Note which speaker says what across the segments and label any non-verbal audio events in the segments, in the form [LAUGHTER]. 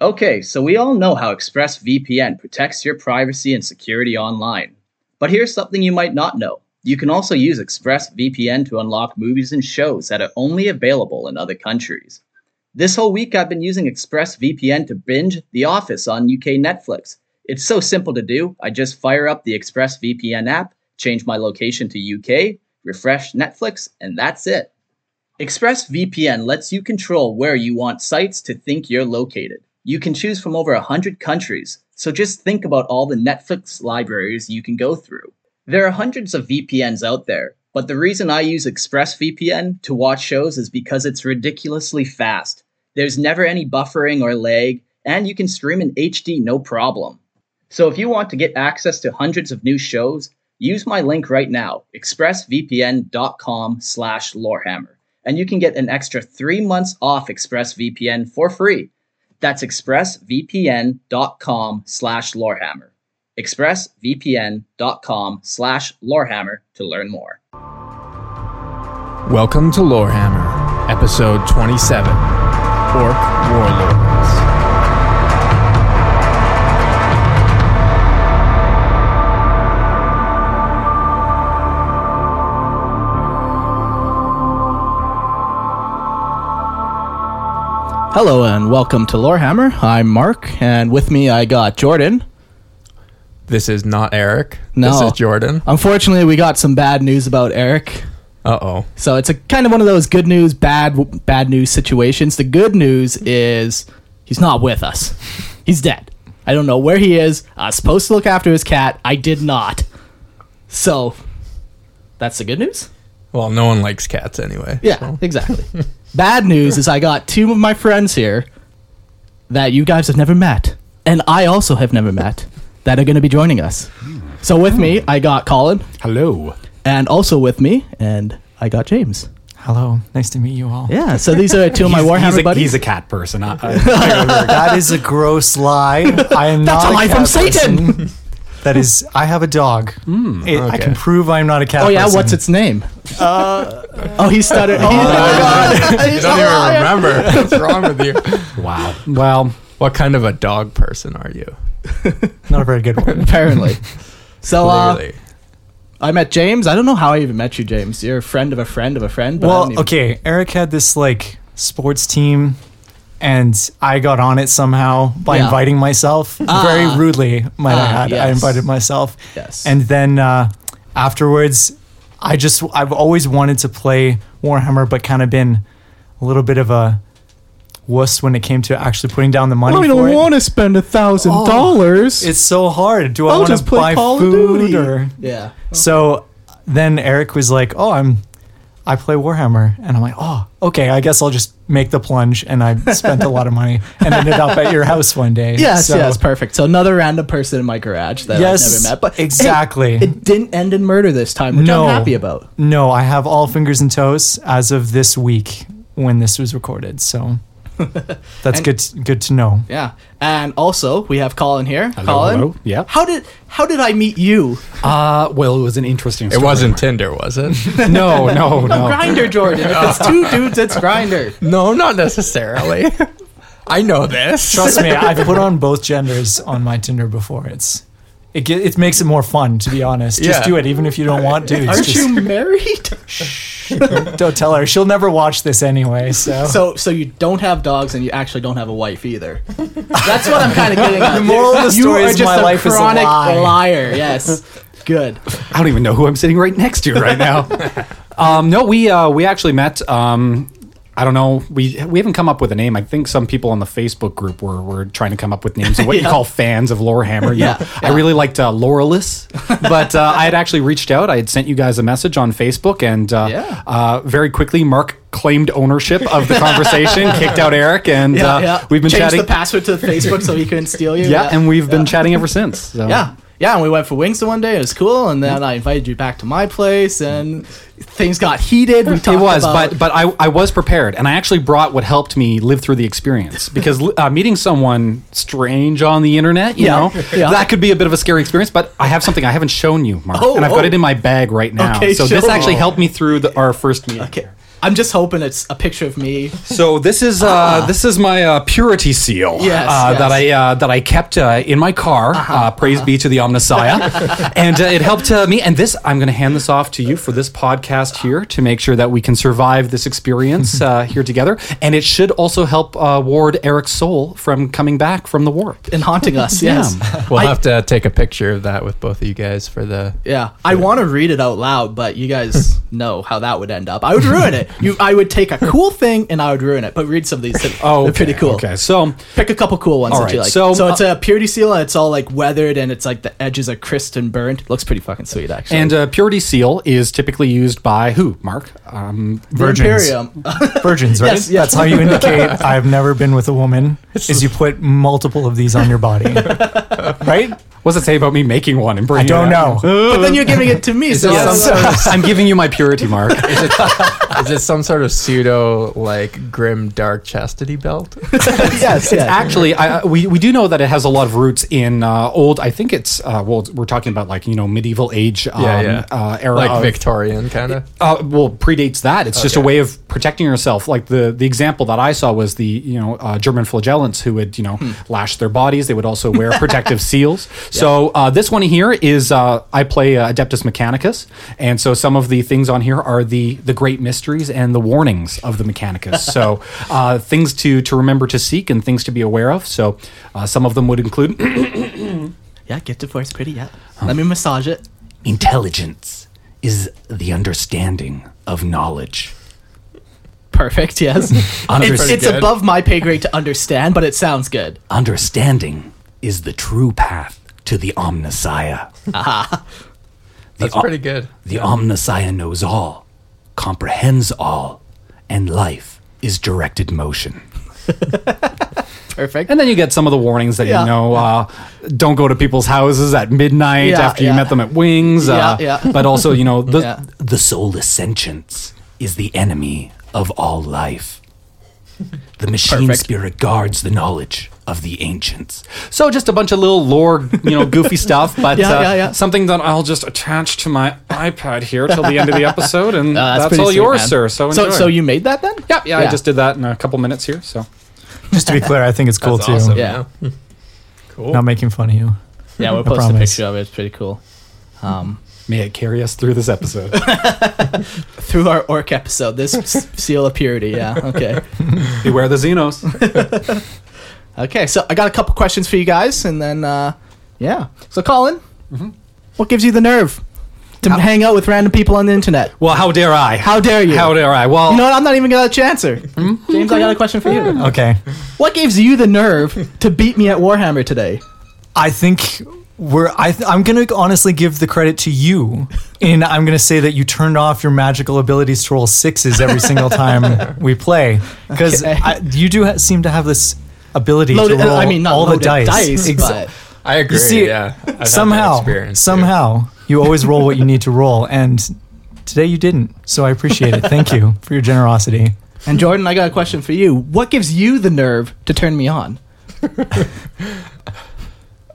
Speaker 1: Okay, so we all know how ExpressVPN protects your privacy and security online. But here's something you might not know. You can also use ExpressVPN to unlock movies and shows that are only available in other countries. This whole week, I've been using ExpressVPN to binge The Office on UK Netflix. It's so simple to do. I just fire up the ExpressVPN app, change my location to UK, refresh Netflix, and that's it. ExpressVPN lets you control where you want sites to think you're located. You can choose from over 100 countries, so just think about all the Netflix libraries you can go through. There are hundreds of VPNs out there, but the reason I use ExpressVPN to watch shows is because it's ridiculously fast. There's never any buffering or lag, and you can stream in HD no problem. So if you want to get access to hundreds of new shows, use my link right now, expressvpn.com slash lorehammer, and you can get an extra three months off ExpressVPN for free. That's expressvpn.com slash lorehammer. expressvpn.com slash lorehammer to learn more.
Speaker 2: Welcome to Lorehammer, episode 27 Orc Warlords.
Speaker 3: Hello and welcome to Lorehammer. I'm Mark, and with me I got Jordan.
Speaker 2: This is not Eric.
Speaker 3: No.
Speaker 2: This is Jordan.
Speaker 3: Unfortunately, we got some bad news about Eric.
Speaker 2: Uh oh.
Speaker 3: So it's a kind of one of those good news, bad bad news situations. The good news is he's not with us. He's dead. I don't know where he is. I was supposed to look after his cat. I did not. So that's the good news.
Speaker 2: Well, no one likes cats anyway.
Speaker 3: Yeah, exactly. Bad news is I got two of my friends here that you guys have never met, and I also have never met, that are going to be joining us. So with me, I got Colin,
Speaker 4: Hello.
Speaker 3: and also with me, and I got James.
Speaker 5: Hello, nice to meet you all.
Speaker 3: Yeah, so these are two of my
Speaker 4: He's-
Speaker 3: Warhammer
Speaker 4: he's a,
Speaker 3: buddies.
Speaker 4: He's a cat person. I, [LAUGHS] I,
Speaker 5: That [LAUGHS] is a gross lie. I am
Speaker 3: That's
Speaker 5: not
Speaker 3: a lie
Speaker 5: cat
Speaker 3: from Satan!
Speaker 5: person. That is, I have a dog. It- I can prove I'm not a cat.
Speaker 3: Hmm, oh yeah,
Speaker 5: person.
Speaker 3: what's its name?
Speaker 5: Uh,
Speaker 3: [LAUGHS] oh, he stuttered. oh, my god!
Speaker 2: You don't
Speaker 3: [LAUGHS]
Speaker 2: even remember. What's wrong with you?
Speaker 4: wow.
Speaker 5: Well,
Speaker 2: What kind of a dog person are you?
Speaker 5: not a very good one. [LAUGHS]
Speaker 3: Apparently. So uh,
Speaker 2: Clearly.
Speaker 3: I met James. I don't know how I even met you, James. You're a friend of a friend of a friend. But I don't
Speaker 5: Well,
Speaker 3: even-
Speaker 5: okay. Eric had this like sports team, and I got on it somehow by
Speaker 3: Yeah.
Speaker 5: inviting myself very rudely. Might
Speaker 3: Ah,
Speaker 5: I add, I
Speaker 3: yes.
Speaker 5: invited myself.
Speaker 3: Yes.
Speaker 5: And then uh, afterwards, I just I've always wanted to play Warhammer, but kind of been a little bit of a wuss when it came to actually putting down the money. for it.
Speaker 3: to spend a thousand
Speaker 4: Oh.
Speaker 3: dollars.
Speaker 5: It's so hard. Do I
Speaker 3: I'll
Speaker 5: want
Speaker 3: just
Speaker 5: to
Speaker 3: play
Speaker 5: buy
Speaker 3: Call of
Speaker 5: food
Speaker 3: Duty.
Speaker 5: or?
Speaker 3: Yeah.
Speaker 5: So then Eric was like, "Oh, I'm, I play Warhammer," and I'm like, "Oh, okay. I guess I'll just make the plunge." And I spent a lot of
Speaker 3: [LAUGHS]
Speaker 5: money and ended up at your house one day.
Speaker 3: Yes,
Speaker 5: So-
Speaker 3: yes, perfect. So another random person in my garage that I've
Speaker 5: Yes,
Speaker 3: never met, but
Speaker 5: exactly.
Speaker 3: Hey, it didn't end in murder this time, which
Speaker 5: No.
Speaker 3: I'm happy about.
Speaker 5: No, I have all fingers and toes as of this week when this was recorded.
Speaker 3: [LAUGHS]
Speaker 5: So that's good. Good to know.
Speaker 3: Yeah, and also we have Colin here. Colin,
Speaker 4: hello. Yeah.
Speaker 3: How did how did I meet you?
Speaker 4: Uh, well, it was an interesting.
Speaker 2: It wasn't Tinder, was it? [LAUGHS]
Speaker 4: [LAUGHS] No, no, no.
Speaker 3: Grinder, Jordan. If it's two dudes, it's Grinder.
Speaker 2: no, not necessarily. [LAUGHS] I know this.
Speaker 5: Trust me, I've put on both genders on my Tinder before. It's it ge- it makes it more fun, to be honest. Just
Speaker 2: Yeah.
Speaker 5: do it, even if you don't want to. It's
Speaker 3: Aren't
Speaker 5: just,
Speaker 3: you married?
Speaker 5: Don't tell her. She'll never watch this anyway. So,
Speaker 3: So so you don't have dogs, and you actually don't have a wife either. That's what I'm kind of getting. At. The
Speaker 5: moral of the story
Speaker 3: you are
Speaker 5: is
Speaker 3: just
Speaker 5: my
Speaker 3: a
Speaker 5: life is a
Speaker 3: chronic
Speaker 5: lie.
Speaker 3: liar. Yes. Good.
Speaker 4: I don't even know who I'm sitting right next to right
Speaker 3: [LAUGHS]
Speaker 4: now. um, no, we uh, we actually met. Um, I don't know. We we haven't come up with a name. I think some people on the Facebook group were, were trying to come up with names of
Speaker 3: [LAUGHS]
Speaker 4: what you call fans of Lorehammer. you
Speaker 3: Yeah,
Speaker 4: know. I really liked uh, Laurelus, but uh, I had actually reached out. I had sent you guys a message on Facebook, and uh,
Speaker 3: Yeah.
Speaker 4: uh, very quickly Mark claimed ownership of the
Speaker 3: [LAUGHS]
Speaker 4: conversation, kicked out Eric, and uh, we've been
Speaker 3: Changed
Speaker 4: chatting.
Speaker 3: the password to Facebook so
Speaker 4: [LAUGHS]
Speaker 3: he couldn't steal you.
Speaker 4: yeah, and we've been chatting ever since. So.
Speaker 3: Yeah. Yeah, and we went for wings the one day. It was cool, and then I invited you back to my place, and things got heated. We talked
Speaker 4: It was,
Speaker 3: about,
Speaker 4: but but I, I was prepared, and I actually brought what helped me live through the
Speaker 3: [LAUGHS]
Speaker 4: experience because uh, meeting someone strange on the internet, you
Speaker 3: Yeah,
Speaker 4: know,
Speaker 3: [LAUGHS] yeah.
Speaker 4: that could be a bit of a scary experience. But I have something I haven't shown you, Mark,
Speaker 3: Oh,
Speaker 4: and I've got
Speaker 3: oh.
Speaker 4: it in my bag right now.
Speaker 3: Okay,
Speaker 4: so
Speaker 3: show
Speaker 4: this actually
Speaker 3: me.
Speaker 4: helped me through the, our first meeting.
Speaker 3: Okay. I'm just hoping it's a picture of me.
Speaker 4: So this is uh, this is my uh, purity seal uh,
Speaker 3: Ah. Yes, yes. Uh-huh.
Speaker 4: that I uh, that I kept uh, in my car. uh praise be to the
Speaker 3: [LAUGHS]
Speaker 4: Omnissiah, and uh, it helped uh, me. And this I'm going to hand this off to you for this podcast here to make sure that we can survive this
Speaker 3: [LAUGHS]
Speaker 4: experience uh, here together. And it should also help uh, ward Eric's soul from coming back from the warp.
Speaker 3: and haunting us. Yes. [LAUGHS]
Speaker 2: We'll have to take a picture of that with both of you guys for the.
Speaker 3: Yeah. I want to read it out loud, but
Speaker 4: [LAUGHS]
Speaker 3: you guys know how that would end up. I would ruin it. You, I would take a cool thing and I would ruin it. But
Speaker 4: [LAUGHS]
Speaker 3: read some of these. Oh, they're pretty
Speaker 4: okay,
Speaker 3: cool.
Speaker 4: Okay, so
Speaker 3: Pick a couple cool ones
Speaker 4: All
Speaker 3: that you
Speaker 4: right,
Speaker 3: like. So,
Speaker 4: so,
Speaker 3: it's a purity seal and it's all like weathered and it's like the edges are crisp and burnt. Looks pretty fucking sweet actually.
Speaker 4: and uh, purity seal is typically used by who? Mark. Um,
Speaker 3: The
Speaker 5: virgins.
Speaker 3: Imperium. [LAUGHS]
Speaker 5: Virgins, right?
Speaker 3: Yes, yes.
Speaker 5: That's how you
Speaker 3: [LAUGHS]
Speaker 5: indicate I've never been with a woman. Is you put multiple of these on your body,
Speaker 3: [LAUGHS]
Speaker 5: right?
Speaker 4: [LAUGHS] what does it say about me making one and
Speaker 5: I
Speaker 4: bringing?
Speaker 5: don't
Speaker 4: it out?
Speaker 5: know.
Speaker 3: [LAUGHS] but then you're giving it to me. So
Speaker 2: this
Speaker 3: I'm-
Speaker 2: some sort of-
Speaker 4: I'm giving you [LAUGHS] my purity mark.
Speaker 2: is, it, is it some sort of pseudo like grim dark chastity
Speaker 3: [LAUGHS]
Speaker 2: belt?
Speaker 3: yes,
Speaker 4: It's
Speaker 3: yes.
Speaker 4: actually, I, I- we, we do know that it has a lot of roots in uh, old. I think it's uh, well, it's- we're talking about like you know medieval age um, Uh, era,
Speaker 2: like
Speaker 4: of-
Speaker 2: Victorian kind of.
Speaker 4: uh, well, predates that. It's just a
Speaker 2: Okay.
Speaker 4: way of protecting yourself. Like the the example that I saw was the you know uh, German flagellants who would you know lash their bodies. They would also wear protective seals. So uh, this one here is uh, I play uh, Adeptus Mechanicus, and so some of the things on here are the the great mysteries and the warnings of the Mechanicus. so uh, things to to remember to seek and things to be aware of. So uh, some of them would include [CLEARS THROAT]
Speaker 3: Yeah, gift of force pretty, yeah. Let me massage it.
Speaker 4: intelligence is the understanding of knowledge.
Speaker 3: Perfect, yes. it's it's
Speaker 2: good.
Speaker 3: above my pay grade to understand, but it sounds good.
Speaker 4: Understanding is the true path to the
Speaker 2: [LAUGHS]
Speaker 4: Omnissiah.
Speaker 2: That's
Speaker 3: uh,
Speaker 4: o-
Speaker 2: pretty good.
Speaker 4: The Omnissiah knows all, comprehends all, and life is directed motion.
Speaker 3: Perfect.
Speaker 4: And then you get some of the warnings that
Speaker 3: Yeah.
Speaker 4: you know: uh, don't go to people's houses at midnight
Speaker 3: Yeah,
Speaker 4: after
Speaker 3: yeah.
Speaker 4: you met them at Wings. uh,
Speaker 3: Yeah, yeah.
Speaker 4: But also, you
Speaker 3: [LAUGHS]
Speaker 4: know, the
Speaker 3: Yeah.
Speaker 4: the soulless sentience is the enemy of all life. The machine
Speaker 3: Perfect.
Speaker 4: spirit guards the knowledge of the ancients. So just a bunch of little lore, you know,
Speaker 3: [LAUGHS]
Speaker 4: goofy stuff, but
Speaker 3: Yeah,
Speaker 4: uh,
Speaker 3: yeah, yeah.
Speaker 4: something that I'll just attach to my iPad here till the end of
Speaker 3: [LAUGHS]
Speaker 4: the episode, and
Speaker 3: Uh,
Speaker 4: that's,
Speaker 3: pretty
Speaker 4: all
Speaker 3: sweet,
Speaker 4: yours,
Speaker 3: man.
Speaker 4: sir. So
Speaker 3: so,
Speaker 4: enjoy.
Speaker 3: so you made that then?
Speaker 4: yeah, yeah,
Speaker 3: Yeah.
Speaker 4: I just did that in a couple minutes here. So
Speaker 5: Just to be clear, I think it's cool
Speaker 2: That's
Speaker 5: too.
Speaker 2: awesome.
Speaker 3: Yeah.
Speaker 2: yeah.
Speaker 5: Not making fun of you.
Speaker 3: Yeah, we'll
Speaker 5: I
Speaker 3: post a
Speaker 5: promise.
Speaker 3: picture of it. It's pretty cool. Um,
Speaker 4: may it carry us through this episode.
Speaker 3: through our orc episode, this [LAUGHS] s- seal of purity. Yeah. Okay.
Speaker 4: Beware the
Speaker 3: [LAUGHS]
Speaker 4: Xenos.
Speaker 3: Okay. So I got a couple questions for you guys, and then uh, yeah. So Colin,
Speaker 5: Mm-hmm.
Speaker 3: what gives you the nerve to hang out with random people on the internet?
Speaker 4: Well, how dare I?
Speaker 3: How dare you?
Speaker 4: How dare I? Well,
Speaker 3: You know what? I'm not even gonna let you answer.
Speaker 5: Hmm?
Speaker 3: James, I got a question for you.
Speaker 5: Okay.
Speaker 3: What gives you the nerve to beat me at Warhammer today?
Speaker 5: I think we're. I th- I'm gonna honestly give the credit to you, and I'm gonna say that you turned off your magical abilities to roll sixes every single
Speaker 3: [LAUGHS]
Speaker 5: time we play, because
Speaker 3: Okay.
Speaker 5: you do ha- seem to have this ability
Speaker 3: Loaded-
Speaker 5: to roll
Speaker 3: I mean, not
Speaker 5: all the
Speaker 3: loaded
Speaker 5: dice. Exa-
Speaker 3: but
Speaker 2: I agree.
Speaker 5: You see,
Speaker 2: yeah. I've had that
Speaker 5: somehow,
Speaker 2: experience, too.
Speaker 5: somehow, you always roll what you need to roll, and today you didn't. So I appreciate it. Thank you for your generosity.
Speaker 3: and Jordan, I got a question for you. What gives you the nerve to turn me on?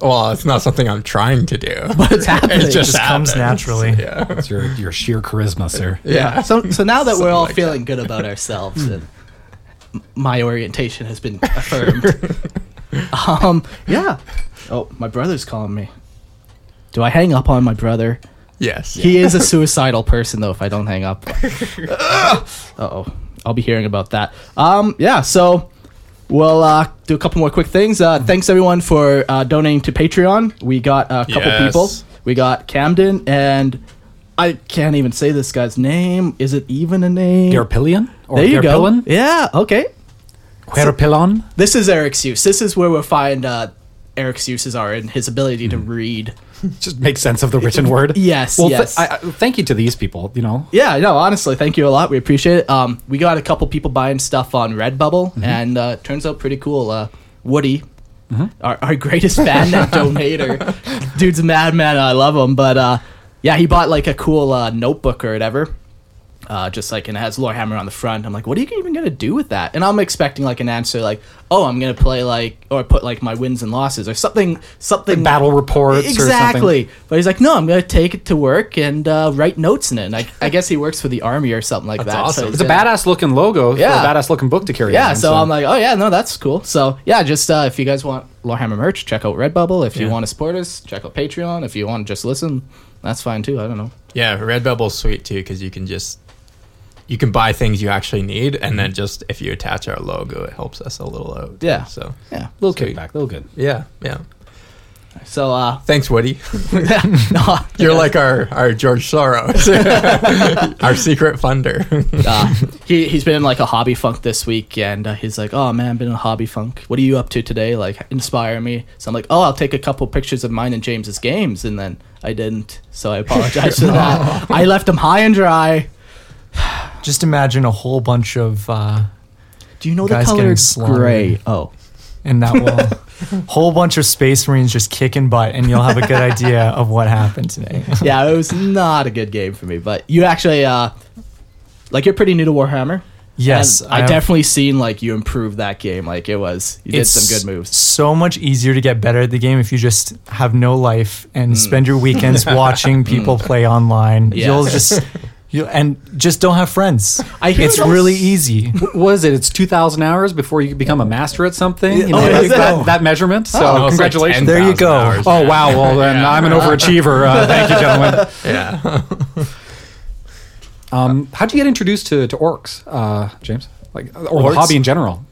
Speaker 2: Well, it's not something I'm trying to do.
Speaker 3: But it's happening.
Speaker 2: It just,
Speaker 5: Just comes
Speaker 2: happens.
Speaker 5: naturally.
Speaker 2: Yeah.
Speaker 4: it's your, your sheer charisma, sir.
Speaker 3: Uh,
Speaker 2: Yeah.
Speaker 3: [LAUGHS] So, so now that we're all
Speaker 2: like
Speaker 3: feeling good about ourselves and m- my orientation has been
Speaker 2: [LAUGHS]
Speaker 3: affirmed, um, yeah. Oh, my brother's calling me. Do I hang up on my brother?
Speaker 2: Yes.
Speaker 3: He is a suicidal person, though. If I don't hang up, uh oh, I'll be hearing about that. Um, yeah. So we'll uh, do a couple more quick things. Uh, thanks everyone for uh, donating to Patreon. We got a couple
Speaker 2: Yes.
Speaker 3: people. We got Camden and I can't even say this guy's name. Is it even a name?
Speaker 4: Derpillion? Or
Speaker 3: there you go.
Speaker 4: Derpillon?
Speaker 3: Yeah. Okay.
Speaker 4: Derpillon?
Speaker 3: This is Eric's use. This is where we'll find uh, Eric's uses are and his ability to read.
Speaker 4: Just make sense of the
Speaker 3: [LAUGHS]
Speaker 4: written word.
Speaker 3: Yes,
Speaker 4: Well, th-
Speaker 3: yes.
Speaker 4: I, I, thank you to these people, you know.
Speaker 3: Yeah, no, honestly, thank you a lot. We appreciate it. Um, we got a couple people buying stuff on Redbubble, and uh, it turns out pretty cool. Uh, Woody, our, our greatest fan and donator, dude's a madman. I love him, but uh, yeah, he bought like a cool uh, notebook or whatever, uh, just like and it has Lorehammer on the front. I'm like, what are you even gonna do with that? And I'm expecting like an answer like, oh, I'm gonna play like or put like my wins and losses or something, something
Speaker 4: battle reports or something.
Speaker 3: Mm. Exactly. But he's like, no, I'm gonna take it to work and uh, write notes in it. And I, I guess he works for the army or something like that.
Speaker 2: awesome.
Speaker 3: he's
Speaker 4: It's a
Speaker 3: gonna-
Speaker 4: badass looking logo
Speaker 3: Yeah.
Speaker 4: for a badass looking book to carry.
Speaker 3: yeah,
Speaker 4: around,
Speaker 3: so, I'm like, oh yeah, no, that's cool. So yeah, just uh, if you guys want Lorehammer merch, check out Redbubble. If you want to support us, check out Patreon. If you want to just listen, that's fine too. I don't know.
Speaker 2: Yeah, Redbubble's sweet too because you can just you can buy things you actually need, and then just if you attach our logo, it helps us a little out. too,
Speaker 3: Yeah.
Speaker 2: So
Speaker 3: Yeah.
Speaker 4: little
Speaker 2: Sweet.
Speaker 4: kickback, little good.
Speaker 2: yeah, yeah.
Speaker 3: So uh, [LAUGHS]
Speaker 2: Thanks, Woody. [LAUGHS]
Speaker 4: [LAUGHS]
Speaker 3: no,
Speaker 2: You're like our our George Soros, [LAUGHS] our secret funder.
Speaker 3: uh, he he's been in like a hobby funk this week, and uh, he's like, "Oh man, I've been in a hobby funk. What are you up to today? Like, inspire me." So I'm like, "Oh, I'll take a couple pictures of mine and James's games," and then I didn't. So I apologize for that. [LAUGHS] I left him high and dry.
Speaker 5: Just imagine a whole bunch of uh,
Speaker 3: Do you know
Speaker 5: Guys
Speaker 3: the color
Speaker 5: getting slaughtered.
Speaker 3: gray? Oh,
Speaker 5: in that
Speaker 2: [LAUGHS]
Speaker 5: wall, whole bunch of space marines just kicking butt, and you'll have a good idea of what happened
Speaker 3: [LAUGHS]
Speaker 5: today.
Speaker 3: [LAUGHS] yeah, it was not a good game for me. But you actually, uh, like, you're pretty new to Warhammer.
Speaker 5: Yes,
Speaker 3: And I,
Speaker 5: I have-
Speaker 3: definitely seen like you improve that game. Like it was, you did some good moves.
Speaker 5: So much easier to get better at the game if you just have no life and spend your
Speaker 3: [LAUGHS]
Speaker 5: weekends watching people play online.
Speaker 3: Mm. Yeah.
Speaker 5: You'll just you and just don't have friends.
Speaker 3: I hear
Speaker 5: it's
Speaker 3: those-
Speaker 5: really easy.
Speaker 4: What is it? It's two thousand hours before you become a master at something. You know,
Speaker 5: Oh,
Speaker 4: that,
Speaker 5: is it?
Speaker 4: that, that measurement.
Speaker 2: [LAUGHS]
Speaker 4: So
Speaker 3: Oh,
Speaker 2: No, it's like 10,000
Speaker 4: congratulations.
Speaker 5: There you go.
Speaker 2: hours.
Speaker 4: Oh wow! Well then,
Speaker 2: Yeah.
Speaker 4: I'm an overachiever. Uh, thank you, gentlemen.
Speaker 2: yeah.
Speaker 4: [LAUGHS] Um, how'd you get introduced to, to orcs, uh, James? Like or the
Speaker 5: Orcs?
Speaker 4: hobby in general?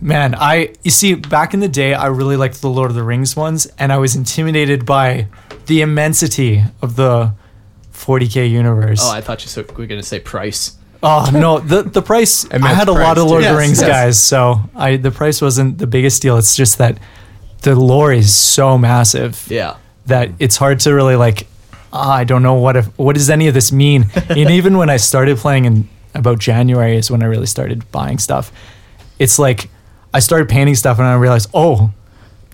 Speaker 5: Man, I you see back in the day I really liked the Lord of the Rings ones and I was intimidated by the immensity of the 40K universe.
Speaker 3: Oh, I thought you said- were going to say price.
Speaker 5: Oh no, the the price. I,
Speaker 2: meant
Speaker 5: had a lot
Speaker 2: price,
Speaker 5: of Lord of
Speaker 2: too.
Speaker 5: the Rings
Speaker 2: Yes, yes.
Speaker 5: guys, so I the price wasn't the biggest deal. It's just that the lore is so massive
Speaker 3: Yeah.
Speaker 5: that it's hard to really like. ah, I don't know what if what does any of this mean. and even when I started playing in about January is when I really started buying stuff. It's like I started painting stuff and I realized, oh,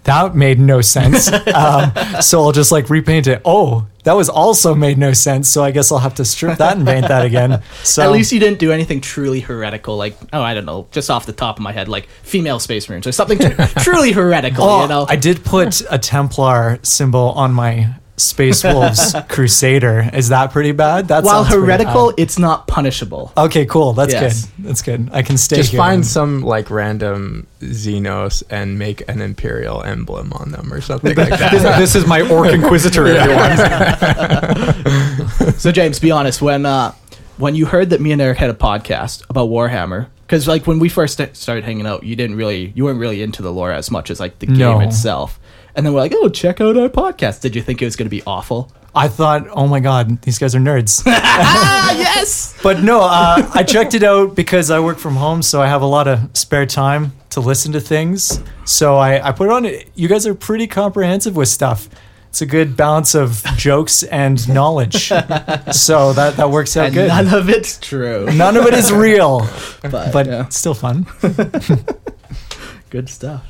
Speaker 5: that made no sense. um, so I'll just like repaint it. Oh, that was also made no sense. So I guess I'll have to strip that and paint that again. So
Speaker 3: At least you didn't do anything truly heretical, like oh, I don't know, just off the top of my head, like female space marines or something
Speaker 5: [LAUGHS]
Speaker 3: tr- truly heretical.
Speaker 5: Oh,
Speaker 3: you know,
Speaker 5: I did put a Templar symbol on my Space
Speaker 3: [LAUGHS]
Speaker 5: Wolves Crusader. Is that pretty bad? That
Speaker 3: while
Speaker 5: sounds pretty
Speaker 3: heretical,
Speaker 5: bad.
Speaker 3: it's not punishable.
Speaker 5: Okay, cool. That's
Speaker 3: Yes.
Speaker 5: good. That's good. I can stay
Speaker 2: Just
Speaker 5: here.
Speaker 2: find some like random Xenos and make an imperial emblem on them or something like
Speaker 4: [LAUGHS] This,
Speaker 2: that.
Speaker 4: this is my orc inquisitor. everyone.
Speaker 3: So James, be honest when uh, when you heard that me and Eric had a podcast about Warhammer, because like when we first st- started hanging out, you didn't really you weren't really into the lore as much as like the game
Speaker 5: No.
Speaker 3: itself. And then we're like, oh, check out our podcast. Did you think it was going to be awful?
Speaker 5: I thought, oh my god, these guys are
Speaker 3: [LAUGHS]
Speaker 5: nerds.
Speaker 3: Ah, yes.
Speaker 5: but no, uh, I checked it out because I work from home, so I have a lot of spare time to listen to things. So I, I put it on. You guys are pretty comprehensive with stuff. It's a good balance of jokes and knowledge.
Speaker 3: [LAUGHS]
Speaker 5: so that, that works out
Speaker 3: And
Speaker 5: good.
Speaker 3: none of it's true.
Speaker 5: None of it is
Speaker 3: [LAUGHS]
Speaker 5: real,
Speaker 3: But,
Speaker 5: [LAUGHS] but
Speaker 3: yeah.
Speaker 5: it's still fun.
Speaker 3: Good stuff.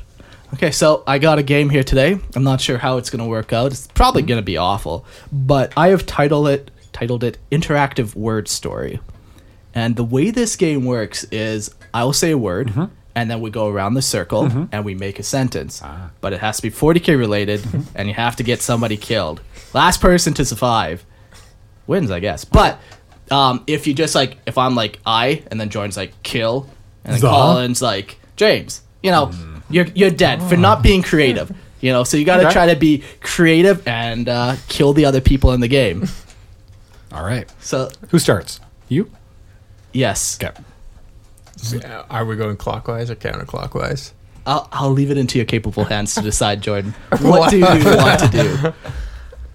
Speaker 3: Okay, so I got a game here today. I'm not sure how it's going to work out. It's probably going to be awful, but I have titled it titled it Interactive Word Story. And the way this game works is I will say a word and then we go around the circle and we make a sentence. But it has to be 40k related and you have to get somebody killed. Last person to survive wins, I guess. But um, if you just like, if I'm like I, and then Jordan's like kill, and then
Speaker 4: The?
Speaker 3: Colin's like James, you know, you're you're dead for not being creative. You know, so you got to
Speaker 4: Okay.
Speaker 3: try to be creative and uh, kill the other people in the game.
Speaker 4: All right.
Speaker 3: So
Speaker 4: Who starts? You.
Speaker 3: yes,
Speaker 4: Okay.
Speaker 2: Are we going clockwise or counterclockwise?
Speaker 3: I'll I'll leave it into your capable hands to decide,
Speaker 4: [LAUGHS]
Speaker 3: Jordan. What do you want to do?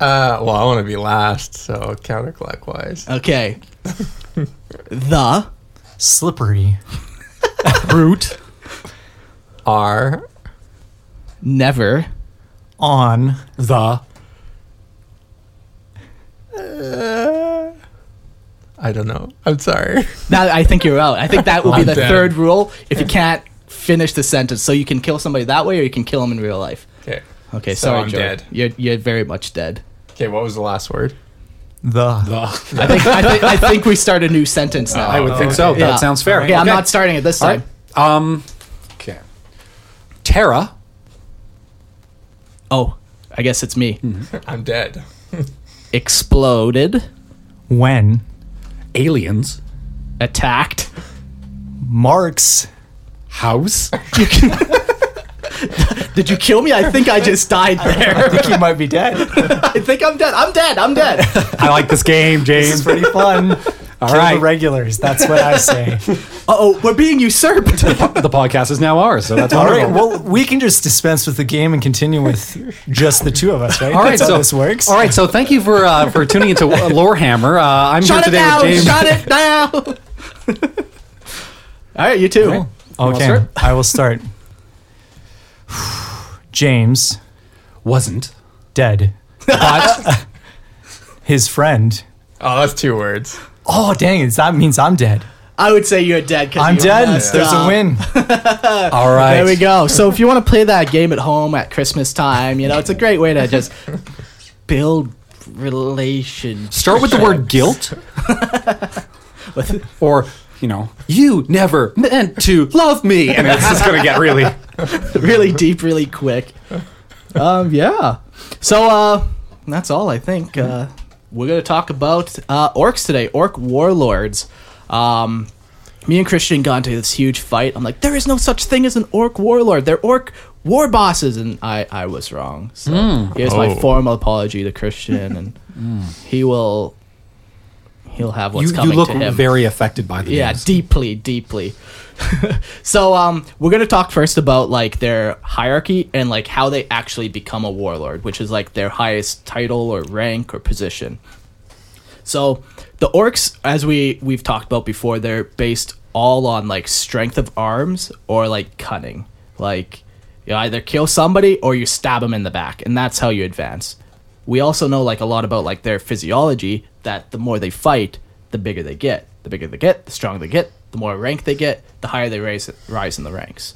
Speaker 2: Uh, well, I want to be last, so counterclockwise.
Speaker 4: [LAUGHS]
Speaker 3: Okay, the
Speaker 5: [LAUGHS] Slippery.
Speaker 4: Brute.
Speaker 2: R
Speaker 3: never
Speaker 5: On.
Speaker 4: The.
Speaker 2: I don't know. I'm sorry. [LAUGHS]
Speaker 3: Now I think you're out. I think that will be
Speaker 2: I'm
Speaker 3: the
Speaker 2: dead.
Speaker 3: third rule. If you can't finish the sentence, so you can kill somebody that way, or you can kill them in real life.
Speaker 2: Okay.
Speaker 3: Okay,
Speaker 2: So
Speaker 3: sorry,
Speaker 2: I'm
Speaker 3: Jordan.
Speaker 2: dead.
Speaker 3: You're you're very much dead.
Speaker 2: Okay, what was the last word?
Speaker 5: The.
Speaker 3: I think I, think I think we start a new sentence now.
Speaker 4: I would think so.
Speaker 3: Yeah.
Speaker 4: That sounds fair.
Speaker 3: Yeah, I'm
Speaker 4: Okay.
Speaker 3: not starting it this
Speaker 4: All
Speaker 3: time.
Speaker 4: right. Um, okay. Terra.
Speaker 3: Oh, I guess it's me.
Speaker 2: I'm dead.
Speaker 3: Exploded,
Speaker 5: When
Speaker 4: Aliens.
Speaker 3: attacked.
Speaker 5: marks [LAUGHS]
Speaker 4: House.
Speaker 3: Did you kill me? I think I just died there.
Speaker 5: you might be dead.
Speaker 3: [LAUGHS] I think I'm dead. I'm dead. I'm dead.
Speaker 4: I like this game,
Speaker 5: It's
Speaker 4: James.
Speaker 5: pretty fun.
Speaker 4: [LAUGHS]
Speaker 5: All Kill
Speaker 4: right.
Speaker 5: the regulars. That's what I say.
Speaker 3: Uh oh, we're being usurped.
Speaker 4: the podcast is now ours, so [LAUGHS] that's
Speaker 5: All
Speaker 4: wonderful.
Speaker 5: right. Well, we can just dispense with the game and continue with just the two of us, right?
Speaker 4: All right,
Speaker 5: That's
Speaker 4: so
Speaker 5: how this works.
Speaker 4: All right, so thank you for uh, for tuning into uh, Lorehammer. Uh, I'm
Speaker 3: Shut it
Speaker 4: here today
Speaker 3: down.
Speaker 4: with James.
Speaker 3: Shut it down. All right, you too.
Speaker 5: Okay.
Speaker 4: start?
Speaker 5: I
Speaker 4: [SIGHS]
Speaker 5: will start. James
Speaker 4: Wasn't,
Speaker 5: dead.
Speaker 4: but
Speaker 5: [LAUGHS] His friend.
Speaker 2: Oh, that's two words.
Speaker 5: Oh dang! It's, that means I'm dead.
Speaker 3: I would say you're dead. 'cause
Speaker 5: I'm
Speaker 3: you
Speaker 5: dead.
Speaker 3: messed
Speaker 5: There's
Speaker 3: up.
Speaker 5: a [LAUGHS] win.
Speaker 4: all right.
Speaker 3: There we go. So if you want to play that game at home at Christmas time, you know it's a great way to
Speaker 4: [LAUGHS]
Speaker 3: just build relations.
Speaker 4: Start with the word guilt,
Speaker 3: [LAUGHS]
Speaker 4: or you know, you never meant to love me, and it's just gonna get really.
Speaker 3: [LAUGHS] really deep, really quick. Um, yeah. So uh, that's all I think. Uh, we're gonna talk about uh, orcs today. Orc warlords. Um, me and Christian got into this huge fight. I'm like, there is no such thing as an orc warlord. They're orc war bosses, and I I was wrong. So here's my
Speaker 2: Oh.
Speaker 3: formal apology to Christian, and he will he'll have what's
Speaker 4: Hmm. You, you
Speaker 3: coming
Speaker 4: look
Speaker 3: to him.
Speaker 4: very affected by the
Speaker 3: Yeah,
Speaker 4: news.
Speaker 3: deeply, deeply. [LAUGHS] so um we're gonna talk first about like their hierarchy and like how they actually become a warlord, which is like their highest title or rank or position. So the orcs, as we we've talked about before, they're based all on like strength of arms or like cunning. Like you either kill somebody or you stab them in the back, and that's how you advance. We also know like a lot about like their physiology that the more they fight, the bigger they get. The bigger they get, the stronger they get, the more rank they get, the higher they raise rise in the ranks.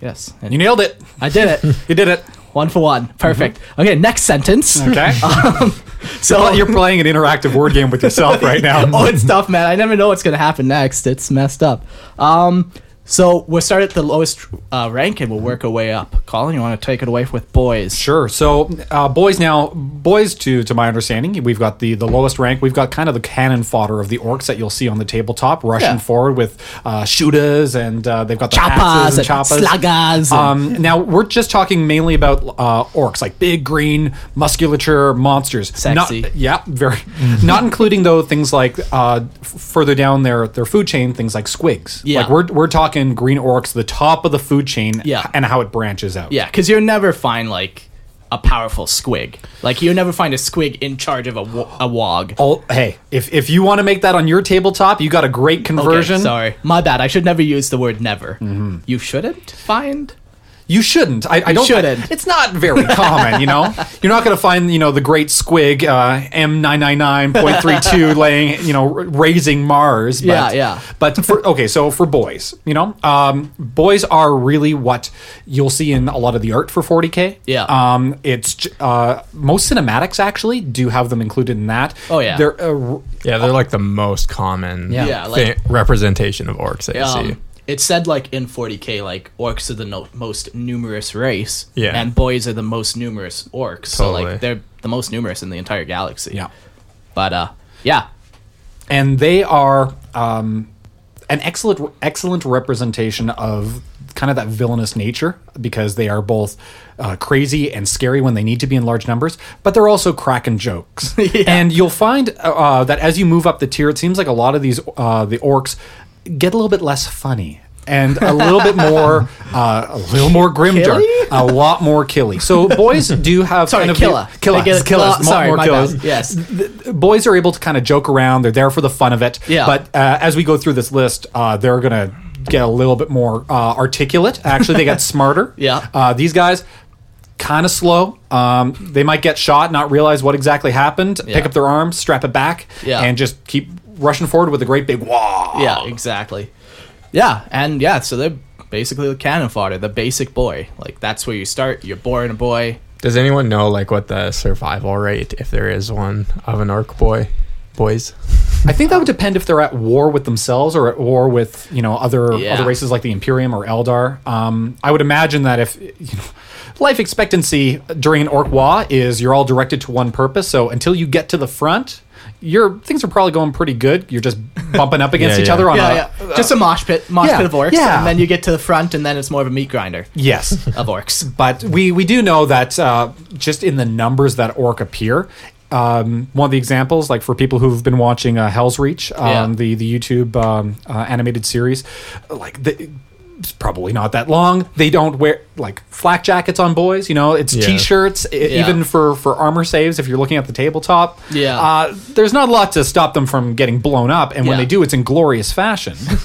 Speaker 3: Yes, and
Speaker 4: Mm-hmm. you nailed it.
Speaker 3: I did it. [LAUGHS]
Speaker 4: You did it.
Speaker 3: one for one, perfect. Okay, next sentence.
Speaker 4: Mm-hmm.
Speaker 3: Um,
Speaker 4: Okay.
Speaker 3: [LAUGHS]
Speaker 4: [LAUGHS]
Speaker 3: So
Speaker 4: You're playing an interactive word game with yourself right now.
Speaker 3: [LAUGHS] oh, it's tough, man. I never know what's gonna happen next. It's messed up. Um, so we'll start at the lowest uh, rank and we'll work our way up. Colin, you want to take it away with boys?
Speaker 4: Sure. So, uh, boys now, boys to to my understanding, we've got the the lowest rank. We've got kind of the cannon fodder of the orcs that you'll see on the tabletop, rushing
Speaker 3: Yeah.
Speaker 4: forward with uh, shooters, and uh, they've got the
Speaker 3: Choppas
Speaker 4: axes
Speaker 3: and
Speaker 4: and choppas.
Speaker 3: sluggers. and-
Speaker 4: Um, now we're just talking mainly about uh, orcs, like big green musculature monsters.
Speaker 3: Sexy.
Speaker 4: Not, yeah,
Speaker 3: [LAUGHS]
Speaker 4: very. Not including though things like uh, f- further down their their food chain, things like squigs.
Speaker 3: Yeah.
Speaker 4: Like we're we're talking green orcs, the top of the food chain,
Speaker 3: Yeah.
Speaker 4: and how it branches out.
Speaker 3: yeah, because you'll never find like a powerful squig. Like you'll never find a squig in charge of a, wo- a wog.
Speaker 4: All, hey, if if you want to make that on your tabletop, you got a great
Speaker 3: Okay,
Speaker 4: conversion.
Speaker 3: sorry, my bad. I should never use the word never. You shouldn't find.
Speaker 4: You shouldn't. I, I don't.
Speaker 3: shouldn't.
Speaker 4: it's not very common, you
Speaker 3: [LAUGHS]
Speaker 4: know. You're not going to find, you know, the great squig uh,
Speaker 3: [LAUGHS]
Speaker 4: M999.32 laying, you know, r- raising Mars. But,
Speaker 3: Yeah, yeah.
Speaker 4: But for okay, so for boys, you know, um, boys are really what you'll see in a lot of the art for 40k.
Speaker 3: Yeah.
Speaker 4: Um, it's j- uh, most cinematics actually do have them included in that.
Speaker 3: Oh, yeah.
Speaker 4: They're uh,
Speaker 2: Yeah, they're like the most common
Speaker 4: Yeah.
Speaker 3: Yeah, like-
Speaker 2: thi- representation of orcs that you see.
Speaker 3: Um, it said like in 40k, like orcs are the no- most numerous race,
Speaker 2: Yeah.
Speaker 3: and boys are the most numerous orcs. So
Speaker 2: Totally.
Speaker 3: like they're the most numerous in the entire galaxy.
Speaker 4: Yeah.
Speaker 3: but uh, yeah,
Speaker 4: and they are um, an excellent excellent representation of kind of that villainous nature because they are both uh, crazy and scary when they need to be in large numbers, but they're also cracking
Speaker 3: [LAUGHS]
Speaker 4: jokes. And you'll find uh, uh, that as you move up the tier, it seems like a lot of these uh, the orcs get a little bit less funny. And a little bit
Speaker 3: [LAUGHS]
Speaker 4: more, uh, a little more grimdark,
Speaker 3: Killy?
Speaker 4: a lot more killy. So boys do have
Speaker 3: [LAUGHS] Sorry,
Speaker 4: kind of
Speaker 3: killer.
Speaker 4: the, killer,
Speaker 3: They get it-
Speaker 4: killers,
Speaker 3: oh, sorry,
Speaker 4: more
Speaker 3: my
Speaker 4: killers.
Speaker 3: bad. Yes.
Speaker 4: Th- boys are able to kind of joke around. They're there for the fun of it.
Speaker 3: Yeah.
Speaker 4: But uh, as we go through this list, uh, they're gonna get a little bit more uh, articulate. Actually, they
Speaker 3: [LAUGHS]
Speaker 4: got smarter.
Speaker 3: Yeah.
Speaker 4: Uh, these guys kind of slow. Um, they might get shot, not realize what exactly happened.
Speaker 3: Yeah.
Speaker 4: Pick up their arms, strap it back,
Speaker 3: Yeah.
Speaker 4: and just keep rushing forward with a great big wah.
Speaker 3: yeah, exactly. Yeah, and yeah, so they're basically the cannon fodder, the basic boy. Like that's where you start. You're born a boy.
Speaker 2: Does anyone know like what the survival rate, if there is one, of an orc boy, boys?
Speaker 4: I think that would depend if they're at war with themselves or at war with you know other
Speaker 3: Yeah.
Speaker 4: other races like the Imperium or Eldar. Um, I would imagine that if you know, life expectancy during an orc war is you're all directed to one purpose, so until you get to the front, your things are probably going pretty good. You're just bumping up against
Speaker 2: [LAUGHS] Yeah,
Speaker 4: each
Speaker 2: yeah.
Speaker 4: other on a
Speaker 3: Yeah, yeah. Just a mosh pit, mosh
Speaker 4: Uh-huh. Uh, yeah,
Speaker 3: pit of orcs,
Speaker 4: yeah.
Speaker 3: and then you get to the front, and then it's more of a meat grinder
Speaker 4: yes.
Speaker 3: of
Speaker 4: [LAUGHS]
Speaker 3: orcs.
Speaker 4: but we we do know that uh, just in the numbers that orc appear. Um, one of the examples, like for people who've been watching uh, Hell's Reach, um,
Speaker 3: Yeah.
Speaker 4: the the YouTube um, uh, animated series, like the, it's probably not that long. They don't wear like flak jackets on boys. You know, it's
Speaker 2: Yeah.
Speaker 4: t-shirts. e-
Speaker 3: Yeah.
Speaker 4: Even for for armor saves, if you're looking at the tabletop,
Speaker 3: Yeah.
Speaker 4: uh, there's not a lot to stop them from getting blown up. And when
Speaker 3: Yeah.
Speaker 4: they do, it's in glorious fashion. [LAUGHS]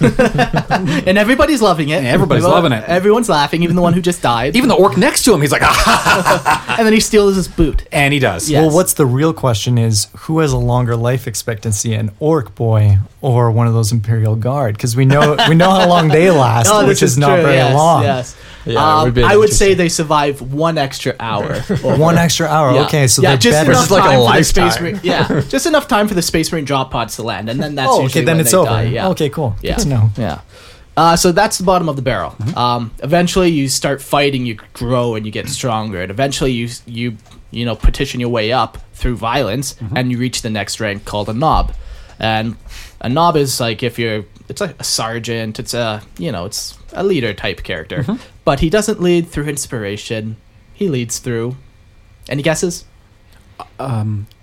Speaker 3: And everybody's loving it.
Speaker 4: everybody's
Speaker 3: Everyone-
Speaker 4: loving it.
Speaker 3: Everyone's laughing, even the one who just died.
Speaker 4: even the orc next to him, he's like, ah,
Speaker 3: and then he steals his boot.
Speaker 4: and he does.
Speaker 3: Yeah. Yes.
Speaker 5: Well, what's the real question is who has a longer life expectancy, an orc boy or one of those Imperial Guard? Because we know we know how long
Speaker 3: [LAUGHS]
Speaker 5: they last,
Speaker 3: Oh,
Speaker 5: which
Speaker 3: this
Speaker 5: is, not
Speaker 3: true.
Speaker 5: very
Speaker 3: Yes,
Speaker 5: long.
Speaker 3: Yes.
Speaker 2: Yeah, that
Speaker 3: Um,
Speaker 2: would be
Speaker 3: I would
Speaker 2: interesting.
Speaker 3: say they survive one extra
Speaker 5: [LAUGHS]
Speaker 3: hour. or
Speaker 5: One extra hour.
Speaker 3: Yeah.
Speaker 5: Okay, so
Speaker 3: yeah,
Speaker 5: they're
Speaker 3: just
Speaker 5: better.
Speaker 3: enough
Speaker 2: This is like a
Speaker 3: time for the
Speaker 2: lifetime.
Speaker 3: space marine. Yeah, just enough time for the space marine drop pods to land, and then that's
Speaker 5: Oh,
Speaker 3: usually
Speaker 5: okay, then
Speaker 3: when
Speaker 5: it's
Speaker 3: they
Speaker 5: over.
Speaker 3: die, yeah.
Speaker 5: Okay, cool.
Speaker 3: Yeah.
Speaker 5: Good to know. Mm-hmm.
Speaker 3: Yeah. Uh, so that's the bottom of the barrel. Um, eventually, you start fighting, you grow, and you get stronger, and eventually, you you you know petition your way up through violence,
Speaker 5: Mm-hmm.
Speaker 3: and you reach the next rank called a knob. And a knob is like if you're it's like a sergeant, it's a you know it's a leader type character,
Speaker 5: Mm-hmm.
Speaker 3: but he doesn't lead through inspiration. He leads through. Any guesses? [LAUGHS]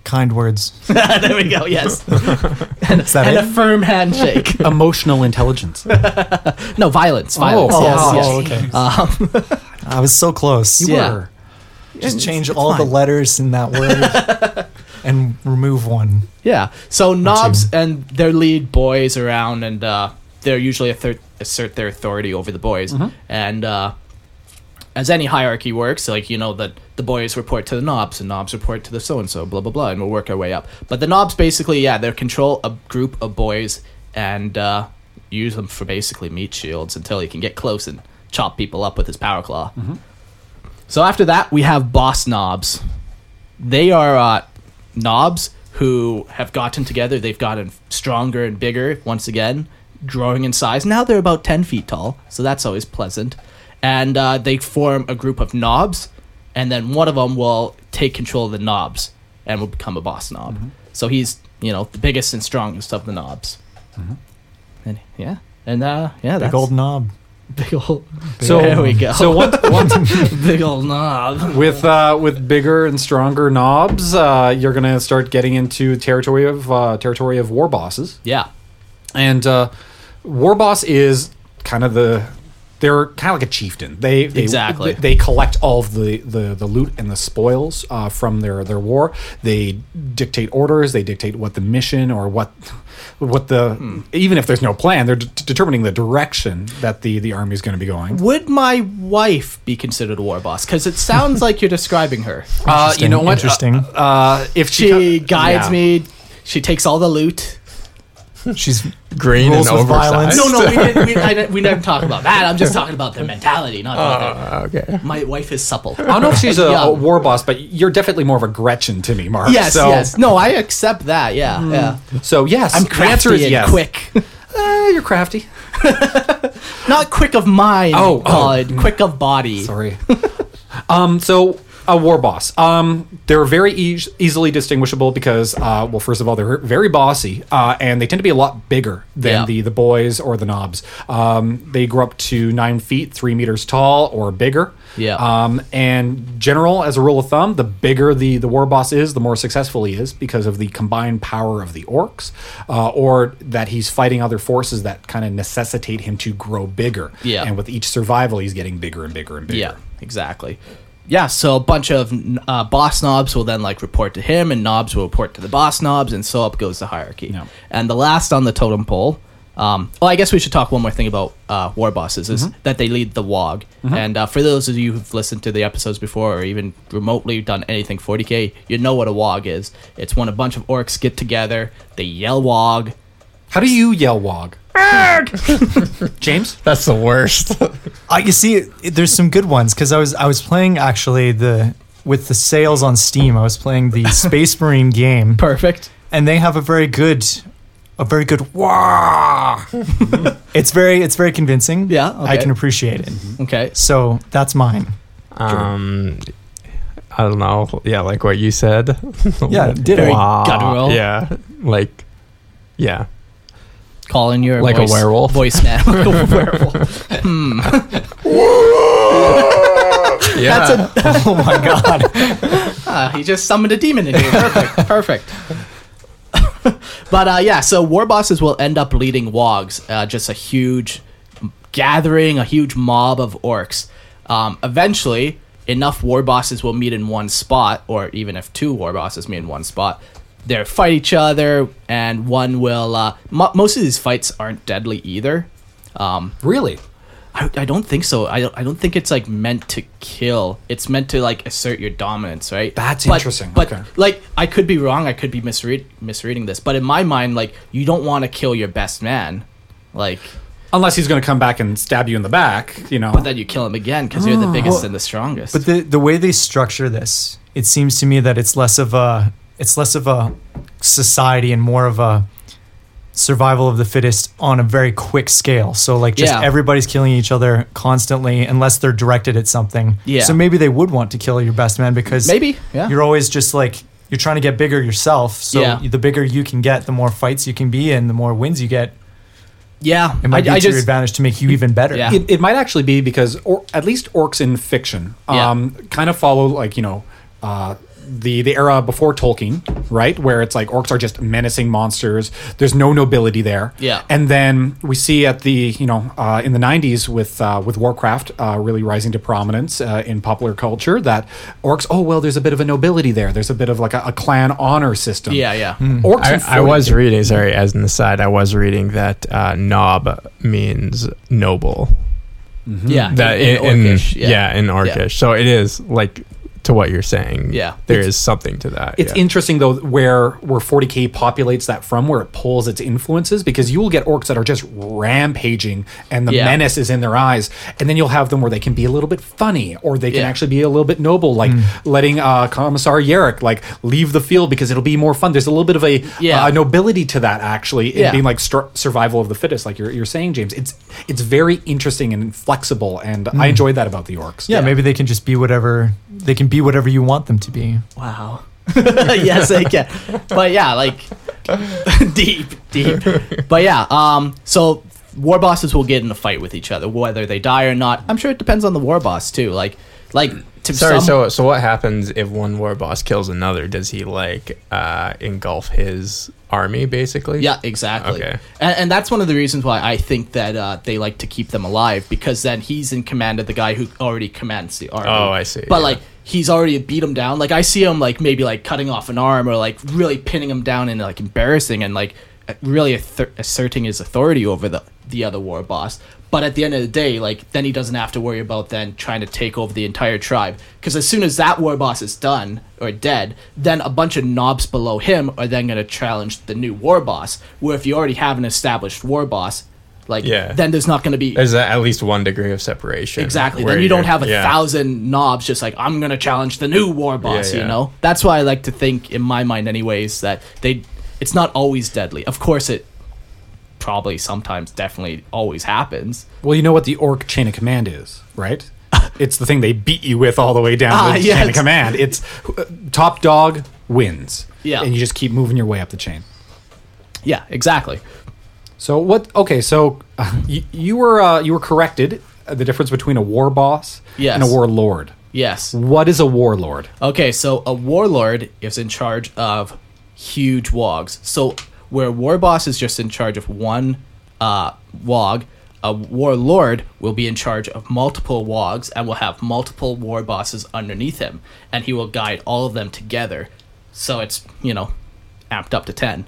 Speaker 5: Kind words.
Speaker 3: there we go. Yes, and,
Speaker 5: that
Speaker 3: and
Speaker 5: it?
Speaker 3: a firm handshake.
Speaker 4: Emotional intelligence.
Speaker 3: no violence. Violence.
Speaker 4: Oh,
Speaker 3: yes,
Speaker 5: oh,
Speaker 3: yes.
Speaker 5: okay. I was so close.
Speaker 3: You Yeah.
Speaker 4: Sure.
Speaker 5: Just change all the letters in that word
Speaker 3: [LAUGHS]
Speaker 5: and remove one.
Speaker 3: Yeah. So Knobs and their lead boys around, and uh, they're usually assert, assert their authority over the boys. And uh, as any hierarchy works, like you know that the boys report to the Knobs, and Knobs report to the so and so, blah blah blah, and we'll work our way up. But the Knobs basically, yeah, they control a group of boys and uh, use them for basically meat shields until he can get close and chop people up with his power claw. So after that, we have boss knobs. They are uh, knobs who have gotten together. They've gotten stronger and bigger once again, growing in size. Now they're about 10 feet tall, so that's always pleasant. And uh, they form a group of knobs, and then one of them will take control of the knobs and will become a boss knob.
Speaker 4: Mm-hmm.
Speaker 3: So he's, you know, the biggest and strongest of the knobs.
Speaker 4: Mm-hmm.
Speaker 3: And yeah. And uh, yeah,
Speaker 5: The
Speaker 3: that's
Speaker 5: gold knob.
Speaker 3: [LAUGHS] big old.
Speaker 4: So-
Speaker 3: there we go.
Speaker 4: So once, once
Speaker 3: [LAUGHS] big old knob.
Speaker 4: with uh, with bigger and stronger knobs, uh, you're gonna start getting into territory of uh, territory of war bosses,
Speaker 3: Yeah.
Speaker 4: and uh, war boss is kind of the they're kind of like a chieftain. They, they
Speaker 3: Exactly.
Speaker 4: They, collect all of the, the, the loot and the spoils uh, from their, their war. They dictate orders. They dictate what the mission or what what the even if there's no plan, they're d- determining the direction that the the army is going to be going.
Speaker 3: Would my wife be considered a war boss? Because it sounds like you're describing her.
Speaker 4: [LAUGHS] Uh, you know what?
Speaker 5: Interesting.
Speaker 4: Uh, uh, if she,
Speaker 3: She
Speaker 4: co-
Speaker 3: guides
Speaker 4: yeah.
Speaker 3: me. She takes all the loot.
Speaker 5: She's
Speaker 2: Green
Speaker 5: Rules
Speaker 2: and
Speaker 5: with
Speaker 2: oversized.
Speaker 5: violence.
Speaker 3: No, no, we didn't, we, I, didn't- we never talk about that. I'm just talking about their mentality, not about their-
Speaker 2: Uh, Okay.
Speaker 3: My wife is supple.
Speaker 4: I don't know if she's a,
Speaker 3: Yeah.
Speaker 4: a war boss, but you're definitely more of a Gretchen to me, Mark.
Speaker 3: [LAUGHS] Yes,
Speaker 4: so,
Speaker 3: yes. No, I accept that. Yeah, yeah.
Speaker 4: So yes,
Speaker 3: I'm
Speaker 4: Mm. the answer
Speaker 3: crafty
Speaker 4: is
Speaker 3: and
Speaker 4: yes.
Speaker 3: quick.
Speaker 4: Eh, you're crafty.
Speaker 3: Not quick of mind.
Speaker 4: Oh,
Speaker 3: Oh,
Speaker 4: oh.
Speaker 3: quick of body.
Speaker 4: Sorry. [LAUGHS] um, so a war boss. Um, they're very eas easily distinguishable because, uh, well, first of all, they're very bossy, uh, and they tend to be a lot bigger than
Speaker 3: Yeah.
Speaker 4: the the boys or the knobs. Um, they grow up to nine feet, three meters tall or bigger.
Speaker 3: Yeah.
Speaker 4: Um, and general, as a rule of thumb, the bigger the the war boss is, the more successful he is because of the combined power of the orcs, uh, or that he's fighting other forces that kind of necessitate him to grow bigger.
Speaker 3: Yeah.
Speaker 4: And with each survival, he's getting bigger and bigger and bigger.
Speaker 3: Yeah, exactly. Yeah, so a bunch of uh, boss knobs will then like report to him, and knobs will report to the boss knobs, and so up goes the hierarchy.
Speaker 4: Yeah.
Speaker 3: And the last on the totem pole. Um, well, I guess we should talk one more thing about uh, war bosses is
Speaker 2: Mm-hmm.
Speaker 3: that they lead the WOG. And uh, for those of you who've listened to the episodes before or even remotely done anything 40k, you know what a WOG is. It's when a bunch of orcs get together, they yell WOG.
Speaker 4: How do you yell wog? [LAUGHS] James?
Speaker 2: That's the worst.
Speaker 5: I, you see, it- there's some good ones because I was I was playing actually the with the sales on Steam. I was playing
Speaker 3: [LAUGHS]
Speaker 5: the Space Marine game,
Speaker 3: Perfect.
Speaker 5: and they have a very good, a very good wah. it's very, it's very convincing.
Speaker 3: Yeah,
Speaker 5: I
Speaker 3: okay. Mm-hmm.
Speaker 5: can appreciate it.
Speaker 3: Okay.
Speaker 5: So that's mine. [LAUGHS]
Speaker 2: Um, I don't know. Yeah, like what you said.
Speaker 5: Yeah, ditto.
Speaker 3: Very
Speaker 2: Wah.
Speaker 3: guttural.
Speaker 2: Yeah, like, yeah.
Speaker 3: Calling your
Speaker 2: Like a
Speaker 3: voice-
Speaker 2: werewolf.
Speaker 3: voice now. [LAUGHS] like a werewolf.
Speaker 2: Yeah.
Speaker 3: That's a. Oh my god. Ah, [LAUGHS] he just summoned a demon in you. Perfect. Perfect. [LAUGHS] but uh, yeah, so war bosses will end up leading wogs, uh, just a huge gathering, a huge mob of orcs. Um, eventually, enough war bosses will meet in one spot, or even if two war bosses meet in one spot, they'll fight each other, and one will. Uh, mo- most of these fights aren't deadly either. Um,
Speaker 4: Really?
Speaker 3: I, I don't think so. I don't, I don't think it's like meant to kill. It's meant to like assert your dominance, right?
Speaker 4: That's
Speaker 3: But-
Speaker 4: interesting.
Speaker 3: But
Speaker 4: Okay.
Speaker 3: like, I could be wrong. I could be misread misreading this. But in my mind, like, you don't want to kill your best man, like,
Speaker 4: Unless he's going to come back and stab you in the back, you know.
Speaker 3: but then you kill him again because you're the biggest and the strongest.
Speaker 5: Ah. But the the way they structure this, it seems to me that it's less of a it's less of a society and more of a survival of the fittest on a very quick scale. So like just
Speaker 3: Yeah.
Speaker 5: everybody's killing each other constantly unless they're directed at something.
Speaker 3: Yeah.
Speaker 5: So maybe they would want to kill your best man because
Speaker 3: Maybe, yeah.
Speaker 5: you're always just like you're trying to get bigger yourself. So
Speaker 3: Yeah.
Speaker 5: the bigger you can get, the more fights you can be in, the more wins you get.
Speaker 3: yeah,
Speaker 5: It might be to your advantage to make you even better.
Speaker 3: Yeah.
Speaker 4: [LAUGHS] it, it might actually be because, or at least orcs in fiction,
Speaker 3: Yeah.
Speaker 4: um, kind of follow like you know, uh, the the era before Tolkien, right? Where it's like orcs are just menacing monsters. There's no nobility there.
Speaker 3: Yeah.
Speaker 4: And then we see at the you know uh, in the '90s with uh, with Warcraft uh, really rising to prominence uh, in popular culture that orcs. Oh well, there's a bit of a nobility there. There's a bit of like a, a clan honor system.
Speaker 3: Yeah, yeah.
Speaker 5: Mm-hmm.
Speaker 4: Orcs. in
Speaker 2: I, I
Speaker 4: 40
Speaker 2: was reading, sorry, as an aside, I was reading that uh, knob means noble.
Speaker 3: yeah,
Speaker 2: That in, in,
Speaker 3: Orcish,
Speaker 2: yeah. in Orcish. So it is like to what you're saying.
Speaker 3: Yeah.
Speaker 2: there is something to that.
Speaker 4: It's
Speaker 2: yeah.
Speaker 4: interesting though where where 40k populates that from, where it pulls its influences, because you will get orcs that are just rampaging and the
Speaker 3: Yeah.
Speaker 4: menace is in their eyes, and then you'll have them where they can be a little bit funny or they can
Speaker 3: Yeah. Hmm.
Speaker 4: actually be a little bit noble, like letting uh, Commissar Yarrick like leave the field because it'll be more fun. There's a little bit of a
Speaker 3: Yeah.
Speaker 4: uh, nobility to that actually in
Speaker 3: Yeah.
Speaker 4: being like str- survival of the fittest, like you're, you're saying, James. It's it's very interesting and flexible, and I
Speaker 3: Hmm.
Speaker 4: enjoyed that about the orcs.
Speaker 5: yeah, maybe they can just be whatever they can be whatever you want them to be.
Speaker 3: Wow. [LAUGHS] yes, they can. But yeah, like [LAUGHS] deep, deep. But yeah, um, so war bosses will get in a fight with each other, whether they die or not. I'm sure it depends on the war boss too. Like, like to
Speaker 2: Sorry.
Speaker 3: some-
Speaker 2: so, so what happens if one war boss kills another? Does he like uh, engulf his army basically?
Speaker 3: Yeah, exactly.
Speaker 2: Okay.
Speaker 3: And, and that's one of the reasons why I think that uh, they like to keep them alive because then he's in command of the guy who already commands the army.
Speaker 2: Oh, I see,
Speaker 3: But
Speaker 2: yeah.
Speaker 3: like he's already beat him down. Like I see him like maybe like cutting off an arm or like really pinning him down and like embarrassing and like really assert- asserting his authority over the the other war boss. But at the end of the day, like then he doesn't have to worry about then trying to take over the entire tribe because as soon as that war boss is done or dead, then a bunch of knobs below him are then going to challenge the new war boss. Where if you already have an established war boss, like
Speaker 2: Yeah.
Speaker 3: then there's not going to be
Speaker 2: There's a- at least one degree of separation.
Speaker 3: Exactly.
Speaker 2: where
Speaker 3: Then you don't
Speaker 2: you're-
Speaker 3: have a
Speaker 2: yeah.
Speaker 3: thousand knobs just like, I'm going to challenge the new war boss,
Speaker 2: yeah.
Speaker 3: you know? That's why I like to think, in my mind, anyways, that they. It's not always deadly. Of course, it probably sometimes definitely always happens.
Speaker 4: Well, you know what the orc chain of command is, right?
Speaker 3: [LAUGHS]
Speaker 4: it's the thing they beat you with all the way down
Speaker 3: Ah,
Speaker 4: the
Speaker 3: yes.
Speaker 4: chain of command. It's uh, top dog wins.
Speaker 3: Yeah.
Speaker 4: And you just keep moving your way up the chain.
Speaker 3: Yeah, exactly.
Speaker 4: So what? Okay, so uh, you, you were uh, you were corrected. Uh, the difference between a war boss
Speaker 3: Yes. Uh,
Speaker 4: and a warlord.
Speaker 3: Yes.
Speaker 4: What is a warlord?
Speaker 3: Okay, so a warlord is in charge of huge wogs. So where war boss is just in charge of one uh, wog, a warlord will be in charge of multiple wogs and will have multiple war bosses underneath him, and he will guide all of them together. So it's you know amped up to ten.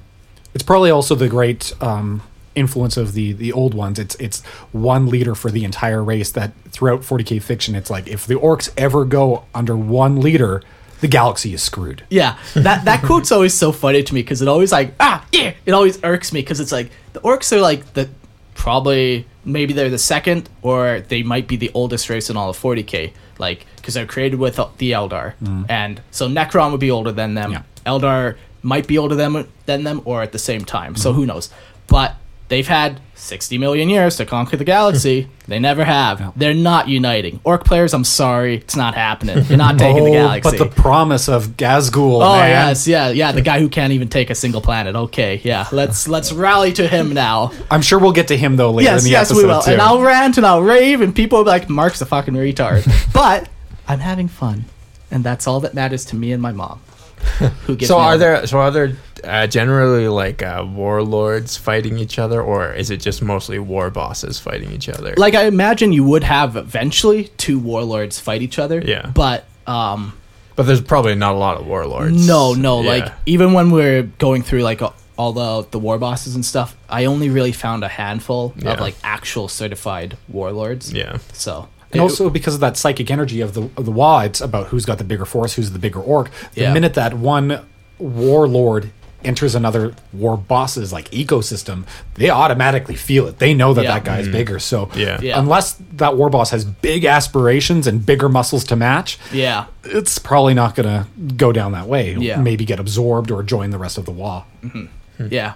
Speaker 4: It's probably also the great um, influence of the the old ones. It's it's one leader for the entire race. That throughout 40k fiction, it's like if the orcs ever go under one leader, the galaxy is screwed.
Speaker 3: Yeah, that that quote's always so funny to me because it always like ah yeah, it always irks me because it's like the orcs are like the probably maybe they're the second or they might be the oldest race in all of 40k. like because they're created with the Eldar, and so Necron would be older than them. Eldar might be older than than them, or at the same time. So who knows? But they've had 60 million years to conquer the galaxy. they never have. They're not uniting. Orc players, I'm sorry, it's not happening. You're not taking the
Speaker 4: Oh,
Speaker 3: galaxy.
Speaker 4: but the promise of Gazgul,
Speaker 3: Oh
Speaker 4: man.
Speaker 3: yes, yeah, yeah. The guy who can't even take a single planet. Okay, yeah. Let's let's rally to
Speaker 4: [LAUGHS]
Speaker 3: him now.
Speaker 4: I'm sure we'll get to him though later
Speaker 3: yes,
Speaker 4: in the
Speaker 3: yes,
Speaker 4: episode
Speaker 3: we will.
Speaker 4: too.
Speaker 3: And I'll rant and I'll rave, and people will be like, "Mark's a fucking [LAUGHS] retard." but I'm having fun, and that's all that matters to me and my mom. [LAUGHS] Who gives
Speaker 2: So
Speaker 3: me
Speaker 2: are
Speaker 3: all-
Speaker 2: there so are there uh, generally like uh, warlords fighting each other, or is it just mostly war bosses fighting each other?
Speaker 3: like I imagine you would have eventually two warlords fight each other.
Speaker 2: Yeah.
Speaker 3: but um,
Speaker 2: but there's probably not a lot of warlords.
Speaker 3: No, no.
Speaker 2: Yeah.
Speaker 3: Like even when we're going through like a- all the the war bosses and stuff, I only really found a handful
Speaker 2: Yeah.
Speaker 3: of like actual certified warlords.
Speaker 2: Yeah.
Speaker 3: So
Speaker 4: And also because of that psychic energy of the of the Wa, it's about who's got the bigger force, who's the bigger orc. The
Speaker 3: Yeah.
Speaker 4: minute that one warlord enters another war boss's like ecosystem, they automatically feel it. They know that
Speaker 3: Yeah.
Speaker 4: that guy's bigger. So
Speaker 2: Yeah. Yeah.
Speaker 4: unless that war boss has big aspirations and bigger muscles to match,
Speaker 3: yeah,
Speaker 4: it's probably not gonna go down that way. It'll
Speaker 3: Yeah.
Speaker 4: Maybe get absorbed or join the rest of the Wa. Hmm.
Speaker 3: yeah,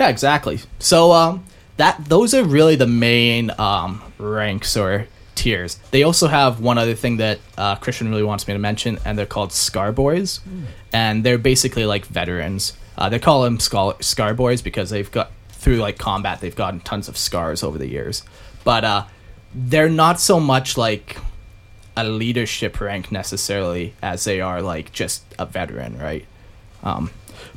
Speaker 3: yeah. Exactly. So um, that those are really the main um ranks or tiers. They also have one other thing that uh, Christian really wants me to mention, and they're called Scar Boys,
Speaker 4: Hmm.
Speaker 3: and they're basically like veterans. Uh, they call them Scar, Scar Boys because they've got through like combat, they've gotten tons of scars over the years. But uh, they're not so much like a leadership rank necessarily as they are like just a veteran, right? Um,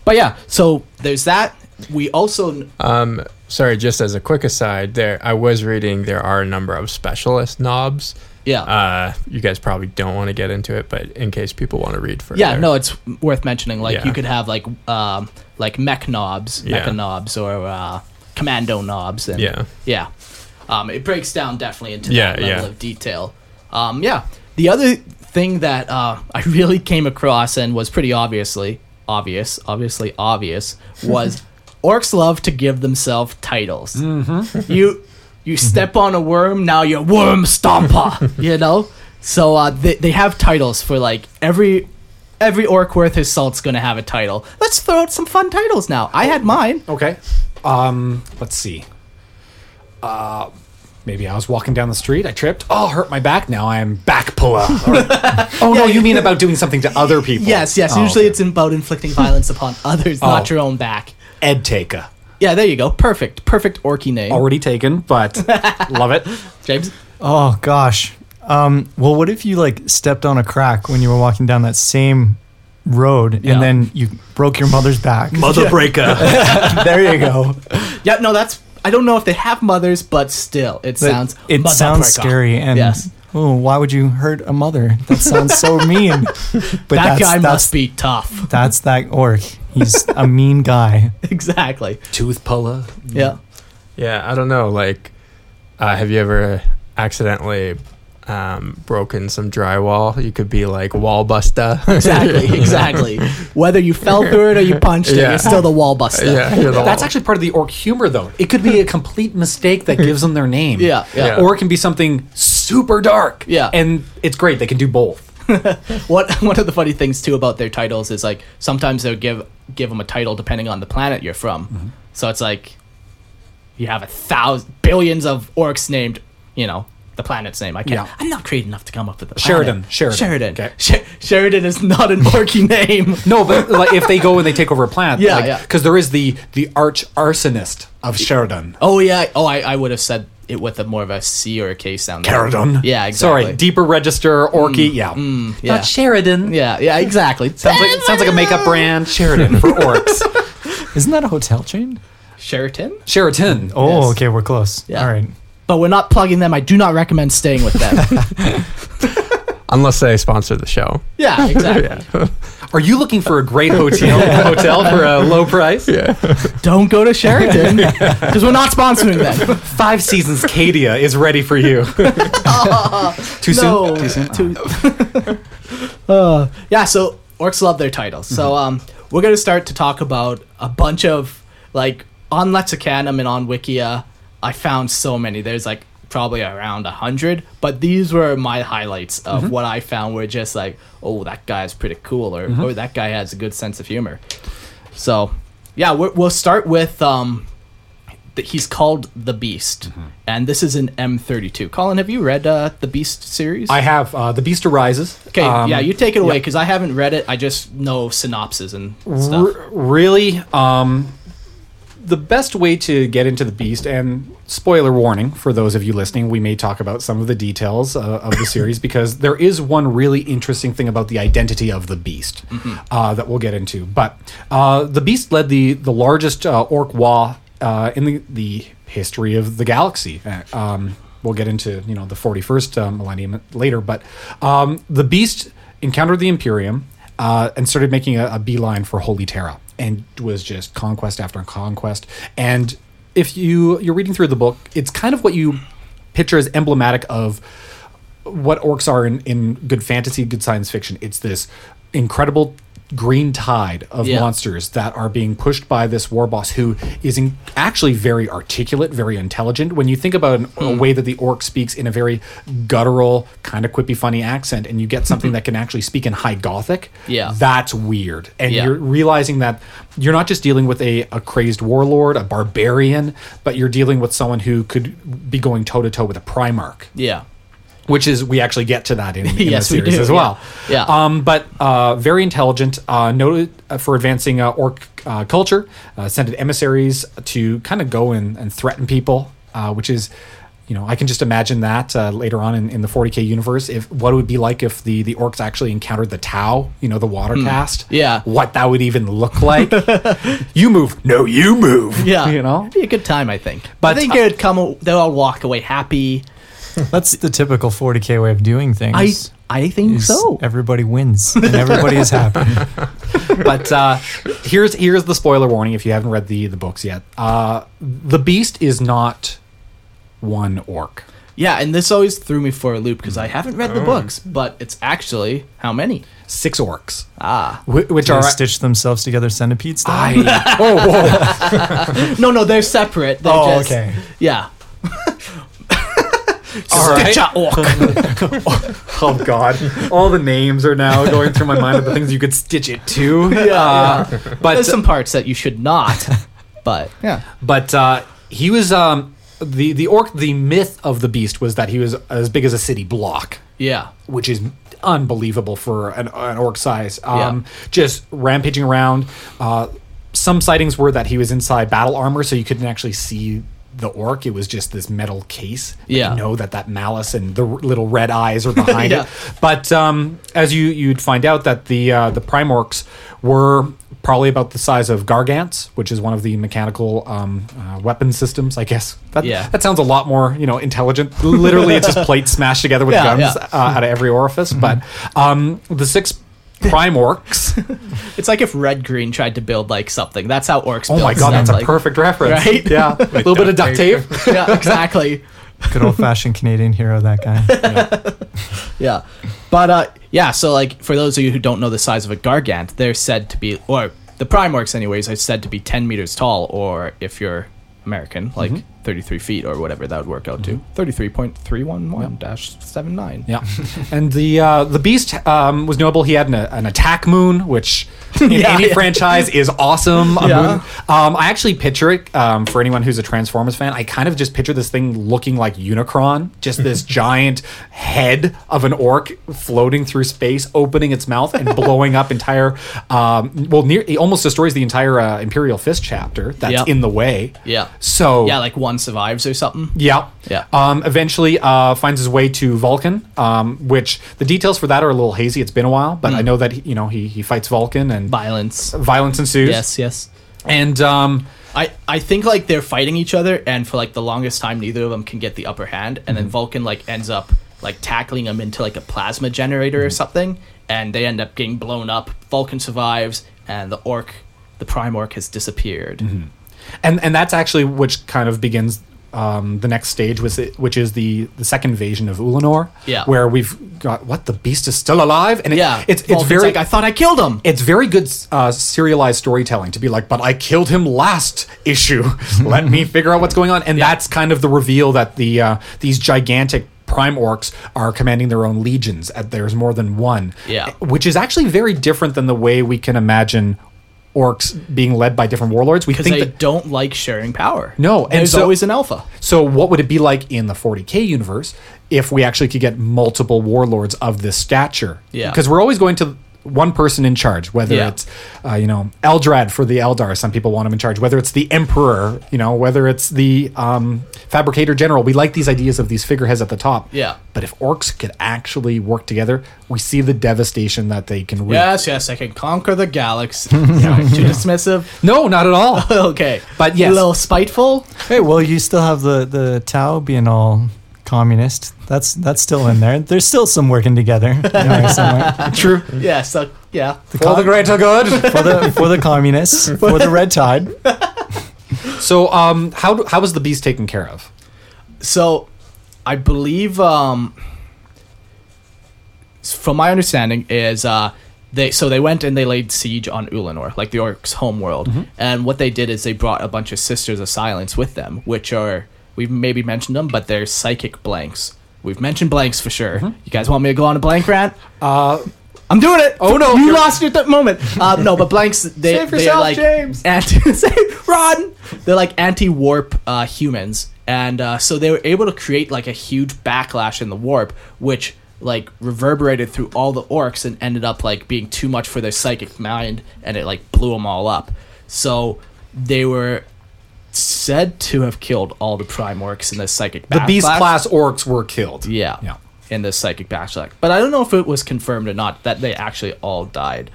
Speaker 3: but yeah, so there's that. We also
Speaker 2: Um, sorry, just as a quick aside, there I was reading there are a number of specialist knobs.
Speaker 3: Yeah.
Speaker 2: Uh, you guys probably don't want to get into it, but in case people want to read further.
Speaker 3: yeah, no, it's worth mentioning. Like
Speaker 2: Yeah.
Speaker 3: you could have like um, like mech knobs,
Speaker 2: Yeah.
Speaker 3: mecha knobs, or uh, commando knobs, and
Speaker 2: Yeah.
Speaker 3: yeah. Um, it breaks down definitely into
Speaker 2: Yeah,
Speaker 3: that level
Speaker 2: yeah.
Speaker 3: of detail. Um, yeah, the other thing that uh, I really came across and was pretty obviously obvious, obviously
Speaker 2: [LAUGHS]
Speaker 3: obvious was orcs love to give themselves titles.
Speaker 2: Mm-hmm. [LAUGHS]
Speaker 3: you you step on a worm, now you're worm stomper. [LAUGHS] you know. So uh, they they have titles for like every. Every orc worth his salt's gonna have a title. Let's throw out some fun titles now. I had mine.
Speaker 4: Okay. Um, let's see. Uh, maybe I was walking down the street. I tripped. Oh, hurt my back. Now I'm back puller.
Speaker 3: [LAUGHS]
Speaker 4: Or- oh no, you mean about doing something to other people?
Speaker 3: Yes, yes.
Speaker 4: Oh,
Speaker 3: Usually
Speaker 4: okay.
Speaker 3: it's about
Speaker 5: [LAUGHS]
Speaker 3: inflicting violence upon others, not
Speaker 4: Oh.
Speaker 3: your own back.
Speaker 4: Ed taker.
Speaker 3: Yeah, there you go. Perfect. Perfect orky name.
Speaker 4: Already taken,
Speaker 3: [LAUGHS]
Speaker 4: but love it.
Speaker 3: James?
Speaker 5: Oh gosh. Um, well, what if you like stepped on a crack when you were walking down that same road,
Speaker 3: Yeah.
Speaker 5: and then you broke your mother's
Speaker 4: [LAUGHS]
Speaker 5: back?
Speaker 4: Mother breaker.
Speaker 5: [LAUGHS] there you go.
Speaker 3: Yeah, no, that's. I don't know if they have mothers, but still, it
Speaker 5: That-
Speaker 3: sounds.
Speaker 5: it
Speaker 3: mother
Speaker 5: sounds
Speaker 3: breaker.
Speaker 5: scary and
Speaker 3: Yes.
Speaker 5: oh why would you hurt a mother that sounds so
Speaker 3: [LAUGHS]
Speaker 5: mean but
Speaker 3: That guy
Speaker 5: that's,
Speaker 3: must be tough. [LAUGHS]
Speaker 5: that's that orc he's a mean guy
Speaker 3: exactly.
Speaker 4: Tooth puller.
Speaker 3: Yeah.
Speaker 2: Yeah, I don't know. Like, uh, have you ever accidentally um, broken some drywall? You could be like wall [LAUGHS] buster.
Speaker 5: [LAUGHS]
Speaker 3: Exactly. Exactly. Whether you fell through it or you punched it,
Speaker 2: Yeah.
Speaker 3: you're still the wall buster.
Speaker 2: yeah, you're the
Speaker 4: That's
Speaker 2: wall-
Speaker 4: actually part of the orc humor, though. It could be a complete mistake that gives them their name.
Speaker 3: Yeah, yeah.
Speaker 4: Or it can be something super dark.
Speaker 3: Yeah.
Speaker 4: And it's great. They can do both.
Speaker 3: What [LAUGHS] one of the funny things too about their titles is like sometimes they'll give give them a title depending on the planet you're from.
Speaker 4: Mm-hmm.
Speaker 3: So it's like you have a thousand billions of orcs named, you know, the planet's name. I can't.
Speaker 4: Yeah.
Speaker 3: I'm not creative enough to come up with the
Speaker 4: Sheridan,
Speaker 3: planet.
Speaker 4: Sheridan,
Speaker 3: Sheridan.
Speaker 4: okay.
Speaker 3: Sher- Sheridan is not an orky [LAUGHS] name.
Speaker 4: No, but like if they go and they take over a plant,
Speaker 3: Yeah,
Speaker 4: like,
Speaker 3: yeah.
Speaker 4: Because there is the the arch arsonist of Sheridan.
Speaker 3: Oh yeah. Oh, I, I would have said it with a more of a C or a K sound. there.
Speaker 4: Sheridan.
Speaker 3: Yeah. Exactly. Mm,
Speaker 4: Sorry, deeper register orky. yeah.
Speaker 3: yeah.
Speaker 4: Not Sheridan.
Speaker 3: Yeah. Yeah.
Speaker 4: [LAUGHS]
Speaker 3: Exactly.
Speaker 4: Sounds like sounds like a makeup brand. Sheridan
Speaker 3: [LAUGHS]
Speaker 4: for orcs.
Speaker 5: isn't that a hotel chain
Speaker 3: Sheraton.
Speaker 4: Sheraton.
Speaker 5: oh
Speaker 3: Yes.
Speaker 5: okay we're close
Speaker 3: Yeah.
Speaker 5: all right
Speaker 3: But we're not plugging them. I do not recommend staying with them. [LAUGHS]
Speaker 2: unless they sponsor the show.
Speaker 3: yeah.
Speaker 4: [LAUGHS]
Speaker 3: Exactly.
Speaker 4: Are you looking for a great hotel
Speaker 3: [LAUGHS]
Speaker 4: hotel for a low price?
Speaker 3: don't go to Sheraton because we're not sponsoring them.
Speaker 4: Five Seasons Cadia is ready for
Speaker 3: [LAUGHS]
Speaker 4: you. Too
Speaker 3: No.
Speaker 4: soon. Too soon.
Speaker 3: [LAUGHS] Uh, yeah, so orcs love their titles. So um, we're gonna start to talk about a bunch of like on Lexicanum and on Wikia. I found so many. There's like probably around 100, but these were my highlights of what I found were just like, oh, that guy's pretty cool, or oh, that guy has a good sense of humor. So, yeah, we're, we'll start with um, that he's called the Beast, and this is an M32. Colin, have you read uh, the Beast series?
Speaker 4: I have uh, The Beast Arises.
Speaker 3: Okay,
Speaker 4: Um,
Speaker 3: yeah, you take it away because I haven't read it. I just know synopses and stuff.
Speaker 4: R- really, um, the best way to get into the beast, and spoiler warning for those of you listening, we may talk about some of the details uh, of the series because there is one really interesting thing about the identity of the beast uh, that we'll get into. But uh, the beast led the the largest uh, orc war uh, in the the history of the galaxy. Uh, Um, we'll get into you know the 41st uh, millennium later, but um, the beast encountered the Imperium uh, and started making a, a beeline for Holy Terra and was just conquest after conquest. And if you you're reading through the book, it's kind of what you picture as emblematic of what orcs are in, in good fantasy, good science fiction. It's this incredible green tide of
Speaker 3: Yeah.
Speaker 4: monsters that are being pushed by this war boss who is in, actually very articulate, very intelligent. When you think about an,
Speaker 3: Hmm.
Speaker 4: a way that the orc speaks in a very guttural, kind of quippy, funny accent, and you get
Speaker 3: [LAUGHS]
Speaker 4: something that can actually speak in high Gothic,
Speaker 3: Yeah.
Speaker 4: that's weird. And
Speaker 3: Yeah.
Speaker 4: you're realizing that you're not just dealing with a, a crazed warlord, a barbarian, but you're dealing with someone who could be going toe to toe with a Primarch
Speaker 3: Yeah.
Speaker 4: which is we actually get to that in,
Speaker 3: [LAUGHS]
Speaker 4: in
Speaker 3: Yes,
Speaker 4: the
Speaker 3: we
Speaker 4: series
Speaker 3: do,
Speaker 4: as well.
Speaker 3: yeah. Yeah.
Speaker 4: Um, but uh, very intelligent, uh, noted uh, for advancing uh, orc uh, culture, uh, sent emissaries to kind of go and, and threaten people, uh, which is. You know, I can just imagine that uh, later on in, in the 40k universe, if what it would be like if the the orcs actually encountered the Tau, you know, the water cast.
Speaker 3: Hmm. Yeah.
Speaker 4: what that would even look
Speaker 3: [LAUGHS]
Speaker 4: like. you move, no, you move.
Speaker 3: Yeah,
Speaker 4: you know,
Speaker 3: it'd be a good time, I think.
Speaker 4: But-
Speaker 3: I think it would come. They'll all walk away happy.
Speaker 5: That's the typical 40k way of doing
Speaker 3: I
Speaker 5: things.
Speaker 3: I think
Speaker 5: is
Speaker 3: so.
Speaker 5: Everybody wins and everybody is happy.
Speaker 4: but uh, here's here's the spoiler warning if you haven't read the the books yet. Uh, the Beast is not one orc.
Speaker 3: Yeah, and this always threw me for a loop because I haven't read the books, but it's actually how many?
Speaker 4: Six orcs,
Speaker 3: Ah,
Speaker 4: wh- which
Speaker 5: They
Speaker 4: are
Speaker 5: stitch themselves together centipede style.
Speaker 4: I, whoa, whoa.
Speaker 3: no, no, they're separate. They're
Speaker 5: Oh,
Speaker 4: [LAUGHS]
Speaker 5: [LAUGHS]
Speaker 3: just,
Speaker 5: okay.
Speaker 3: Yeah,
Speaker 4: [LAUGHS] All right.
Speaker 3: Stitch a orc.
Speaker 4: [LAUGHS] Oh God! All the names are now going through my mind of the things you could stitch it to. Uh, But
Speaker 3: There's some parts that you should
Speaker 4: [LAUGHS]
Speaker 3: not, but yeah,
Speaker 4: but uh, he was um, the the orc. The myth of the Beast was that he was as big as a city block.
Speaker 3: yeah,
Speaker 4: which is unbelievable for an, an orc size. Um, Just rampaging around. Uh, some sightings were that he was inside battle armor, so you couldn't actually see the orc. It was just this metal case. But
Speaker 3: Yeah.
Speaker 4: You know that that malice and the r- little red eyes are behind
Speaker 3: [LAUGHS] Yeah.
Speaker 4: it. But um, as you you'd find out that the uh, the primorcs were probably about the size of gargants, which is one of the mechanical um, uh, weapon systems, I guess. That,
Speaker 3: Yeah.
Speaker 4: that sounds a lot more you know intelligent. Literally, it's
Speaker 3: [LAUGHS]
Speaker 4: just plates smashed together with
Speaker 3: Yeah,
Speaker 4: guns
Speaker 3: yeah.
Speaker 4: uh, out of every orifice. But um, the six [LAUGHS] primorcs.
Speaker 3: it's like if Red Green tried to build like something. That's how orcs.
Speaker 4: oh my god,
Speaker 3: build stuff,
Speaker 4: that's
Speaker 3: like-
Speaker 4: a perfect reference.
Speaker 3: Right?
Speaker 4: Yeah, a [LAUGHS] little bit of duct tape.
Speaker 3: [LAUGHS] Yeah, exactly.
Speaker 5: Good old fashioned Canadian hero,
Speaker 4: [LAUGHS]
Speaker 5: that guy.
Speaker 3: Yeah. But uh yeah, so like for those of you who don't know the size of a gargant, they're said to be or the primorcs anyways are said to be 10 meters tall or if you're American, like
Speaker 4: Mm-hmm.
Speaker 3: 33 feet or whatever that would work out to. 33.311-79.
Speaker 4: Yeah, [LAUGHS] and the uh, the beast um, was notable. He had an, an attack moon,
Speaker 3: [LAUGHS]
Speaker 4: which in
Speaker 3: Yeah,
Speaker 4: any
Speaker 3: yeah.
Speaker 4: franchise is awesome. A
Speaker 3: Yeah.
Speaker 4: moon. Um, I actually picture it um, for anyone who's a Transformers fan. I kind of just picture this thing looking like Unicron, just
Speaker 3: [LAUGHS]
Speaker 4: this giant head of an orc floating through space, opening its mouth and blowing up entire. Um, well, near it almost destroys the entire uh, Imperial Fist chapter that's
Speaker 3: Yep.
Speaker 4: in the way.
Speaker 3: Yeah.
Speaker 4: So
Speaker 3: Yeah, like one survives or something.
Speaker 4: yeah.
Speaker 3: Yeah.
Speaker 4: Um, eventually uh, finds his way to Vulcan, um, which the details for that are a little hazy. It's been a while,
Speaker 3: Mm.
Speaker 4: but I know that he, you know he, he fights Vulcan and
Speaker 3: Violence.
Speaker 4: violence ensues.
Speaker 3: Yes, yes.
Speaker 4: And um,
Speaker 3: I, I think like they're fighting each other and for like the longest time neither of them can get the upper hand and then
Speaker 4: Mm-hmm.
Speaker 3: Vulcan like ends up like tackling him into like a plasma generator
Speaker 4: Mm-hmm.
Speaker 3: or something and they end up getting blown up. Vulcan survives and the orc the prime orc has disappeared.
Speaker 4: Mm-hmm. and and that's actually which kind of begins um, the next stage was it, which is the the second invasion of Ulanor.
Speaker 3: Yeah.
Speaker 4: where we've got what the beast is still alive, and it,
Speaker 3: Yeah,
Speaker 4: it's it's
Speaker 3: Vulcan's
Speaker 4: very
Speaker 3: like I thought I killed him.
Speaker 4: it's very good uh, serialized storytelling to be like, but I killed him last issue. [LAUGHS] Let me figure out what's going on, and that's kind of the reveal that the uh, these gigantic prime orcs are commanding their own legions. At there's more than one,
Speaker 3: Yeah.
Speaker 4: which is actually very different than the way we can imagine orcs being led by different warlords. We
Speaker 3: because
Speaker 4: think
Speaker 3: they
Speaker 4: that
Speaker 3: don't like sharing power.
Speaker 4: No, and
Speaker 3: there's
Speaker 4: so-
Speaker 3: always an alpha.
Speaker 4: so, what would it be like in the 40k universe if we actually could get multiple warlords of this stature?
Speaker 3: Yeah.
Speaker 4: because we're always going to one person in charge, whether
Speaker 3: Yeah.
Speaker 4: it's uh, you know Eldrad for the Eldar, some people want him in charge. Whether it's the Emperor, you know, whether it's the um, Fabricator General, we like these ideas of these figureheads at the top.
Speaker 3: Yeah.
Speaker 4: but if orcs could actually work together, we see the devastation that they can wreak.
Speaker 3: Yes, yes, I can conquer the
Speaker 4: [LAUGHS]
Speaker 3: galaxy. Sorry, too dismissive. [LAUGHS]
Speaker 4: No, not at all.
Speaker 3: Okay,
Speaker 4: But yes.
Speaker 3: a little spiteful.
Speaker 5: Hey, well, you still have the the Tao being all communist. That's that's still in there. There's still some working together you
Speaker 4: [LAUGHS]
Speaker 5: know, somewhere.
Speaker 4: True.
Speaker 3: Yes, uh, yeah.
Speaker 4: For the greater good.
Speaker 5: for the for the communists
Speaker 4: [LAUGHS]
Speaker 5: for the red tide.
Speaker 4: so, um, how do, how was the beast taken care of?
Speaker 3: So, I believe, um, from my understanding, is uh, they so they went and they laid siege on Ulanor, like the orcs' homeworld. And what they did is they brought a bunch of Sisters of Silence with them, which are we've maybe mentioned them, but they're psychic blanks. We've mentioned blanks for sure. You guys want me to go on a blank rant?
Speaker 4: Uh,
Speaker 3: I'm doing it.
Speaker 4: Oh, no,
Speaker 3: You
Speaker 4: you're-
Speaker 3: lost your th- moment. Uh, no,
Speaker 4: [LAUGHS]
Speaker 3: but blanks. They,
Speaker 4: Save
Speaker 3: they
Speaker 4: yourself,
Speaker 3: are like
Speaker 4: James.
Speaker 3: Anti- [LAUGHS] save- run. They're like anti-warp uh, humans, and uh, so they were able to create like a huge backlash in the warp, which like reverberated through all the orcs and ended up like being too much for their psychic mind, and it like blew them all up. So they were said to have killed all the prime orcs in this psychic.
Speaker 4: the beast
Speaker 3: backlash.
Speaker 4: class orcs were killed.
Speaker 3: Yeah.
Speaker 4: Yeah.
Speaker 3: In the psychic backslash. But I don't know if it was confirmed or not that they actually all died.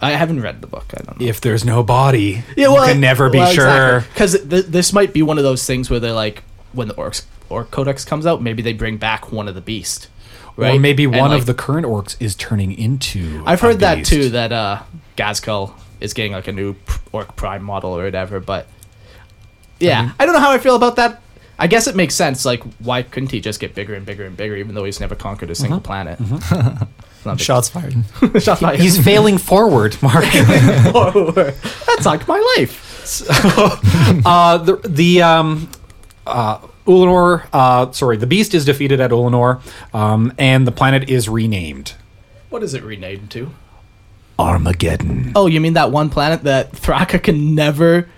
Speaker 3: I haven't read the book. I don't know.
Speaker 4: If there's no body, you can never be sure.
Speaker 3: Because th- this might be one of those things where they're like, when the orcs orc codex comes out, maybe they bring back one of the beast, right?
Speaker 4: Or maybe
Speaker 3: And,
Speaker 4: one
Speaker 3: like,
Speaker 4: of the current orcs is turning into.
Speaker 3: I've
Speaker 4: a
Speaker 3: heard that
Speaker 4: beast.
Speaker 3: too. That uh, Gazkel is getting like a new p- orc prime model or whatever. But yeah, I don't know how I feel about that. I guess it makes sense. Like, why couldn't he just get bigger and bigger and bigger, even though he's never conquered a single planet? It's [LAUGHS] not a big
Speaker 5: Shots fired.
Speaker 3: Shot
Speaker 4: [LAUGHS]
Speaker 3: by
Speaker 4: He's failing forward, Mark.
Speaker 3: That's like my life.
Speaker 4: [LAUGHS] uh, the the um, uh, Ulanor, uh, sorry, the beast is defeated at Ulanor, um, and the planet is renamed
Speaker 3: What is it renamed to?
Speaker 4: Armageddon.
Speaker 3: Oh, you mean that one planet that Thraka can never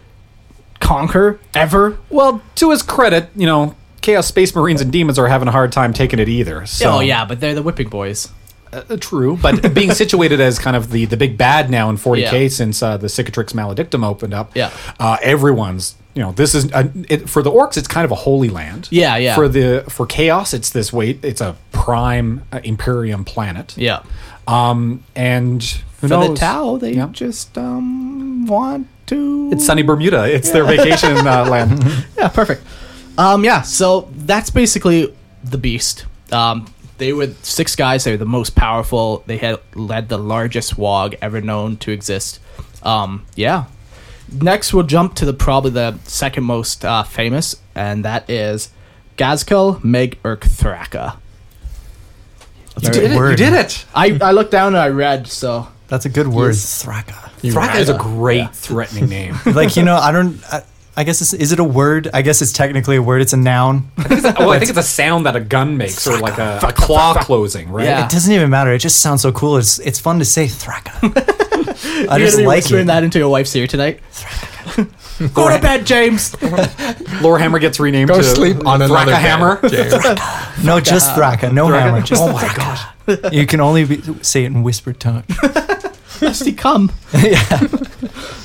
Speaker 3: conquer ever?
Speaker 4: Well, to his credit, you know, Chaos Space Marines and demons are having a hard time taking it either. So.
Speaker 3: oh yeah, but they're the whipping boys.
Speaker 4: Uh, true, [LAUGHS] but being situated as kind of the the big bad now in 40k
Speaker 3: Yeah.
Speaker 4: since uh, the Cicatrix Maledictum opened up.
Speaker 3: Yeah.
Speaker 4: uh, everyone's you know this is a, it, for the orcs. It's kind of a holy land.
Speaker 3: Yeah, yeah.
Speaker 4: For the for chaos, it's this way. It's a prime uh, Imperium planet.
Speaker 3: Yeah.
Speaker 4: Um, and who
Speaker 3: For
Speaker 4: knows?
Speaker 3: the Tao, they
Speaker 4: Yeah.
Speaker 3: just um want to.
Speaker 4: It's sunny Bermuda. It's their vacation [LAUGHS] uh, land.
Speaker 3: yeah, perfect. Um, yeah, so that's basically the beast. Um, they were six guys. They were the most powerful. They had led the largest wog ever known to exist. Um, yeah. Next, we'll jump to the probably the second most uh, famous, and that is Gazkel Meg Urk Thraka.
Speaker 5: That's
Speaker 4: You did it. You did it.
Speaker 3: I, I looked down and I read, so
Speaker 5: That's a good word. Thraka.
Speaker 4: Thraka is a great threatening name.
Speaker 5: Like you know, I don't. I, I guess it's, is it a word? I guess it's technically a word. It's a noun.
Speaker 4: [LAUGHS] well, I think it's a sound that a gun makes, or like a, a claw closing, right?
Speaker 3: Yeah.
Speaker 5: It doesn't even matter. It just sounds so cool. It's it's fun to
Speaker 4: [LAUGHS]
Speaker 5: say Thraka. I
Speaker 3: you're
Speaker 5: just
Speaker 3: gonna be
Speaker 5: like
Speaker 3: whispering
Speaker 5: it.
Speaker 3: that into your wife's ear tonight. Go to bed, James.
Speaker 4: [LAUGHS] Lorehammer gets renamed
Speaker 2: Go
Speaker 4: to
Speaker 2: sleep on another
Speaker 4: Thraka Hammer. [LAUGHS]
Speaker 2: bed, James.
Speaker 5: No, just Thraka. No hammer. Just
Speaker 4: oh my gosh.
Speaker 5: Thraka. You can only be, say it in whispered tongue.
Speaker 3: Dusty cum. yeah.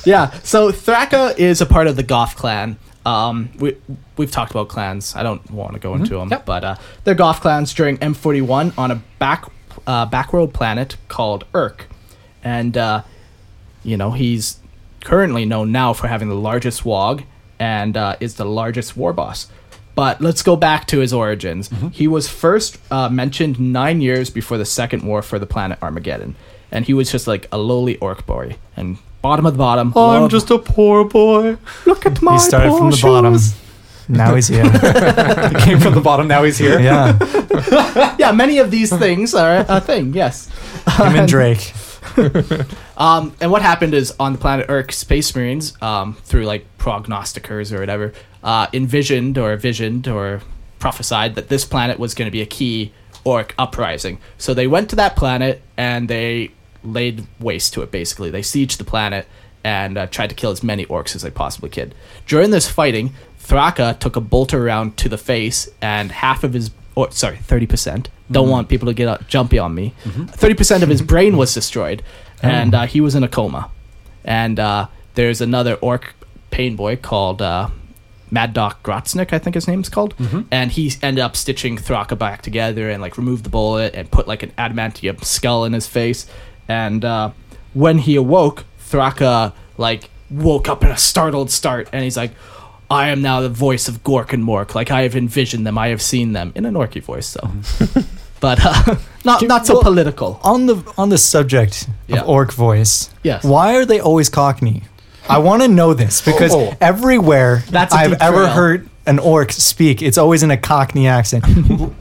Speaker 3: yeah. So Thraka is a part of the Goth clan. Um, we we've talked about clans. I don't want to go into them, but uh, they're Goth clans during M41 on a back uh, backworld planet called Urk, and uh, you know he's currently known now for having the largest wog and uh, is the largest war boss. But let's go back to his origins.
Speaker 4: Mm-hmm.
Speaker 3: He was first uh, mentioned nine years before the second war for the planet Armageddon, and he was just like a lowly orc boy and bottom of the bottom. low of-
Speaker 4: a poor boy.
Speaker 3: look at my
Speaker 5: He started
Speaker 3: Oh,
Speaker 5: from
Speaker 3: poor
Speaker 5: the bottom.
Speaker 3: shoes.
Speaker 5: Now he's here.
Speaker 4: It came from the bottom. Now he's here.
Speaker 5: yeah.
Speaker 3: yeah, many of these things are a
Speaker 5: [LAUGHS]
Speaker 3: thing. Yes.
Speaker 5: Him and Drake.
Speaker 3: Um, and what happened is on the planet Urk, space marines, um, through like prognosticators or whatever, uh, envisioned or visioned or prophesied that this planet was going to be a key Orc uprising. So they went to that planet and they laid waste to it. Basically, they sieged the planet and uh, tried to kill as many Orcs as they possibly could. During this fighting, Thraka took a bolter round to the face, and half of his, or sorry, thirty percent. Don't want people to get up, jumpy on me. 30 percent of his brain was destroyed, and uh, he was in a coma. And uh, there's another orc pain boy called uh, Mad Doc Grotznick, I think his name's called, and he ended up stitching Thraka back together and like removed the bullet and put like an adamantium skull in his face. And uh, when he awoke, Thraka like woke up in a startled start, and he's like, "I am now the voice of Gork and Mork. Like I have envisioned them, I have seen them in an Orky voice, so." [LAUGHS] but uh, not not so
Speaker 5: well-
Speaker 3: political.
Speaker 5: On the on the subject
Speaker 3: Yeah.
Speaker 5: of orc voice.
Speaker 3: Yes.
Speaker 5: Why are they always cockney? I want to know this because
Speaker 4: Oh.
Speaker 5: everywhere
Speaker 3: That's a
Speaker 5: I've
Speaker 3: deep
Speaker 5: ever
Speaker 3: trail.
Speaker 5: heard an orc speak, it's always in a cockney
Speaker 3: [LAUGHS]
Speaker 5: accent.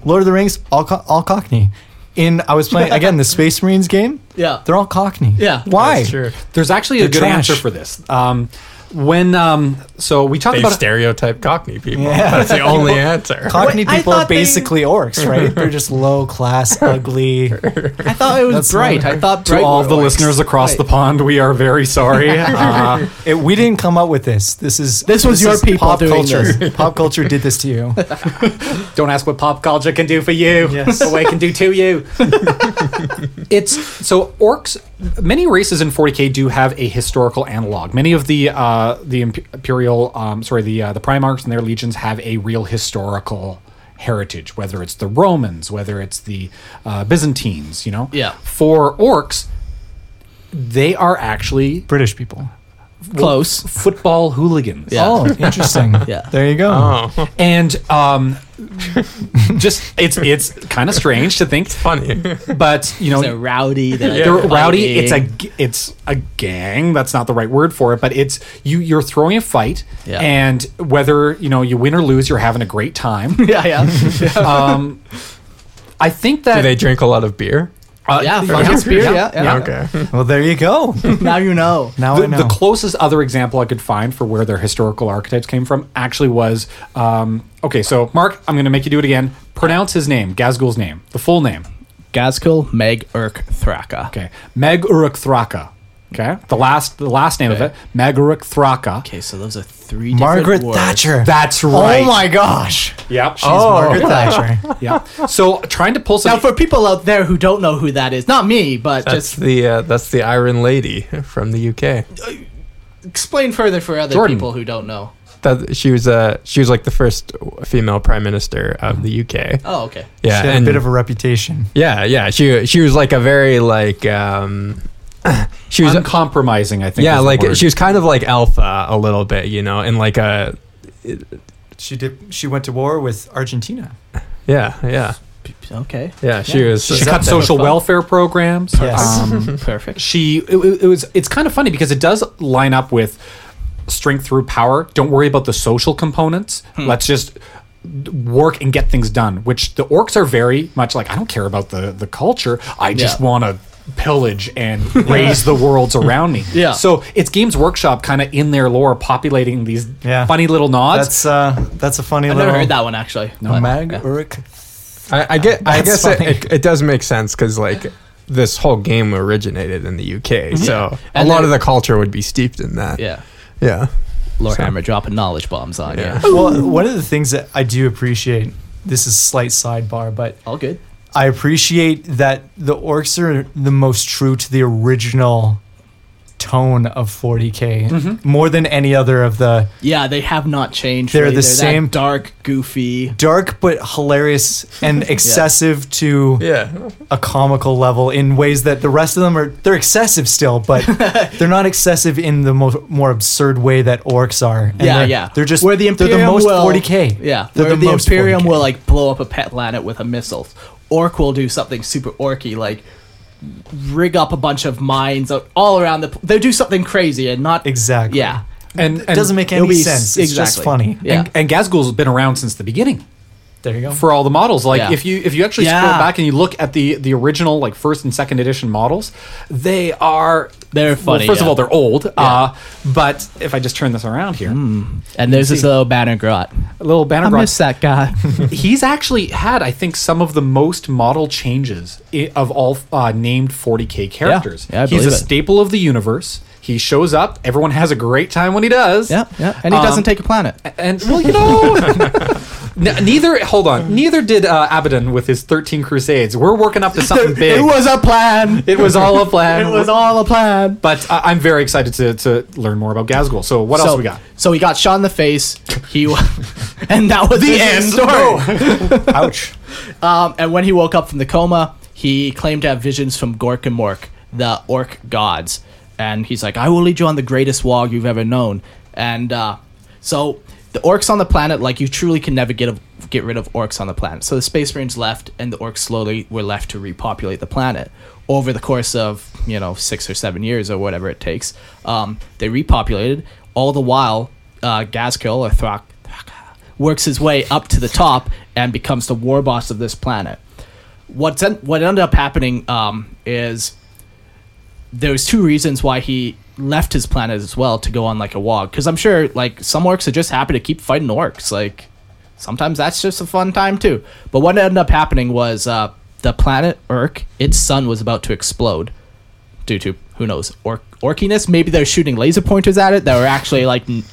Speaker 5: Lord of the Rings, all, co- all cockney. In I was playing again the Space Marines game.
Speaker 3: Yeah.
Speaker 5: They're all cockney.
Speaker 3: Yeah.
Speaker 5: Why?
Speaker 2: That's true.
Speaker 4: There's actually a
Speaker 5: They're
Speaker 4: good
Speaker 5: trash.
Speaker 4: answer for this. Um, when um, so we talked
Speaker 2: They
Speaker 4: about
Speaker 2: stereotype Cockney people.
Speaker 5: Yeah.
Speaker 2: That's the only answer.
Speaker 5: Cockney
Speaker 3: Wait, I
Speaker 5: people are
Speaker 3: thought they-
Speaker 5: basically orcs, right? [LAUGHS] They're just low class, ugly.
Speaker 3: I thought it was bright. I thought bright
Speaker 4: to all
Speaker 3: were
Speaker 4: of the
Speaker 3: orcs.
Speaker 4: listeners across
Speaker 3: Right.
Speaker 4: the pond, we are
Speaker 2: [LAUGHS]
Speaker 4: very sorry. Uh,
Speaker 5: It, we didn't come up with this. This is
Speaker 3: This was your
Speaker 5: is
Speaker 3: people
Speaker 5: pop
Speaker 3: doing
Speaker 5: culture. [LAUGHS] Pop culture did this to [LAUGHS] you.
Speaker 4: don't ask what pop culture can do for you,
Speaker 5: Yes.
Speaker 4: but what it can do to
Speaker 3: [LAUGHS]
Speaker 4: you. it's so orcs. Many races in 40k do have a historical analog. Many of the uh, the imp- imperial, um, sorry, the uh, the primarchs and their legions have a real historical heritage. Whether it's the Romans, whether it's the uh, Byzantines, you know.
Speaker 3: Yeah.
Speaker 4: For orcs, they are actually
Speaker 5: British people.
Speaker 3: close.
Speaker 4: football hooligans.
Speaker 3: Yeah.
Speaker 5: Oh, [LAUGHS] interesting.
Speaker 3: Yeah.
Speaker 5: There you go.
Speaker 2: Oh,
Speaker 4: And um, [LAUGHS] just it's it's kind of strange to think,
Speaker 2: funny.
Speaker 4: but you know
Speaker 3: They're [LAUGHS] rowdy.
Speaker 4: [LAUGHS]
Speaker 3: They're,
Speaker 4: they're
Speaker 3: fighting.
Speaker 4: rowdy. It's a g- it's a gang. That's not the right word for it, but it's you. You're throwing a fight,
Speaker 3: Yeah.
Speaker 4: and whether you know you win or lose, you're having a great time.
Speaker 3: [LAUGHS] yeah, yeah,
Speaker 4: um, I think that
Speaker 2: Do they drink a lot of beer?
Speaker 4: uh,
Speaker 3: yeah. Fucking spear. Yeah, yeah.
Speaker 2: Okay.
Speaker 5: Well, there you go.
Speaker 3: Now you know.
Speaker 5: [LAUGHS] Now I
Speaker 4: The,
Speaker 5: know.
Speaker 4: the closest other example I could find for where their historical archetypes came from actually was um, okay. So Mark, I'm going to make you do it again. Pronounce his name, Gazgul's name, the full name.
Speaker 3: Gaskell, Meg, Urk, Thraka.
Speaker 4: Okay, Meg Uruk Thraka. Okay, the last the last name of
Speaker 3: Okay.
Speaker 4: it, Meg Uruk Thraka.
Speaker 3: Okay, so those are three.
Speaker 5: Margaret
Speaker 3: different words.
Speaker 5: Thatcher.
Speaker 4: That's
Speaker 5: oh
Speaker 4: right.
Speaker 5: my gosh.
Speaker 4: Yep.
Speaker 5: Margaret [LAUGHS] Thatcher.
Speaker 4: yeah. So trying to pull
Speaker 3: Now,
Speaker 4: some.
Speaker 3: for people out there who don't know who that is, not me, but
Speaker 2: That's
Speaker 3: just
Speaker 2: the uh, that's the Iron Lady [LAUGHS] from the UK.
Speaker 3: explain further for other
Speaker 4: Jordan.
Speaker 3: people who don't know.
Speaker 2: That she was uh she was like the first female prime minister of the UK.
Speaker 3: Oh, okay.
Speaker 2: Yeah,
Speaker 5: she had
Speaker 2: and-
Speaker 5: a bit of a reputation.
Speaker 2: yeah, yeah. She she was like a very like um [SIGHS] she was
Speaker 4: uncompromising, I think.
Speaker 2: yeah
Speaker 4: is the
Speaker 2: like
Speaker 4: word.
Speaker 2: she was kind of like alpha a little bit, you know, and like a
Speaker 5: She did. She went to war with Argentina.
Speaker 2: yeah yeah
Speaker 3: Okay.
Speaker 2: yeah she was
Speaker 4: She cut social welfare programs.
Speaker 5: Yes.
Speaker 3: [LAUGHS]
Speaker 4: Um,
Speaker 3: Perfect.
Speaker 4: she it, it was it's kind of funny because it does line up with strength through power. Don't worry about the social components. Let's just work and get things done. Which the orcs are very much like. I don't care about the the culture. I just
Speaker 3: Yeah.
Speaker 4: want to pillage and raise the worlds around me.
Speaker 3: Yeah.
Speaker 4: So it's Games Workshop kind of in their lore populating these
Speaker 5: Yeah.
Speaker 4: funny little nods.
Speaker 5: That's uh, that's a funny
Speaker 3: I've
Speaker 5: little.
Speaker 3: never heard that one actually. No,
Speaker 5: Mag Uruk.
Speaker 2: I, I get. I
Speaker 5: That's
Speaker 2: guess it,
Speaker 5: funny.
Speaker 2: it, it does make sense because like this whole game originated in the UK,
Speaker 5: Mm-hmm.
Speaker 2: so a
Speaker 3: And
Speaker 2: lot
Speaker 3: then-
Speaker 2: of the culture would be steeped in that.
Speaker 3: Yeah.
Speaker 2: yeah.
Speaker 3: Lorehammer dropping knowledge bombs on you.
Speaker 2: Yeah.
Speaker 5: Well, one of the things that I do appreciate. This is slight sidebar, but
Speaker 3: All good.
Speaker 5: I appreciate that the orcs are the most true to the original tone of 40k
Speaker 3: Mm-hmm.
Speaker 5: more than any other of the
Speaker 3: Yeah, they have not changed.
Speaker 5: They're
Speaker 3: really.
Speaker 5: the
Speaker 3: that
Speaker 5: same-
Speaker 3: dark, goofy.
Speaker 5: dark but hilarious
Speaker 3: [LAUGHS]
Speaker 5: and excessive to
Speaker 2: Yeah,
Speaker 5: a comical level in ways that the rest of them are they're excessive still
Speaker 3: [LAUGHS]
Speaker 5: but they're not excessive in the mo- more absurd way that orcs are And
Speaker 3: yeah,
Speaker 5: they're,
Speaker 3: yeah.
Speaker 5: they're just
Speaker 3: where the Imperium
Speaker 5: they're the most
Speaker 3: will,
Speaker 5: 40k
Speaker 3: Yeah,
Speaker 5: they're
Speaker 3: where the,
Speaker 5: most
Speaker 3: Imperium
Speaker 5: 40K.
Speaker 3: will like blow up a pet planet with a missile. Orc will do something super orky, like rig up a bunch of mines out- all around the. They do something crazy and not
Speaker 5: exactly
Speaker 3: Yeah,
Speaker 4: And, and
Speaker 5: It doesn't make
Speaker 3: It'll
Speaker 5: any
Speaker 3: be
Speaker 5: sense.
Speaker 3: s-
Speaker 5: It's just
Speaker 3: exactly.
Speaker 5: funny.
Speaker 3: Yeah.
Speaker 4: and, and Gazgul's been around since the beginning
Speaker 5: There you go.
Speaker 4: for all the models. Like
Speaker 3: Yeah.
Speaker 4: if you if you actually
Speaker 3: Yeah.
Speaker 4: scroll back and you look at the the original like first and second edition models, they are
Speaker 3: They're
Speaker 4: well,
Speaker 3: funny,
Speaker 4: first of
Speaker 3: yeah.
Speaker 4: all, they're old. Uh, but if I just turn this around here,
Speaker 3: And there's this little banner grot.
Speaker 4: a little
Speaker 3: I
Speaker 4: banner.
Speaker 3: miss that guy.
Speaker 4: he's actually had i think some of the most model changes i- of all uh, named 40k characters
Speaker 3: Yeah, I
Speaker 4: he's a
Speaker 3: believe it.
Speaker 4: staple of the universe he shows up everyone has a great time when he does
Speaker 3: yeah, yeah. And he
Speaker 4: Um,
Speaker 3: doesn't take a planet.
Speaker 4: and well you
Speaker 3: [LAUGHS]
Speaker 4: know n- neither hold on neither did uh, abaddon with his 13 crusades we're working up to something big
Speaker 3: [LAUGHS] It was a plan.
Speaker 4: It was all a plan
Speaker 3: It was all a plan.
Speaker 4: but I- i'm very excited to, to learn more about gazgul so what else we got
Speaker 3: So he got shot in the face. He wa- [LAUGHS] and that was the end story.
Speaker 5: Ouch.
Speaker 3: Um, and when he woke up from the coma, he claimed to have visions from Gork and Mork, the orc gods. And he's like, "I will lead you on the greatest wog you've ever known." And uh, so the orcs on the planet, like you truly can never get a- get rid of orcs on the planet. So the space marines left, and the orcs slowly were left to repopulate the planet over the course of you know six or seven years or whatever it takes. Um, they repopulated. All the while, uh, Gazkill or Throck works his way up to the top and becomes the war boss of this planet. What's en- what ended up happening um, is there was two reasons why he left his planet as well to go on like a walk. Because I'm sure like some orcs are just happy to keep fighting orcs. Like sometimes that's just a fun time too. But what ended up happening was uh, the planet Urk, its sun was about to explode due to who knows orc orkiness. Maybe they're shooting laser pointers at it that were actually like n-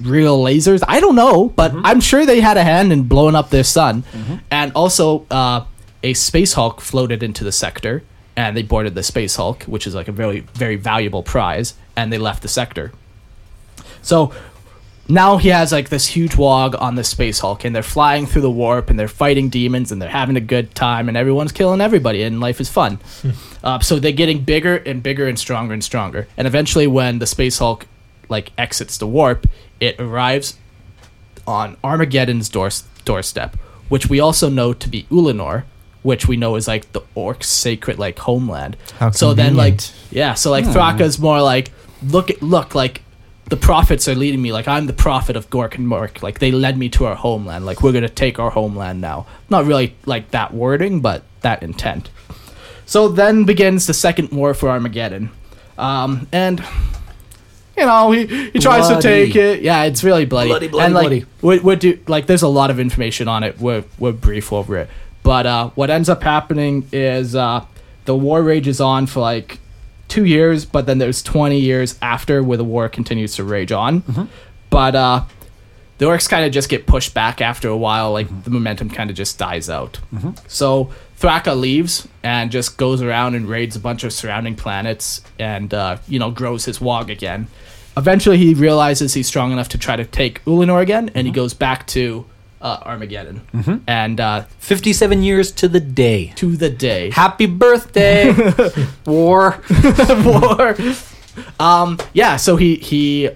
Speaker 3: real lasers. I don't know, but I'm sure they had a hand in blowing up their sun. And also, uh, a space hulk floated into the sector, and they boarded the space hulk, which is like a very very valuable prize, and they left the sector. So now he has like this huge wog on the space hulk and they're flying through the warp and they're fighting demons and they're having a good time and everyone's killing everybody and life is fun uh, so they're getting bigger and bigger and stronger and stronger and eventually when the space hulk like exits the warp it arrives on armageddon's door- doorstep which we also know to be ulanor which we know is like the orc's sacred like homeland
Speaker 5: How
Speaker 3: so then like
Speaker 5: convenient.
Speaker 3: yeah, so like Thraka's more like look at look like the prophets are leading me. Like I'm the prophet of Gork and Mork. Like they led me to our homeland. Like we're gonna take our homeland now. Not really like that wording, but that intent. So then begins the second war for Armageddon, um, and you know he, he tries to
Speaker 4: Bloody.
Speaker 3: take it. Yeah, it's really bloody.
Speaker 4: Bloody, bloody,
Speaker 3: and like
Speaker 4: bloody.
Speaker 3: we we do like there's a lot of information on it. We're we're brief over it, but uh, what ends up happening is uh, the war rages on for like two years, but then there's 20 years after where the war continues to rage on. But uh, the orcs kind of just get pushed back after a while. Like the momentum kind of just dies out. So Thraka leaves and just goes around and raids a bunch of surrounding planets and, uh, you know, grows his wog again. Eventually, he realizes he's strong enough to try to take Ulanor again, and he goes back to uh, Armageddon. And uh,
Speaker 4: 57 years to the day
Speaker 3: to the day.
Speaker 4: happy
Speaker 3: [LAUGHS]
Speaker 4: birthday war
Speaker 3: war. Um, yeah, so he he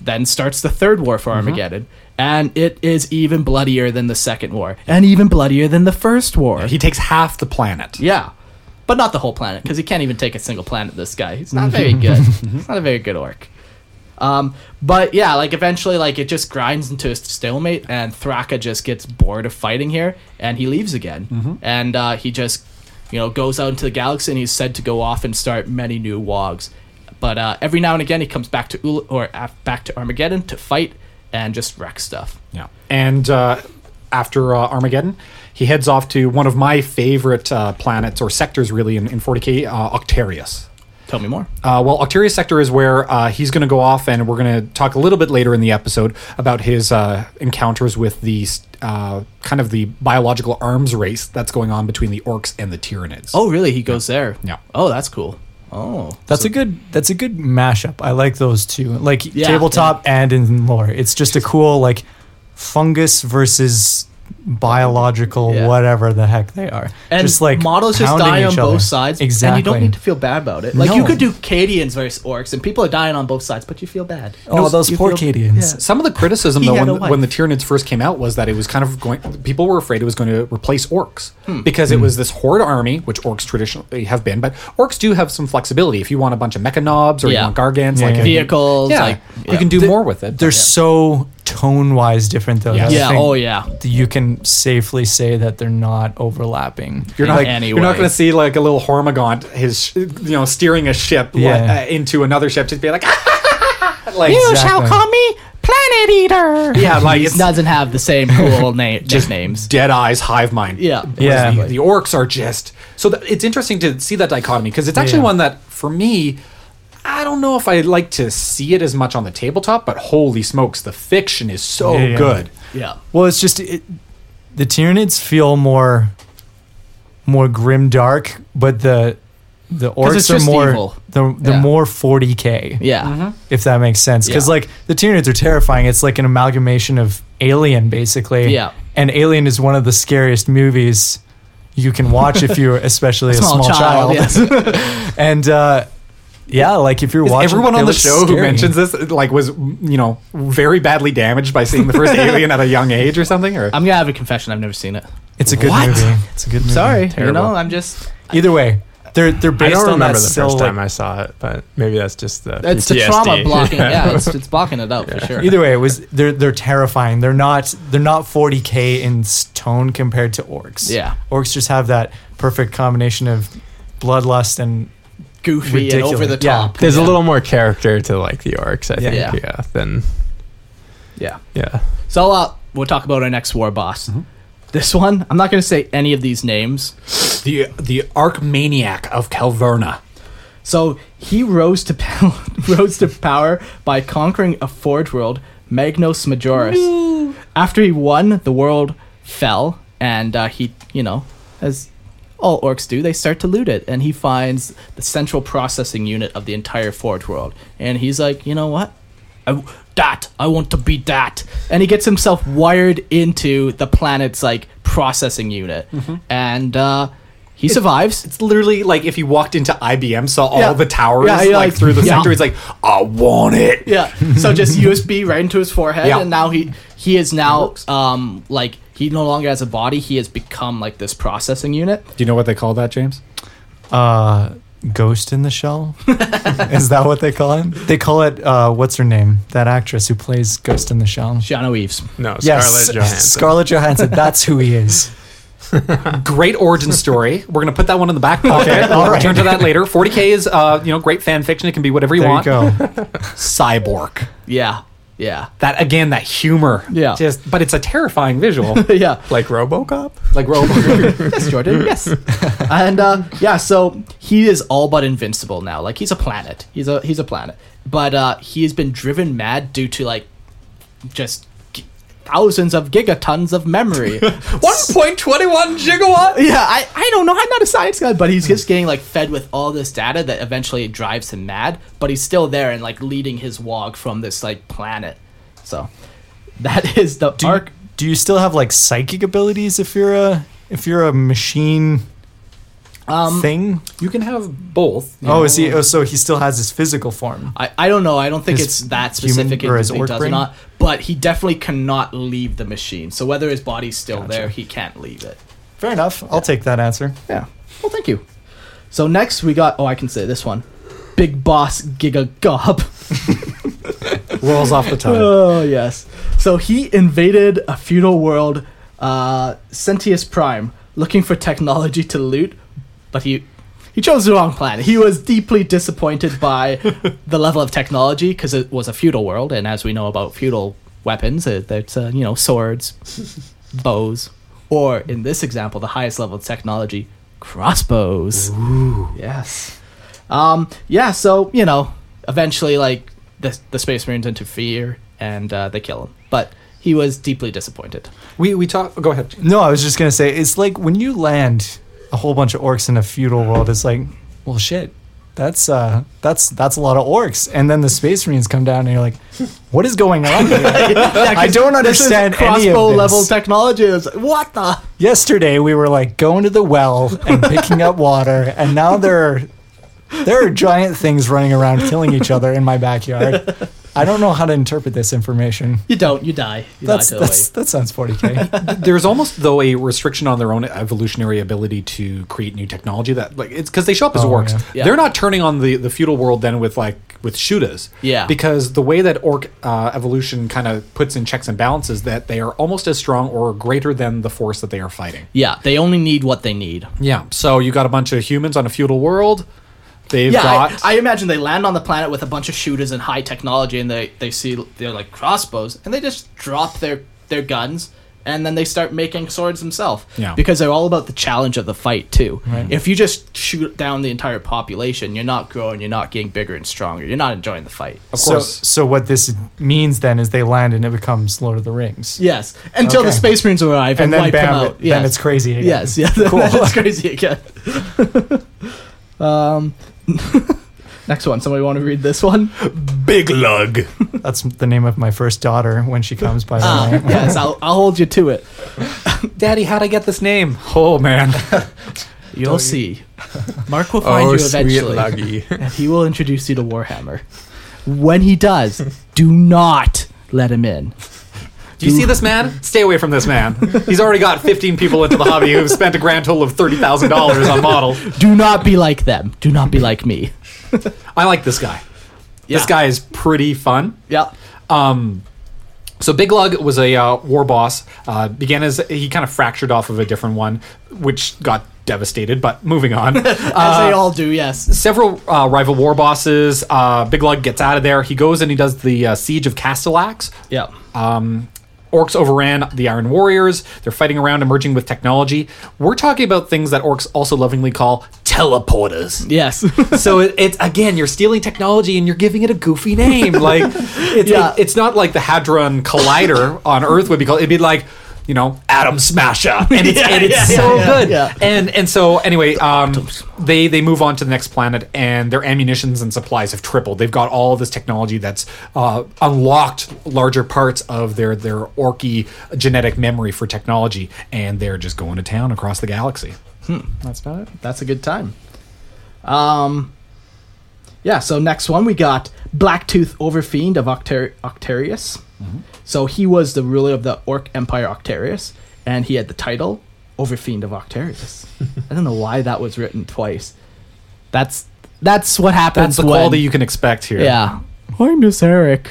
Speaker 3: then starts the third war for Armageddon, and it is even bloodier than the second war, and even bloodier than the first war. Yeah,
Speaker 4: he takes half the planet
Speaker 3: but not the whole planet because he can't even take a single planet. This guy, he's not very good. [LAUGHS] he's not a very good orc. Um, but yeah, like eventually, like it just grinds into a stalemate, and Thraka just gets bored of fighting here, and he leaves again. And uh, he just, you know, goes out into the galaxy, and he's said to go off and start many new wogs. But uh, every now and again, he comes back to Ul- or af- back to Armageddon to fight and just wreck stuff.
Speaker 4: Yeah. And uh, after uh, Armageddon, he heads off to one of my favorite uh, planets or sectors, really, in, in 40K, uh, Octarius.
Speaker 3: Tell me more.
Speaker 4: Uh, well, Octarius sector is where uh, he's going to go off, and we're going to talk a little bit later in the episode about his uh, encounters with the uh, kind of the biological arms race that's going on between the orcs and the Tyranids.
Speaker 3: Oh, really? He goes there.
Speaker 4: Yeah.
Speaker 3: Oh, that's cool. Oh,
Speaker 5: That's a good. That's a good mashup. I like those two, like
Speaker 3: Yeah,
Speaker 5: tabletop and in lore. It's just a cool like fungus versus biological
Speaker 3: Yeah.
Speaker 5: whatever the heck they are.
Speaker 3: And
Speaker 5: just like
Speaker 3: models just
Speaker 5: pounding
Speaker 3: die
Speaker 5: each
Speaker 3: on
Speaker 5: other.
Speaker 3: both sides.
Speaker 5: Exactly.
Speaker 3: And you don't need to feel bad about it. Like you
Speaker 5: No.
Speaker 3: could do Cadians versus orcs, and people are dying on both sides, but you feel bad.
Speaker 5: Oh, those
Speaker 3: you
Speaker 5: poor
Speaker 3: feel-
Speaker 5: Cadians.
Speaker 4: Some of the criticism,
Speaker 3: [LAUGHS] He
Speaker 4: though,
Speaker 3: had
Speaker 4: when,
Speaker 3: a wife.
Speaker 4: when the Tyranids first came out, was that it was kind of going. People were afraid it was going to replace orcs
Speaker 3: Hmm.
Speaker 4: because it was this horde army, which orcs traditionally have been. But orcs do have some flexibility. If you want a bunch of mecha knobs or
Speaker 3: Yeah.
Speaker 4: you want gargants,
Speaker 5: Yeah,
Speaker 4: like
Speaker 5: yeah.
Speaker 4: if you-
Speaker 3: Vehicles,
Speaker 4: yeah,
Speaker 3: like-
Speaker 4: you can do
Speaker 5: Th-
Speaker 4: more with it.
Speaker 5: They're so tone wise different though.
Speaker 4: Yeah.
Speaker 5: That's the
Speaker 3: Yeah,
Speaker 5: thing.
Speaker 3: oh, yeah.
Speaker 5: You can safely say that they're not overlapping.
Speaker 4: You're
Speaker 3: in
Speaker 4: not.
Speaker 3: any
Speaker 4: You're not
Speaker 3: way.
Speaker 4: going to see like a little Hormigaunt, his sh- you know, steering a ship
Speaker 5: Yeah.
Speaker 4: like, uh, into another ship, just be like, [LAUGHS] like
Speaker 5: You shall Exactly. call
Speaker 4: me Planet Eater. Yeah, like
Speaker 3: He [LAUGHS]
Speaker 4: it's
Speaker 3: doesn't have the same cool name, just names.
Speaker 4: Dead Eyes Hive Mind.
Speaker 3: Yeah.
Speaker 4: Whereas
Speaker 5: Yeah.
Speaker 4: The, the orcs are just so that, it's interesting to see that dichotomy because it's actually
Speaker 5: Yeah.
Speaker 4: one that for me, I don't know if I like to see it as much on the tabletop, but holy smokes, the fiction is so
Speaker 5: Yeah, yeah.
Speaker 4: good.
Speaker 3: Yeah.
Speaker 5: Well, it's just it, the Tyranids feel more more grim dark, but the the
Speaker 3: it's
Speaker 5: orcs are
Speaker 3: just
Speaker 5: more
Speaker 3: evil.
Speaker 5: the the
Speaker 3: Yeah.
Speaker 5: more 40k.
Speaker 3: Yeah.
Speaker 5: if that makes sense. Because
Speaker 3: Yeah.
Speaker 5: like the Tyranids are terrifying. It's like an amalgamation of Alien, basically.
Speaker 3: Yeah.
Speaker 5: And Alien is one of the scariest movies you can watch if you're especially a small, child.
Speaker 3: yeah.
Speaker 5: [LAUGHS] And uh, yeah, like if you're watching
Speaker 4: Everyone
Speaker 5: they
Speaker 4: on the
Speaker 5: look
Speaker 4: show who
Speaker 5: scary.
Speaker 4: mentions this like was you know very badly damaged by seeing the
Speaker 5: [LAUGHS]
Speaker 4: first alien at a young age or something. Or
Speaker 3: I'm gonna have a confession. I've never seen it.
Speaker 5: it's a good
Speaker 4: What?
Speaker 5: movie. It's a good movie.
Speaker 3: Sorry, you
Speaker 2: terrible.
Speaker 3: know, I'm just
Speaker 5: Either way, they're they're
Speaker 2: I
Speaker 5: based
Speaker 2: don't
Speaker 5: on that
Speaker 2: remember the
Speaker 5: still,
Speaker 2: first
Speaker 5: like-
Speaker 2: time I saw it, but maybe that's just the
Speaker 3: it's the
Speaker 2: PTSD.
Speaker 3: trauma blocking. Yeah, it's, it's blocking it out for sure.
Speaker 5: Either way, it was they're they're terrifying. They're not they're not 40k in s- tone compared to orcs.
Speaker 3: Yeah.
Speaker 5: orcs just have that perfect combination of bloodlust and
Speaker 3: goofy
Speaker 5: Ridiculous.
Speaker 3: and over the
Speaker 5: Yeah.
Speaker 2: [LAUGHS]
Speaker 3: top.
Speaker 2: There's
Speaker 3: Yeah.
Speaker 2: a little more character to like the orcs, I think.
Speaker 3: Yeah.
Speaker 2: Yeah. Than
Speaker 3: Yeah.
Speaker 2: yeah.
Speaker 3: So uh, we'll talk about our next war boss. This one, I'm not gonna say any of these names.
Speaker 4: the the Archmaniac of Calverna.
Speaker 3: So he rose to pow- [LAUGHS] rose to power by conquering a forge world, Magnus Majoris. After he won, the world fell, and uh, he, you know, as all orcs do, they start to loot it, and he finds the central processing unit of the entire forge world, and he's like, you know what? I w that I want to be that, and he gets himself wired into the planet's like processing unit, and uh, he survives.
Speaker 4: It's literally like if you walked into IBM, saw all
Speaker 3: Yeah.
Speaker 4: the towers
Speaker 3: Yeah, yeah,
Speaker 4: like
Speaker 3: like-
Speaker 4: through the
Speaker 3: yeah.
Speaker 4: sector. He's like, I want it. [LAUGHS]
Speaker 3: Yeah. So just USB right into his forehead,
Speaker 4: Yeah.
Speaker 3: and now he he is now um like he no longer has a body. He has become like this processing unit.
Speaker 4: Do you know what they call that, James?
Speaker 5: uh ghost in the
Speaker 2: [LAUGHS]
Speaker 5: shell is that what they call him they call it uh what's her name that actress who plays ghost in the shell
Speaker 3: Keanu Eves.
Speaker 2: No,
Speaker 5: yes
Speaker 2: Scarlett Johansson.
Speaker 5: scarlett johansson that's who he is
Speaker 4: Great origin story. We're gonna put that one in the back pocket. we'll return to that later. 40k is uh, you know great fan fiction. It can be whatever you
Speaker 5: there you
Speaker 2: [LAUGHS]
Speaker 4: want.
Speaker 5: go
Speaker 4: Cyborg.
Speaker 3: Yeah. Yeah. [LAUGHS]
Speaker 4: That again, that humor.
Speaker 3: Yeah.
Speaker 4: Just but it's a terrifying visual.
Speaker 3: Yeah.
Speaker 2: like RoboCop.
Speaker 4: like
Speaker 3: [LAUGHS]
Speaker 4: Robo.
Speaker 3: Yes,
Speaker 4: [LAUGHS]
Speaker 3: Jordan. Yes. and uh, yeah, so he is all but invincible now. Like he's a planet. He's a he's a planet. But uh, he has been driven mad due to like just g- thousands of gigatons of
Speaker 4: [LAUGHS]
Speaker 3: memory. Uh,
Speaker 4: 1.21 gigawatt.
Speaker 3: Yeah, I, I don't know. I'm not a science guy, but he's just getting like fed with all this data that eventually drives him mad. But he's still there and like leading his wog from this like planet. So that is the
Speaker 5: do you,
Speaker 3: arc.
Speaker 5: do you still have like psychic abilities if you're a if you're a machine thing
Speaker 4: You can have both. you
Speaker 5: oh
Speaker 4: know.
Speaker 5: is he oh so he still has his physical form
Speaker 3: I, I don't know. I don't think
Speaker 5: His
Speaker 3: it's that
Speaker 5: human
Speaker 3: specific.
Speaker 5: or
Speaker 3: if
Speaker 5: his
Speaker 3: he
Speaker 5: orc
Speaker 3: does or
Speaker 5: brain?
Speaker 3: not. But he definitely cannot leave the machine. So whether his body's still there, he can't leave it.
Speaker 5: fair enough i'll take that answer
Speaker 3: Yeah. Well, thank you. So next we got. Oh, I can say this one. Big Boss Giga Gob. [LAUGHS]
Speaker 4: rolls off the tongue.
Speaker 3: Oh yes. So he invaded a feudal world, uh, Sentius Prime, looking for technology to loot, but he he chose the wrong planet. He was deeply disappointed by the level of technology because it was a feudal world, and as we know about feudal weapons, uh, that's uh, you know swords, bows, or in this example, the highest level of technology, crossbows. Yes. Um, yeah, so, you know, eventually, like, the, the Space Marines interfere and uh, they kill him. But he was deeply disappointed.
Speaker 4: We we talk. Go ahead.
Speaker 5: No, I was just gonna say it's like when you land a whole bunch of orcs in a feudal world, it's like, well, shit. that's uh, that's that's a lot of orcs. And then the space marines come down, and you're like, what is going on? Here? I don't understand
Speaker 3: crossbow
Speaker 5: any of this.
Speaker 3: level technology. It's like, what the?
Speaker 5: Yesterday we were like going to the well and picking up water, and now there are there are giant things running around killing each other in my backyard. I don't know how to interpret this information.
Speaker 3: You don't. You die. You
Speaker 5: That's,
Speaker 3: die totally.
Speaker 5: that's that sounds
Speaker 3: [LAUGHS]
Speaker 5: 40k.
Speaker 4: There's almost though a restriction on their own evolutionary ability to create new technology that like it's because they show up as
Speaker 5: Oh,
Speaker 4: orcs.
Speaker 5: yeah.
Speaker 3: Yeah.
Speaker 4: They're not turning on the the feudal world then with like with shudas.
Speaker 3: Yeah.
Speaker 4: Because the way that orc uh, evolution kind of puts in checks and balances that they are almost as strong or greater than the force that they are fighting.
Speaker 3: yeah, they only need what they need.
Speaker 4: Yeah. So you got a bunch of humans on a feudal world. They've
Speaker 3: Yeah, I,
Speaker 4: got
Speaker 3: I imagine they land on the planet with a bunch of shooters and high technology, and they, they see they're like crossbows, and they just drop their their guns, and then they start making swords themselves.
Speaker 4: Yeah.
Speaker 3: because they're all about the challenge of the fight too. If you just shoot down the entire population, you're not growing, you're not getting bigger and stronger, you're not enjoying the fight.
Speaker 4: of
Speaker 5: so
Speaker 4: course.
Speaker 5: so what this means then is they land and it becomes Lord of the Rings.
Speaker 3: Yes, until the
Speaker 5: Okay.
Speaker 3: space marines arrive and,
Speaker 5: And then
Speaker 3: wipe
Speaker 5: bam,
Speaker 3: them out.
Speaker 5: it- then it's crazy again.
Speaker 3: Yes, yeah, [LAUGHS] cool. That's crazy again. [LAUGHS] um, [LAUGHS] next one. Somebody want to read this one?
Speaker 4: Big lug.
Speaker 5: That's the name of my first daughter when she comes by the
Speaker 3: [LAUGHS] Uh,
Speaker 5: way.
Speaker 3: yes, I'll, I'll hold you to it.
Speaker 4: Daddy, how'd I get this name? Oh man. [LAUGHS]
Speaker 3: You'll see. [LAUGHS] Mark will find
Speaker 2: Oh,
Speaker 3: you
Speaker 2: sweet
Speaker 3: eventually, [LAUGHS]
Speaker 2: luggy.
Speaker 3: and he will introduce you to Warhammer. When he [LAUGHS] does, do not let him in.
Speaker 4: Do you see this man? Stay away from this man. He's already got 15 people into the hobby who've spent a grand total of $30,000 on model.
Speaker 3: Do not be like them. Do not be like me.
Speaker 4: I like this guy.
Speaker 3: Yeah.
Speaker 4: This guy is pretty fun.
Speaker 3: Yeah.
Speaker 4: Um, so Big Lug was a uh, war boss. Uh, began as he kind of fractured off of a different one, which got devastated. But moving
Speaker 3: [LAUGHS]
Speaker 4: on, Uh,
Speaker 3: As they all do, yes.
Speaker 4: several uh, rival war bosses. Uh, Big Lug gets out of there. He goes and he does the uh, siege of Castellax.
Speaker 3: Yeah.
Speaker 4: Um, orcs overran the Iron Warriors. They're fighting around, emerging with technology. We're talking about things that orcs also lovingly call teleporters.
Speaker 3: Yes. [LAUGHS]
Speaker 4: so it, it's again, you're stealing technology and you're giving it a goofy name.
Speaker 3: [LAUGHS]
Speaker 4: Like, it's,
Speaker 3: Yeah.
Speaker 4: it- it's not like the hadron collider on Earth would be called. It'd be like. You know, atom smasher,
Speaker 3: [LAUGHS]
Speaker 4: and it's, and it's
Speaker 3: yeah,
Speaker 4: so
Speaker 3: yeah,
Speaker 4: good.
Speaker 3: yeah.
Speaker 4: And and so anyway, um, they they move on to the next planet, and their ammunitions and supplies have tripled. They've got all this technology that's uh, unlocked larger parts of their their orky genetic memory for technology, and they're just going to town across the galaxy.
Speaker 5: That's about it.
Speaker 3: That's a good time. Um, yeah. So next one we got Blacktooth Overfiend of Octar- Octarius.
Speaker 2: Mm-hmm.
Speaker 3: So he was the ruler of the Orc Empire Octarius, and he had the title Overfiend
Speaker 2: [LAUGHS]
Speaker 3: of Octarius. I don't know why that was written twice. That's that's what happens.
Speaker 4: That's the
Speaker 3: when-
Speaker 4: quality you can expect here.
Speaker 3: Yeah. I'm
Speaker 2: [LAUGHS]
Speaker 3: just Eric.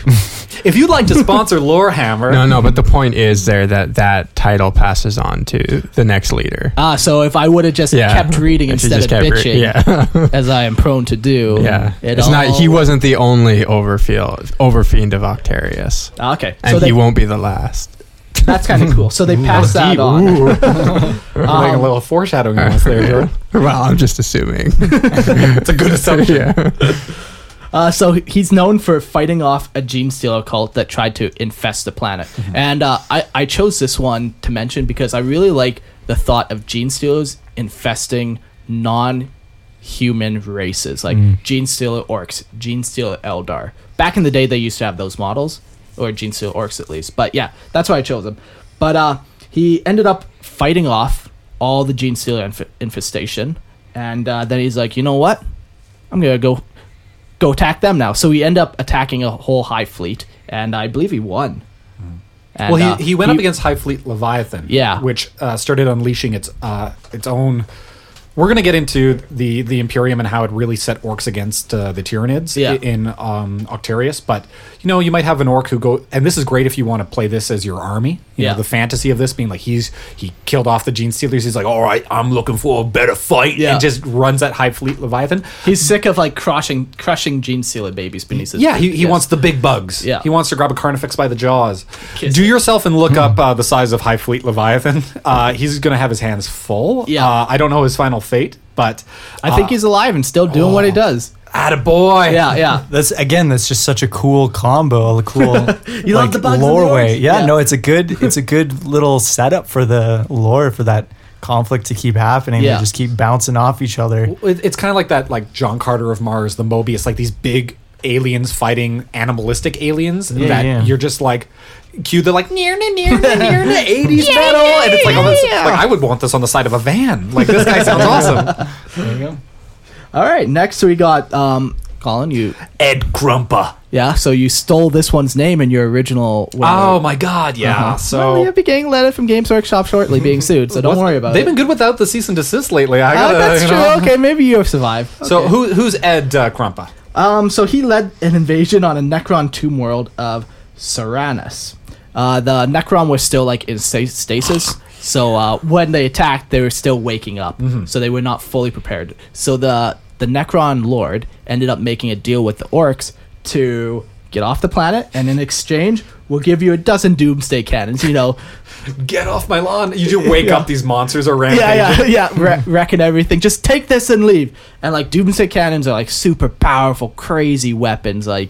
Speaker 4: If you'd [LAUGHS] like to sponsor Lorehammer,
Speaker 2: No, no, but the point is there that that title passes on to the next leader.
Speaker 3: ah, so if I would have just
Speaker 2: Yeah.
Speaker 3: kept reading
Speaker 2: If you
Speaker 3: instead
Speaker 2: just
Speaker 3: of
Speaker 2: kept re-
Speaker 3: bitching,
Speaker 2: yeah. [LAUGHS]
Speaker 3: as I am prone to do,
Speaker 2: yeah.
Speaker 3: it
Speaker 2: it's not he
Speaker 3: all-
Speaker 2: wasn't the only overfield overfiend of Octarius.
Speaker 3: Ah, okay,
Speaker 2: And
Speaker 3: so
Speaker 2: he
Speaker 3: they,
Speaker 2: won't be the last.
Speaker 3: that's kind of cool. So they passed that on.
Speaker 4: we're doing a little foreshadowing
Speaker 2: [LAUGHS]
Speaker 4: almost [LAUGHS] there, Jordan.
Speaker 2: well, I'm just
Speaker 3: [LAUGHS]
Speaker 2: assuming.
Speaker 4: It's a good [LAUGHS] assumption.
Speaker 2: yeah.
Speaker 3: Uh, so he's known for fighting off a gene stealer cult that tried to infest the planet. And uh, I, I chose this one to mention because I really like the thought of gene stealers infesting non human races, like gene stealer orcs, gene stealer Eldar. Back in the day, they used to have those models, or gene stealer orcs at least. But yeah, that's why I chose him. But uh, he ended up fighting off all the gene stealer inf- infestation. And uh, then he's like, you know what? I'm gonna go go attack them now. So he ended up attacking a whole high fleet, and I believe he won. And,
Speaker 4: Hmm. Well, he,
Speaker 3: uh,
Speaker 4: he went up against High Fleet Leviathan,
Speaker 3: Yeah.
Speaker 4: which uh, started unleashing its uh, its own. We're going to get into the the Imperium and how it really set orcs against uh, the Tyranids
Speaker 3: Yeah.
Speaker 4: i- in um, Octarius. But you know, you might have an orc who go, and this is great if you want to play this as your army. You
Speaker 3: Yeah.
Speaker 4: know, the fantasy of this being like he's he killed off the Gene Stealers. He's like, all right, I'm looking for a better fight,
Speaker 3: Yeah.
Speaker 4: and just runs at High Fleet Leviathan.
Speaker 3: He's sick of like crushing crushing gene sealer babies beneath his.
Speaker 4: Yeah,
Speaker 3: feet.
Speaker 4: he, he
Speaker 3: Yes.
Speaker 4: wants the big bugs.
Speaker 3: Yeah.
Speaker 4: He wants to grab a Carnifex by the jaws.
Speaker 3: Kiss
Speaker 4: Do yourself and
Speaker 5: Hmm.
Speaker 4: look up uh, the size of High Fleet Leviathan. [LAUGHS] Uh, he's going to have his hands full.
Speaker 3: Yeah.
Speaker 4: Uh, I don't know his final fate, but. uh,
Speaker 3: I
Speaker 4: Ah.
Speaker 3: think he's alive and still doing
Speaker 4: Oh.
Speaker 3: what he does.
Speaker 4: Attaboy. [LAUGHS]
Speaker 3: Yeah, yeah.
Speaker 5: That's again. That's just such a cool combo, a cool
Speaker 3: [LAUGHS] You love the bugs and the
Speaker 5: lore
Speaker 3: orcs.
Speaker 5: way. Yeah,
Speaker 3: Yeah.
Speaker 5: no, it's a good, it's a good little setup for the lore for that conflict to keep happening.
Speaker 3: Yeah.
Speaker 5: They just keep bouncing off each other.
Speaker 4: It, it's kind of like that, like John Carter of Mars, the Mobius, like these big aliens fighting animalistic aliens that
Speaker 5: yeah.
Speaker 4: you're just like. Cue the like near near near near
Speaker 5: [LAUGHS]
Speaker 4: near eighties battle, and it's like oh, that's, like I would want this on the side of a van. Like this guy
Speaker 5: [LAUGHS]
Speaker 4: sounds awesome. There you go. oh.
Speaker 3: All right, next we got um, Colin. You
Speaker 4: Ed Grumpa.
Speaker 3: yeah. So you stole this one's name in your original. when
Speaker 4: Oh my god, yeah. So
Speaker 3: Uh-huh. Well, you'll be getting letter from Games Workshop shortly, being
Speaker 4: [LAUGHS]
Speaker 3: sued. So don't worry about
Speaker 4: They've
Speaker 3: it.
Speaker 4: been good without the cease and desist lately. I
Speaker 3: Oh,
Speaker 4: gotta,
Speaker 3: that's
Speaker 4: [LAUGHS] you
Speaker 3: true.
Speaker 4: know.
Speaker 3: Okay, maybe you have survived.
Speaker 4: So who who's Ed uh, Crumpa?
Speaker 3: Um, so he led an invasion on a Necron tomb world of Serranus. Uh, the Necron was still like in sta- stasis, so uh, when they attacked, they were still waking up, so they were not fully prepared. So the the Necron Lord ended up making a deal with the orcs to get off the planet, and in exchange, we'll give you a dozen doomsday cannons. You know,
Speaker 4: Get off my lawn! [LAUGHS] You just wake up. These monsters are rampaging. [LAUGHS]
Speaker 3: yeah, yeah, yeah, wreck, wrecking everything. Just take this and leave. And like doomsday cannons are like super powerful, crazy weapons. Like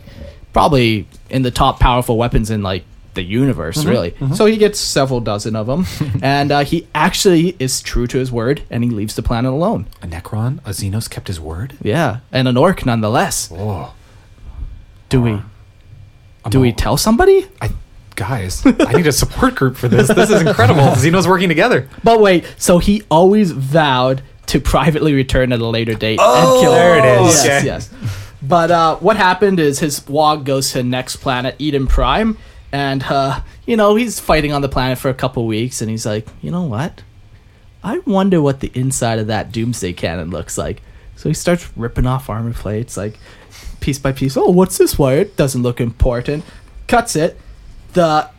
Speaker 3: probably in the top powerful weapons in like the universe,
Speaker 4: Mm-hmm,
Speaker 3: really. So he gets several dozen
Speaker 4: [LAUGHS]
Speaker 3: of them, and uh, he actually is true to his word, and he leaves the planet alone.
Speaker 4: A Necron, a Xenos kept his word.
Speaker 3: Yeah, and an orc nonetheless.
Speaker 4: Oh,
Speaker 3: Do we?
Speaker 4: I'm
Speaker 3: Do we
Speaker 4: all-
Speaker 3: tell somebody?
Speaker 4: I, guys, I need a support group for this. This
Speaker 3: [LAUGHS]
Speaker 4: is incredible. Xenos working together.
Speaker 3: But wait, so he always vowed to privately return at a later date and kill
Speaker 5: Oh, there it is.
Speaker 3: Yes,
Speaker 4: Okay.
Speaker 3: yes. But uh, what happened is his wog goes to next planet, Eden Prime, and uh, you know he's fighting on the planet for a couple weeks, and he's like, you know what? I wonder what the inside of that Doomsday cannon looks like. So he starts ripping off armor plates, like piece by piece. Oh, what's this wire? It doesn't look important. Cuts it. The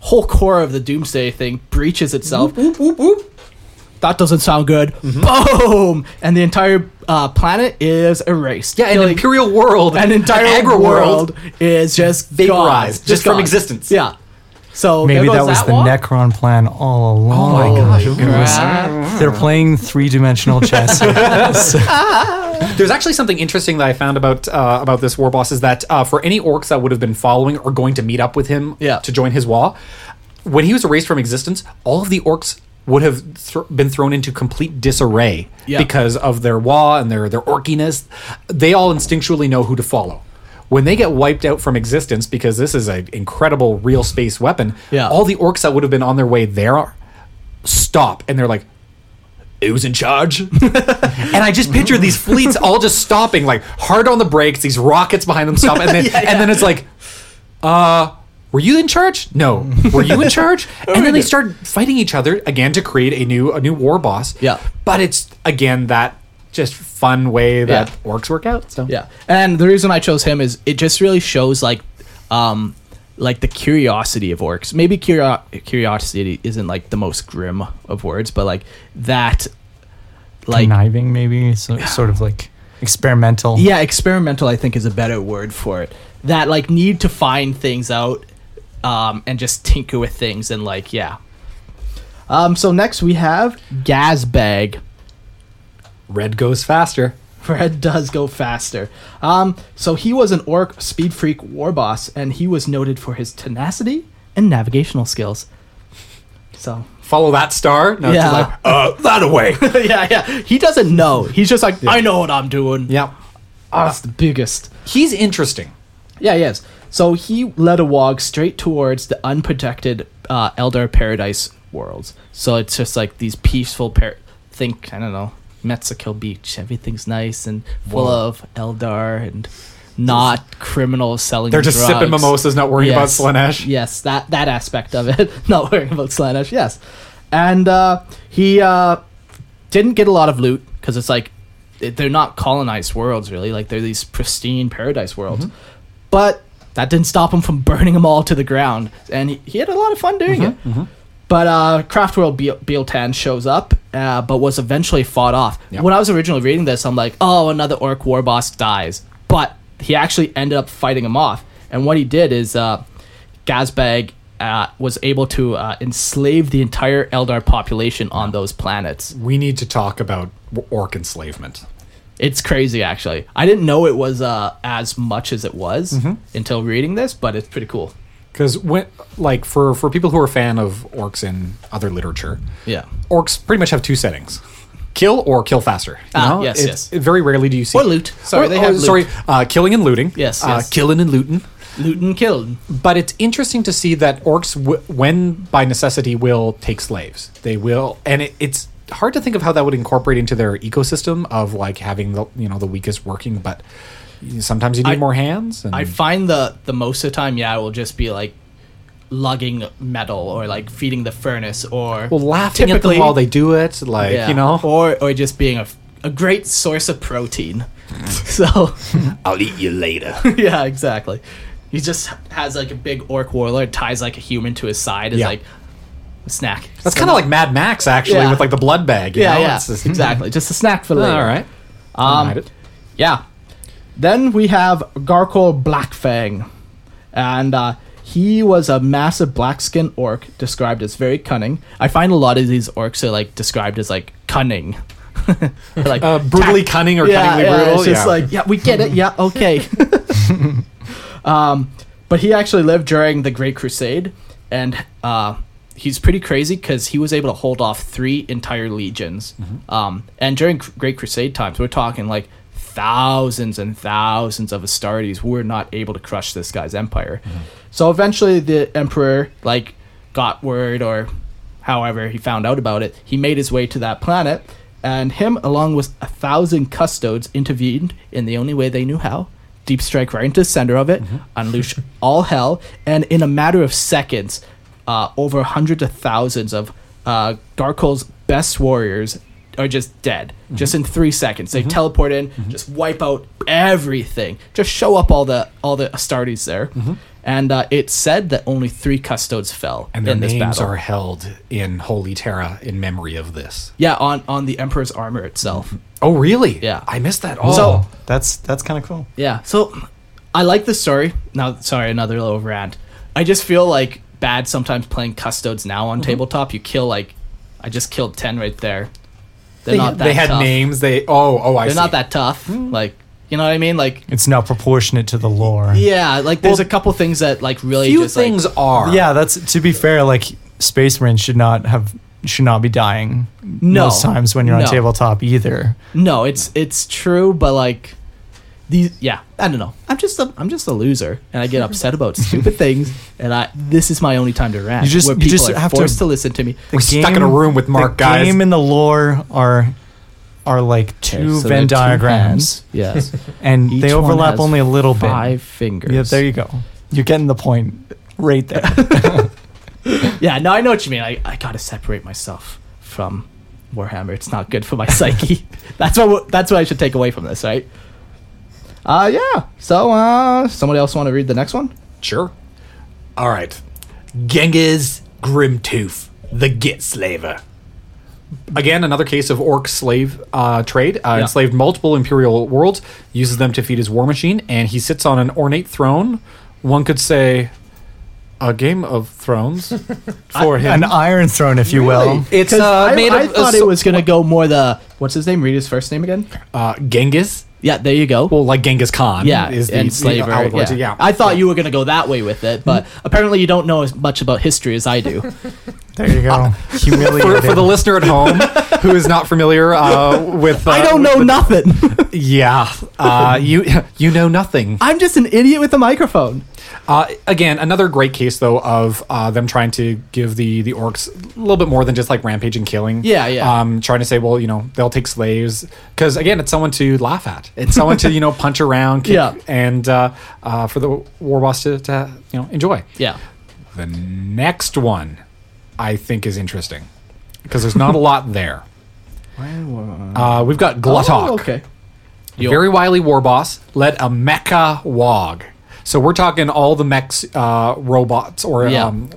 Speaker 3: whole core of the Doomsday thing breaches itself. That doesn't sound good.
Speaker 4: Mm-hmm.
Speaker 3: Boom! And the entire uh, planet is erased.
Speaker 4: Yeah, an
Speaker 3: Killing-
Speaker 4: imperial world,
Speaker 3: an entire
Speaker 4: agra
Speaker 3: world is just
Speaker 4: Vaporized,
Speaker 3: gone.
Speaker 4: just from
Speaker 3: gone.
Speaker 4: existence.
Speaker 3: Yeah. So there
Speaker 5: Maybe
Speaker 3: goes
Speaker 5: that was the
Speaker 3: one.
Speaker 5: Necron plan all along.
Speaker 4: Oh my
Speaker 5: It was, they're playing three dimensional
Speaker 3: [LAUGHS]
Speaker 5: chess.
Speaker 4: There's actually something interesting that I found about uh, about this war boss is that uh, for any orcs that would have been following or going to meet up with him
Speaker 3: Yeah.
Speaker 4: to join his war, when he was erased from existence, all of the orcs would have thro been thrown into complete disarray
Speaker 3: Yeah.
Speaker 4: because of their wa and their their orkiness. They all instinctually know who to follow. When they get wiped out from existence, because this is an incredible real space weapon,
Speaker 3: Yeah.
Speaker 4: all the orcs that would have been on their way there stop and they're like, who's in
Speaker 3: [LAUGHS]
Speaker 4: charge? and I just picture these fleets all just stopping, like hard on the brakes, these rockets behind them stop,
Speaker 3: [LAUGHS]
Speaker 4: and then and then it's like, uh, were you in charge? No, were you in charge?
Speaker 3: [LAUGHS]
Speaker 4: and then they start fighting each other again to create a new a new war boss.
Speaker 3: Yeah.
Speaker 4: but it's again that just fun way that
Speaker 3: Yeah.
Speaker 4: orcs work out. So
Speaker 3: Yeah, and the reason I chose him is it just really shows like, um, like the curiosity of orcs. Maybe curio- curiosity isn't like the most grim of words, but like that, like
Speaker 5: Conniving, maybe. So, sort of like experimental.
Speaker 3: yeah, experimental I think is a better word for it. That like need to find things out, um, and just tinker with things and like yeah. Um, so next we have [LAUGHS] Gazbag.
Speaker 4: red goes faster.
Speaker 3: Red does go faster. Um, so he was an orc speed freak war boss, and he was noted for his tenacity and navigational skills. So [LAUGHS]
Speaker 4: Follow that star. No, it's just
Speaker 3: Yeah.
Speaker 4: like, uh, that
Speaker 3: [LAUGHS]
Speaker 4: away. [LAUGHS]
Speaker 3: yeah, yeah, he doesn't know. He's just like, I know what I'm doing.
Speaker 4: yeah,
Speaker 3: oh, that's the biggest.
Speaker 4: he's interesting.
Speaker 3: Yeah, yes. So he led a wog straight towards the unprotected uh, Elder Paradise worlds. So it's just like these peaceful par- think I don't know Mexico Beach. Everything's nice and full of Eldar and not criminals selling.
Speaker 4: They're just sipping
Speaker 3: drugs.
Speaker 4: mimosas, not worrying about
Speaker 3: Yes.
Speaker 4: Slanesh.
Speaker 3: Yes, that that aspect of it. [LAUGHS] Not worrying about Slanesh. Yes, and uh, he uh, didn't get a lot of loot because it's like it- they're not colonized worlds really. Like they're these pristine paradise worlds,
Speaker 4: Mm-hmm.
Speaker 3: but that didn't stop him from burning them all to the ground. And he, he had a lot of fun
Speaker 4: Mm-hmm.
Speaker 3: doing it. But uh, Craftworld Be- Bealtan shows up, uh, but was eventually fought off.
Speaker 4: Yeah.
Speaker 3: When I was originally reading this, I'm like, oh, another orc war boss dies. But he actually ended up fighting him off. And what he did is uh, Gazbag uh, was able to uh, enslave the entire Eldar population on those planets.
Speaker 4: We need to talk about orc enslavement.
Speaker 3: It's crazy, actually. I didn't know it was uh, as much as it was until reading this, but it's pretty cool.
Speaker 4: because when like for for people who are a fan of orcs in other literature,
Speaker 3: Yeah.
Speaker 4: orcs pretty much have two settings. Kill or kill faster. You
Speaker 3: Ah,
Speaker 4: know?
Speaker 3: yes,
Speaker 4: It's-
Speaker 3: yes.
Speaker 4: Very rarely do you see
Speaker 3: Or loot. Sorry, they have loot.
Speaker 4: Sorry, uh, killing and looting.
Speaker 3: Yes,
Speaker 4: uh,
Speaker 3: yes.
Speaker 4: killing and looting.
Speaker 3: Loot and kill.
Speaker 4: But it's interesting to see that orcs, w- when by necessity, will take slaves. They will, and it, it's hard to think of how that would incorporate into their ecosystem of like having the you know the weakest working, but sometimes you need
Speaker 3: I-
Speaker 4: more hands. And
Speaker 3: I find the the most of the time, yeah, it will just be like lugging metal or like feeding the furnace or
Speaker 4: well, laughing at them
Speaker 3: typically-
Speaker 4: while they do it, like
Speaker 3: yeah,
Speaker 4: you know,
Speaker 3: or or just being a, f- a great source of
Speaker 4: [LAUGHS]
Speaker 3: protein. so [LAUGHS]
Speaker 4: I'll eat you later.
Speaker 3: yeah, exactly. He just has like a big orc warlord ties like a human to his side as
Speaker 4: Yeah.
Speaker 3: like a snack.
Speaker 4: That's kind of like Mad Max actually
Speaker 3: Yeah.
Speaker 4: with like the blood bag. You
Speaker 3: yeah,
Speaker 4: know?
Speaker 3: yeah,
Speaker 4: It's just-
Speaker 3: exactly. Just a snack for later.
Speaker 4: All right.
Speaker 3: Um,
Speaker 4: Alright.
Speaker 3: Yeah. Then we have Garkor Blackfang. And uh, he was a massive black skin orc described as very cunning. I find a lot of these orcs are like described as like cunning. [LAUGHS] Or,
Speaker 4: [LAUGHS]
Speaker 3: like
Speaker 4: Uh, brutally
Speaker 3: tact-
Speaker 4: cunning or
Speaker 3: yeah,
Speaker 4: cunningly
Speaker 3: yeah,
Speaker 4: brutal.
Speaker 3: It's just
Speaker 4: yeah.
Speaker 3: like, yeah, we get it. Yeah,
Speaker 4: [LAUGHS]
Speaker 3: okay. um, but he actually lived during the Great Crusade, and uh, he's pretty crazy because he was able to hold off three entire legions.
Speaker 4: Mm-hmm.
Speaker 3: Um, and during Cr- Great Crusade times, we're talking like thousands and thousands of Astartes were not able to crush this guy's empire.
Speaker 4: Mm-hmm.
Speaker 3: So eventually, the emperor like got word or however he found out about it he made his way to that planet and him along with a thousand custodes intervened in the only way they knew how deep strike right into the center of it
Speaker 4: Mm-hmm.
Speaker 3: unleash all hell and in a matter of seconds uh, over hundreds of thousands of uh, Garkol's best warriors are just dead just
Speaker 4: Mm-hmm.
Speaker 3: in three seconds they teleport in just wipe out everything just show up all the all the astartes there
Speaker 4: Mm-hmm.
Speaker 3: and uh, it's said that only three custodes fell
Speaker 4: and their
Speaker 3: in this
Speaker 4: names
Speaker 3: battle.
Speaker 4: are held in Holy Terra in memory of this.
Speaker 3: Yeah, on on the emperor's armor itself.
Speaker 4: Oh, really?
Speaker 3: Yeah.
Speaker 4: I missed that. Oh,
Speaker 3: So-
Speaker 5: that's that's kind of cool.
Speaker 3: Yeah. So I like this story. Now, sorry, another little rant. I just feel like bad sometimes playing custodes now on
Speaker 4: Mm-hmm.
Speaker 3: tabletop. You kill like I just killed ten right there. They're
Speaker 4: they,
Speaker 3: not that
Speaker 4: they had
Speaker 3: tough.
Speaker 4: names. Mm-hmm. They oh oh I
Speaker 3: They're
Speaker 4: see.
Speaker 3: not that tough. Like you know what I mean? Like
Speaker 5: It's not proportionate to the lore.
Speaker 3: yeah, like there's a couple things that like really
Speaker 4: Few
Speaker 3: just, like-
Speaker 4: things are.
Speaker 5: Yeah, that's to be fair. Like space marines should not have should not be dying
Speaker 3: No.
Speaker 5: most times when you're
Speaker 3: No.
Speaker 5: on tabletop either.
Speaker 3: no, it's it's true, but like these yeah, I don't know. I'm just a I'm just a loser and I get upset about stupid things and I this is my only time to rant.
Speaker 5: You just-
Speaker 3: where
Speaker 5: you
Speaker 3: people
Speaker 5: just
Speaker 3: are
Speaker 5: have to-
Speaker 3: forced to listen to me.
Speaker 4: We're stuck in a room with Mark,
Speaker 5: the
Speaker 4: guys.
Speaker 5: Game and the lore are are like two
Speaker 3: Okay, so there are
Speaker 5: Venn
Speaker 3: two
Speaker 5: diagrams,
Speaker 3: hands. Yes.
Speaker 5: and [LAUGHS]
Speaker 3: Each
Speaker 5: they
Speaker 3: one
Speaker 5: overlap
Speaker 3: has
Speaker 5: only a little bit.
Speaker 3: Five fingers.
Speaker 5: Yeah, there you go. You're getting the point right there. [LAUGHS]
Speaker 3: Yeah, no, I know what you mean. I, I gotta separate myself from Warhammer. It's not good for my [LAUGHS] psyche. that's what that's what I should take away from this, right? Uh yeah. So uh somebody else want to read the next one?
Speaker 4: Sure. All right. Genghis Grimtooth, the Git Slaver. Again, another case of orc slave uh, trade. Uh,
Speaker 3: Yeah.
Speaker 4: Enslaved multiple imperial worlds, uses them to feed his war machine, and he sits on an ornate throne. One could say, a Game of
Speaker 3: [LAUGHS]
Speaker 4: Thrones for him.
Speaker 5: An iron throne, if you will.
Speaker 4: It's
Speaker 3: 'Cause
Speaker 4: uh,
Speaker 3: I,
Speaker 4: made
Speaker 3: I
Speaker 4: of-
Speaker 3: thought
Speaker 4: uh,
Speaker 3: it was gonna go more the what's his name? Read his first name again.
Speaker 4: uh, Genghis.
Speaker 3: Yeah, there you go.
Speaker 4: Well, like Genghis Khan.
Speaker 3: yeah,
Speaker 4: is the
Speaker 3: and
Speaker 4: the
Speaker 3: slavery.
Speaker 4: allegory
Speaker 3: yeah.
Speaker 4: to-
Speaker 3: I thought you were gonna go that way with it, [LAUGHS] but apparently you don't know as much about history as I [LAUGHS] do.
Speaker 5: There you go.
Speaker 4: for,
Speaker 5: [LAUGHS] Humiliated.
Speaker 4: for the listener at home who is not familiar uh, with, uh,
Speaker 3: [LAUGHS] I don't know nothing.
Speaker 4: Yeah, uh, you you know nothing.
Speaker 3: [LAUGHS] I'm just an idiot with a microphone.
Speaker 4: Uh, again, another great case though of uh, them trying to give the the orcs a little bit more than just like rampage and killing.
Speaker 3: Yeah, yeah.
Speaker 4: Um, trying to say, well, you know, they'll take slaves because again, it's someone to laugh at. It's someone to you know punch around. Kick,
Speaker 3: Yeah.
Speaker 4: and uh, uh, for the war boss to, to you know enjoy.
Speaker 3: Yeah.
Speaker 4: The next one, I think, is interesting because there's not a lot there. Uh, we've got Gluttok.
Speaker 3: Oh, okay. Yo.
Speaker 4: Very wily war boss led a mecha wog. So we're talking all the mechs, uh, robots or
Speaker 3: Yeah.
Speaker 4: um,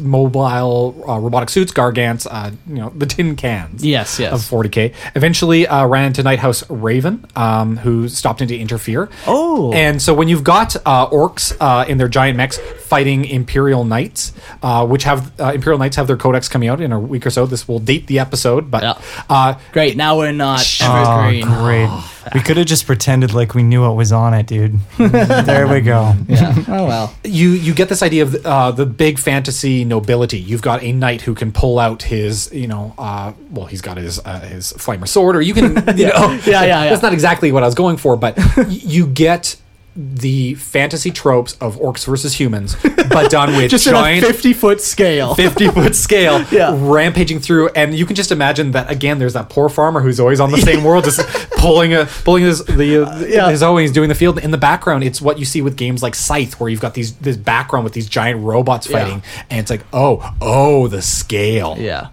Speaker 4: mobile uh, robotic suits, gargants, uh, you know the tin cans.
Speaker 3: Yes, yes.
Speaker 4: Of 40k. Eventually uh, ran into Nighthouse Raven, um, who stopped in to interfere.
Speaker 3: Oh.
Speaker 4: and so when you've got uh, orcs uh, in their giant mechs fighting Imperial Knights, uh, which have uh, Imperial Knights have their codex coming out in a week or so. This will date the episode, but
Speaker 3: Yeah.
Speaker 4: uh,
Speaker 3: Great. Now we're not
Speaker 5: Oh,
Speaker 3: evergreen.
Speaker 5: great. [SIGHS] we could have just pretended like we knew what was on it, [LAUGHS] dude. there we go. Yeah.
Speaker 3: Oh well.
Speaker 4: you you get this idea of uh, the big fantasy nobility. You've got a knight who can pull out his, you know, uh, well, he's got his uh, his flamer sword, or you
Speaker 3: [LAUGHS]
Speaker 4: can, you know,
Speaker 3: Yeah, yeah, yeah.
Speaker 4: That's not exactly what I was going for,
Speaker 3: [LAUGHS]
Speaker 4: but y- you get the fantasy tropes of orcs versus humans, but done with
Speaker 3: [LAUGHS] Just in
Speaker 4: giant
Speaker 3: a fifty foot scale.
Speaker 4: 50
Speaker 3: [LAUGHS]
Speaker 4: foot scale
Speaker 3: Yeah.
Speaker 4: rampaging through and you can just imagine that again there's that poor farmer who's always on the same world
Speaker 3: [LAUGHS]
Speaker 4: just pulling a pulling his the uh,
Speaker 3: yeah.
Speaker 4: his always doing the field in the background it's what you see with games like scythe where you've got these this background with these giant robots
Speaker 3: Yeah.
Speaker 4: fighting and it's like oh oh the scale
Speaker 3: Yeah.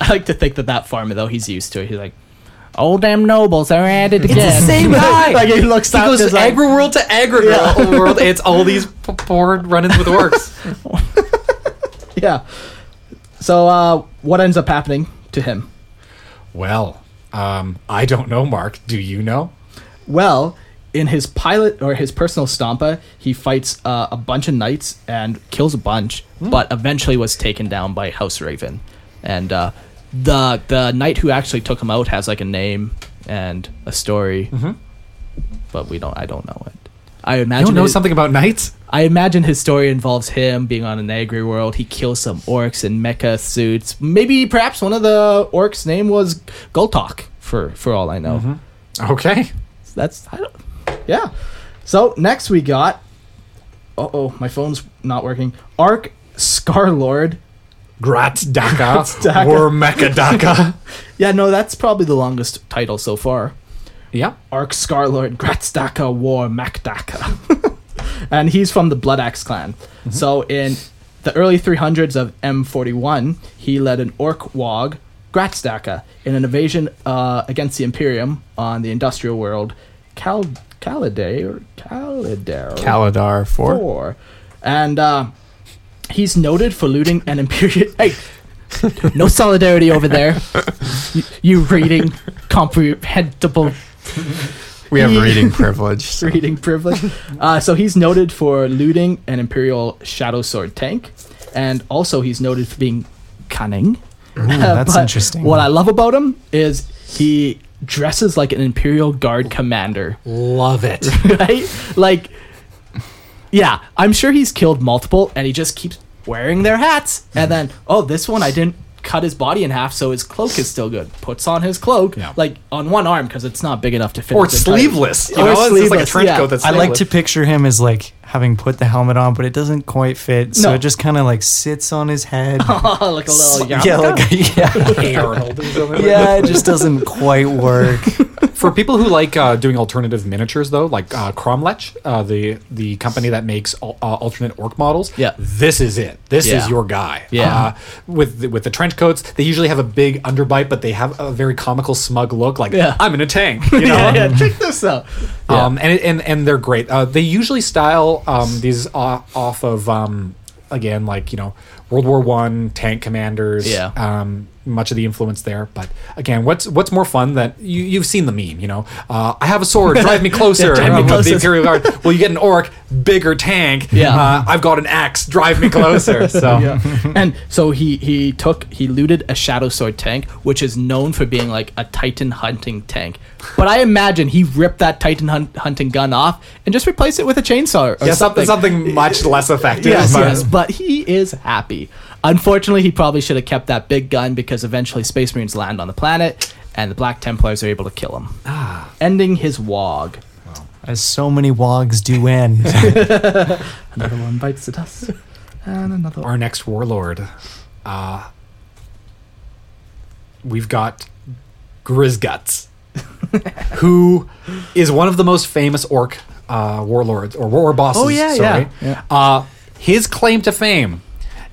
Speaker 3: I like to think that that farmer though he's used to it. He's like, "Oh damn nobles, are at it again." It's
Speaker 4: same guy.
Speaker 3: [LAUGHS] like he looks
Speaker 4: he
Speaker 3: up,
Speaker 4: goes
Speaker 3: just like,
Speaker 4: agri world to agri [LAUGHS] world and it's all
Speaker 3: [LAUGHS]
Speaker 4: these p- poor run-ins with orcs
Speaker 3: [LAUGHS] yeah. So uh, what ends up happening to him?
Speaker 4: well um i don't know mark do you know
Speaker 3: Well, in his pilot or his personal stompa, he fights uh, a bunch of knights and kills a bunch,
Speaker 4: Hmm.
Speaker 3: but eventually was taken down by House Raven. And uh, the the knight who actually took him out has like a name and a story, but we don't. I don't know it. I
Speaker 4: Mm-hmm. you
Speaker 3: imagine
Speaker 4: don't know
Speaker 3: it-
Speaker 4: something about knights
Speaker 3: I imagine his story involves him being on an agri world. He kills some orcs in mecha suits. Maybe perhaps one of the orcs' name was Goltok, for for all I know.
Speaker 4: okay
Speaker 3: That's I don't, yeah. So next we got. Uh oh, my phone's not working. Arc Scarlord.
Speaker 4: Grat Daka
Speaker 3: Daka.
Speaker 4: or Mecha Daka.
Speaker 3: Yeah, no, that's probably the longest title so far.
Speaker 4: [LAUGHS] yeah.
Speaker 3: Arc Scarlord, Gratzdaka, War Macdaka. [LAUGHS] and he's from the Blood Axe clan. So in the early 300s of M41, he led an orc wog, Gratzdaka, in an invasion uh, against the Imperium on the industrial world, Cal- Calidae or Calidare.
Speaker 2: Kaladar for
Speaker 3: Four. And uh, he's noted for looting an Imperial. [LAUGHS] hey! No solidarity over there. You, you reading comprehensible
Speaker 2: We have reading privilege. so-
Speaker 3: [LAUGHS] reading privilege. Uh, so he's noted for looting an Imperial Shadow Sword tank, and also he's noted for being cunning.
Speaker 5: that's
Speaker 3: [LAUGHS] But
Speaker 5: interesting.
Speaker 3: What I love about him is he dresses like an Imperial Guard commander,
Speaker 4: Love it.
Speaker 3: [LAUGHS] right? Like, yeah, I'm sure he's killed multiple, and he just keeps wearing their hats.
Speaker 4: Mm-hmm.
Speaker 3: And then, oh, this one I didn't cut his body in half, so his cloak is still good. Puts on his cloak,
Speaker 4: Yeah.
Speaker 3: like on one arm because it's not big enough to fit.
Speaker 4: Or
Speaker 3: his entire-
Speaker 4: sleeveless. You know,
Speaker 3: Or
Speaker 4: it's just like a
Speaker 3: sleeveless,
Speaker 4: trench
Speaker 3: yeah.
Speaker 4: coat that's
Speaker 5: I like to
Speaker 4: sleeveless.
Speaker 5: picture him as like having put the helmet on, but it doesn't quite fit. So
Speaker 3: No.
Speaker 5: it just kind of like sits on his head.
Speaker 3: Oh, [LAUGHS] like a little yarmulke.
Speaker 5: yeah, [LAUGHS] like,
Speaker 4: [LAUGHS]
Speaker 5: yeah,
Speaker 4: hair holding something.
Speaker 5: yeah, it just doesn't quite work. [LAUGHS]
Speaker 4: For people who like uh, doing alternative miniatures, though, like uh, Cromlech, uh, the the company that makes al- uh, alternate orc models,
Speaker 3: Yeah.
Speaker 4: this is it. This
Speaker 3: Yeah.
Speaker 4: is your guy.
Speaker 3: Yeah.
Speaker 4: Uh, with the, with the trench coats, they usually have a big underbite, but they have a very comical, smug look. Like
Speaker 3: Yeah.
Speaker 4: I'm in a [LAUGHS] tank. You know,
Speaker 3: [LAUGHS] yeah, yeah, check this out.
Speaker 4: um, and, it- and and they're great. Uh, they usually style um, these o- off of um, again like you know World War One tank commanders.
Speaker 3: Yeah.
Speaker 4: Um, much of the influence there, but again, what's what's more fun that you, you've seen the meme, you know? Uh, I have a sword, drive
Speaker 3: [LAUGHS]
Speaker 4: me closer.
Speaker 3: drive
Speaker 4: and
Speaker 3: me
Speaker 4: become
Speaker 3: closer.
Speaker 4: The Imperial
Speaker 3: [LAUGHS]
Speaker 4: Guard. Well, you get an orc, bigger tank.
Speaker 3: Yeah.
Speaker 4: Uh, I've got an axe, drive me
Speaker 3: [LAUGHS]
Speaker 4: closer. So
Speaker 3: and so he he took he looted a shadow sword tank, which is known for being like a titan hunting tank. But I imagine he ripped that titan hunt, hunting gun off and just replaced it with a chainsaw or
Speaker 4: yeah, something
Speaker 3: something.
Speaker 4: something much less effective.
Speaker 3: Yes,
Speaker 4: but-
Speaker 3: yes, but he is happy. Unfortunately, he probably should have kept that big gun because eventually Space Marines land on the planet and the Black Templars are able to kill him, ending his wog.
Speaker 5: As so many wogs do end.
Speaker 3: Another one bites the dust, and another one.
Speaker 4: our next warlord. Uh, we've got Grisguts,
Speaker 3: [LAUGHS]
Speaker 4: who is one of the most famous orc uh, warlords or war bosses.
Speaker 3: Oh, yeah,
Speaker 4: sorry.
Speaker 3: yeah.
Speaker 4: Uh, his claim to fame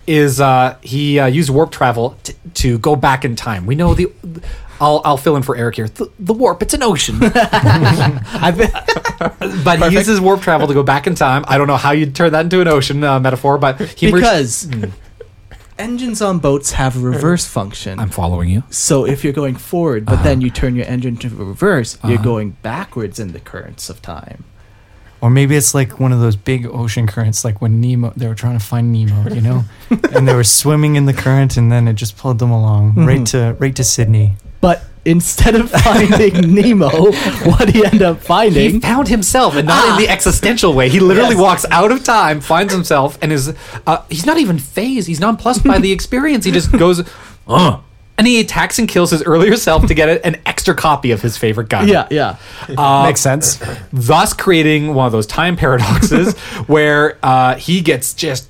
Speaker 4: is uh, he uh, used warp travel t- to go back in time. We know the. I'll, I'll fill in for Eric here. The, the warp, it's an
Speaker 3: [LAUGHS]
Speaker 4: ocean. but he uses warp travel to go back in time. I don't know how you'd turn that into an ocean uh, metaphor, but he emerged-
Speaker 3: because Hmm. engines on boats have a reverse function.
Speaker 4: I'm following you.
Speaker 3: so if you're going forward, but then you turn your engine to reverse, you're going backwards in the currents of time.
Speaker 5: Or maybe it's like one of those big ocean currents, like when Nemo, they were trying to find Nemo, you know, and they were swimming in the current, and then it just pulled them along right to right to Sydney.
Speaker 3: But instead of [LAUGHS] finding Nemo, what he ended up
Speaker 4: He
Speaker 3: finding.
Speaker 4: found himself, and not in the existential way. He literally walks out of time, finds himself, and is uh, he's not even phased. He's nonplussed by the experience. He just goes, uh, and he attacks and kills his earlier self to get a- an extra copy of his favorite gun.
Speaker 3: Yeah, yeah.
Speaker 5: Makes sense.
Speaker 4: thus creating one of those time paradoxes where uh, he gets just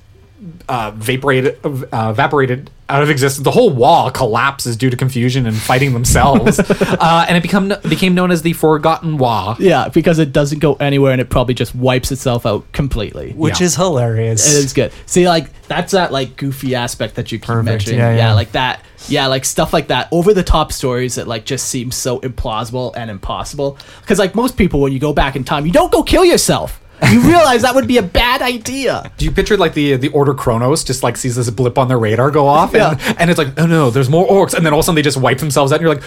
Speaker 4: uh, vaporated, uh, evaporated out of existence. The whole wall collapses due to confusion and fighting themselves, uh, and it become became known as the Forgotten Wall.
Speaker 3: Yeah, because it doesn't go anywhere and it probably just wipes itself out completely.
Speaker 5: Which
Speaker 4: Yeah.
Speaker 5: is hilarious.
Speaker 3: It is good. See, like that's that like goofy aspect that you keep
Speaker 5: Perfect.
Speaker 3: mentioning.
Speaker 5: Yeah,
Speaker 3: Yeah,
Speaker 5: yeah.
Speaker 3: like that. Yeah, like stuff like that. Over the top stories that like just seem so implausible and impossible. Because like most people, when you go back in time, you don't go kill yourself. You realize that would be a bad idea.
Speaker 4: Do you picture like the the Order Kronos just like sees this blip on their radar go off,
Speaker 3: Yeah.
Speaker 4: and, and it's like, oh no, there's more orcs, and then all of a sudden they just wipe themselves out, and you're like,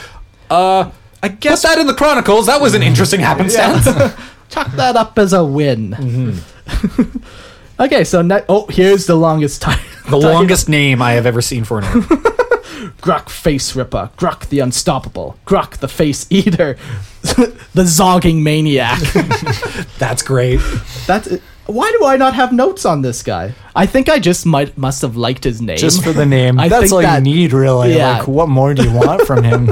Speaker 4: uh, I guess that in the Chronicles. That was an interesting happenstance. [LAUGHS]
Speaker 3: [LAUGHS] Chalk that up as a win. [LAUGHS] okay, so ne- oh, here's the longest time. [LAUGHS]
Speaker 4: the longest name I have ever seen for an [LAUGHS] orc.
Speaker 3: Grok Face Ripper, Grok the Unstoppable, Grok the Face Eater, [LAUGHS] the Zogging Maniac.
Speaker 4: That's great.
Speaker 3: That's it. Why do I not have notes on this guy? I think I just might must have liked his name.
Speaker 5: just for the name.
Speaker 3: I
Speaker 5: That's
Speaker 3: think
Speaker 5: all
Speaker 3: that-
Speaker 5: you need, really.
Speaker 3: Yeah.
Speaker 5: Like, what more do you want from him?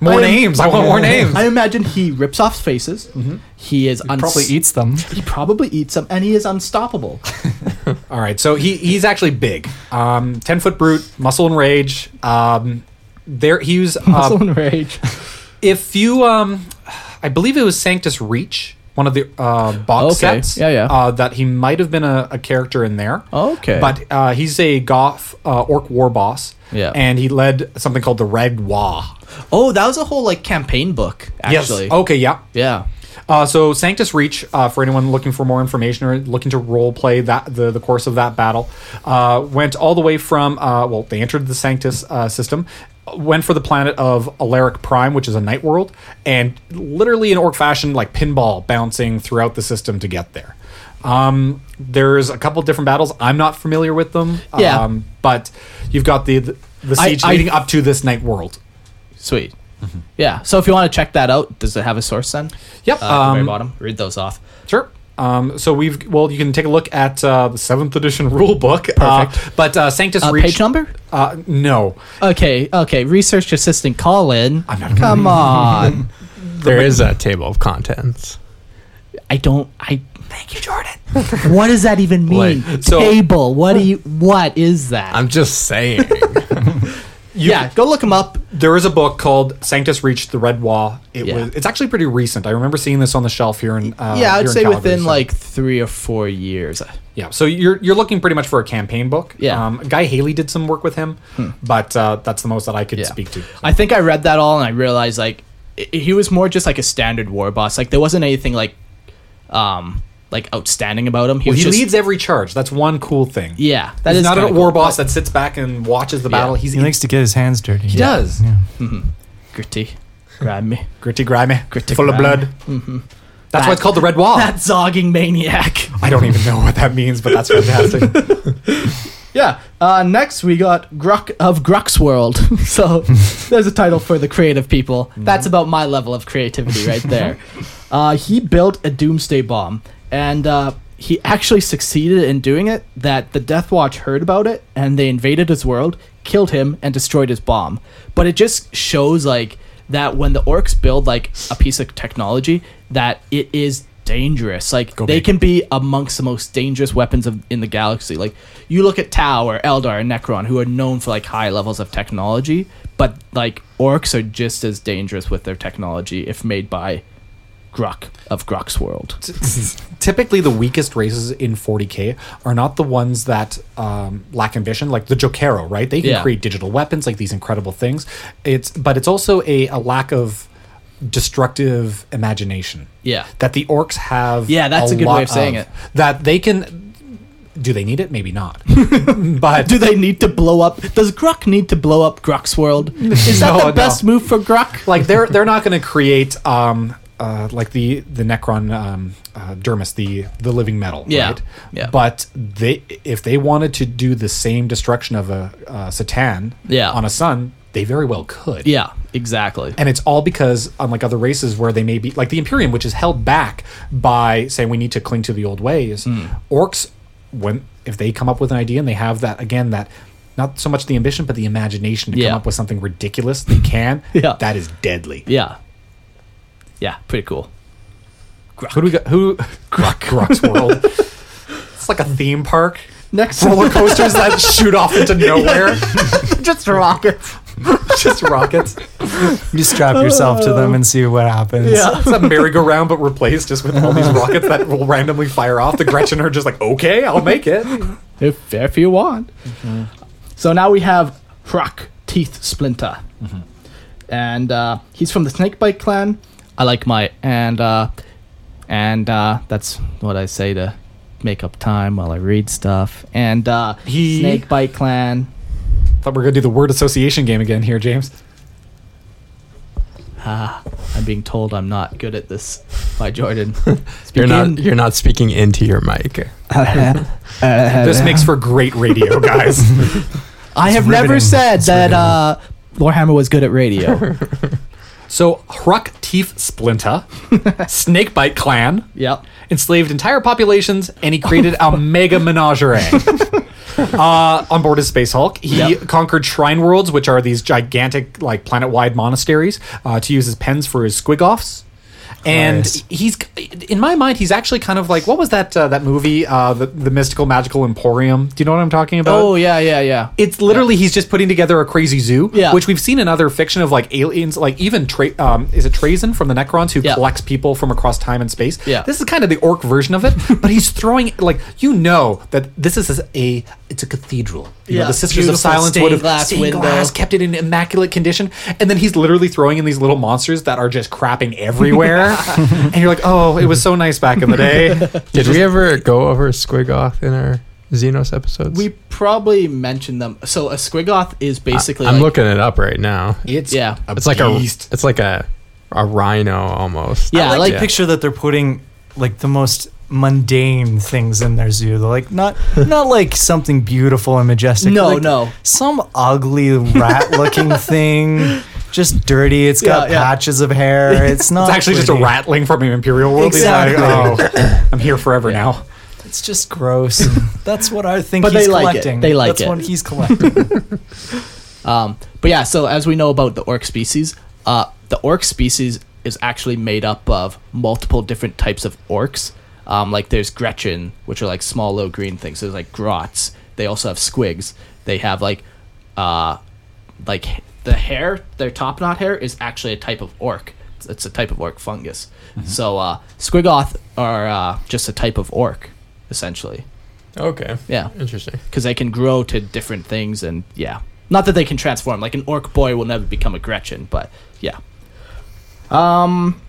Speaker 4: More
Speaker 3: I-
Speaker 4: names. [LAUGHS] I want more names.
Speaker 3: [LAUGHS] I imagine he rips off faces. He is uns-
Speaker 5: Probably eats them.
Speaker 3: He probably eats them, and he is [LAUGHS] unstoppable.
Speaker 4: All right, so he he's actually big, um, ten foot brute, muscle and rage. Um, there he was.
Speaker 3: Muscle
Speaker 4: Uh,
Speaker 3: and rage.
Speaker 4: if you, um, I believe it was Sanctus Reach, one of the uh, box
Speaker 3: Okay,
Speaker 4: sets.
Speaker 3: yeah, yeah.
Speaker 4: Uh, that he might have been a, a character in there.
Speaker 3: Okay.
Speaker 4: but uh, he's a goth uh, orc war boss.
Speaker 3: Yeah.
Speaker 4: and he led something called the Red Wah.
Speaker 3: Oh, that was a whole like campaign book. Actually,
Speaker 5: Oh.
Speaker 4: Okay. Yeah.
Speaker 3: yeah.
Speaker 4: Uh, so Sanctus Reach, uh, for anyone looking for more information or looking to role play that the, the course of that battle, uh, went all the way from uh, well, they entered the Sanctus uh, system, went for the planet of Alaric Prime, which is a night world, and literally in orc fashion, like pinball bouncing throughout the system to get there. Um, there's a couple different battles. I'm not familiar with them.
Speaker 3: Yeah.
Speaker 4: Um, but you've got the the, the
Speaker 3: I-
Speaker 4: siege
Speaker 3: I-
Speaker 4: leading up to this night world.
Speaker 3: Sweet.
Speaker 5: Mm-hmm.
Speaker 3: Yeah. So if you want to check that out, does it have a source then?
Speaker 4: Yep.
Speaker 3: Uh, at the very
Speaker 4: um,
Speaker 3: bottom. Read those off.
Speaker 4: Sure. Um, so we've well, you can take a look at uh, the seventh edition [LAUGHS] rule book. Uh, but uh, Sanctus
Speaker 3: Uh,
Speaker 4: Reach
Speaker 3: page number?
Speaker 4: Uh, no,
Speaker 3: Okay. Okay. Research assistant Colin.
Speaker 5: [LAUGHS]
Speaker 3: Come on.
Speaker 2: There is a table of contents.
Speaker 3: I don't. I. Thank you, Jordan. [LAUGHS] what does that even mean?
Speaker 2: Like,
Speaker 4: so-
Speaker 3: Table. What do you? What is that?
Speaker 2: I'm just saying.
Speaker 3: yeah, go look him up.
Speaker 4: there is a book called Sanctus Reach: The Red Wall. It
Speaker 3: Yeah.
Speaker 4: was. It's actually pretty recent. I remember seeing this on the shelf here in. Uh,
Speaker 3: yeah,
Speaker 4: here
Speaker 3: I'd
Speaker 4: in
Speaker 3: say
Speaker 4: Calgary,
Speaker 3: within
Speaker 4: so-
Speaker 3: like three or four years.
Speaker 4: Yeah, so you're you're looking pretty much for a campaign book.
Speaker 3: Yeah. Hmm.
Speaker 4: Um, Guy Haley did some work with him, but uh, that's the most that I could
Speaker 3: Yeah.
Speaker 4: speak to.
Speaker 3: I think I read that all and I realized like i- he was more just like a standard war boss. Like there wasn't anything like, um, like outstanding about him. He
Speaker 4: Well,
Speaker 3: was
Speaker 4: he
Speaker 3: just,
Speaker 4: leads every charge. That's one cool thing.
Speaker 3: Yeah, that
Speaker 4: He's
Speaker 3: is
Speaker 4: not a
Speaker 3: kinda
Speaker 4: war
Speaker 3: cool.
Speaker 4: boss that sits back and watches the
Speaker 3: Yeah.
Speaker 4: battle. He's
Speaker 5: He likes to get his hands dirty.
Speaker 4: he does
Speaker 3: Mm-hmm. Gritty,
Speaker 4: [LAUGHS]
Speaker 3: grab me.
Speaker 4: gritty, grimy,
Speaker 3: Gritty,
Speaker 4: full
Speaker 3: grimy. Mm-hmm.
Speaker 4: of blood. [LAUGHS] That's why it's called the Red Wall.
Speaker 3: That zogging maniac.
Speaker 4: I don't even know what that means, but that's [LAUGHS] fantastic.
Speaker 3: Yeah. Uh, next, we got Grok of Grok's World. [LAUGHS] so there's a title for the creative people. That's about my level of creativity right there. uh, he built a doomsday bomb, and uh, he actually succeeded in doing it. That the Death Watch heard about it, and they invaded his world, killed him, and destroyed his bomb. But it just shows like that when the orcs build like a piece of technology, that it is dangerous. Like they
Speaker 4: big.
Speaker 3: can be amongst the most dangerous weapons of, in the galaxy. Like you look at Tau or Eldar and Necron, who are known for like high levels of technology, but like orcs are just as dangerous with their technology if made by Grok of Grok's world.
Speaker 4: Typically, the weakest races in 40k are not the ones that um, lack ambition, like the Jokero, right? They can
Speaker 3: Yeah.
Speaker 4: create digital weapons, like these incredible things. It's but it's also a, a lack of destructive imagination.
Speaker 3: Yeah.
Speaker 4: that the orcs have.
Speaker 3: Yeah, that's a good way
Speaker 4: lot
Speaker 3: of saying it.
Speaker 4: That they can. Do they need it? Maybe
Speaker 3: [LAUGHS]
Speaker 4: not. but
Speaker 3: Do they need to blow up? Does Grok need to blow up Grok's world? Is that
Speaker 4: [LAUGHS] No,
Speaker 3: the
Speaker 4: no.
Speaker 3: best move for Grok?
Speaker 4: like they're they're not going to create um, uh, uh, like the the Necron um, uh, dermis, the the living metal.
Speaker 3: Yeah.
Speaker 4: Right?
Speaker 3: Yeah.
Speaker 4: But they if they wanted to do the same destruction of a uh, Satan
Speaker 3: Yeah.
Speaker 4: on a sun, they very well could.
Speaker 3: Yeah, exactly.
Speaker 4: And it's all because, unlike other races where they may be, like the Imperium, which is held back by saying we need to cling to the old ways,
Speaker 3: Hmm.
Speaker 4: orcs, when if they come up with an idea and they have that again that not so much the ambition but the imagination to
Speaker 3: Yeah.
Speaker 4: come up with something ridiculous, they can.
Speaker 3: [LAUGHS] Yeah.
Speaker 4: that is deadly.
Speaker 3: Yeah. Yeah, pretty cool.
Speaker 4: Who do we got? Who Grux, Grux World? [LAUGHS] it's like a theme park.
Speaker 3: Next
Speaker 4: Roller coasters that shoot off into nowhere.
Speaker 3: [LAUGHS] just rockets.
Speaker 4: [LAUGHS] Just rockets.
Speaker 5: You strap yourself to them and see what happens.
Speaker 3: Oh. Yeah.
Speaker 4: It's a merry-go-round, but replaced just with all these rockets that will randomly fire off. The Gretchen are just like, okay, I'll make it.
Speaker 3: [LAUGHS] If, if you want.
Speaker 4: Mm-hmm.
Speaker 3: So now we have Hrock Teeth Splinter.
Speaker 4: Mm-hmm.
Speaker 3: And uh, he's from the Snakebite clan. I like my. And, uh, and uh, that's what I say to make up time while I read stuff. And uh,
Speaker 4: He-
Speaker 3: Snakebite clan.
Speaker 4: Thought we are gonna do the word association game again here, James.
Speaker 3: I'm being told I'm not good at this by [LAUGHS] Jordan.
Speaker 2: You're not
Speaker 3: [LAUGHS] Speaking-
Speaker 2: you're not speaking into your mic.
Speaker 3: uh,
Speaker 4: this makes for great radio, [LAUGHS] guys.
Speaker 3: I have never
Speaker 5: riveting.
Speaker 3: said that uh, Warhammer was good at radio.
Speaker 4: so, Hruck Teeth [LAUGHS] Splinter, Snakebite Clan,
Speaker 3: [LAUGHS] yep.
Speaker 4: enslaved entire populations, and he created
Speaker 3: [LAUGHS]
Speaker 4: a mega menagerie. uh, on board his Space Hulk, he
Speaker 3: Yep.
Speaker 4: conquered shrine worlds, which are these gigantic, like planet-wide monasteries, uh, to use as pens for his squig offs. And
Speaker 5: Nice.
Speaker 4: he's, in my mind, he's actually kind of like what was that uh, that movie, uh, the, the mystical magical emporium? Do you know what I'm talking about?
Speaker 3: Oh yeah, yeah, yeah.
Speaker 4: it's literally he's just putting together a crazy zoo,
Speaker 3: Yeah.
Speaker 4: which we've seen in other fiction of like aliens, like even Tra- um, is it Trazen from the Necrons who
Speaker 3: Yeah.
Speaker 4: collects people from across time and space.
Speaker 3: Yeah.
Speaker 4: this is kind of the orc version
Speaker 3: [LAUGHS]
Speaker 4: of it, but he's throwing like you know that this is a it's a cathedral. You know,
Speaker 3: Yeah,
Speaker 4: the Sisters of
Speaker 3: beautiful
Speaker 4: Silence would have
Speaker 3: stained glass
Speaker 4: stained
Speaker 3: window.
Speaker 4: glass, kept it in immaculate condition, and then he's literally throwing in these little monsters that are just crapping
Speaker 3: [LAUGHS]
Speaker 4: everywhere, and you're like, oh, it was so nice back in the day.
Speaker 2: Did we ever go over Squigoth in our Xenos episodes?
Speaker 3: We probably mentioned them. So a squigoth is basically.
Speaker 2: I'm
Speaker 3: like-
Speaker 2: looking it up right now.
Speaker 4: It's
Speaker 3: Yeah.
Speaker 4: a
Speaker 2: It's like
Speaker 4: beast.
Speaker 2: a it's like a a rhino almost.
Speaker 3: Yeah,
Speaker 5: I like
Speaker 2: yeah.
Speaker 5: to picture that they're putting like the most mundane things in their zoo. They're like
Speaker 3: [LAUGHS]
Speaker 5: not not like something beautiful and majestic.
Speaker 3: No,
Speaker 5: Like,
Speaker 3: no.
Speaker 5: Some ugly rat
Speaker 3: [LAUGHS]
Speaker 5: looking thing. Just dirty. It's got
Speaker 3: Yeah, yeah.
Speaker 5: patches of
Speaker 3: [LAUGHS]
Speaker 5: hair. It's not
Speaker 4: It's actually just a
Speaker 5: pretty.
Speaker 4: rattling from an Imperial world. He's like,
Speaker 5: Exactly.
Speaker 4: oh, I'm here forever now.
Speaker 5: It's just gross. and
Speaker 3: [LAUGHS]
Speaker 5: That's what I think
Speaker 3: But
Speaker 5: he's
Speaker 3: they like it.
Speaker 5: collecting.
Speaker 3: They like
Speaker 5: That's
Speaker 3: it.
Speaker 5: what he's
Speaker 3: [LAUGHS]
Speaker 5: collecting.
Speaker 3: Um, but yeah, so as we know about the orc species, uh, the orc species is actually made up of multiple different types of orcs. Um, like there's Gretchen, which are like small, low green things. There's like grots. They also have squigs. They have like, uh, like h- the hair. Their top knot hair is actually a type of orc. It's- It's a type of orc fungus. So uh, squigoth are uh, just a type of orc, essentially.
Speaker 2: Okay.
Speaker 3: Yeah
Speaker 2: Interesting.
Speaker 3: because they can grow to different things and yeah not that they can transform like an orc boy will never become a gretchen but yeah um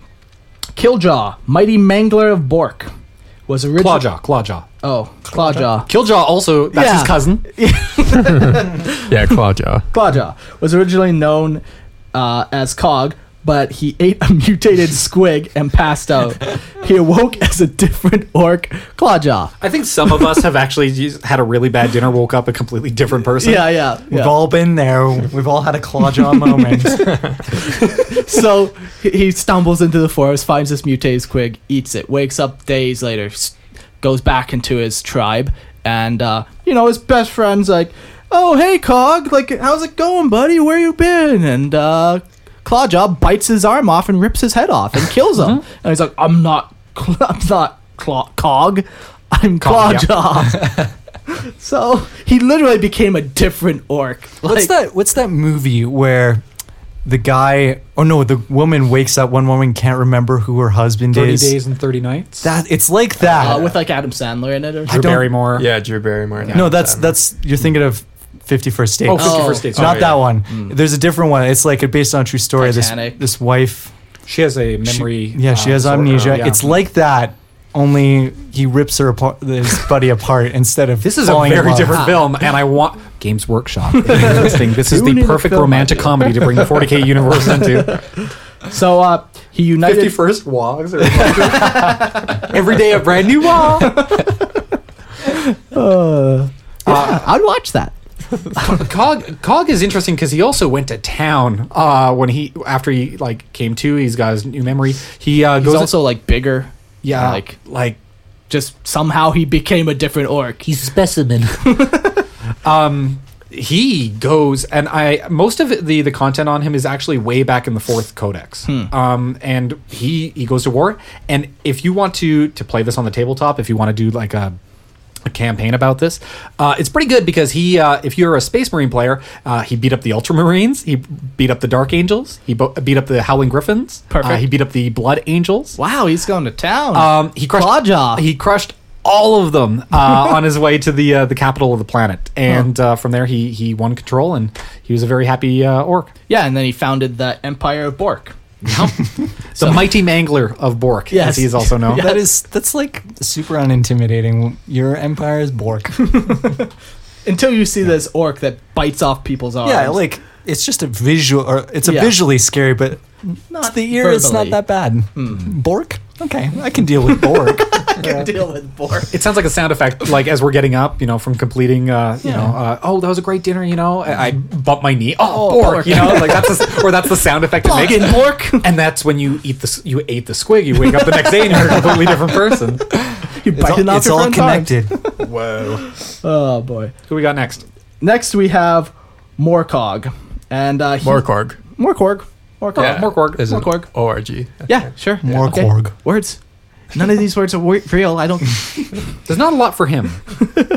Speaker 3: killjaw mighty mangler of bork was originally
Speaker 4: Clawjaw, Clawjaw.
Speaker 3: oh clawjaw
Speaker 4: Killjaw also, that's
Speaker 3: Yeah.
Speaker 4: his cousin.
Speaker 2: Yeah, Clawjaw.
Speaker 3: clawjaw was originally known uh, as cog but he ate a [LAUGHS] mutated squig and passed out he awoke as a different orc clawjaw
Speaker 4: I think some of us have actually used- had a really bad dinner, woke up a completely different person.
Speaker 3: yeah yeah,
Speaker 5: We've
Speaker 3: yeah.
Speaker 5: all been there. We've all had a clawjaw
Speaker 3: [LAUGHS]
Speaker 5: moment.
Speaker 3: so he- he stumbles into the forest, finds this mutated squig, eats it, wakes up days later, s- goes back into his tribe, and uh, you know his best friend's like, "Oh hey Cog, like how's it going, buddy? Where you been?" And uh, Clawjaw bites his arm off and rips his head off and kills
Speaker 4: Uh-huh.
Speaker 3: him. And he's like, "I'm not, Cl- I'm not Cla- Cog, I'm
Speaker 4: Cog, yeah.
Speaker 3: Clawjaw." [LAUGHS] so he literally became a different orc.
Speaker 5: What's
Speaker 3: Like-
Speaker 5: that? What's that movie where the guy? Oh no, the woman wakes up. One woman can't remember who her husband
Speaker 4: 30
Speaker 5: is.
Speaker 4: days and 30 nights.
Speaker 5: That it's like that.
Speaker 1: Oh,
Speaker 3: Uh, with like Adam Sandler in it or
Speaker 4: Drew
Speaker 3: something.
Speaker 5: don't-
Speaker 4: Barrymore.
Speaker 2: Yeah, Drew Barrymore.
Speaker 5: no, that's that's you're thinking of Fifty First Dates.
Speaker 4: Oh, Mm. 51st
Speaker 3: Oh.
Speaker 4: Dates.
Speaker 5: Not
Speaker 2: Oh,
Speaker 5: that
Speaker 2: yeah.
Speaker 5: one. There's a different one. It's like based on a true story. This
Speaker 3: Titanic.
Speaker 5: this wife.
Speaker 4: She has a
Speaker 5: she-
Speaker 4: memory.
Speaker 5: yeah, she
Speaker 4: uh,
Speaker 5: has
Speaker 4: disorder.
Speaker 5: amnesia.
Speaker 4: Yeah.
Speaker 5: It's like that. Only he rips her apart, his buddy apart instead of
Speaker 4: This is a
Speaker 5: falling in
Speaker 4: very
Speaker 5: love.
Speaker 4: different film, and I want Games Workshop. [LAUGHS] If you're listening, this is
Speaker 3: Tune
Speaker 4: the
Speaker 3: in to
Speaker 4: perfect [LAUGHS]
Speaker 3: film
Speaker 4: romantic comedy to bring the 40k universe into.
Speaker 3: So uh, He united.
Speaker 4: first wogs. Or [LAUGHS]
Speaker 5: Every day a brand new wall.
Speaker 3: Uh, I'd watch that.
Speaker 4: Cog Cog is interesting because he also went to town uh, when he after he like came to. He's got his new memory. He uh,
Speaker 3: He's
Speaker 4: goes
Speaker 3: also like bigger.
Speaker 4: yeah
Speaker 3: like
Speaker 4: like like
Speaker 3: just somehow he became a different orc. He's
Speaker 4: he goes and I most of the the content on him is actually way back in the fourth codex. Um, and he he goes to war. And if you want to to play this on the tabletop, if you want to do like a a campaign about this. Uh, it's pretty good because he, uh, if you're a Space Marine player, uh, he beat up the Ultramarines, he beat up the Dark Angels, he bo- beat up the Howling Griffins, uh,
Speaker 3: Perfect.
Speaker 4: he beat up the Blood Angels.
Speaker 3: [LAUGHS] wow. He's going to town.
Speaker 4: Um, he crushed
Speaker 3: Clawjaw.
Speaker 4: He crushed all of them
Speaker 3: [LAUGHS]
Speaker 4: uh, on his way to the uh, the capital of the planet, and uh, from there he he won control, and he was a very happy uh, orc,
Speaker 3: yeah, and then he founded the Empire of Bork.
Speaker 4: the mighty mangler of Bork,
Speaker 3: [LAUGHS] Yes.
Speaker 4: as he is also known.
Speaker 5: That is that's like super unintimidating. Your empire is Bork.
Speaker 3: [LAUGHS] Until you see this orc that bites off people's arms.
Speaker 5: yeah, like it's just a visual, or it's a
Speaker 3: Yeah.
Speaker 5: visually scary, but
Speaker 3: Not
Speaker 5: to the ear, it's not
Speaker 3: verbally. Hmm.
Speaker 5: that bad. Bork. Okay, I can deal with
Speaker 3: [LAUGHS]
Speaker 5: Bork.
Speaker 3: can deal with Bork.
Speaker 4: It sounds like a sound effect, like as we're getting up, you know, from completing, uh, you know, uh, oh, that was a great dinner, you know, I, I bump my knee, oh,
Speaker 3: Oh,
Speaker 4: Bork,
Speaker 3: Bork.
Speaker 4: you know, like
Speaker 3: [LAUGHS]
Speaker 4: that's a, or that's the sound effect it
Speaker 3: Fucking
Speaker 4: makes.
Speaker 3: Bork.
Speaker 4: And that's when you eat the s- you ate the squig. You wake up the next day and you're a completely different
Speaker 3: [LAUGHS]
Speaker 4: person.
Speaker 3: You're
Speaker 5: It's all,
Speaker 3: biting off
Speaker 5: it's
Speaker 3: your
Speaker 5: all
Speaker 3: friend's arms.
Speaker 5: connected.
Speaker 3: [LAUGHS]
Speaker 2: um,
Speaker 4: Whoa!
Speaker 3: [LAUGHS] Oh boy.
Speaker 4: Who we got next?
Speaker 3: Next we have Morcog, and uh, he-
Speaker 2: Morkorg.
Speaker 3: Morcog. Morcog.
Speaker 2: Yeah,
Speaker 4: Morkorg.
Speaker 2: is an
Speaker 3: Morkorg.
Speaker 2: ORG.
Speaker 3: Yeah, sure.
Speaker 5: Morcog.
Speaker 3: Words. None of these words are wor- real. I don't. [LAUGHS]
Speaker 4: There's not a lot for him,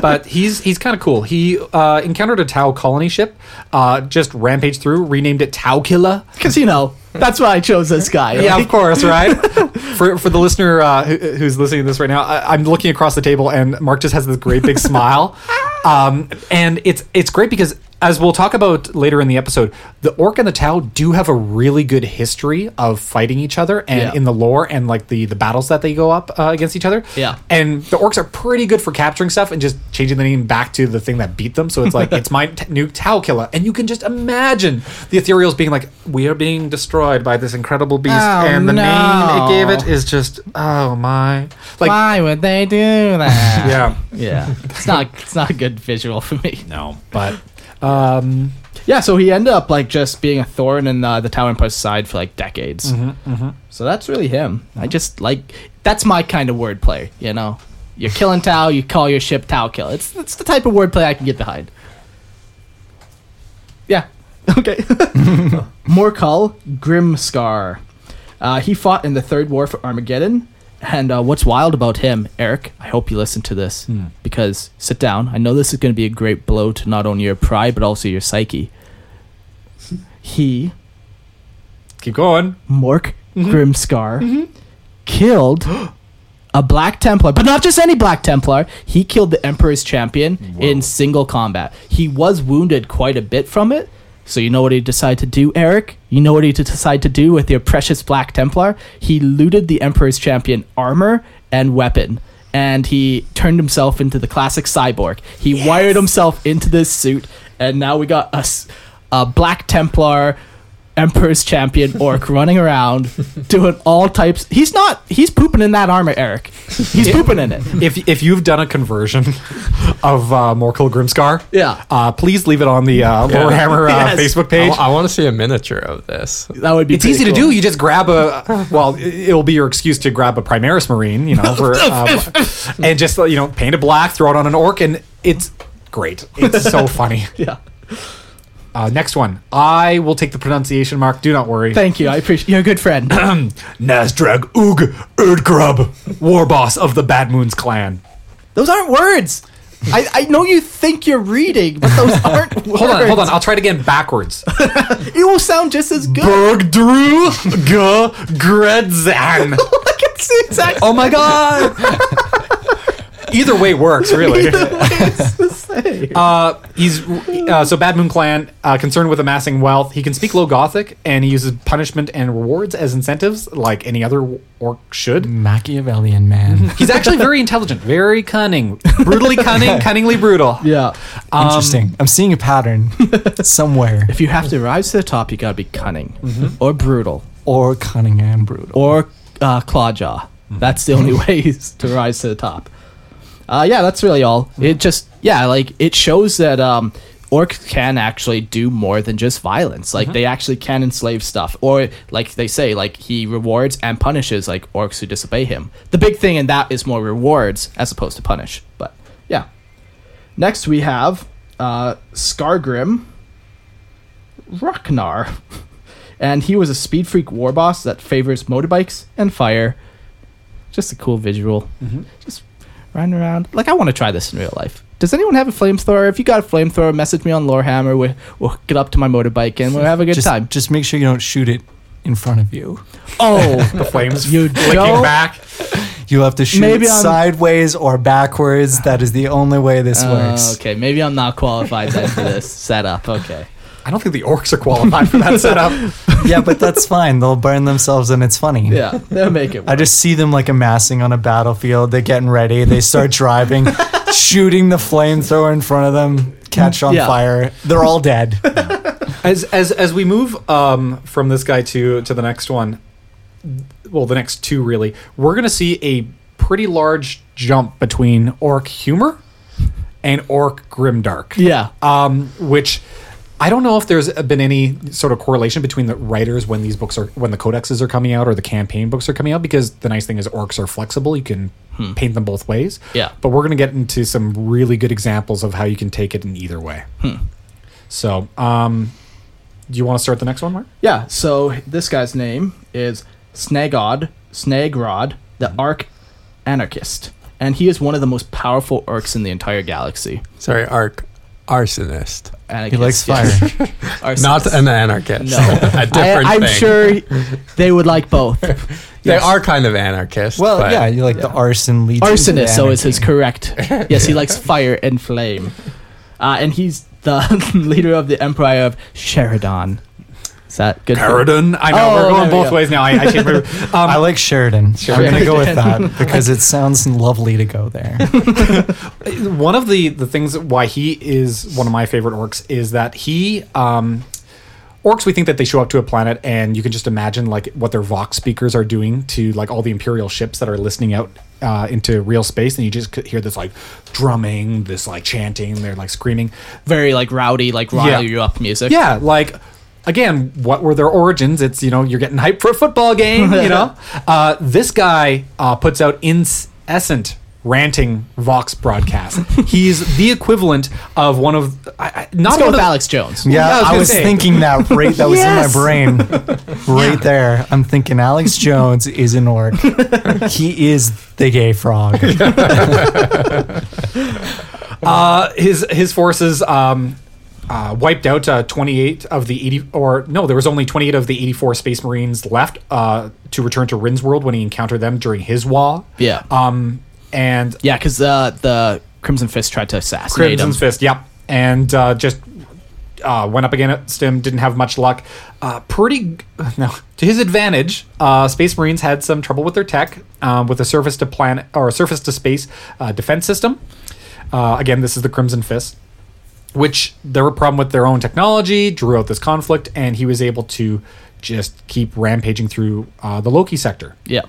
Speaker 4: but he's he's kind of cool. He uh, encountered a Tau colony ship, uh, just rampaged through, renamed it Tau Killer.
Speaker 3: Because you know that's why I chose this guy.
Speaker 4: Yeah, of course,
Speaker 3: [LAUGHS]
Speaker 4: right? for for the listener uh, who, who's listening to this right now, I, I'm looking across the table, and Mark just has this great big
Speaker 3: [LAUGHS]
Speaker 4: smile, um, and it's it's great because. As we'll talk about later in the episode, the orc and the Tau do have a really good history of fighting each other, and
Speaker 3: Yeah.
Speaker 4: in the lore and like the the battles that they go up uh, against each other.
Speaker 3: Yeah.
Speaker 4: and the orcs are pretty good for capturing stuff and just changing the name back to the thing that beat them. So it's
Speaker 3: [LAUGHS]
Speaker 4: like it's my t- new Tau killer, and you can just imagine the ethereals being like, "We are being destroyed by this incredible beast."
Speaker 3: Oh,
Speaker 4: and the
Speaker 3: no.
Speaker 4: name it gave it is just oh my like
Speaker 3: why would they do that?
Speaker 4: [LAUGHS] yeah
Speaker 3: Yeah. It's not. It's not a good visual for me.
Speaker 4: no but um
Speaker 3: Yeah. So he ended up like just being a thorn in uh, the Tower Empire's side for like decades. So that's really him. I just like that's my kind of wordplay. You know, you're killing Tau. You call your ship Tau Kill. It's it's the type of wordplay I can get behind. Yeah. [LAUGHS] Okay. Morcull Grimscar. Uh, he fought in the Third War for Armageddon. And uh, what's wild about him, Eric, I hope you listen to this because sit down. I know this is going to be a great blow to not only your pride, but also your psyche. He,
Speaker 4: keep going
Speaker 3: Mork Grimscar, killed a Black Templar, but not just any Black Templar. He killed the Emperor's champion in single combat. He was wounded quite a bit from it. So you know what he decided to do, Eric? You know what he decided to do with your precious Black Templar? He looted the Emperor's champion armor and weapon. And he turned himself into the classic cyborg. He wired himself into this suit, and now we got a, s- a Black Templar Emperor's champion orc
Speaker 4: [LAUGHS]
Speaker 3: running around doing all types. He's not. He's pooping in that armor, Eric. He's pooping in it.
Speaker 4: if if you've done a conversion [LAUGHS] of uh Morkel Grimscar
Speaker 3: Yeah.
Speaker 4: uh please leave it on the uh Warhammer uh,
Speaker 3: Yes.
Speaker 4: Facebook
Speaker 2: I,
Speaker 4: page
Speaker 2: want to see a miniature of this.
Speaker 3: That would be.
Speaker 4: it's easy to do. You just grab
Speaker 3: [LAUGHS]
Speaker 4: a well. it- It'll be your excuse to grab a Primaris Marine, you know,
Speaker 3: [LAUGHS]
Speaker 4: for uh, and just you know paint it black, throw it on an orc, and it's great. It's
Speaker 3: [LAUGHS]
Speaker 4: so funny.
Speaker 3: do. Yeah.
Speaker 4: Uh, next one. I will take the pronunciation mark. Do not worry.
Speaker 3: Thank you. I appreciate. You're a
Speaker 4: [COUGHS]
Speaker 3: good
Speaker 4: [CLEARS THROAT]
Speaker 3: friend.
Speaker 4: Nazdrag Ug Erdgrub, war boss of the Bad Moons clan.
Speaker 3: Those aren't words. I, I know you think you're reading,
Speaker 4: [LAUGHS]
Speaker 3: but those aren't words.
Speaker 4: Hold on, hold on. I'll try it again [LAUGHS] backwards.
Speaker 3: It will sound just as good.
Speaker 4: Bergdru G Gredzan.
Speaker 3: [LAUGHS] I can see exactly.
Speaker 4: Oh my god. Either way works, [LAUGHS] really. Uh, he's uh, so Bad Moon Clan uh, concerned with amassing wealth. He can speak Low Gothic, and he uses punishment and rewards as incentives, like any other orc should.
Speaker 5: Machiavellian man.
Speaker 4: He's actually very intelligent, very cunning, brutally [LAUGHS] cunning, cunningly brutal.
Speaker 3: [LAUGHS] Yeah.
Speaker 5: [LAUGHS]
Speaker 3: Um,
Speaker 5: Interesting. I'm seeing a
Speaker 3: [LAUGHS]
Speaker 5: pattern somewhere.
Speaker 4: Mm-hmm.
Speaker 3: If you have to rise to the top, you gotta be cunning or brutal
Speaker 5: or Cunningham Brutal.
Speaker 3: or uh, Clawjaw. That's the only [LAUGHS] way he's to rise to the top. Uh, yeah, that's really all. It just yeah, like it shows that um, orcs can actually do more than just violence. Like they actually can enslave stuff, or like they say, like he rewards and punishes like orcs who disobey him. The big thing in that is more rewards as opposed to punish. But yeah, next we have uh, Scargrim Ragnar. [LAUGHS] and he was a speed freak war boss that favors motorbikes and fire. Just a cool visual.
Speaker 5: Mm-hmm.
Speaker 3: Just riding around. Like I want to try this in real life. Does anyone have a flamethrower? If you got a flamethrower, message me on Lorehammer. We'll, we'll get up to my motorbike and we'll have a good
Speaker 5: just, [LAUGHS]
Speaker 3: time.
Speaker 5: Just make sure you don't shoot it in front of you.
Speaker 3: Oh, [LAUGHS] the flames you don't.
Speaker 2: back.
Speaker 5: You have to shoot
Speaker 3: Maybe
Speaker 5: it
Speaker 3: I'm-
Speaker 5: sideways or backwards. That is the only way this
Speaker 3: Oh,
Speaker 5: works.
Speaker 3: okay, maybe I'm not qualified then for this setup. Okay.
Speaker 4: I don't think the orcs are qualified for that setup.
Speaker 5: [LAUGHS] yeah, but that's fine. They'll burn themselves, and it's funny.
Speaker 3: Yeah, they'll make it work.
Speaker 5: I just see them like amassing on a battlefield. They're getting ready. They start driving, shooting the flamethrower in front of them, catch on
Speaker 3: Yeah.
Speaker 5: fire. They're all dead.
Speaker 4: [LAUGHS] as as as we move um, from this guy to to the next one, well, the next two really, we're gonna see a pretty large jump between orc humor and orc grimdark.
Speaker 3: Yeah.
Speaker 4: um, which. I don't know if there's been any sort of correlation between the writers when these books are when the codexes are coming out or the campaign books are coming out because the nice thing is orcs are flexible you can paint them both ways.
Speaker 3: Hmm. Yeah.
Speaker 4: But we're going to get into some really good examples of how you can take it in either way.
Speaker 3: Hmm.
Speaker 4: So, um, do you want to start the next one, Mark?
Speaker 3: Yeah, so this guy's name is Snagod, Snagrod, the Arc Anarchist. And he is one of the most powerful orcs in the entire galaxy.
Speaker 2: Sorry, arc arsonist,
Speaker 5: He likes
Speaker 3: Anarchist,
Speaker 5: fire.
Speaker 3: [LAUGHS] yes.
Speaker 2: [LAUGHS]
Speaker 3: Arcist.
Speaker 2: not an anarchist.
Speaker 3: No.
Speaker 2: [LAUGHS] a different
Speaker 3: I, I'm
Speaker 2: thing.
Speaker 3: sure they would like both.
Speaker 2: they are kind of anarchist.
Speaker 5: Well,
Speaker 2: but
Speaker 5: yeah, you like the arson leads. to the
Speaker 3: Arsonist, so is
Speaker 5: anarchy.
Speaker 3: his correct. Yes, he likes fire and flame. Uh, and he's the [LAUGHS] leader of the Empire of Sheridan. Is that good? for-
Speaker 4: Paradon. I know
Speaker 3: Oh,
Speaker 4: we're
Speaker 3: there
Speaker 4: going
Speaker 3: we
Speaker 4: both
Speaker 3: go.
Speaker 4: ways now. I, I [LAUGHS] changed my. Um,
Speaker 5: I like Sheridan. We're gonna go with that because it sounds lovely to go there.
Speaker 4: one of the the things why he is one of my favorite orcs is that he um orcs we think that they show up to a planet and you can just imagine like what their vox speakers are doing to like all the imperial ships that are listening out uh, into real space and you just could hear this like drumming this like chanting they're like screaming
Speaker 3: Very like rowdy, like rile
Speaker 4: Yeah.
Speaker 3: you up music.
Speaker 4: yeah like again what were their origins it's you know you're getting hyped for a football game you
Speaker 3: [LAUGHS]
Speaker 4: know uh, this guy uh, puts out incessant ranting vox
Speaker 3: [LAUGHS]
Speaker 4: broadcast he's the equivalent of one of I, I, not
Speaker 3: Let's go
Speaker 4: one
Speaker 3: with
Speaker 4: of,
Speaker 3: Alex Jones.
Speaker 5: Yeah,
Speaker 4: Yeah, I was
Speaker 5: I
Speaker 4: gonna
Speaker 5: was
Speaker 4: say.
Speaker 5: thinking that right. That was
Speaker 4: Yes.
Speaker 5: in my brain, right there. I'm thinking Alex Jones is an orc. he is the gay frog.
Speaker 4: uh, his his forces um, uh, wiped out uh, 28 of the 80 or no there was only 28 of the 84 space marines left uh, to return to Rin's world when he encountered them during his wall
Speaker 3: Yeah.
Speaker 4: um and
Speaker 3: Yeah, because uh, the Crimson Fist tried to assassinate
Speaker 4: Crimson
Speaker 3: him.
Speaker 4: Fist, yep. And uh, just uh, went up against him, didn't have much luck. Uh, pretty, g- [LAUGHS] no, to his advantage, uh, Space Marines had some trouble with their tech, um, with a surface to planet or surface to space uh, defense system. Uh, again, this is the Crimson Fist, which they were a problem with their own technology, drew out this conflict, and he was able to just keep rampaging through uh, the Loki sector.
Speaker 3: Yeah.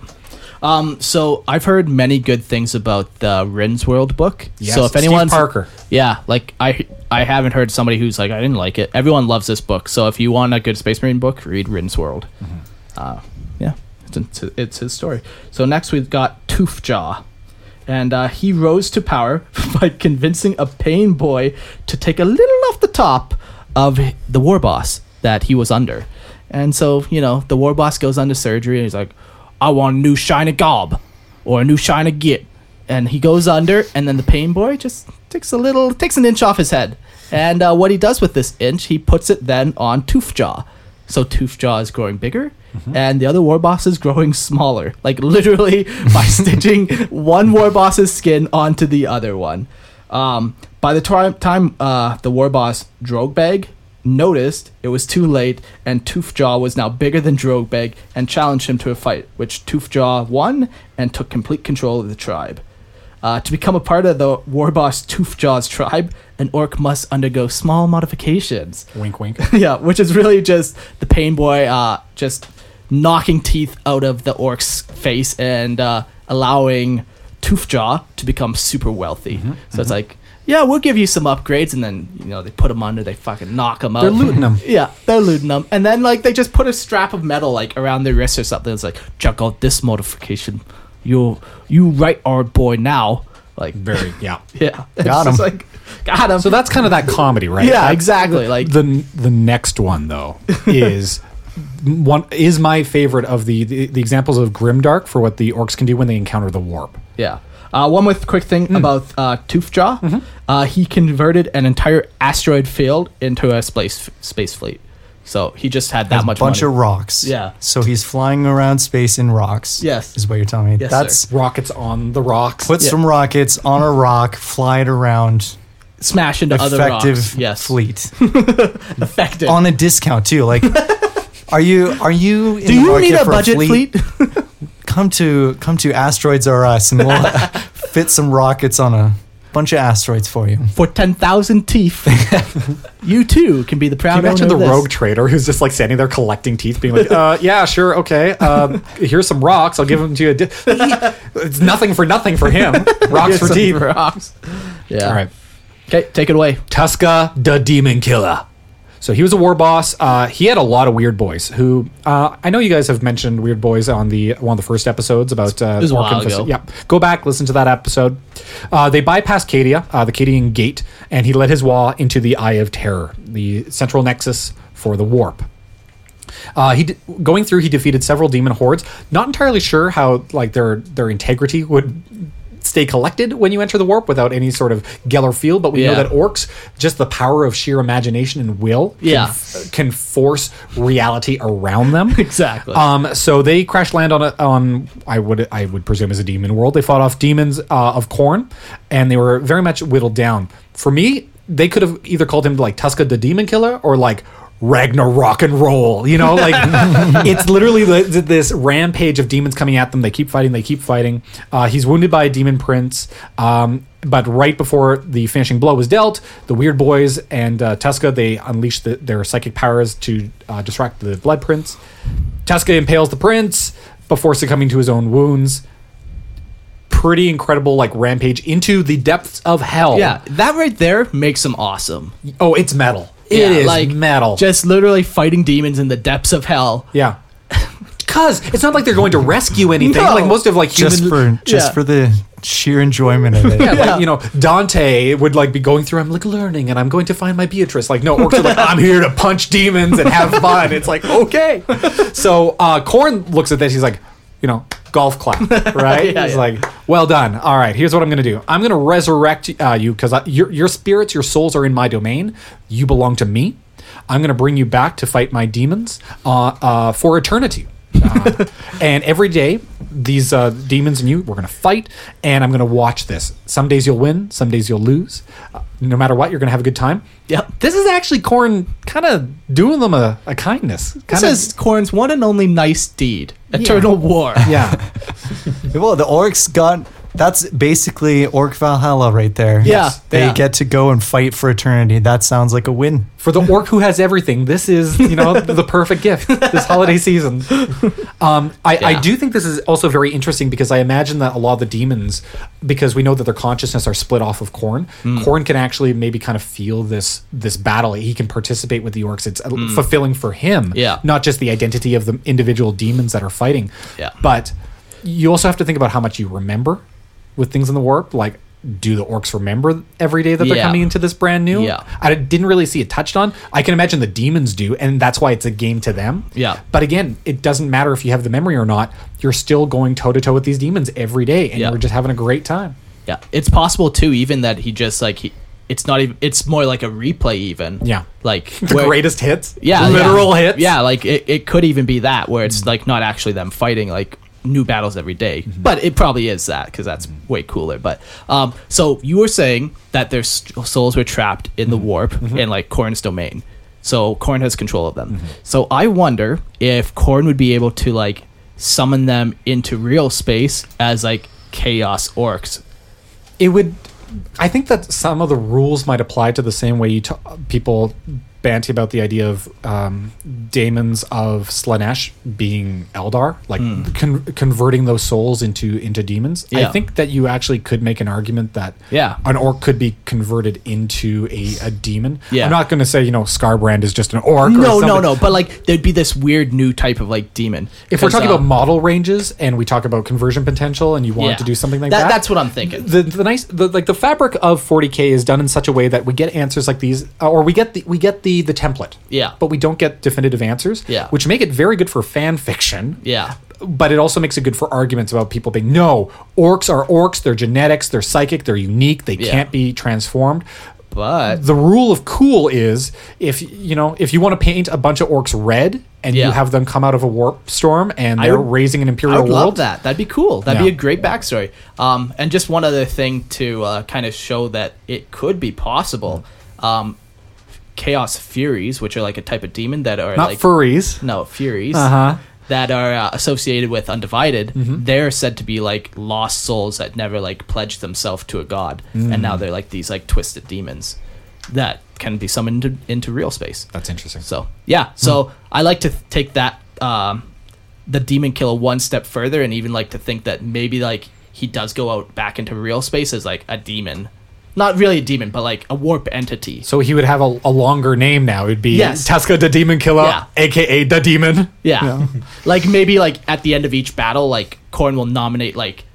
Speaker 3: Um, so I've heard many good things about the Rin's World book.
Speaker 4: Yes,
Speaker 3: so if
Speaker 4: Steve
Speaker 3: anyone's
Speaker 4: Parker.
Speaker 3: yeah, like I I haven't heard somebody who's like I didn't like it. Everyone loves this book. So if you want a good Space Marine book, read Rin's World. Uh, yeah, it's, it's it's his story. So next we've got Toothjaw, and uh, he rose to power [LAUGHS] by convincing a pain boy to take a little off the top of the war boss that he was under. And so you know the war boss goes under surgery and he's like, I want a new shiny gob or a new shiny git. And he goes under, and then the pain boy just takes a little, takes an inch off his head. And uh, what he does with this inch, he puts it then on Toothjaw. So Toothjaw is growing bigger, and the other war boss is growing smaller. Like [LAUGHS] literally by stitching one war boss's skin onto the other one. Um, by the tri- time uh, the war boss Drogbag noticed, it was too late, and Toothjaw was now bigger than Drogbag and challenged him to a fight, which Toothjaw won and took complete control of the tribe. Uh, to become a part of the war boss Toothjaw's tribe, an orc must undergo small modifications [LAUGHS]
Speaker 4: Wink, wink.
Speaker 3: yeah, which is really just the pain boy uh, just knocking teeth out of the orc's face and uh, allowing Toothjaw to become super wealthy.
Speaker 4: Mm-hmm,
Speaker 3: So it's like, yeah, we'll give you some upgrades, and then you know they put him under, they fucking knock him out.
Speaker 4: They're looting 'em.
Speaker 3: [LAUGHS] Yeah, they're looting them, and then like they just put a strap of metal like around their wrist or something. It's like check out this modification. You you right our boy now. Like [LAUGHS]
Speaker 4: Very, yeah.
Speaker 3: yeah, It's
Speaker 4: Got
Speaker 3: just
Speaker 4: 'em.
Speaker 3: Like got him.
Speaker 4: So that's kind of that comedy, right?
Speaker 3: [LAUGHS] yeah,
Speaker 4: That-
Speaker 3: exactly. Like
Speaker 4: the the next one
Speaker 3: [LAUGHS]
Speaker 4: though is one is my favorite of the, the the examples of grimdark for what the orcs can do when they encounter the warp.
Speaker 3: Yeah. Uh, one more quick thing about uh, Toothjaw. Uh, he converted an entire asteroid field into a space space fleet. So he just had that
Speaker 5: a
Speaker 3: much
Speaker 5: bunch
Speaker 3: money.
Speaker 5: of rocks.
Speaker 3: Yeah.
Speaker 5: So he's flying around space in rocks.
Speaker 3: Yes.
Speaker 5: Is what you're telling me.
Speaker 3: Yes,
Speaker 5: That's
Speaker 3: sir.
Speaker 4: Rockets on the rocks.
Speaker 5: put some rockets on a rock, fly it around.
Speaker 3: smash into other
Speaker 5: effective
Speaker 3: rocks. Yes,
Speaker 5: fleet
Speaker 3: effective.
Speaker 5: on a discount too.
Speaker 3: [LAUGHS]
Speaker 5: Like, are you are you? In
Speaker 3: Do
Speaker 5: the
Speaker 3: you
Speaker 5: market
Speaker 3: need a
Speaker 5: for
Speaker 3: budget fleet?
Speaker 5: Come to come to asteroids R Us, and
Speaker 3: [LAUGHS]
Speaker 5: we'll fit some rockets on a bunch of asteroids for you.
Speaker 3: for ten thousand teeth? you too can be the proud
Speaker 4: Can you imagine
Speaker 3: owner
Speaker 4: the
Speaker 3: of this.
Speaker 4: rogue trader who's just like standing there collecting teeth, being like,
Speaker 3: [LAUGHS]
Speaker 4: uh, "Yeah, sure, okay. Uh, here's some rocks. I'll give them to you." Di- it's nothing for nothing for
Speaker 3: [LAUGHS]
Speaker 4: him. Rocks for
Speaker 3: Some
Speaker 4: teeth.
Speaker 3: rocks. Yeah.
Speaker 4: All right.
Speaker 3: Okay, take it away.
Speaker 4: Tuska the Demon Killer. So he was a war boss. Uh, he had a lot of weird boys. Who uh, I know you guys have mentioned weird boys on the one of the first episodes about. Uh,
Speaker 3: was a
Speaker 4: orc
Speaker 3: while
Speaker 4: infest-
Speaker 3: ago.
Speaker 4: Yeah, go back listen to that episode. Uh, they bypassed Cadia, uh, the Cadian Gate, and he led his wall into the Eye of Terror, the central nexus for the warp. Uh, he de- going through, he defeated several demon hordes. Not entirely sure how like their their integrity would stay collected when you enter the warp without any sort of Geller field. But we know
Speaker 3: Yeah.
Speaker 4: that orcs, just the power of sheer imagination and will, can
Speaker 3: Yeah.
Speaker 4: f- can, force reality around them.
Speaker 3: Exactly.
Speaker 4: Um, so they crash land on a, on I would I would presume as a demon world. They fought off demons uh, of corn, and they were very much whittled down. For me, they could have either called him like Tuska the Demon Killer or like Ragnar Rock and Roll. You know, like it's literally li- this rampage of demons coming at them. They keep fighting. They keep fighting. Uh, he's wounded by a demon prince. Um, but right before the finishing blow was dealt, the Weird Boys and uh, Tuska they unleashed the, their psychic powers to uh, distract the Blood Prince. Tuska impales the prince before succumbing to his own wounds. Pretty incredible, like rampage into the depths of hell.
Speaker 3: Yeah, that right there makes him awesome.
Speaker 4: Oh, it's metal. it
Speaker 3: Yeah,
Speaker 4: is metal.
Speaker 3: Just literally fighting demons in the depths of hell. [LAUGHS]
Speaker 4: yeah. Cause it's not like they're going to rescue anything.
Speaker 3: No.
Speaker 4: Like most of like human,
Speaker 5: Just for just
Speaker 3: yeah.
Speaker 5: for the sheer enjoyment of it.
Speaker 4: Yeah, like, you know, Dante would like be going through. I'm like learning, and I'm going to find my Beatrice. Like, no, orcs are like, I'm here to punch demons and have fun. It's like, okay. So, uh, Corn looks at this. He's like, you know, golf clap, right?
Speaker 3: [LAUGHS] Yeah,
Speaker 4: he's
Speaker 3: yeah.
Speaker 4: like, well done. All right, here's what I'm gonna do. I'm gonna resurrect uh, you because your your spirits, your souls are in my domain. You belong to me. I'm gonna bring you back to fight my demons uh, uh, for eternity. Uh, [LAUGHS] and every day, these uh, demons and you, we're going to fight, and I'm going to watch this. Some days you'll win, some days you'll lose. Uh, no matter what, you're going to have a good time.
Speaker 3: Yep.
Speaker 4: This is actually Corn kind of doing them a, a kindness.
Speaker 3: This
Speaker 4: Kinda-
Speaker 3: is Corn's one and only nice deed: eternal war.
Speaker 4: [LAUGHS] Yeah.
Speaker 5: Well, the orcs got that's basically orc Valhalla right there.
Speaker 3: Yeah,
Speaker 5: They
Speaker 3: yeah.
Speaker 5: get to go and fight for eternity. That sounds like a win.
Speaker 4: for the orc who has everything this is you
Speaker 3: [LAUGHS]
Speaker 4: know the perfect gift this holiday season um, I, I
Speaker 3: Yeah.
Speaker 4: do think this is also very interesting because i imagine that a lot of the demons because we know that their consciousness are split off of corn
Speaker 3: Hmm.
Speaker 4: corn can actually maybe kind of feel this this battle he can participate with the orcs it's uh, fulfilling for him
Speaker 3: Hmm. Yeah.
Speaker 4: not just the identity of the individual demons that are fighting
Speaker 3: Yeah.
Speaker 4: but you also have to think about how much you remember with things in the warp like do the orcs remember every day that they're
Speaker 3: Yeah.
Speaker 4: coming into this brand new
Speaker 3: Yeah.
Speaker 4: I didn't really see it touched on. I can imagine the demons do, and that's why it's a game to them.
Speaker 3: Yeah.
Speaker 4: But again, it doesn't matter if you have the memory or not. You're still going toe to toe with these demons every day, and
Speaker 3: Yeah.
Speaker 4: you're just having a great time.
Speaker 3: Yeah, it's possible too. Even that he just like he, it's not even. It's more like a replay. Even
Speaker 4: Yeah.
Speaker 3: like
Speaker 4: [LAUGHS] The greatest hits.
Speaker 3: yeah,
Speaker 4: Literal
Speaker 3: yeah.
Speaker 4: hits.
Speaker 3: Yeah, like it, it could even be that where it's like not actually them fighting like new battles every day.
Speaker 4: Mm-hmm.
Speaker 3: but it probably is that because that's way cooler. But um, so you were saying that their s- souls were trapped in
Speaker 4: Mm-hmm.
Speaker 3: the warp in like Corn's domain. So Corn has control of
Speaker 4: Mm-hmm.
Speaker 3: them. So I wonder if Corn would be able to like summon them into real space as like chaos orcs
Speaker 4: It would. I think that some of the rules might apply to the same way you t- people Banty about the idea of um, daemons of Slanesh being Eldar, like con- converting those souls into into demons.
Speaker 3: Hmm. Yeah.
Speaker 4: I think that you actually could make an argument that
Speaker 3: Yeah.
Speaker 4: an orc could be converted into a, a demon.
Speaker 3: Yeah.
Speaker 4: I'm not going to say you know Scarbrand is just an orc.
Speaker 3: No,
Speaker 4: or
Speaker 3: no,
Speaker 4: something.
Speaker 3: no. But like, there'd be this weird new type of like demon.
Speaker 4: If we're
Speaker 3: 'Cause,
Speaker 4: talking
Speaker 3: uh,
Speaker 4: about model ranges and we talk about conversion potential, and you want
Speaker 3: yeah.
Speaker 4: to do something like
Speaker 3: That-
Speaker 4: that,
Speaker 3: that's what I'm thinking.
Speaker 4: the, the nice the, like the fabric of 40k is done in such a way that we get answers like these uh, or we get the we get the the template
Speaker 3: Yeah.
Speaker 4: but we don't get definitive answers
Speaker 3: Yeah.
Speaker 4: which make it very good for fan fiction
Speaker 3: Yeah.
Speaker 4: but it also makes it good for arguments about people being no orcs are orcs they're genetics they're psychic they're unique they
Speaker 3: Yeah.
Speaker 4: can't be transformed
Speaker 3: But
Speaker 4: the rule of cool is if you know if you want to paint a bunch of orcs red and
Speaker 3: Yeah.
Speaker 4: you have them come out of a warp storm and
Speaker 3: I
Speaker 4: they're
Speaker 3: would-
Speaker 4: raising an imperial
Speaker 3: I would
Speaker 4: world
Speaker 3: love that. That'd be cool. That'd be
Speaker 4: Yeah.
Speaker 3: a great backstory. Um, and just one other thing to uh, kind of show that it could be possible. Um, Chaos Furies, which are like a type of demon that are
Speaker 4: not
Speaker 3: like
Speaker 4: furries
Speaker 3: no Furies
Speaker 4: Uh-huh. Mm-hmm.
Speaker 3: that are uh, associated with Undivided. They're said to be like lost souls that never like pledged themselves to a god, and
Speaker 4: Mm.
Speaker 3: now they're like these like twisted demons that can be summoned into, into real space.
Speaker 4: that's interesting
Speaker 3: So yeah, so
Speaker 4: Hmm.
Speaker 3: I like to th- take that um, the demon killer one step further, and even like to think that maybe like he does go out back into real space as like a demon, not really a demon, but like a warp entity.
Speaker 4: So he would have a, a longer name now. It'd be
Speaker 3: Yes.
Speaker 4: Tuska the Demon Killer,
Speaker 3: Yeah.
Speaker 4: aka the Demon.
Speaker 3: Yeah, [LAUGHS] like maybe like at the end of each battle, like Corn will nominate like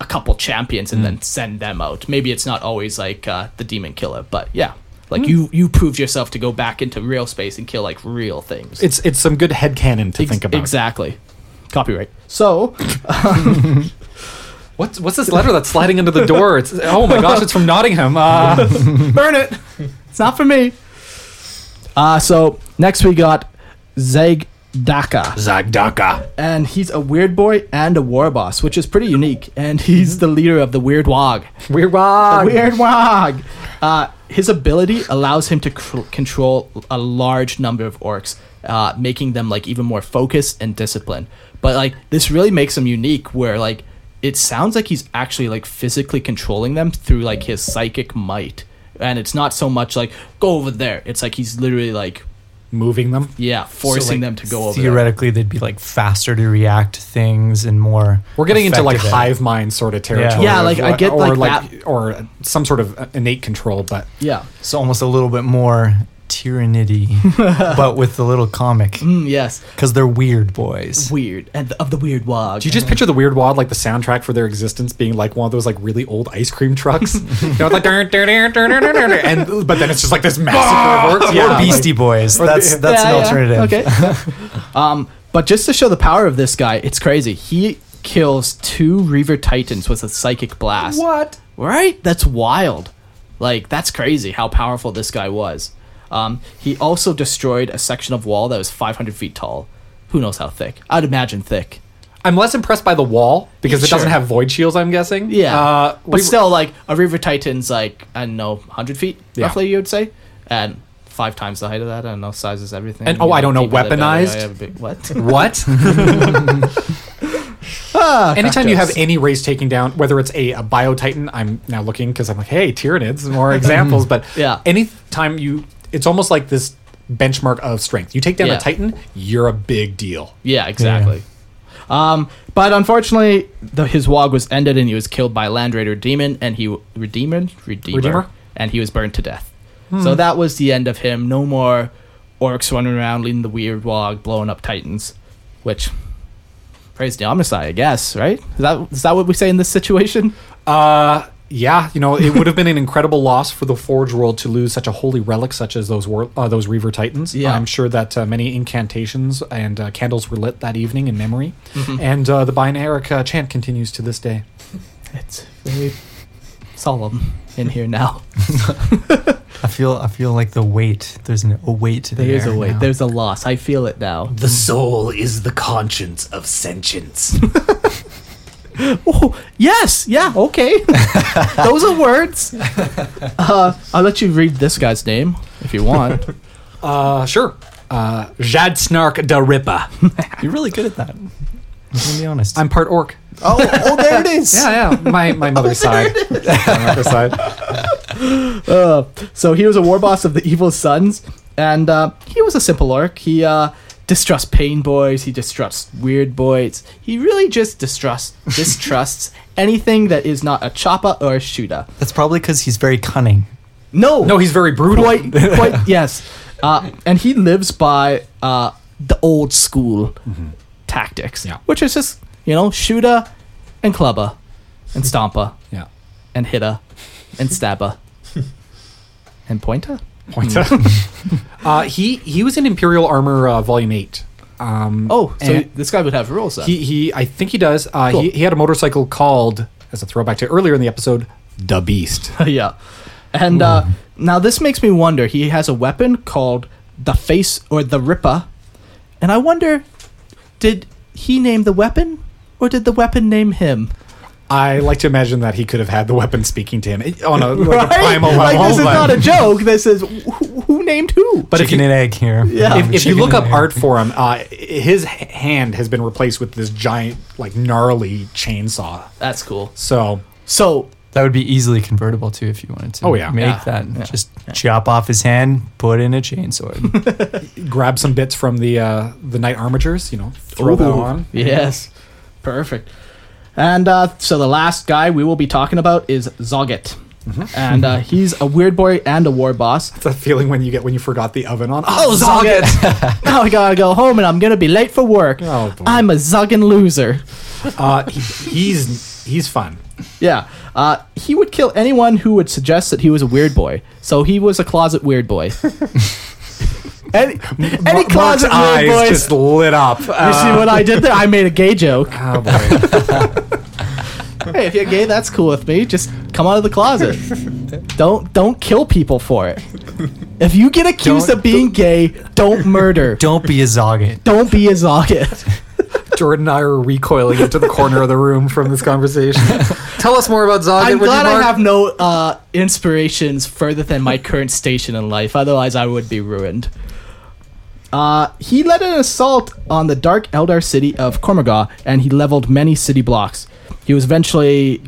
Speaker 3: a couple champions
Speaker 4: Hmm.
Speaker 3: and then send them out. Maybe it's not always like uh, the demon killer, but yeah. Like
Speaker 4: Hmm.
Speaker 3: you, you proved yourself to go back into real space and kill like real things.
Speaker 4: It's it's some good headcanon to
Speaker 3: Ex-
Speaker 4: think about.
Speaker 3: exactly. Copyright. So
Speaker 4: What's what's [LAUGHS] this letter that's sliding under the door? It's oh my gosh, it's from Nottingham. [LAUGHS] Uh,
Speaker 3: burn it. It's not for me. Uh, so next we got Zeg Daka,
Speaker 4: Zagdaka.
Speaker 3: and he's a weird boy and a war boss, which is pretty unique. And he's the leader of the Weird Wog.
Speaker 4: Weird Wog.
Speaker 3: Weird Wog. Uh, his ability allows him to cr- control a large number of orcs, uh, making them like even more focused and disciplined. But like this really makes him unique, where like it sounds like he's actually like physically controlling them through like his psychic might, and it's not so much like go over there. It's like he's literally like
Speaker 4: Moving them.
Speaker 3: yeah
Speaker 5: like,
Speaker 3: forcing them to go over. there.
Speaker 5: Theoretically, they'd be like faster to react to things and more.
Speaker 4: We're getting into like
Speaker 5: effective at it.
Speaker 4: hive mind sort of territory.
Speaker 3: Yeah,
Speaker 4: of
Speaker 3: like, I
Speaker 4: what-
Speaker 3: get
Speaker 4: or
Speaker 3: like
Speaker 4: or some sort of innate control, but
Speaker 3: Yeah.
Speaker 5: So almost a little bit more tyranny, but with the little comic
Speaker 3: Mm, yes.
Speaker 5: because they're weird boys.
Speaker 3: Weird and of the weird wog.
Speaker 4: Do you just picture the Weird Wad like the soundtrack for their existence being like one of those like really old ice cream
Speaker 3: [LAUGHS]
Speaker 4: trucks? you know, it's like "Dur, dur, dur, dur, dur, dur, dur," and but then it's just like this
Speaker 3: Ah!
Speaker 4: massacre of orcs.
Speaker 5: Or Beastie Boys. That's that's
Speaker 3: Yeah,
Speaker 5: an
Speaker 3: yeah.
Speaker 5: alternative.
Speaker 3: Okay. [LAUGHS] um, but just to show the power of this guy, it's crazy. He kills two Reaver Titans with a psychic blast.
Speaker 4: What?
Speaker 3: Right? That's wild. Like that's crazy how powerful this guy was. Um, he also destroyed a section of wall that was 500 feet tall. Who knows how thick? I'd imagine thick.
Speaker 4: I'm less impressed by the wall because it
Speaker 3: Sure.
Speaker 4: doesn't have void shields. I'm guessing.
Speaker 3: Yeah.
Speaker 4: uh,
Speaker 3: but
Speaker 4: we-
Speaker 3: still, like a Reaver Titan's like I don't know, 100 feet
Speaker 4: Yeah.
Speaker 3: roughly, you would say, and five times the height of that. I don't know, sizes everything.
Speaker 4: And, oh,
Speaker 3: You
Speaker 4: I don't know,
Speaker 3: deep in the belly,
Speaker 4: weaponized?
Speaker 3: I have a big-
Speaker 4: [LAUGHS]
Speaker 3: what? [LAUGHS]
Speaker 4: What?
Speaker 3: Ah,
Speaker 4: [LAUGHS] Anytime you have any race taking down, whether it's a, a bio titan, I'm now looking because I'm like, hey, Tyranids,
Speaker 3: [LAUGHS]
Speaker 4: more examples. But
Speaker 3: Yeah.
Speaker 4: anytime you, it's almost like this benchmark of strength. You take down
Speaker 3: Yeah.
Speaker 4: a titan, you're a big deal.
Speaker 3: Yeah, exactly. Um, but unfortunately, the, his wog was ended, and he was killed by Land Raider Demon, and he Redeemer, Redeemer, Hmm.
Speaker 4: Redeemer?
Speaker 3: and he was burned to death. So that was the end of him. No more orcs running around leading the weird wog, blowing up titans. Which praise the Omnisci, I guess. Right? Is that is that what we say in this situation?
Speaker 4: Uh, yeah, you know, it would have been an incredible loss for the Forge world to lose such a holy relic such as those war- uh, those Reaver Titans.
Speaker 3: Yeah.
Speaker 4: I'm sure that uh, many incantations and uh, candles were lit that evening in memory. And uh, the Binaric uh, chant continues to this day.
Speaker 3: It's very solemn in here now.
Speaker 5: I feel I feel like the weight. There's an, a weight to the
Speaker 3: There's
Speaker 5: air
Speaker 3: a way.
Speaker 5: now.
Speaker 3: There's a loss. I feel it now.
Speaker 6: The soul is the conscience of sentience.
Speaker 3: [LAUGHS] Oh, yes. Yeah. Okay. [LAUGHS] Those are words. Uh, I'll let you read this guy's name if
Speaker 6: [LAUGHS]
Speaker 3: you want.
Speaker 4: Uh, sure. Uh, Jadsnark da Ripa.
Speaker 5: You're really good at that. I'm gonna be
Speaker 4: [LAUGHS]
Speaker 5: honest.
Speaker 4: I'm part orc.
Speaker 5: oh, oh, there it is.
Speaker 4: Yeah, yeah. [LAUGHS] My my mother's side. [LAUGHS] my mother's side.
Speaker 3: Uh, so he was a war boss of the Evil Sons, and uh, he was a simple orc. He uh, distrusts pain boys. He distrusts weird boys. He really just distrusts
Speaker 6: [LAUGHS]
Speaker 3: distrusts anything that is not a choppa or a shooter.
Speaker 5: That's probably because he's very cunning.
Speaker 3: No,
Speaker 4: No, he's very brutal.
Speaker 3: quite [LAUGHS] quite yes uh, and he lives by uh, the old school tactics
Speaker 4: Yeah.
Speaker 3: which is just you know shooter and clubber and stomper
Speaker 4: [LAUGHS] Yeah.
Speaker 3: and hitter and [LAUGHS] stabber and pointer
Speaker 4: Point. uh, he he was in Imperial Armor uh, Volume Eight. Um,
Speaker 3: oh so
Speaker 4: and-
Speaker 3: this guy would have rules [LAUGHS] then.
Speaker 4: He, he I think he does. Uh,
Speaker 3: Cool.
Speaker 4: he, he had a motorcycle called, as a throwback to earlier in the episode, the
Speaker 3: [LAUGHS]
Speaker 4: Beast.
Speaker 3: yeah and uh, now this makes me wonder he has a weapon called the face or the ripper and i wonder did he name the weapon or did the weapon name him
Speaker 4: I like to imagine that he could have had the weapon speaking to him eh, on a, like a
Speaker 3: Right?
Speaker 4: primal
Speaker 3: Like,
Speaker 4: level.
Speaker 3: this is
Speaker 4: but-
Speaker 3: not a joke. This is who, who named who.
Speaker 4: but if
Speaker 5: Chicken
Speaker 4: you,
Speaker 5: and egg here. Um,
Speaker 3: Yeah.
Speaker 4: if, if you
Speaker 5: Chicken
Speaker 4: look
Speaker 5: and
Speaker 4: up
Speaker 5: egg.
Speaker 4: art for him, uh, his h- hand has been replaced with this giant, like gnarly chainsaw.
Speaker 3: that's cool.
Speaker 4: So
Speaker 3: So
Speaker 5: That would be easily convertible too if you wanted to.
Speaker 4: Oh, yeah.
Speaker 5: make
Speaker 3: Yeah.
Speaker 5: that just chop off his hand, put in a [LAUGHS] chainsword.
Speaker 4: grab some bits from the uh, the knight armatures, you know, throw that
Speaker 3: Ooh,
Speaker 4: on.
Speaker 3: Yes, perfect. And uh, so the last guy we will be talking about is Zoggett.
Speaker 4: Mm-hmm.
Speaker 3: And uh, he's a weird boy and a war boss. [LAUGHS]
Speaker 4: It's that feeling when you get when you forgot the oven on. [LAUGHS]
Speaker 3: Oh, Zoggett! now I gotta go home and I'm gonna be late for work.
Speaker 4: Oh, boy.
Speaker 3: I'm a Zoggin loser.
Speaker 4: Uh, he, he's he's fun.
Speaker 3: Yeah. Uh, he would kill anyone who would suggest that he was a weird boy. So he was a closet
Speaker 4: [LAUGHS]
Speaker 3: weird boy. any any
Speaker 4: Mark's
Speaker 3: closet
Speaker 4: eyes
Speaker 3: weird boy.
Speaker 4: just lit up.
Speaker 3: You
Speaker 4: Uh,
Speaker 3: see what I did there? I made a gay joke.
Speaker 4: oh boy.
Speaker 3: [LAUGHS] Hey, if you're gay, that's cool with me. Just come out of the closet. Don't don't kill people for it. If you get accused
Speaker 5: Don't-
Speaker 3: of being gay, don't murder. Don't,
Speaker 5: Don't be a zoggit.
Speaker 3: be a
Speaker 4: [LAUGHS]
Speaker 3: zoggit.
Speaker 4: Jordan and I are recoiling into the corner of the room from this [LAUGHS] conversation. Tell us more about Zoggett.
Speaker 3: I'm
Speaker 4: would you,
Speaker 3: glad I
Speaker 4: Mark?
Speaker 3: have no uh, inspirations further than my current station in life. Otherwise, I would be ruined. Uh, he led an assault on the dark Eldar city of Kormorgah, and he leveled many city blocks. He was eventually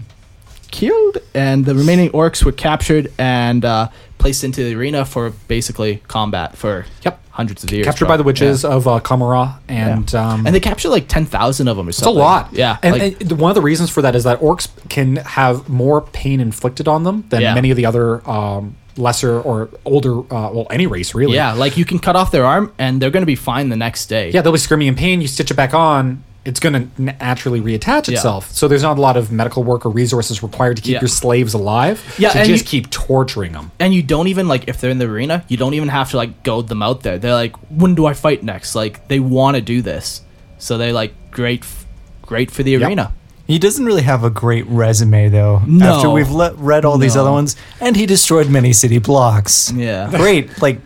Speaker 3: killed, and the remaining orcs were captured and uh, placed into the arena for basically combat for
Speaker 4: Yep.
Speaker 3: hundreds of years.
Speaker 4: captured by the
Speaker 3: probably.
Speaker 4: witches of uh, Kamara,
Speaker 3: Yeah.
Speaker 4: and
Speaker 3: Yeah.
Speaker 4: um,
Speaker 3: and they captured like ten thousand of them or
Speaker 4: it's a
Speaker 3: something.
Speaker 4: lot.
Speaker 3: Yeah,
Speaker 4: and,
Speaker 3: like-
Speaker 4: and one of the reasons for that is that orcs can have more pain inflicted on them than
Speaker 3: Yeah.
Speaker 4: many of the other um, lesser or older, uh, well, any race really.
Speaker 3: yeah, like you can cut off their arm, and they're going to be fine the next day.
Speaker 4: yeah, they'll be screaming in pain. You stitch it back on, it's going to naturally reattach
Speaker 3: Yeah.
Speaker 4: itself. So there's not a lot of medical work or resources required to keep
Speaker 3: Yeah.
Speaker 4: your slaves alive.
Speaker 3: Yeah,
Speaker 4: so
Speaker 3: and
Speaker 4: just
Speaker 3: you-
Speaker 4: keep torturing them.
Speaker 3: and you don't even like if they're in the arena you don't even have to like goad them out there they're like when do i fight next like they want to do this so they're like great f- great for the arena
Speaker 5: He doesn't really have a great resume though.
Speaker 3: No.
Speaker 5: After we've le- read all these
Speaker 3: No.
Speaker 5: other ones, and he destroyed many city blocks.
Speaker 3: Yeah.
Speaker 5: great. Like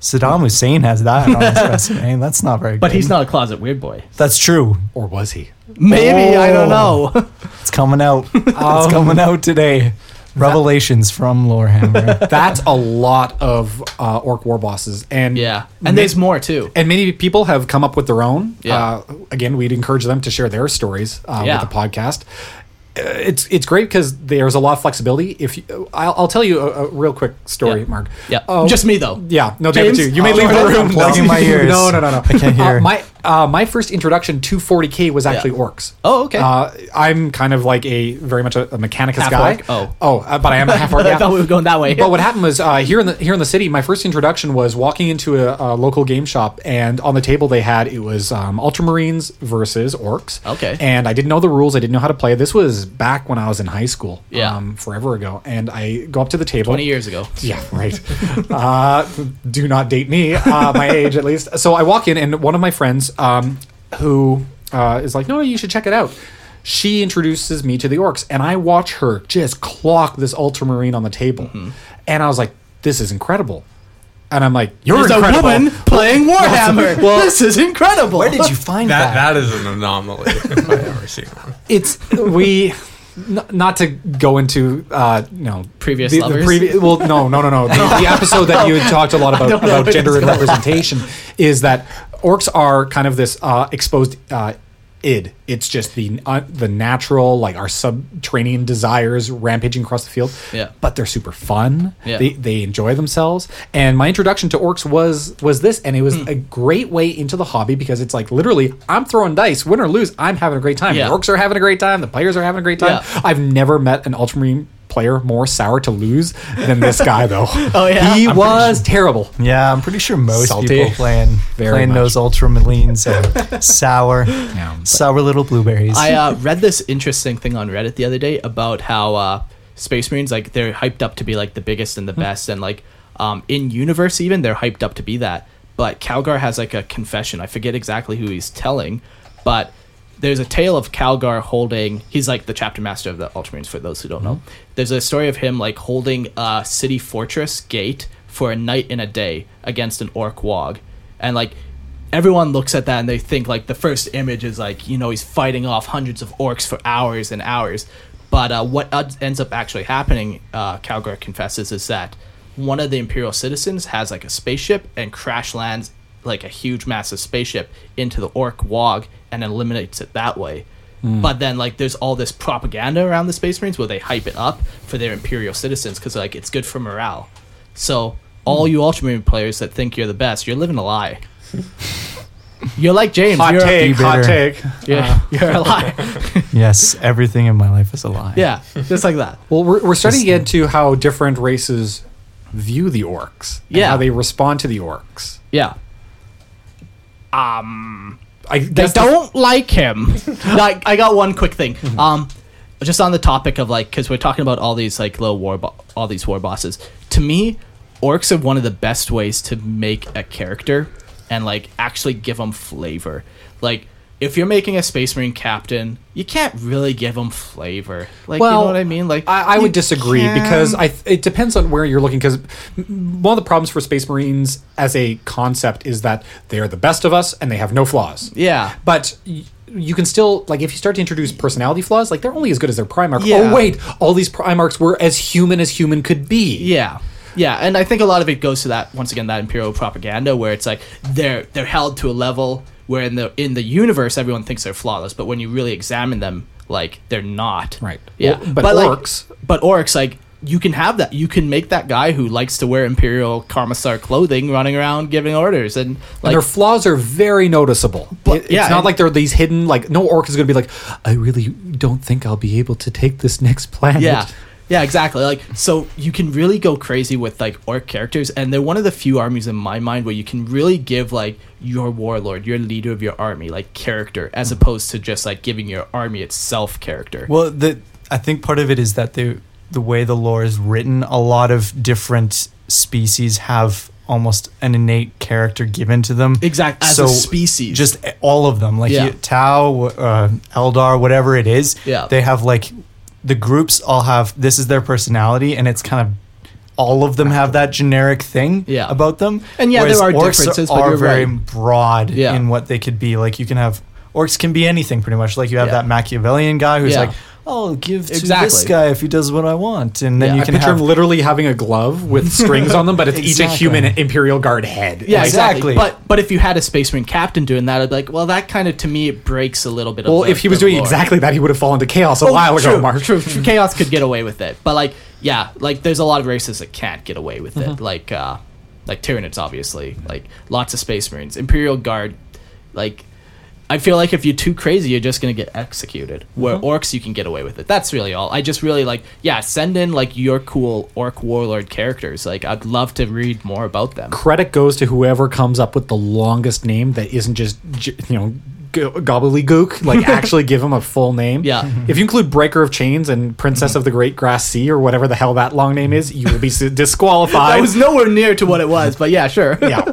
Speaker 5: Saddam Hussein has that on his resume. That's not very.
Speaker 3: but
Speaker 5: good.
Speaker 3: he's not a closet weird boy
Speaker 5: That's true.
Speaker 4: Or was he?
Speaker 3: maybe i don't
Speaker 4: Oh.
Speaker 3: know
Speaker 5: It's coming out. it's coming out today. Revelations from Lorehammer.
Speaker 4: That's a lot of uh, orc war bosses. And
Speaker 3: [LAUGHS] yeah and there's more too
Speaker 4: And many people have come up with their own.
Speaker 3: Yeah.
Speaker 4: Uh, again, we'd encourage them to share their stories uh,
Speaker 3: Yeah.
Speaker 4: with the podcast. Uh, It's it's great because there's a lot of flexibility. If you, I'll, I'll tell you a, a real quick story,
Speaker 3: Yeah.
Speaker 4: Mark.
Speaker 3: yeah
Speaker 4: Oh,
Speaker 3: just me though
Speaker 4: Yeah, no, David,
Speaker 3: James?
Speaker 4: too. You may
Speaker 3: Oh,
Speaker 4: leave the
Speaker 3: Jordan?
Speaker 4: room.
Speaker 5: I'm plugging my ears.
Speaker 4: No, no, no, no.
Speaker 5: I can't hear.
Speaker 4: Uh, my uh, my first introduction to 40k was actually orcs.
Speaker 3: Oh, okay.
Speaker 4: Uh, I'm kind of like a very much a, a mechanicus
Speaker 3: Half
Speaker 4: guy.
Speaker 3: orc? Oh.
Speaker 4: oh, uh, but I am a half orc.
Speaker 3: [LAUGHS] I
Speaker 4: yeah.
Speaker 3: thought we were going that way.
Speaker 4: But what happened was uh, here in the here in the city, my first introduction was walking into a, a local game shop, and on the table they had it was um, Ultramarines versus orcs.
Speaker 3: Okay.
Speaker 4: And I didn't know the rules. I didn't know how to play. This was back when I was in high school.
Speaker 3: Yeah.
Speaker 4: Um, forever ago. And I go up to the table.
Speaker 3: 20 years ago
Speaker 4: [LAUGHS] Yeah, right. uh, do not date me, uh, my age at least. So I walk in, and one of my friends, um, who uh, is like, "No, you should check it out." She introduces me to the orcs, and I watch her just clock this ultramarine on the table,
Speaker 3: Mm-hmm.
Speaker 4: and I was like, "This is incredible." And I'm like, "You're
Speaker 3: there's a
Speaker 4: incredible."
Speaker 3: woman playing warhammer
Speaker 4: [LAUGHS] Well-
Speaker 3: this is incredible
Speaker 5: Where did you
Speaker 3: [LAUGHS]
Speaker 5: find that?
Speaker 2: That that is an anomaly. if I've ever seen one.
Speaker 4: it's we n- not to go into uh you know
Speaker 3: Previous
Speaker 4: the,
Speaker 3: lovers?
Speaker 4: previ- well no no no no the,
Speaker 3: [LAUGHS]
Speaker 4: the episode that you had talked a lot about
Speaker 3: know
Speaker 4: about
Speaker 3: where
Speaker 4: gender
Speaker 3: it's
Speaker 4: and representation is that orcs are kind of this uh exposed uh id. It's just the uh, the natural, like our subterranean desires rampaging across the field.
Speaker 3: Yeah.
Speaker 4: But they're super fun.
Speaker 3: Yeah.
Speaker 4: They they enjoy themselves. And my introduction to orcs was was this, and it was
Speaker 3: Hmm.
Speaker 4: a great way into the hobby because it's like literally I'm throwing dice, win or lose, I'm having a great time.
Speaker 3: Yeah.
Speaker 4: The orcs are having a great time. The players are having a great time.
Speaker 3: Yeah.
Speaker 4: I've never met an ultramarine player more sour to lose than this guy though.
Speaker 3: [LAUGHS] Oh, yeah?
Speaker 4: He
Speaker 3: I'm pretty
Speaker 4: was terrible.
Speaker 5: Yeah, I'm pretty sure most
Speaker 4: Salty.
Speaker 5: people playing
Speaker 4: Very
Speaker 5: playing
Speaker 4: much.
Speaker 5: those ultramarines
Speaker 4: [LAUGHS]
Speaker 5: are sour, sour little blueberries.
Speaker 3: I uh, read this interesting thing on Reddit the other day about how uh, Space Marines like they're hyped up to be like the biggest and the best, and like um, in universe even they're hyped up to be that. But Calgar has like a confession. I forget exactly who he's telling, but there's a tale of Calgar holding. He's like the chapter master of the Ultramarines. For those who don't know, there's a story of him like holding a city fortress gate for a night and a day against an orc wog, and like everyone looks at that and they think like the first image is like you know he's fighting off hundreds of orcs for hours and hours but uh, what ud- ends up actually happening uh, calgar confesses is that one of the imperial citizens has like a spaceship and crash lands like a huge massive spaceship into the orc wog and eliminates it that way but then like there's all this propaganda around the space marines where they hype it up for their imperial citizens because like it's good for morale so all you ultramarine players that think you're the best you're living a lie you're like James.
Speaker 4: Hot
Speaker 3: you're
Speaker 4: take,
Speaker 5: Be
Speaker 4: hot
Speaker 5: bitter.
Speaker 4: take.
Speaker 3: A,
Speaker 4: [LAUGHS]
Speaker 3: you're, you're a liar.
Speaker 5: yes, everything in my life is a lie.
Speaker 3: yeah, just like that.
Speaker 4: Well, we're, we're starting to get into how different races view the orcs. and
Speaker 3: Yeah.
Speaker 4: how they respond to the orcs.
Speaker 3: Yeah.
Speaker 4: I
Speaker 3: They
Speaker 4: guess the-
Speaker 3: don't like him. [LAUGHS] like, I got one quick thing.
Speaker 4: Mm-hmm.
Speaker 3: Um, just on the topic of like, because we're talking about all these like little war, bo- all these war bosses. To me, orcs are one of the best ways to make a character and like actually give them flavor. Like, if you're making a Space Marine captain, you can't really give them flavor. Like, you know what I mean? Like,
Speaker 4: I, I would disagree because I th- it depends on where you're looking. Because one of the problems for Space Marines as a concept is that they are the best of us and they have no flaws.
Speaker 3: Yeah.
Speaker 4: but. Y- you can still like if you start to introduce personality flaws, like they're only as good as their Primarch.
Speaker 3: Yeah.
Speaker 4: Oh wait, all these Primarchs were as human as human could be.
Speaker 3: Yeah. Yeah, and I think a lot of it goes to that once again that imperial propaganda where it's like they're they're held to a level where in the in the universe everyone thinks they're flawless, but when you really examine them, like they're not.
Speaker 4: Right.
Speaker 3: Yeah.
Speaker 4: Well, but
Speaker 3: like,
Speaker 4: orcs-
Speaker 3: but orcs like you can have that. You can make that guy who likes to wear imperial karmasar clothing running around giving orders and like
Speaker 4: and their flaws are very noticeable. It- it's
Speaker 3: yeah,
Speaker 4: not
Speaker 3: and-
Speaker 4: like they're these hidden. Like no orc is going to be like, I really don't think I'll be able to take this next planet.
Speaker 3: Yeah. Yeah, exactly. Like so you can really go crazy with like orc characters and they're one of the few armies in my mind where you can really give like your warlord, your leader of your army, like character
Speaker 4: Mm.
Speaker 3: as opposed to just like giving your army itself character.
Speaker 5: Well, the I think part of it is that the the way the lore is written, a lot of different species have almost an innate character given to them.
Speaker 3: Exact- as a species.
Speaker 5: just all of them, like
Speaker 3: Yeah.
Speaker 5: you, Tau, uh, Eldar, whatever it is.
Speaker 3: Yeah.
Speaker 5: they have like the groups all have this is their personality, and it's kind of. All of them have that generic thing
Speaker 3: Yeah.
Speaker 5: about them,
Speaker 3: And yeah,
Speaker 5: whereas
Speaker 3: there are
Speaker 5: orcs
Speaker 3: differences, but
Speaker 5: Are
Speaker 3: you're
Speaker 5: very
Speaker 3: right.
Speaker 5: broad
Speaker 3: Yeah.
Speaker 5: in what they could be. Like you can have orcs can be anything pretty much. Like you have
Speaker 3: Yeah.
Speaker 5: that Machiavellian guy who's
Speaker 3: Yeah.
Speaker 5: like, I'll give to this
Speaker 3: Exactly.
Speaker 5: guy if he does what I want, and then
Speaker 3: Yeah.
Speaker 5: you
Speaker 4: I
Speaker 5: can
Speaker 4: picture
Speaker 5: have
Speaker 4: him literally having a glove with strings on them, but it's each a
Speaker 5: Exactly.
Speaker 4: human Imperial Guard head.
Speaker 3: yeah,
Speaker 4: Like,
Speaker 5: exactly.
Speaker 3: But but if you had a space marine captain doing that, I'd be like, well, that kind of to me it breaks a little bit.
Speaker 4: Well,
Speaker 3: of the-
Speaker 4: if he was
Speaker 3: the
Speaker 4: doing
Speaker 3: lore.
Speaker 4: exactly that, he would have fallen to chaos a while ago,
Speaker 3: true,
Speaker 4: Mark.
Speaker 3: True, true. [LAUGHS] Chaos could get away with it, but like, yeah, like there's a lot of races that can't get away with
Speaker 4: Mm-hmm.
Speaker 3: it. Like, uh, like Tyranids, obviously. Like lots of Space Marines, Imperial Guard. Like, I feel like if you're too crazy, you're just gonna get executed. Where
Speaker 4: Mm-hmm.
Speaker 3: orcs, you can get away with it. That's really all. I just really like, yeah, send in like your cool orc warlord characters. Like, I'd love to read more about them.
Speaker 4: Credit goes to whoever comes up with the longest name that isn't just j- you know go- gobbledygook. Like actually give him a full name.
Speaker 3: Yeah. Mhm.
Speaker 4: If you include Breaker of Chains and Princess of the Great Grass Sea or whatever the hell that long name is, you will be s- disqualified.
Speaker 3: I was nowhere near to what it was, but yeah, sure.
Speaker 4: [LAUGHS] yeah.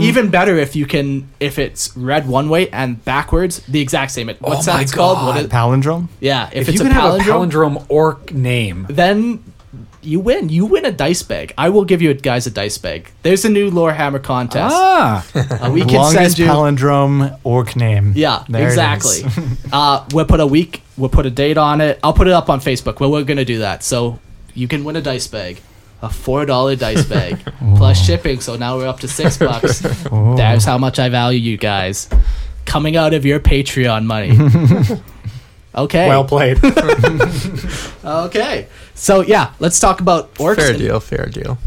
Speaker 3: Even better if you can if it's read one way and backwards the exact same. What's
Speaker 4: Oh my
Speaker 3: that it's called? What
Speaker 4: God.
Speaker 3: is,
Speaker 5: palindrome.
Speaker 3: Yeah, if,
Speaker 4: If
Speaker 3: it's
Speaker 4: you
Speaker 3: a
Speaker 4: can
Speaker 3: palindrome,
Speaker 4: have a palindrome orc name,
Speaker 3: then you win. You win a dice bag. I will give you guys a dice bag. There's a new lore hammer contest.
Speaker 4: ah,
Speaker 3: Uh, we can
Speaker 5: Longest
Speaker 3: send you.
Speaker 5: palindrome orc name.
Speaker 3: yeah,
Speaker 5: There it is.
Speaker 3: exactly. uh, we'll put a week. We'll put a date on it. I'll put it up on Facebook. Well, we're gonna do that. So you can win a dice bag, a four dollar dice bag plus shipping. So now we're up to six bucks. There's how much I value you guys. coming out of your Patreon money. okay.
Speaker 4: Well played.
Speaker 3: okay. So yeah, let's talk about orcs.
Speaker 2: Fair
Speaker 3: and-
Speaker 2: deal, fair deal.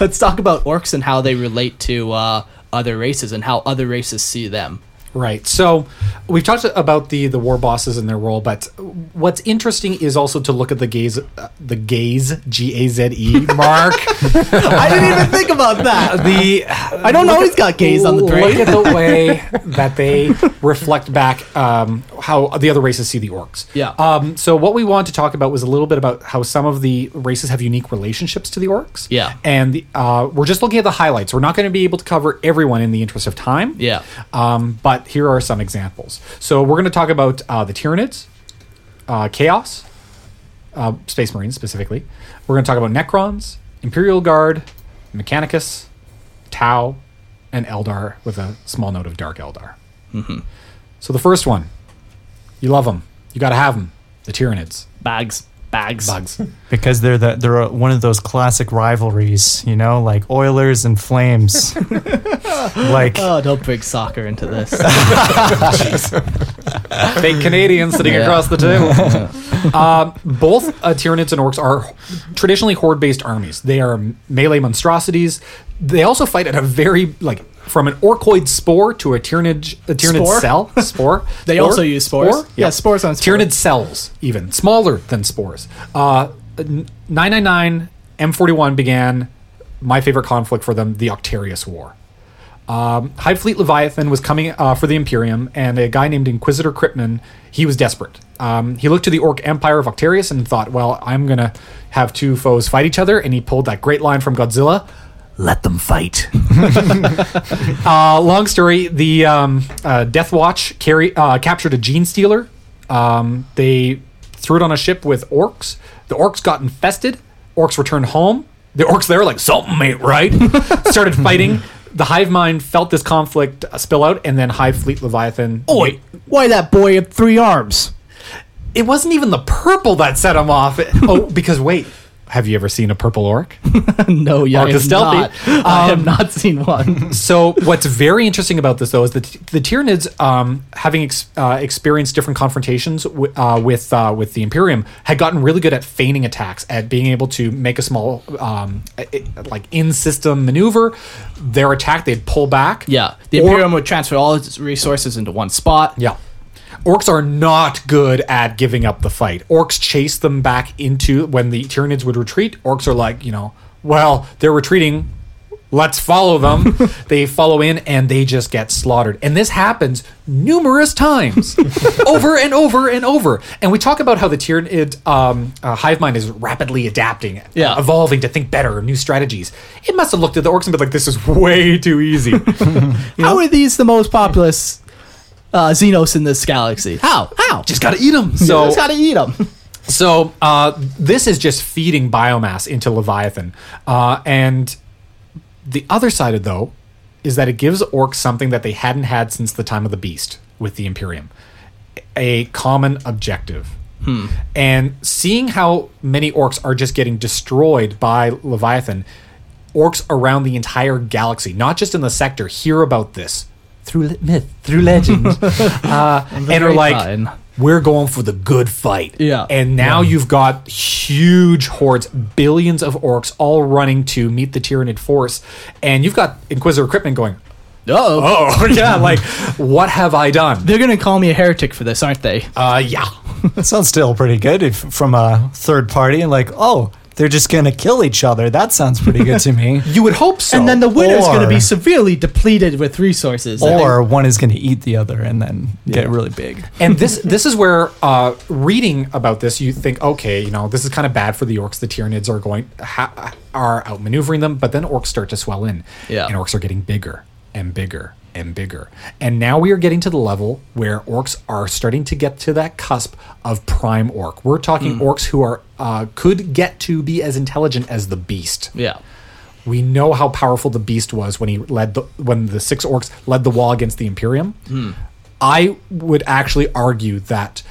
Speaker 3: Let's talk about orcs and how they relate to uh, other races and how other races see them.
Speaker 4: Right. So we've talked about the the war bosses and their role, but what's interesting is also to look at the gaze, uh, the gaze, G A Z E
Speaker 3: [LAUGHS]
Speaker 4: mark.
Speaker 3: I didn't even think about
Speaker 5: Uh,
Speaker 3: that.
Speaker 4: the
Speaker 3: I don't always got gays on the
Speaker 4: look
Speaker 3: brain.
Speaker 4: at the way
Speaker 3: [LAUGHS]
Speaker 4: that they reflect back um, how the other races see the orcs.
Speaker 3: Yeah.
Speaker 4: Um, so what we want to talk about was a little bit about how some of the races have unique relationships to the orcs.
Speaker 3: Yeah.
Speaker 4: And the, uh, we're just looking at the highlights. We're not going to be able to cover everyone in the interest of time.
Speaker 3: Yeah.
Speaker 4: Um, but here are some examples. So we're going to talk about uh, the Tyranids, uh, Chaos, uh, Space Marines specifically. We're going to talk about Necrons, Imperial Guard, Mechanicus, Tau, and Eldar with a small note of Dark Eldar.
Speaker 3: Mm-hmm.
Speaker 4: So the first one, you love them. You got to have them. The Tyranids.
Speaker 3: Bags, bags,
Speaker 4: Bugs.
Speaker 5: because they're the, they're one of those classic rivalries, you know, like Oilers and
Speaker 3: [LAUGHS]
Speaker 5: Flames. like
Speaker 3: Oh, don't bring soccer into this.
Speaker 4: Fake Canadians sitting
Speaker 3: Yeah.
Speaker 4: across the table.
Speaker 3: [LAUGHS]
Speaker 4: um, both uh, Tyranids and Orcs are traditionally horde-based armies. They are melee monstrosities. They also fight at a very like from an orcoid spore to a Tyranid a Tyranid
Speaker 3: Spore? [LAUGHS]
Speaker 4: cell spore.
Speaker 3: They
Speaker 4: Spore?
Speaker 3: also use spores.
Speaker 4: Spore?
Speaker 3: Yeah, spores on spores.
Speaker 4: Tyranid cells, even smaller than spores. Uh, n- 999 M41 began my favorite conflict for them, the Octarius War. Um, High Fleet Leviathan was coming uh, for the Imperium, and a guy named Inquisitor Crippman, he was desperate. Um, he looked to the Orc Empire of Octarius and thought, well, I'm going to have two foes fight each other. And he pulled that great line from Godzilla.
Speaker 6: Let them fight.
Speaker 4: Uh, long story, the um, uh, Death Watch carry, uh, captured a gene stealer. Um, they threw it on a ship with orcs. The orcs got infested. Orcs returned home. The orcs there were like, something ain't right. [LAUGHS] Started fighting. The hive mind felt this conflict uh, spill out, and then Hive Fleet Leviathan.
Speaker 3: Oi, [LAUGHS] why that boy had three arms?
Speaker 4: It wasn't even the purple that set him off. It- [LAUGHS] oh, because wait, have you ever seen a purple orc?
Speaker 3: No, yeah, I
Speaker 4: Orc
Speaker 3: have
Speaker 4: is stealthy.
Speaker 3: not. [LAUGHS] I have not seen [LAUGHS] one.
Speaker 4: so what's very interesting about this though is that the Tyranids, um, having ex- uh, experienced different confrontations wi- uh, with uh, with the Imperium, had gotten really good at feigning attacks, at being able to make a small um, i- i- like in system maneuver. Their attack, they'd pull back.
Speaker 3: Yeah, the
Speaker 4: Or-
Speaker 3: Imperium would transfer all its resources into one spot.
Speaker 4: yeah. Orcs are not good at giving up the fight. Orcs chase them back into when the Tyranids would retreat. Orcs are like, you know, well, they're retreating. Let's follow
Speaker 3: [LAUGHS]
Speaker 4: them. they follow in and they just get slaughtered. And this happens numerous
Speaker 3: [LAUGHS]
Speaker 4: times over and over and over. And we talk about how the Tyranid um, uh, hive mind is rapidly adapting,
Speaker 3: Yeah.
Speaker 4: uh, evolving to think better, new strategies. It must have looked at the orcs and been like, this is way too easy.
Speaker 3: How are these the most populous uh, Xenos in this galaxy? [LAUGHS] How? How?
Speaker 4: just got to eat them. So,
Speaker 3: Just gotta eat them.
Speaker 4: So uh, this is just feeding biomass into Leviathan, uh, and the other side of though is that it gives orcs something that they hadn't had since the time of the beast with the Imperium, a common objective. And seeing how many orcs are just getting destroyed by Leviathan, orcs around the entire galaxy, not just in the sector, hear about this through le- myth, through legend, uh, and are
Speaker 3: very
Speaker 4: like,
Speaker 3: fine.
Speaker 4: "We're going for the good fight."
Speaker 3: Yeah.
Speaker 4: And now you've got huge hordes, billions of orcs, all running to meet the Tyranid force, and you've got Inquisitor Crippin going,
Speaker 3: Oh,
Speaker 4: "Oh [LAUGHS] yeah, like what have I done?"
Speaker 3: they're gonna call me a heretic for this, aren't they?
Speaker 4: Uh, yeah.
Speaker 5: that sounds still pretty good if, from a third party. And like, oh, they're just gonna kill each other. That sounds pretty good to
Speaker 3: [LAUGHS]
Speaker 5: me.
Speaker 4: You would hope so.
Speaker 3: and then the winner's gonna be
Speaker 5: or-
Speaker 3: severely depleted with resources.
Speaker 5: Or one is gonna eat the other and then get really big.
Speaker 4: and this this is where uh, reading about this, you think, okay, you know, this is kind of bad for the orcs. The Tyranids are going ha- are outmaneuvering them, but then orcs start to swell in,
Speaker 3: Yeah.
Speaker 4: and orcs are getting bigger and bigger and bigger, and now we are getting to the level where orcs are starting to get to that cusp of prime orc. We're talking orcs who are uh, could get to be as intelligent as the beast.
Speaker 3: yeah.
Speaker 4: We know how powerful the beast was when he led the when the six orcs led the wall against the Imperium.
Speaker 3: Hmm.
Speaker 4: I would actually argue that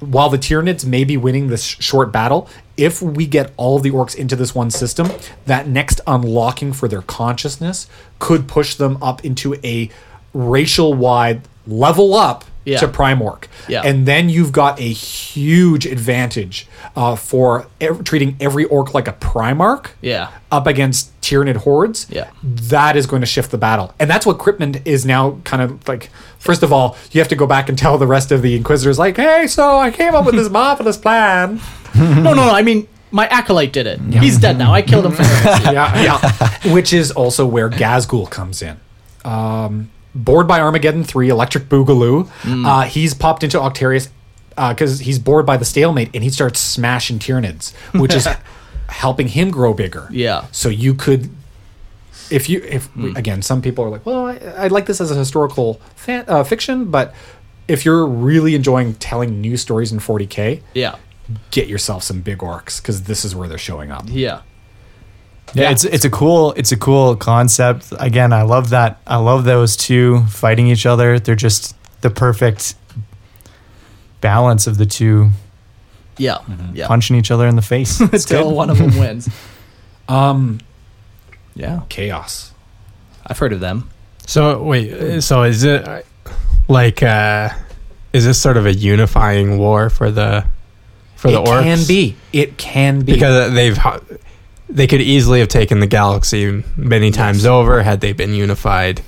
Speaker 4: while the Tyranids may be winning this sh- short battle, if we get all of the orcs into this one system, that next unlocking for their consciousness could push them up into a racial wide level up
Speaker 3: Yeah.
Speaker 4: to Primork.
Speaker 3: Yeah.
Speaker 4: And then you've got a huge advantage uh, for ev- treating every orc like a Primarch
Speaker 3: Yeah.
Speaker 4: up against Tyranid hordes.
Speaker 3: Yeah.
Speaker 4: That is going to shift the battle. And that's what Cryptmond is now kind of like. First of all, you have to go back and tell the rest of the Inquisitors, like, hey, so I came up with this marvelous plan.
Speaker 3: No, no, no. I mean, my acolyte did it. He's dead now. I killed
Speaker 5: [LAUGHS]
Speaker 3: him for heresy.
Speaker 4: [LAUGHS] yeah, yeah. Which is also where Gazgul comes in. Um, bored by Armageddon 3, Electric Boogaloo. Uh, he's popped into Octarius because he's bored by the stalemate and he starts smashing Tyranids, which [LAUGHS] is helping him grow bigger.
Speaker 3: Yeah.
Speaker 4: So you could. If you, if again, some people are like, well, I, I like this as a historical fan, uh, fiction, but if you're really enjoying telling new stories in 40k,
Speaker 3: Yeah.
Speaker 4: get yourself some big orcs because this is where they're showing up.
Speaker 3: Yeah.
Speaker 5: Yeah, it's it's a cool it's a cool concept. Again, I love that. I love those two fighting each other. They're just the perfect balance of the two
Speaker 3: Yeah. Yeah.
Speaker 5: punching each other in the [LAUGHS] face. It's Mm-hmm.
Speaker 3: Till
Speaker 5: good. Um,
Speaker 3: one of them wins.
Speaker 5: Yeah.
Speaker 4: Chaos.
Speaker 3: I've heard of them.
Speaker 2: So wait, uh, so is it uh, like uh is this sort of a unifying war for the for the
Speaker 4: it
Speaker 2: orcs?
Speaker 4: can be. It can be.
Speaker 2: because they've ho- they could easily have taken the galaxy many times over had they been unified,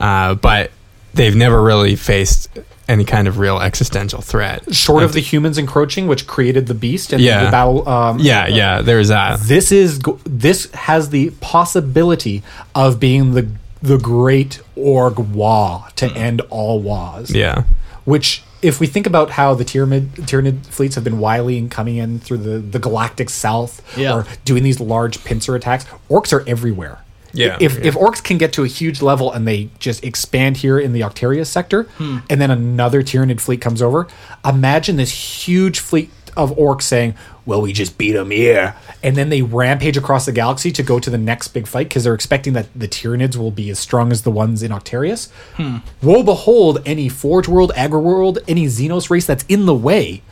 Speaker 2: uh, but they've never really faced any kind of real existential threat.
Speaker 4: short of the humans encroaching, which created the beast and
Speaker 2: Yeah.
Speaker 4: the battle. Um,
Speaker 2: Yeah, yeah, there's that.
Speaker 4: This is go- this has the possibility of being the the great org wah to end all wars.
Speaker 2: Mm-hmm. Yeah,
Speaker 4: Which, if we think about how the Tyranid, Tyranid fleets have been wily and coming in through the, the galactic south
Speaker 3: Yeah.
Speaker 4: or doing these large pincer attacks, orcs are everywhere.
Speaker 2: Yeah,
Speaker 4: If,
Speaker 2: yeah.
Speaker 4: if orcs can get to a huge level and they just expand here in the Octaria sector, and then another Tyranid fleet comes over, imagine this huge fleet of orcs saying, well, we just beat them here. And then they rampage across the galaxy to go to the next big fight because they're expecting that the Tyranids will be as strong as the ones in Octarius. Woe behold, any Forge World, Agri World, any Xenos race that's in the way.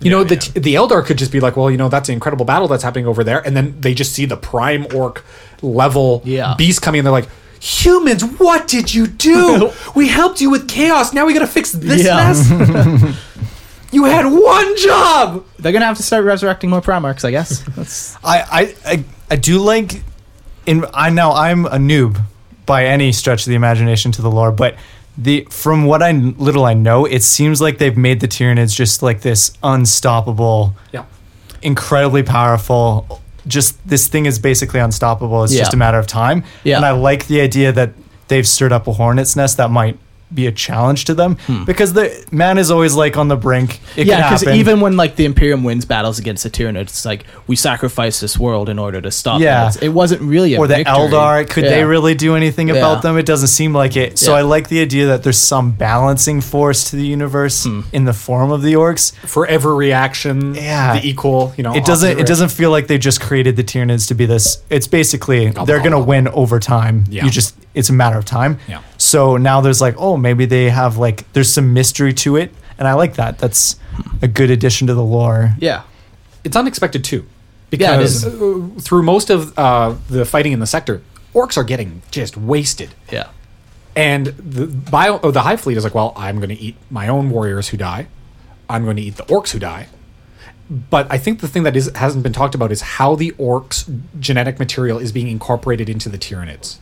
Speaker 4: You know, the, the Eldar could just be like, well, you know, that's an incredible battle that's happening over there. And then they just see the prime orc level
Speaker 3: Yeah.
Speaker 4: beast coming and they're like, humans, what did you
Speaker 5: [LAUGHS]
Speaker 4: do? we helped you with chaos. Now we got to fix this
Speaker 3: Yeah. [LAUGHS]
Speaker 4: mess. you had one job.
Speaker 3: They're gonna have to start resurrecting more Primarchs, I guess. [LAUGHS] That's
Speaker 5: I, I I I do like in I know I'm a noob by any stretch of the imagination to the lore, but the from what I little I know, it seems like they've made the Tyranids just like this unstoppable,
Speaker 4: Yeah.
Speaker 5: incredibly powerful. Just this thing is basically unstoppable. It's just
Speaker 3: Yeah.
Speaker 5: a matter of time.
Speaker 3: Yeah.
Speaker 5: And I like the idea that they've stirred up a hornet's nest that might be a challenge to them because the man is always like on the brink. It
Speaker 3: Hmm. yeah,
Speaker 5: could
Speaker 3: because
Speaker 5: happen.
Speaker 3: even when like the Imperium wins battles against the Tyranid, it's like we sacrificed this world in order to stop. them.
Speaker 5: Yeah.
Speaker 3: It's- it wasn't really a
Speaker 5: or the
Speaker 3: victory.
Speaker 5: Eldar. Could they
Speaker 3: Yeah.
Speaker 5: really do anything
Speaker 3: Yeah.
Speaker 5: about them? It doesn't seem like it. So
Speaker 3: Yeah.
Speaker 5: I like the idea that there's some balancing force to the universe
Speaker 3: Hmm.
Speaker 5: in the form of the orcs.
Speaker 4: For every reaction,
Speaker 5: Yeah.
Speaker 4: the equal, you know,
Speaker 5: It doesn't.
Speaker 4: opposite
Speaker 5: It doesn't feel like they just created the Tyranids to be this. It's basically they're gonna win over time.
Speaker 4: Yeah.
Speaker 5: You just. It's a matter of time.
Speaker 4: Yeah.
Speaker 5: So now there's like, oh, maybe they have like there's some mystery to it, and I like that. That's a good addition to the lore.
Speaker 3: Yeah.
Speaker 4: it's unexpected too,
Speaker 3: Yeah, it
Speaker 4: because uh, through most of uh, the fighting in the sector, orcs are getting just wasted.
Speaker 3: Yeah.
Speaker 4: And the bio, oh, the High Fleet is like, well, I'm going to eat my own warriors who die. I'm going to eat the orcs who die. But I think the thing that is hasn't been talked about is how the orcs' genetic material is being incorporated into the Tyranids,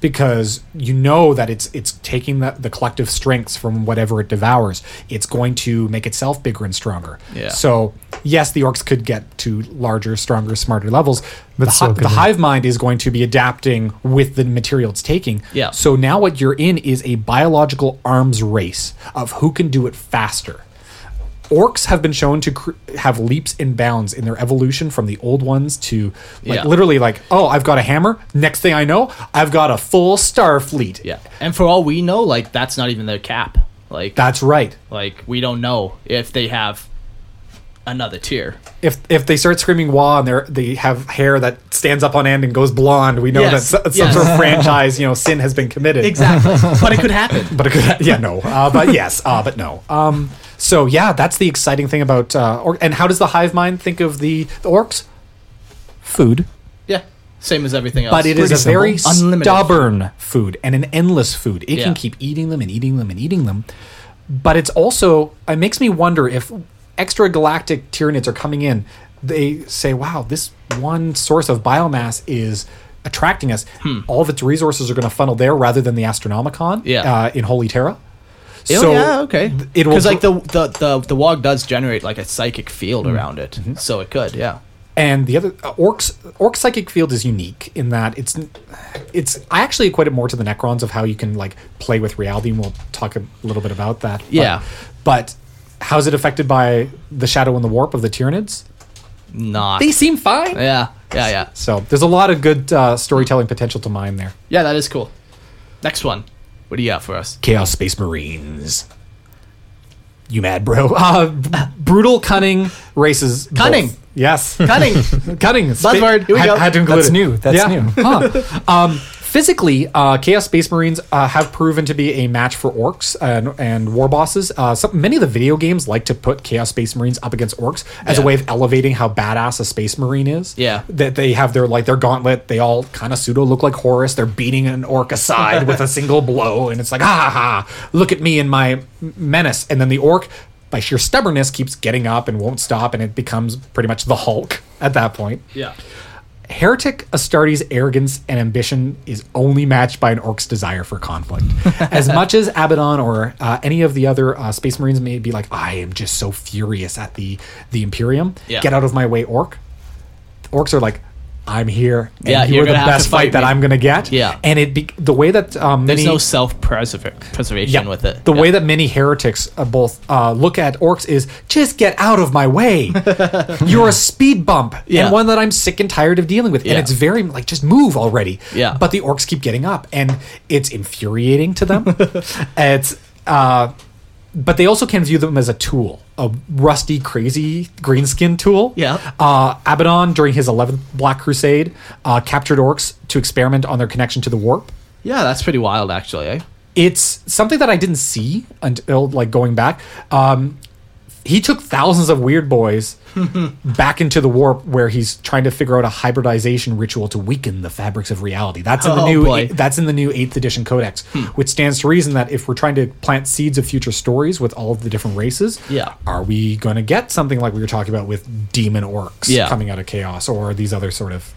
Speaker 4: because you know that it's it's taking the, the collective strengths from whatever it devours. It's going to make itself bigger and stronger.
Speaker 3: Yeah.
Speaker 4: So yes, the orcs could get to larger, stronger, smarter levels. But the,
Speaker 5: so
Speaker 4: hi-
Speaker 5: could
Speaker 4: the
Speaker 5: they.
Speaker 4: hive mind is going to be adapting with the material it's taking.
Speaker 3: Yeah.
Speaker 4: So now what you're in is a biological arms race of who can do it faster. Orcs have been shown to cr- have leaps and bounds in their evolution from the old ones to like
Speaker 3: Yeah.
Speaker 4: literally like oh I've got a hammer next thing I know I've got a full star fleet
Speaker 3: Yeah. And for all we know, like that's not even their cap. Like
Speaker 4: that's right
Speaker 3: like we don't know if they have another tier.
Speaker 4: if if they start screaming wah and they they have hair that stands up on end and goes blonde we know
Speaker 3: Yes.
Speaker 4: that s- some
Speaker 3: Yes. [LAUGHS]
Speaker 4: sort of franchise you know sin has been committed
Speaker 3: Exactly. [LAUGHS]
Speaker 4: [LAUGHS]
Speaker 3: but it could happen.
Speaker 4: but it could, yeah, no, uh,
Speaker 3: [LAUGHS]
Speaker 4: but yes, uh, but no. Um, so yeah, that's the exciting thing about uh, or, and how does the hive mind think of the, the orcs? Food.
Speaker 3: Yeah. Same as everything else.
Speaker 4: But it is a
Speaker 5: Pretty simple.
Speaker 4: very
Speaker 3: Unlimited.
Speaker 4: stubborn food and an endless food. It
Speaker 3: Yeah.
Speaker 4: can keep eating them and eating them and eating them. But it's also it makes me wonder if extra galactic tyranids are coming in. They say, "Wow, this one source of biomass is." Attracting us,
Speaker 3: Hmm.
Speaker 4: all of its resources are going to funnel there rather than the Astronomicon
Speaker 3: Yeah.
Speaker 4: uh, in Holy Terra.
Speaker 3: Oh, yeah, okay.
Speaker 4: th- It will
Speaker 3: Because like the, the the the wog does generate like a psychic field
Speaker 4: Mm-hmm.
Speaker 3: around it, so it could, yeah.
Speaker 4: And the other uh, orcs, orc psychic field is unique in that it's it's. I actually equate it more to the Necrons of how you can like play with reality, and we'll talk a little bit about that. But-
Speaker 3: Yeah.
Speaker 4: but how's it affected by the shadow and the warp of the Tyranids?
Speaker 3: Not.
Speaker 4: They seem fine.
Speaker 3: Yeah, yeah, yeah,
Speaker 4: So there's a lot of good uh, storytelling potential to mine there.
Speaker 3: yeah. That is cool. Next one. What do you got for us?
Speaker 4: Chaos Space Marines. You mad, bro? [LAUGHS] Uh, b- brutal, cunning races. both.
Speaker 3: Cunning.
Speaker 4: Yes. [LAUGHS]
Speaker 3: Cunning.
Speaker 4: cutting.
Speaker 3: Buzzword. Here we
Speaker 4: had,
Speaker 3: go.
Speaker 4: had to include
Speaker 5: That's
Speaker 4: it.
Speaker 5: new. That's new.
Speaker 4: [LAUGHS] Huh. um, physically, uh, Chaos Space Marines uh, have proven to be a match for orcs and, and war bosses. Uh, some, many of the video games like to put Chaos Space Marines up against orcs as
Speaker 3: Yeah.
Speaker 4: a way of elevating how badass a Space Marine is.
Speaker 3: Yeah.
Speaker 4: that they have their like their gauntlet. They all kind of pseudo look like Horus. They're beating an orc aside
Speaker 3: [LAUGHS]
Speaker 4: with a single blow, and it's like ah, ha, ha, look at me and my menace. And then the orc. By sheer stubbornness, keeps getting up and won't stop, and it becomes pretty much the Hulk at that point.
Speaker 3: [LAUGHS] yeah.
Speaker 4: Heretic Astartes' arrogance and ambition is only matched by an orc's desire for
Speaker 3: [LAUGHS]
Speaker 4: conflict. as much as Abaddon or uh, any of the other uh, Space Marines may be like, I am just so furious at the the Imperium.
Speaker 3: Yeah.
Speaker 4: Get out of my way, orc. Orcs are like, I'm here. And
Speaker 3: Yeah,
Speaker 4: you
Speaker 3: you're
Speaker 4: are the
Speaker 3: gonna have to
Speaker 4: best
Speaker 3: fight
Speaker 4: fight that
Speaker 3: me."
Speaker 4: I'm going to get.
Speaker 3: Yeah.
Speaker 4: and it be- the way that um,
Speaker 3: There's
Speaker 4: many,
Speaker 3: no self preservation
Speaker 4: yeah,
Speaker 3: with it.
Speaker 4: The
Speaker 3: Yeah.
Speaker 4: way that many heretics uh, both uh, look at orcs is just get out of my
Speaker 3: [LAUGHS]
Speaker 4: way. You're a speed bump
Speaker 3: Yeah.
Speaker 4: and one that I'm sick and tired of dealing with.
Speaker 3: Yeah.
Speaker 4: And it's very like just move already.
Speaker 3: Yeah.
Speaker 4: But the orcs keep getting up and it's infuriating to
Speaker 3: [LAUGHS]
Speaker 4: them. it's uh but they also can view them as a tool, a rusty, crazy greenskin tool.
Speaker 3: Yeah.
Speaker 4: Uh, Abaddon, during his 11th Black Crusade, uh, captured orcs to experiment on their connection to the warp
Speaker 3: yeah, that's pretty wild, actually. Eh?
Speaker 4: it's something that I didn't see until like going back. Um, he took thousands of weird
Speaker 3: [LAUGHS]
Speaker 4: boys back into the warp where he's trying to figure out a hybridization ritual to weaken the fabrics of reality. That's in the
Speaker 3: Oh,
Speaker 4: new
Speaker 3: boy. Hmm.
Speaker 4: that's in the new 8th edition codex, which stands to reason that if we're trying to plant seeds of future stories with all of the different races,
Speaker 3: Yeah.
Speaker 4: are we going to get something like we were talking about with demon orcs
Speaker 3: Yeah.
Speaker 4: coming out of chaos or these other sort of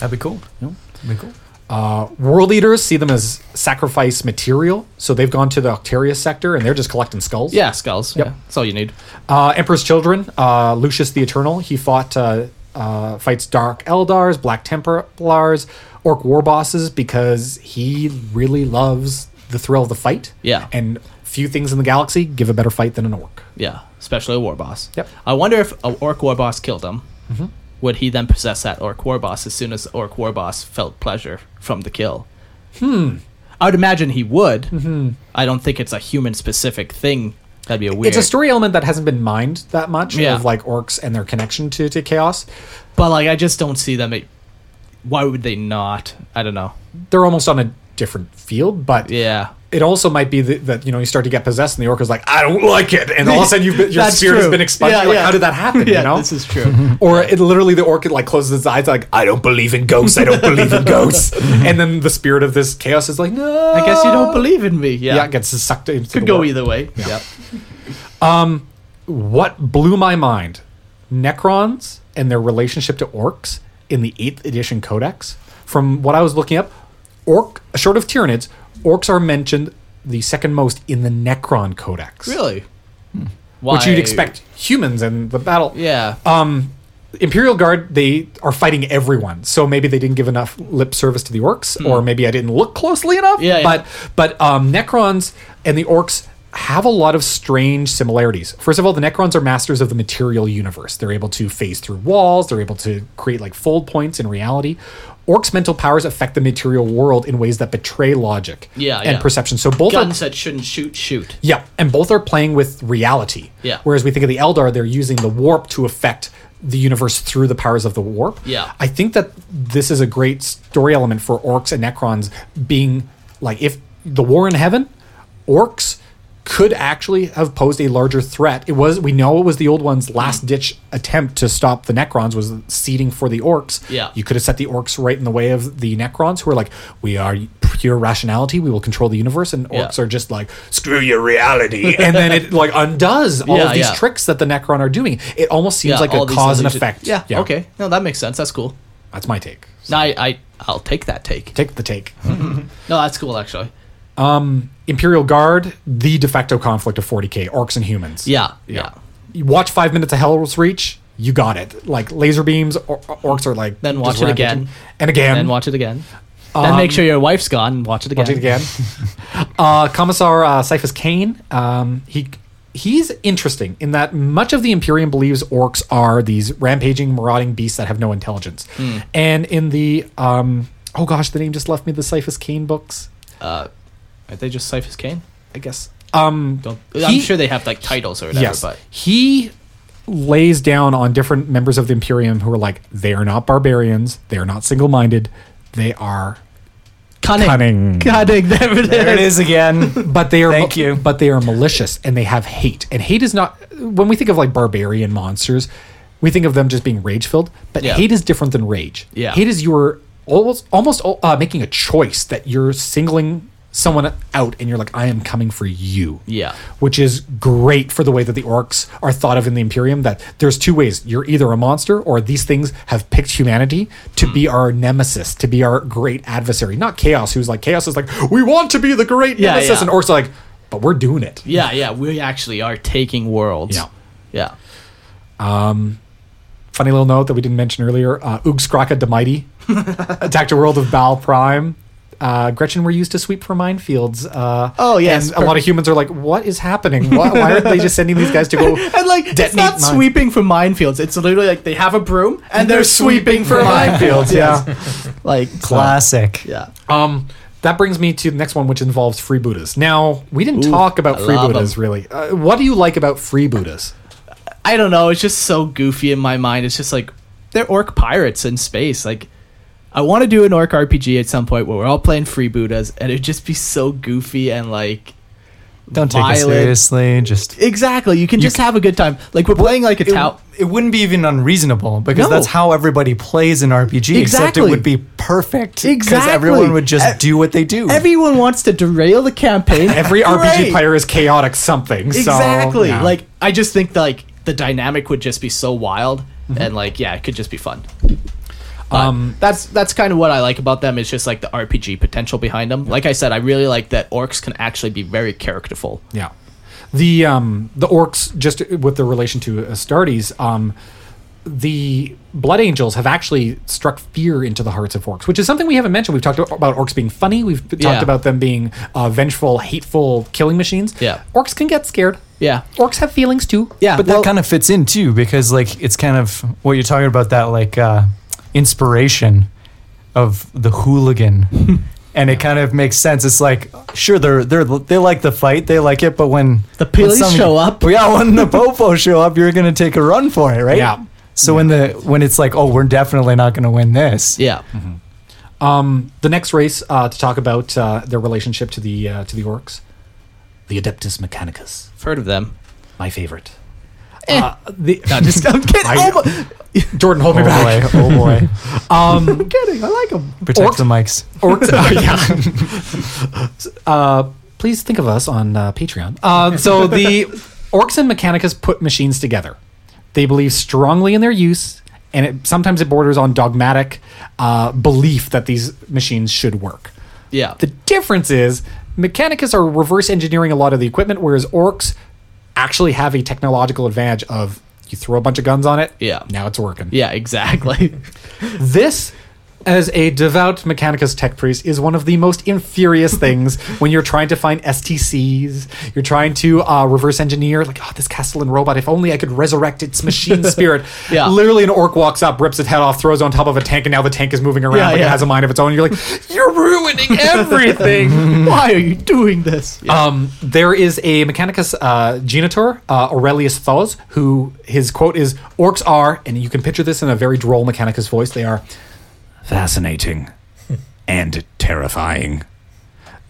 Speaker 5: That'd be cool. That'd be cool.
Speaker 4: World leaders see them as sacrifice material, so they've gone to the Octarius sector and they're just collecting skulls.
Speaker 3: Yeah, skulls. Yeah, that's all you need.
Speaker 4: Uh, Emperor's Children, uh, Lucius the Eternal, he fought uh, uh, fights Dark Eldars, Black Templars, Orc War bosses because he really loves the thrill of the fight.
Speaker 3: Yeah.
Speaker 4: and few things in the galaxy give a better fight than an orc.
Speaker 3: Yeah, especially a war boss.
Speaker 4: Yep. Mm-hmm.
Speaker 3: I wonder if a orc war boss killed him. Would he then possess that orc war boss as soon as the orc war boss felt pleasure from the kill? Hmm. I would imagine he would. Mm-hmm. I don't think it's a human specific thing. That'd be a weird.
Speaker 4: It's a story element that hasn't been mined that much
Speaker 3: Yeah.
Speaker 4: of like orcs and their connection to, to chaos.
Speaker 3: but like, I just don't see them. e-, Why would they not? I don't know.
Speaker 4: They're almost on a different field, but
Speaker 3: Yeah.
Speaker 4: it also might be that, that you know you start to get possessed and the orc is like i don't like it and [LAUGHS] all of a sudden you've
Speaker 3: [LAUGHS]
Speaker 4: been, your
Speaker 3: That's
Speaker 4: spirit has
Speaker 3: true.
Speaker 4: been expunged
Speaker 3: Yeah,
Speaker 4: You're like
Speaker 3: [LAUGHS] yeah.
Speaker 4: how did that happen you know
Speaker 3: this
Speaker 4: [LAUGHS]
Speaker 3: is true.
Speaker 4: or it literally the orc like closes its eyes like i don't believe in ghosts i don't believe in
Speaker 3: [LAUGHS]
Speaker 4: ghosts and then the spirit of this chaos is like no
Speaker 3: I guess you don't believe in me. Yeah.
Speaker 4: yeah, it gets sucked into
Speaker 3: Could
Speaker 4: the
Speaker 3: go
Speaker 4: warp.
Speaker 3: either way. Yeah.
Speaker 4: what blew my mind necrons and their relationship to orcs in the 8th edition codex from what i was looking up orc short of tyranids orcs are mentioned the second most in the necron codex
Speaker 3: Really.
Speaker 4: Hmm. which you'd
Speaker 3: Why-
Speaker 4: expect humans and the battle.
Speaker 3: Yeah.
Speaker 4: Um, Imperial Guard, they are fighting everyone, so maybe they didn't give enough lip service to the orcs, or maybe I didn't look closely enough.
Speaker 3: Hmm. Yeah, yeah.
Speaker 4: But but um, Necrons and the orcs have a lot of strange similarities. First of all, the Necrons are masters of the material universe. They're able to phase through walls. They're able to create like fold points in reality. Orcs' mental powers affect the material world in ways that betray logic
Speaker 3: Yeah,
Speaker 4: and
Speaker 3: yeah.
Speaker 4: perception. So both are
Speaker 3: Guns that shouldn't shoot shoot.
Speaker 4: yeah, and both are playing with reality.
Speaker 3: Yeah.
Speaker 4: Whereas we think of the Eldar, they're using the warp to affect the universe through the powers of the warp.
Speaker 3: Yeah.
Speaker 4: I think that this is a great story element for orcs and Necrons being like if the war in heaven, orcs could actually have posed a larger threat. It was we know it was the old one's last ditch attempt to stop the Necrons was seeding for the orcs.
Speaker 3: Yeah.
Speaker 4: You could have set the orcs right in the way of the Necrons who are like, We are pure rationality, we will control the universe, and orcs
Speaker 3: Yeah.
Speaker 4: are just like, screw your reality. [LAUGHS] and then it like undoes all
Speaker 3: [LAUGHS] Yeah,
Speaker 4: of these
Speaker 3: yeah.
Speaker 4: tricks that the Necron are doing. It almost seems
Speaker 3: Yeah,
Speaker 4: like
Speaker 3: all
Speaker 4: a
Speaker 3: these
Speaker 4: cause and
Speaker 3: illusion-
Speaker 4: effect.
Speaker 3: Yeah, Okay. No, that makes sense. That's cool.
Speaker 4: That's my take.
Speaker 3: No, I, I I'll take that take.
Speaker 4: Take the take.
Speaker 3: No, that's cool actually.
Speaker 4: Imperial Guard, the de facto conflict of 40k, orcs and humans.
Speaker 3: Yeah. Yeah.
Speaker 4: You watch five minutes of Hell's Reach, you got it. Like laser beams, or, orcs are like.
Speaker 3: Then
Speaker 4: just
Speaker 3: watch it
Speaker 4: rampant
Speaker 3: again.
Speaker 4: and again,
Speaker 3: Then watch it again. then make sure your wife's gone and um, watch it again.
Speaker 4: watch it again. [LAUGHS] uh, Commissar uh, Cyphus Kane, um, he he's interesting in that much of the Imperium believes orcs are these rampaging, marauding beasts that have no intelligence,
Speaker 3: Hmm.
Speaker 4: and in the um, oh gosh, the name just left me the Cyphus Kane books.
Speaker 3: Are they just Cyphus Kane?
Speaker 4: I guess. Um,
Speaker 3: Don't, I'm
Speaker 4: He-
Speaker 3: sure they have like titles or whatever, but
Speaker 4: he lays down on different members of the Imperium who are like, they are not barbarians, they are not single-minded, they are
Speaker 3: cunning.
Speaker 4: cunning,
Speaker 3: Cunning, there it
Speaker 5: There it
Speaker 3: is.
Speaker 5: is [LAUGHS] again.
Speaker 4: but they are
Speaker 5: Thank you.
Speaker 4: but they are malicious and they have hate, and hate is not when we think of like barbarian monsters, we think of them just being rage-filled, but
Speaker 3: Yeah.
Speaker 4: hate is different than rage.
Speaker 3: Yeah.
Speaker 4: hate is you're almost almost uh, making a choice that you're singling someone out and you're like i am coming for you
Speaker 3: Yeah.
Speaker 4: which is great for the way that the orcs are thought of in the Imperium. That there's two ways: you're either a monster, or these things have picked humanity to be
Speaker 3: Hmm.
Speaker 4: our nemesis, to be our great adversary. Not chaos, who's like chaos is like we want to be the great
Speaker 3: Yeah,
Speaker 4: nemesis,
Speaker 3: yeah.
Speaker 4: and orcs are like, but we're doing it.
Speaker 3: Yeah, yeah. We actually are taking worlds.
Speaker 4: Yeah.
Speaker 3: Yeah.
Speaker 4: Funny little note that we didn't mention earlier: uh, Ugskraka the
Speaker 3: [LAUGHS]
Speaker 4: Mighty attacked a world of Baal Prime. Uh, Gretchen, we're used to sweep for minefields. Uh,
Speaker 3: Oh, yes,
Speaker 4: and a lot of humans are like, "What is happening? Why, why aren't they just sending these guys to go?"
Speaker 3: [LAUGHS] And like it's
Speaker 4: Detonate
Speaker 3: not
Speaker 4: mine.
Speaker 3: sweeping for minefields. It's literally like they have a broom and, they're, sweeping for minefields.
Speaker 4: yeah.
Speaker 3: [LAUGHS] Like
Speaker 5: Classic.
Speaker 3: yeah.
Speaker 4: Um, that brings me to the next one, which involves free Buddhas. Now, we didn't talk about free
Speaker 3: love 'em.
Speaker 4: Buddhas really. Uh, what do you like about free Buddhas?
Speaker 3: I don't know. It's just so goofy in my mind. It's just like they're orc pirates in space. Like I want to do an orc RPG at some point where we're all playing free Buddhas and it'd just be so goofy and like
Speaker 5: Don't take it
Speaker 3: Violent.
Speaker 5: seriously. Just
Speaker 3: exactly. You can just have a good time. Like we're playing like a
Speaker 5: it,
Speaker 3: tower.
Speaker 5: it wouldn't be even unreasonable because
Speaker 3: No.
Speaker 5: that's how everybody plays an RPG. Except it
Speaker 3: Exactly.
Speaker 5: would be perfect. Because
Speaker 3: Exactly. E-
Speaker 5: everyone would just
Speaker 3: Ev-
Speaker 5: do what they do.
Speaker 3: Everyone wants to derail the campaign.
Speaker 4: Every
Speaker 3: [LAUGHS] Great.
Speaker 4: RPG player is chaotic something. so,
Speaker 3: Exactly.
Speaker 4: yeah.
Speaker 3: Like I just think like the dynamic would just be so wild and like yeah, it could just be fun. um that's that's kind of what I like about them is just like the RPG potential behind them. Like I said, I really like that orcs can actually be very characterful.
Speaker 4: yeah, the um, the orcs just with their relation to Astartes. Um, the blood angels have actually struck fear into the hearts of orcs, which is something we haven't mentioned. We've talked about orcs being funny. We've talked
Speaker 3: Yeah.
Speaker 4: about them being uh, vengeful, hateful killing machines.
Speaker 3: Yeah.
Speaker 4: orcs can get scared.
Speaker 3: Yeah.
Speaker 4: orcs have feelings too.
Speaker 3: Yeah.
Speaker 5: but that kind of fits in too because like it's kind of what you're talking about that like uh, inspiration of the hooligan
Speaker 3: [LAUGHS]
Speaker 5: and it kind of makes sense it's like sure they're they're they like the fight they like it but when
Speaker 3: The pillies
Speaker 5: when some-
Speaker 3: show up.
Speaker 5: yeah when the popo show up you're gonna take a run for it right
Speaker 4: Yeah.
Speaker 5: so when the when it's like oh we're definitely not gonna win this
Speaker 3: Yeah.
Speaker 4: Mm-hmm. the next race uh, to talk about uh, their relationship to the uh, to the orcs,
Speaker 6: The Adeptus Mechanicus,
Speaker 3: I've heard of them.
Speaker 6: my favorite.
Speaker 4: uh, the,
Speaker 3: Eh.
Speaker 4: [LAUGHS]
Speaker 3: Just I'm kidding.
Speaker 4: I-
Speaker 3: Oh my-
Speaker 4: Jordan, hold me
Speaker 5: oh
Speaker 4: back.
Speaker 5: boy oh boy
Speaker 4: Um,
Speaker 3: I'm kidding. [LAUGHS] I like them.
Speaker 5: protect
Speaker 4: Orcs-
Speaker 5: the mics
Speaker 3: [LAUGHS]
Speaker 4: orcs, oh, yeah. uh, please think of us on uh, Patreon. Uh, so
Speaker 3: [LAUGHS]
Speaker 4: the orcs and Mechanicus put machines together. They believe strongly in their use, and it, sometimes it borders on dogmatic uh, belief that these machines should work.
Speaker 3: Yeah.
Speaker 4: The difference is Mechanicus are reverse engineering a lot of the equipment, whereas orcs actually have a technological advantage of you throw a bunch of guns on it,
Speaker 3: Yeah.
Speaker 4: now it's working. [LAUGHS]
Speaker 3: yeah, exactly.
Speaker 4: This, as a devout Mechanicus tech priest, is one of the most
Speaker 3: [LAUGHS]
Speaker 4: infurious things when you're trying to find STCs, you're trying to uh, reverse engineer, like, oh, this Castellan robot, if only I could resurrect its
Speaker 3: [LAUGHS]
Speaker 4: machine spirit.
Speaker 3: Yeah.
Speaker 4: Literally, an orc walks up, rips its head off, throws it on top of a tank, and now the tank is moving around
Speaker 3: Yeah,
Speaker 4: like
Speaker 3: yeah.
Speaker 4: it has a mind of its own. You're like, you're
Speaker 3: [LAUGHS]
Speaker 4: ruining everything.
Speaker 3: Why are you doing this? Yeah.
Speaker 4: Um, there is a Mechanicus uh, genitor, uh, Aurelius Thos, who his quote is Orcs are, and you can picture this in a very droll Mechanicus voice, they are, [LAUGHS]
Speaker 6: Fascinating and terrifying.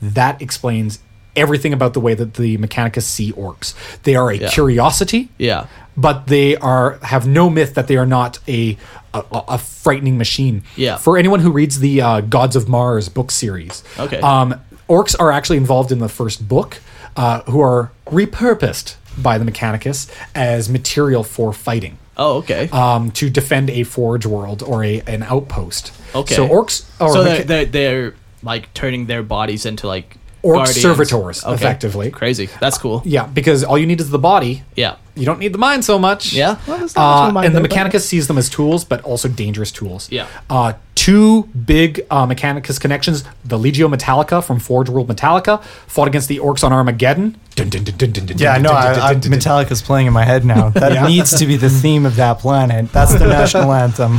Speaker 4: that explains everything about the way that the Mechanicus see orcs. They are a
Speaker 3: Yeah.
Speaker 4: curiosity.
Speaker 3: Yeah.
Speaker 4: But they are have no myth that they are not a a, a frightening machine.
Speaker 3: Yeah.
Speaker 4: For anyone who reads the uh, Gods of Mars book series,
Speaker 3: Okay.
Speaker 4: um, orcs are actually involved in the first book, uh, who are repurposed by the Mechanicus as material for fighting
Speaker 3: Oh, okay.
Speaker 4: um, to defend a forge world or a an outpost.
Speaker 3: okay.
Speaker 4: So orcs or
Speaker 3: so they're,
Speaker 4: mecha-
Speaker 3: they're they're like turning their bodies into like
Speaker 4: Orc
Speaker 3: guardians.
Speaker 4: servitors, effectively.
Speaker 3: Crazy. That's cool.
Speaker 4: yeah, because all you need is the body.
Speaker 3: Yeah.
Speaker 4: You don't need the mind so much.
Speaker 3: Yeah.
Speaker 4: Uh, and the Mechanicus sees them as tools, but also dangerous tools.
Speaker 3: Yeah.
Speaker 4: Uh, two big uh, Mechanicus connections: the Legio Metallica from Forge World Metallica fought against the orcs on Armageddon. Dun, dun, dun, dun, dun, dun,
Speaker 5: Yeah,
Speaker 4: dun,
Speaker 5: no,
Speaker 4: dun, dun,
Speaker 5: I, I,
Speaker 4: dun, dun, dun.
Speaker 5: Metallica's playing in my head now. [LAUGHS] That needs to be the theme of that planet. That's the [LAUGHS] national anthem.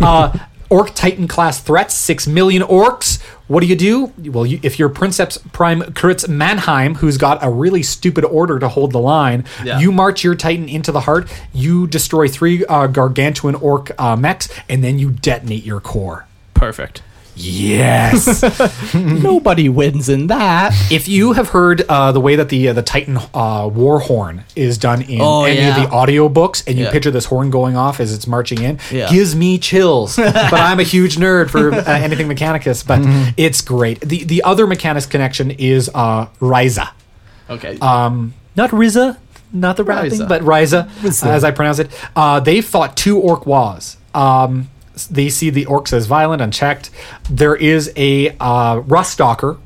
Speaker 4: uh, orc titan class threats, six million orcs. What do you do? Well, you, if you're Princeps Prime Kritz Mannheim, who's got a really stupid order to hold the line,
Speaker 3: Yeah.
Speaker 4: you march your titan into the heart, you destroy three uh, gargantuan orc uh, mechs, and then you detonate your core.
Speaker 3: Perfect.
Speaker 4: Yes.
Speaker 3: Nobody wins in that.
Speaker 4: if you have heard uh, the way that the uh, the Titan uh, war horn is done in
Speaker 3: Oh,
Speaker 4: any
Speaker 3: yeah.
Speaker 4: of the audiobooks, and you
Speaker 3: Yeah.
Speaker 4: picture this horn going off as it's marching in,
Speaker 3: Yeah.
Speaker 4: gives me
Speaker 3: [LAUGHS]
Speaker 4: chills. but I'm a huge nerd for uh, anything Mechanicus, but
Speaker 3: Mm-hmm.
Speaker 4: it's great. The the other Mechanicus connection is uh, Ryza.
Speaker 3: Okay.
Speaker 4: Um, not Riza, not the rap thing,
Speaker 3: Ryza.
Speaker 4: but Ryza, as I pronounce it. Uh, they fought two orc waz. Um, s- they see the orcs as violent, unchecked. There is a uh, rust stalker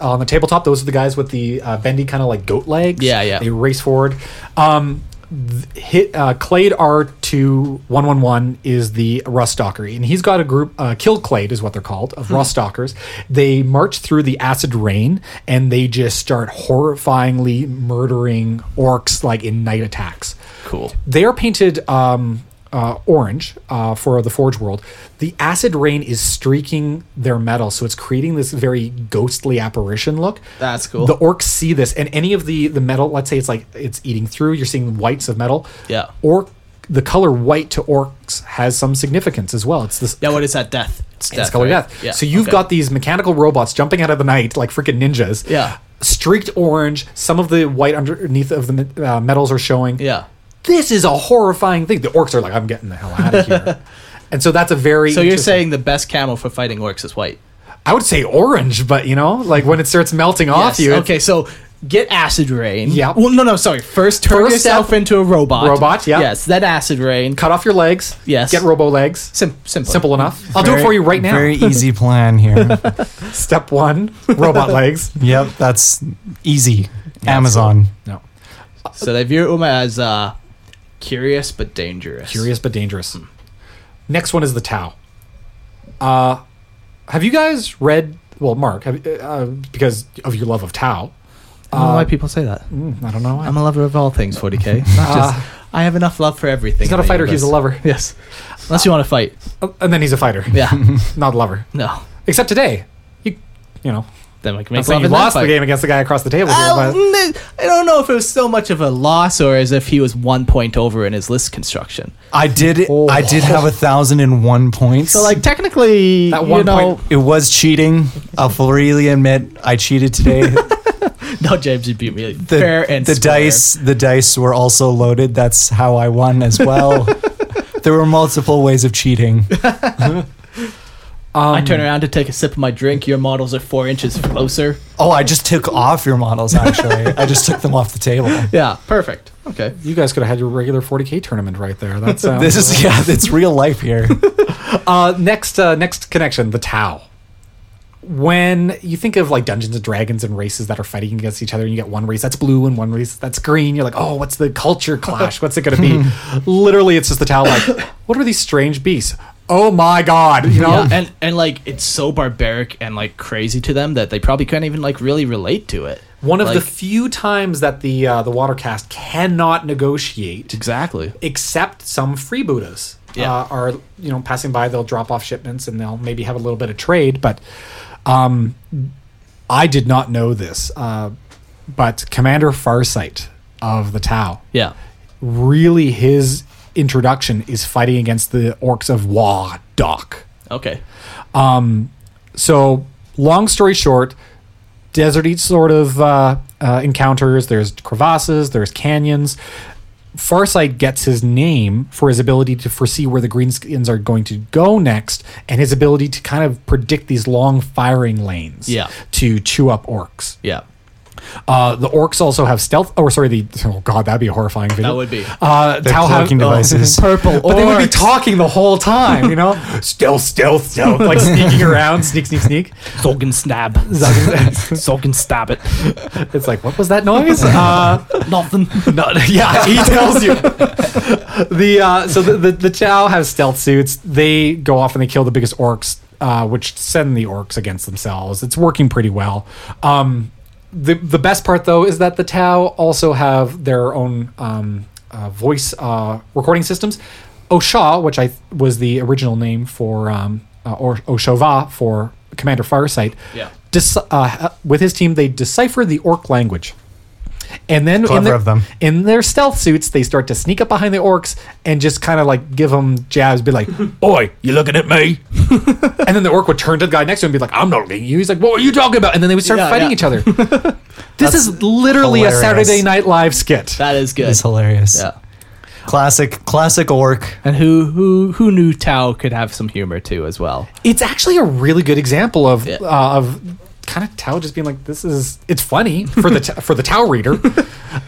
Speaker 4: on the tabletop. Those are the guys with the uh, bendy kind of like goat legs.
Speaker 3: Yeah, yeah.
Speaker 4: They race forward. Um, th- hit uh, Clade R two one one one is the Rust Stalker, and he's got a group. Uh, Kill Clade is what they're called of
Speaker 3: Hmm.
Speaker 4: Rust Stalkers. They march through the acid rain and they just start horrifyingly murdering orcs like in night attacks.
Speaker 3: Cool.
Speaker 4: They are painted um, uh, orange uh, for the Forge world. The acid rain is streaking their metal, so it's creating this very ghostly apparition look.
Speaker 3: That's cool.
Speaker 4: The orcs see this, and any of the the metal, let's say it's like it's eating through. You're seeing whites of metal.
Speaker 3: Yeah.
Speaker 4: Orc, the color white to orcs has some significance as well. It's this.
Speaker 3: yeah. What is that? Death.
Speaker 4: It's color
Speaker 3: right?
Speaker 4: death.
Speaker 3: Yeah.
Speaker 4: so you've
Speaker 3: okay.
Speaker 4: got these mechanical robots jumping out of the night like freaking ninjas.
Speaker 3: Yeah.
Speaker 4: Streaked orange. Some of the white underneath of the uh, metals are showing
Speaker 3: Yeah.
Speaker 4: this is a horrifying thing. The orcs are like, I'm getting the hell out of
Speaker 3: [LAUGHS]
Speaker 4: here. and so that's a very.
Speaker 3: So you're
Speaker 4: interesting-
Speaker 3: saying the best camel for fighting orcs is white?
Speaker 4: I would say orange, but you know, like when it starts melting off
Speaker 3: Yes.
Speaker 4: you.
Speaker 3: Okay. So get acid rain.
Speaker 4: Yeah.
Speaker 3: Well, no, no. Sorry. First, turn
Speaker 4: First
Speaker 3: yourself
Speaker 4: step-
Speaker 3: into a robot.
Speaker 4: Robot, yeah.
Speaker 3: Yes. Then acid rain.
Speaker 4: Cut off your legs.
Speaker 3: Yes.
Speaker 4: Get robo legs.
Speaker 3: Sim- simple.
Speaker 4: Simple enough. I'll do it
Speaker 5: Very-
Speaker 4: for you right now.
Speaker 5: Very easy plan
Speaker 3: [LAUGHS]
Speaker 5: here.
Speaker 4: Step [LAUGHS] one: robot legs.
Speaker 5: yep, that's easy. Amazon.
Speaker 4: No.
Speaker 3: So they view Uma as uh, curious but dangerous.
Speaker 4: Curious but dangerous. Next one is the Tau. Uh, have you guys read? Well, Mark, have, uh, uh, because of your love of Tau,
Speaker 3: I
Speaker 4: Uh,
Speaker 3: don't know why people say that.
Speaker 4: I don't know. Why.
Speaker 3: I'm a lover of all things 40k.
Speaker 4: [LAUGHS]
Speaker 3: Not just. I have enough love for everything.
Speaker 4: Uh, he's not a
Speaker 3: in the
Speaker 4: fighter; he's a
Speaker 3: universe.
Speaker 4: lover.
Speaker 3: Yes. Unless you want to fight.
Speaker 4: And then he's a fighter,
Speaker 3: Oh.
Speaker 4: [LAUGHS]
Speaker 3: Yeah.
Speaker 4: not a lover.
Speaker 3: no.
Speaker 4: Except today, you, you know,
Speaker 3: Then we can
Speaker 4: I'm
Speaker 3: make
Speaker 4: saying
Speaker 3: love
Speaker 4: you
Speaker 3: in that
Speaker 4: lost the
Speaker 3: fight. Oh,
Speaker 4: game against the guy across the table. Here,
Speaker 3: Well,
Speaker 4: but
Speaker 3: n- I don't know if Uh, mm, it was so much of a loss or as if he was one point over in his list construction.
Speaker 5: I did. I did have a thousand and one points.
Speaker 3: Oh. So, like, technically,
Speaker 4: That
Speaker 3: mm, you
Speaker 4: one
Speaker 3: know,
Speaker 5: it was cheating. I'll freely admit I cheated
Speaker 3: [LAUGHS]
Speaker 5: today.
Speaker 3: [LAUGHS] no, James, you beat me
Speaker 5: The,
Speaker 3: fair and
Speaker 5: the
Speaker 3: square.
Speaker 5: dice. The dice were also loaded. That's how I won as well.
Speaker 3: [LAUGHS]
Speaker 5: there were multiple ways of cheating.
Speaker 3: I turn around to take a sip of my drink. Your models are four inches closer.
Speaker 5: Oh, I just took off your models. Actually, I just took them off the table.
Speaker 3: Yeah, perfect. Okay.
Speaker 4: you guys could have had your regular 40k tournament right there.
Speaker 3: [LAUGHS]
Speaker 4: That's uh,
Speaker 5: This is yeah. It's real life here.
Speaker 4: uh, next uh, next connection. The Tau. When you think of like Dungeons and Dragons and races that are fighting against each other, and you get one race that's blue and one race that's green, you're like, oh, what's the culture clash? What's it going to be? Literally, it's just the Tau. Like, what are these strange beasts? Oh my god! You know,
Speaker 3: Yeah, and, and like it's so barbaric and like crazy to them that they probably can't even like really relate to it.
Speaker 4: one of the
Speaker 3: Like-
Speaker 4: few times that the uh, the Watercast cannot negotiate
Speaker 3: Exactly.
Speaker 4: except some freebooters
Speaker 3: Yeah.
Speaker 4: uh, are you know passing by they'll drop off shipments and they'll maybe have a little bit of trade but um, i did not know this uh, but commander farsight of the tau
Speaker 3: Yeah.
Speaker 4: really his introduction is fighting against the orcs of wa doc
Speaker 3: Okay.
Speaker 4: um, so long story short deserty sort of uh, uh, encounters. There's crevasses. There's canyons. Farsight gets his name for his ability to foresee where the greenskins are going to go next, and his ability to kind of predict these long firing lanes.
Speaker 3: Yeah.
Speaker 4: To chew up orcs.
Speaker 3: Yeah.
Speaker 4: Uh, the orcs also have stealth. Oh, sorry. The [LAUGHS] oh god, that'd be a horrifying video.
Speaker 3: That would be.
Speaker 4: Uh,
Speaker 5: They're
Speaker 4: Tau have- [LAUGHS]
Speaker 5: cloaking devices.
Speaker 3: Purple
Speaker 4: but they would be
Speaker 3: orcs.
Speaker 4: talking the whole time, you know? [LAUGHS] stealth, stealth, stealth, like [LAUGHS] sneaking around, sneak, sneak, sneak.
Speaker 3: Zogan snab.
Speaker 4: [LAUGHS]
Speaker 3: Zogan stab it.
Speaker 4: It's like, what was that noise? [LAUGHS] Uh,
Speaker 3: [LAUGHS] Nothing.
Speaker 4: no, yeah, he tells you. the uh, so the, the the Chow have stealth suits. They go off and they kill the biggest orcs, uh, which send the orcs against themselves. It's working pretty well. Um, the the best part though is that the Tau also have their own um, uh, voice uh, recording systems. Osha, which I th- was the original name for um, uh, or Oshova for Commander Firesight.
Speaker 3: Yeah.
Speaker 4: Dis- uh, with his team, they decipher the orc language. And then in
Speaker 5: Clever
Speaker 4: their,
Speaker 5: of them.
Speaker 4: in their stealth suits, they start to sneak up behind the orcs and just kind of like give them jabs, be like, "Boy, you looking at me?" [LAUGHS] and then the orc would turn to the guy next to him and be like, "I'm not looking at you." He's like, "What were you talking about?" And then they would start
Speaker 3: Yeah,
Speaker 4: fighting
Speaker 3: yeah.
Speaker 4: each
Speaker 5: [LAUGHS]
Speaker 4: other. this is literally a
Speaker 5: hilarious.
Speaker 4: Saturday Night Live skit.
Speaker 3: That is good.
Speaker 5: It's hilarious.
Speaker 3: Yeah.
Speaker 5: Classic, classic orc.
Speaker 3: And who who who knew Tao could have some humor too as well?
Speaker 4: It's actually a really good example of
Speaker 3: Yeah.
Speaker 4: uh, of kind of Tao just being like, "This is it's funny for the [LAUGHS] t- for the Tao reader."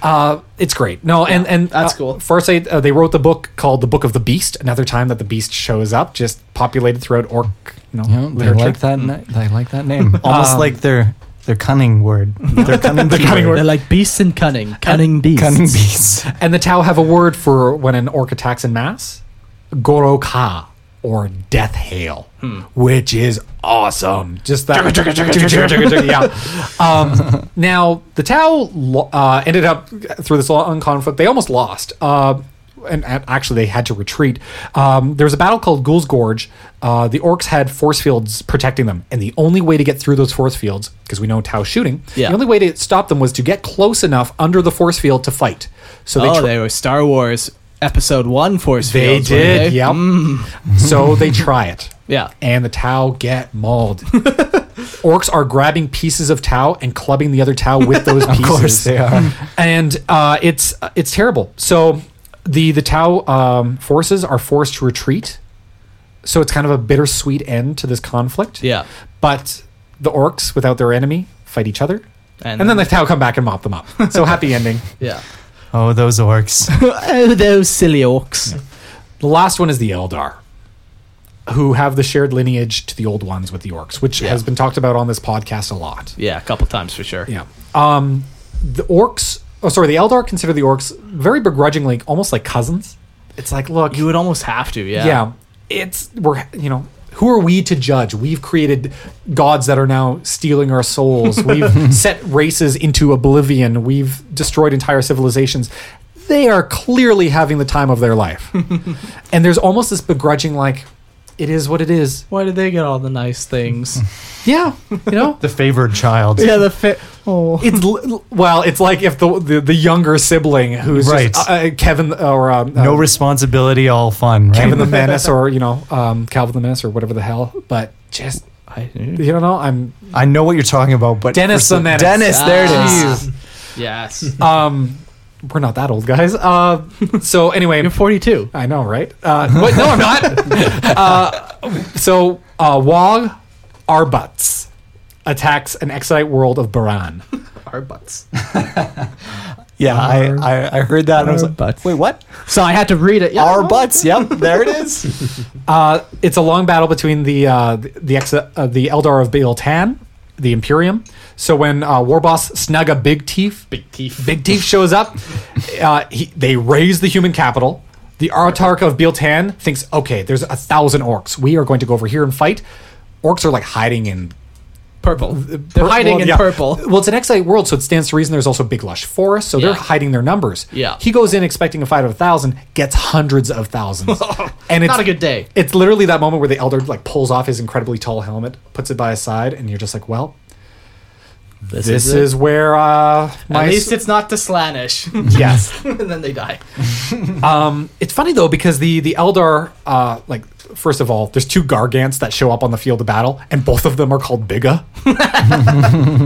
Speaker 4: uh, it's great. No, and and
Speaker 3: that's
Speaker 4: uh,
Speaker 3: cool.
Speaker 4: First, aid, uh, they wrote the book called "The Book of the Beast." Another time that the beast shows up, just populated throughout orc. You know,
Speaker 5: Yeah, they
Speaker 4: literature.
Speaker 5: like that. Na- they like that name. [LAUGHS] Almost
Speaker 4: Um,
Speaker 5: like their their cunning word.
Speaker 3: [LAUGHS]
Speaker 5: Their cunning. their
Speaker 4: cunning word.
Speaker 3: They're like beasts and cunning, cunning beasts.
Speaker 5: Cunning beasts.
Speaker 4: And the Tao have a word for when an orc attacks in mass Goroka, or Death Hail, which is awesome. Just that. yeah. Um, now, the Tao lo- uh, ended up through this long conflict, they almost lost. Uh, and and actually, they had to retreat. Um, there was a battle called Ghoul's Gorge. Uh, the orcs had force fields protecting them, and the only way to get through those force fields, because we know Tao shooting,
Speaker 3: Yeah.
Speaker 4: the only way to stop them was to get close enough under the force field to fight. So they
Speaker 3: Oh,
Speaker 4: tr-
Speaker 3: they were Star Wars Episode One force
Speaker 4: they
Speaker 3: fields. weren't
Speaker 4: did,
Speaker 3: they?
Speaker 4: yep. so they try it.
Speaker 3: Mm, Yeah.
Speaker 4: And the Tau get mauled. Orcs are grabbing pieces of Tau and clubbing the other Tau with those pieces.
Speaker 5: course they are.
Speaker 4: And uh, it's it's terrible. So the the Tau um, forces are forced to retreat. So it's kind of a bittersweet end to this conflict.
Speaker 3: Yeah.
Speaker 4: But the orcs, without their enemy, fight each other.
Speaker 3: And
Speaker 4: And, then the Tau come back and mop them up. [LAUGHS] So happy ending.
Speaker 3: Yeah.
Speaker 5: Oh, those
Speaker 3: [LAUGHS]
Speaker 5: orcs.
Speaker 3: Oh, those silly orcs.
Speaker 4: The last one is the Eldar, who have the shared lineage to the old ones with the orcs, which has been talked about on this podcast a lot.
Speaker 3: Yeah, a couple times for sure.
Speaker 4: Yeah. Um, the orcs, oh, sorry, the Eldar consider the orcs very begrudgingly, almost like cousins. It's like, look,
Speaker 3: You would almost have to. Yeah.
Speaker 4: yeah. it's, we're, you know, who are we to judge? We've created gods that are now stealing our
Speaker 3: [LAUGHS]
Speaker 4: souls. We've set races into oblivion. We've destroyed entire civilizations. They are clearly having the time of their
Speaker 3: [LAUGHS]
Speaker 4: life. and there's almost this begrudging, like, it is what it is.
Speaker 3: Why did they get all the nice things?
Speaker 4: Yeah, you know?
Speaker 5: the favored child.
Speaker 3: [LAUGHS] yeah, the fit. Oh.
Speaker 4: It's l- l- well. It's like if the the, the younger sibling who's
Speaker 5: Right.
Speaker 4: just, uh, uh, Kevin or um,
Speaker 5: No
Speaker 4: uh,
Speaker 5: responsibility, all fun. Right? [LAUGHS]
Speaker 4: Kevin the Menace or you know um, Calvin the Menace or whatever the hell. But just you don't know. I'm
Speaker 5: I know what you're talking about, but
Speaker 4: Dennis
Speaker 5: for some-
Speaker 4: the Menace.
Speaker 5: Dennis, there it
Speaker 3: Ah.
Speaker 5: is.
Speaker 3: Yes.
Speaker 4: um, we're not that old guys. Uh, so anyway,
Speaker 3: You're 42.
Speaker 4: I know, right? Uh, but no, I'm not. uh, so uh, Wog Arbuts attacks an exilite world of Baran.
Speaker 3: Our butts.
Speaker 5: Yeah, I, I I heard that and I was
Speaker 3: Our
Speaker 5: like,
Speaker 3: butts.
Speaker 5: wait, what?
Speaker 3: So I had to read it. Yeah,
Speaker 5: Our
Speaker 3: no.
Speaker 5: butts. Yep, there it is.
Speaker 3: [LAUGHS]
Speaker 4: Uh, it's a long battle between the uh, the the, ex- uh, the Eldar of Bail Tan, the Imperium. So when uh, Warboss Snaga Big Teeth, Big Teeth, Big Teeth shows up, uh, he, they raise the human capital. The Aratark of Bail Tan thinks, okay, there's a thousand orcs. We are going to go over here and fight. Orcs are like hiding in
Speaker 3: Purple. They're
Speaker 4: Pur-
Speaker 3: hiding
Speaker 4: well,
Speaker 3: in
Speaker 4: yeah.
Speaker 3: purple.
Speaker 4: Well, it's an exiled world, so it stands to reason there's also big lush forests, so they're
Speaker 3: Yeah.
Speaker 4: hiding their numbers.
Speaker 3: Yeah.
Speaker 4: He goes in expecting a fight of a thousand, gets hundreds of
Speaker 3: [LAUGHS]
Speaker 4: thousands. and it's
Speaker 3: Not a good day.
Speaker 4: It's literally that moment where the elder like pulls off his incredibly tall helmet, puts it by his side, and you're just like, well,
Speaker 3: This,
Speaker 4: This
Speaker 3: it.
Speaker 4: is where uh, my
Speaker 3: At least it's not to Slanish. [LAUGHS]
Speaker 4: yes.
Speaker 3: and then they die.
Speaker 4: Um, It's funny though because the the Eldar, uh, like first of all, there's two Gargants that show up on the field of battle, and both of them are called Bigga. [LAUGHS]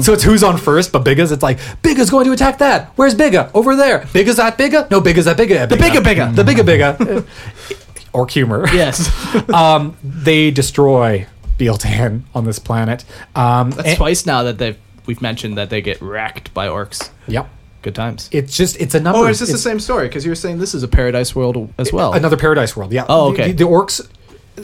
Speaker 4: so it's who's on first, but Bigga's it's like Bigga's going to attack that. Where's Bigga? Over there. Bigga's at Bigga. No, Bigga's at Bigga. The
Speaker 3: Bigga Bigga.
Speaker 4: The Bigga Bigga. [LAUGHS] or humor.
Speaker 3: Yes.
Speaker 4: [LAUGHS]
Speaker 3: [LAUGHS]
Speaker 4: Um, they destroy Beeltan on this planet. Um,
Speaker 3: That's
Speaker 4: and-
Speaker 3: twice now that they've we've mentioned that they get wrecked by orcs.
Speaker 4: Yep.
Speaker 3: Good times.
Speaker 4: It's just it's a number.
Speaker 3: Or is this Oh, the
Speaker 4: it's-
Speaker 3: same story? Because you were saying this is a paradise world as well.
Speaker 4: Another Paradise World. Yeah. The-
Speaker 3: Oh, okay.
Speaker 4: The, the orcs.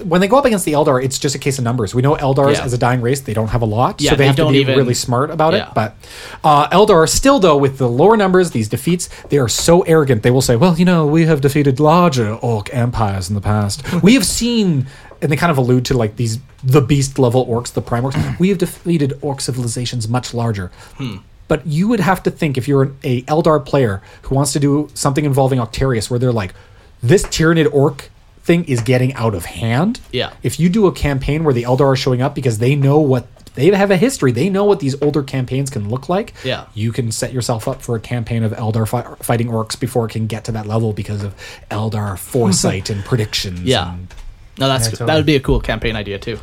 Speaker 4: When they go up against the Eldar, it's just a case of numbers. We know Eldars
Speaker 3: Yeah.
Speaker 4: as a dying race; they don't have a lot,
Speaker 3: Yeah,
Speaker 4: so they,
Speaker 3: they
Speaker 4: have
Speaker 3: don't
Speaker 4: to be
Speaker 3: even-
Speaker 4: really smart about
Speaker 3: Yeah.
Speaker 4: it. But uh, Eldar still, though, with the lower numbers, these defeats, they are so arrogant. They will say, "Well, you know, we have defeated larger orc empires in the past. we have seen." And they kind of allude to like these the beast level orcs, the prime orcs. We have defeated orc civilizations much larger. But you would have to think if you're an, a Eldar player who wants to do something involving Octarius, where they're like, this Tyranid orc thing is getting out of hand.
Speaker 3: Yeah.
Speaker 4: If you do a campaign where the Eldar are showing up because they know what they have a history, they know what these older campaigns can look like.
Speaker 3: Yeah.
Speaker 4: You can set yourself up for a campaign of Eldar fi- fighting orcs before it can get to that level because of
Speaker 3: [LAUGHS]
Speaker 4: Eldar foresight and predictions.
Speaker 3: yeah.
Speaker 4: and-
Speaker 3: No, that's
Speaker 5: Yeah,
Speaker 3: good. that
Speaker 5: totally.
Speaker 3: would be a cool campaign idea too.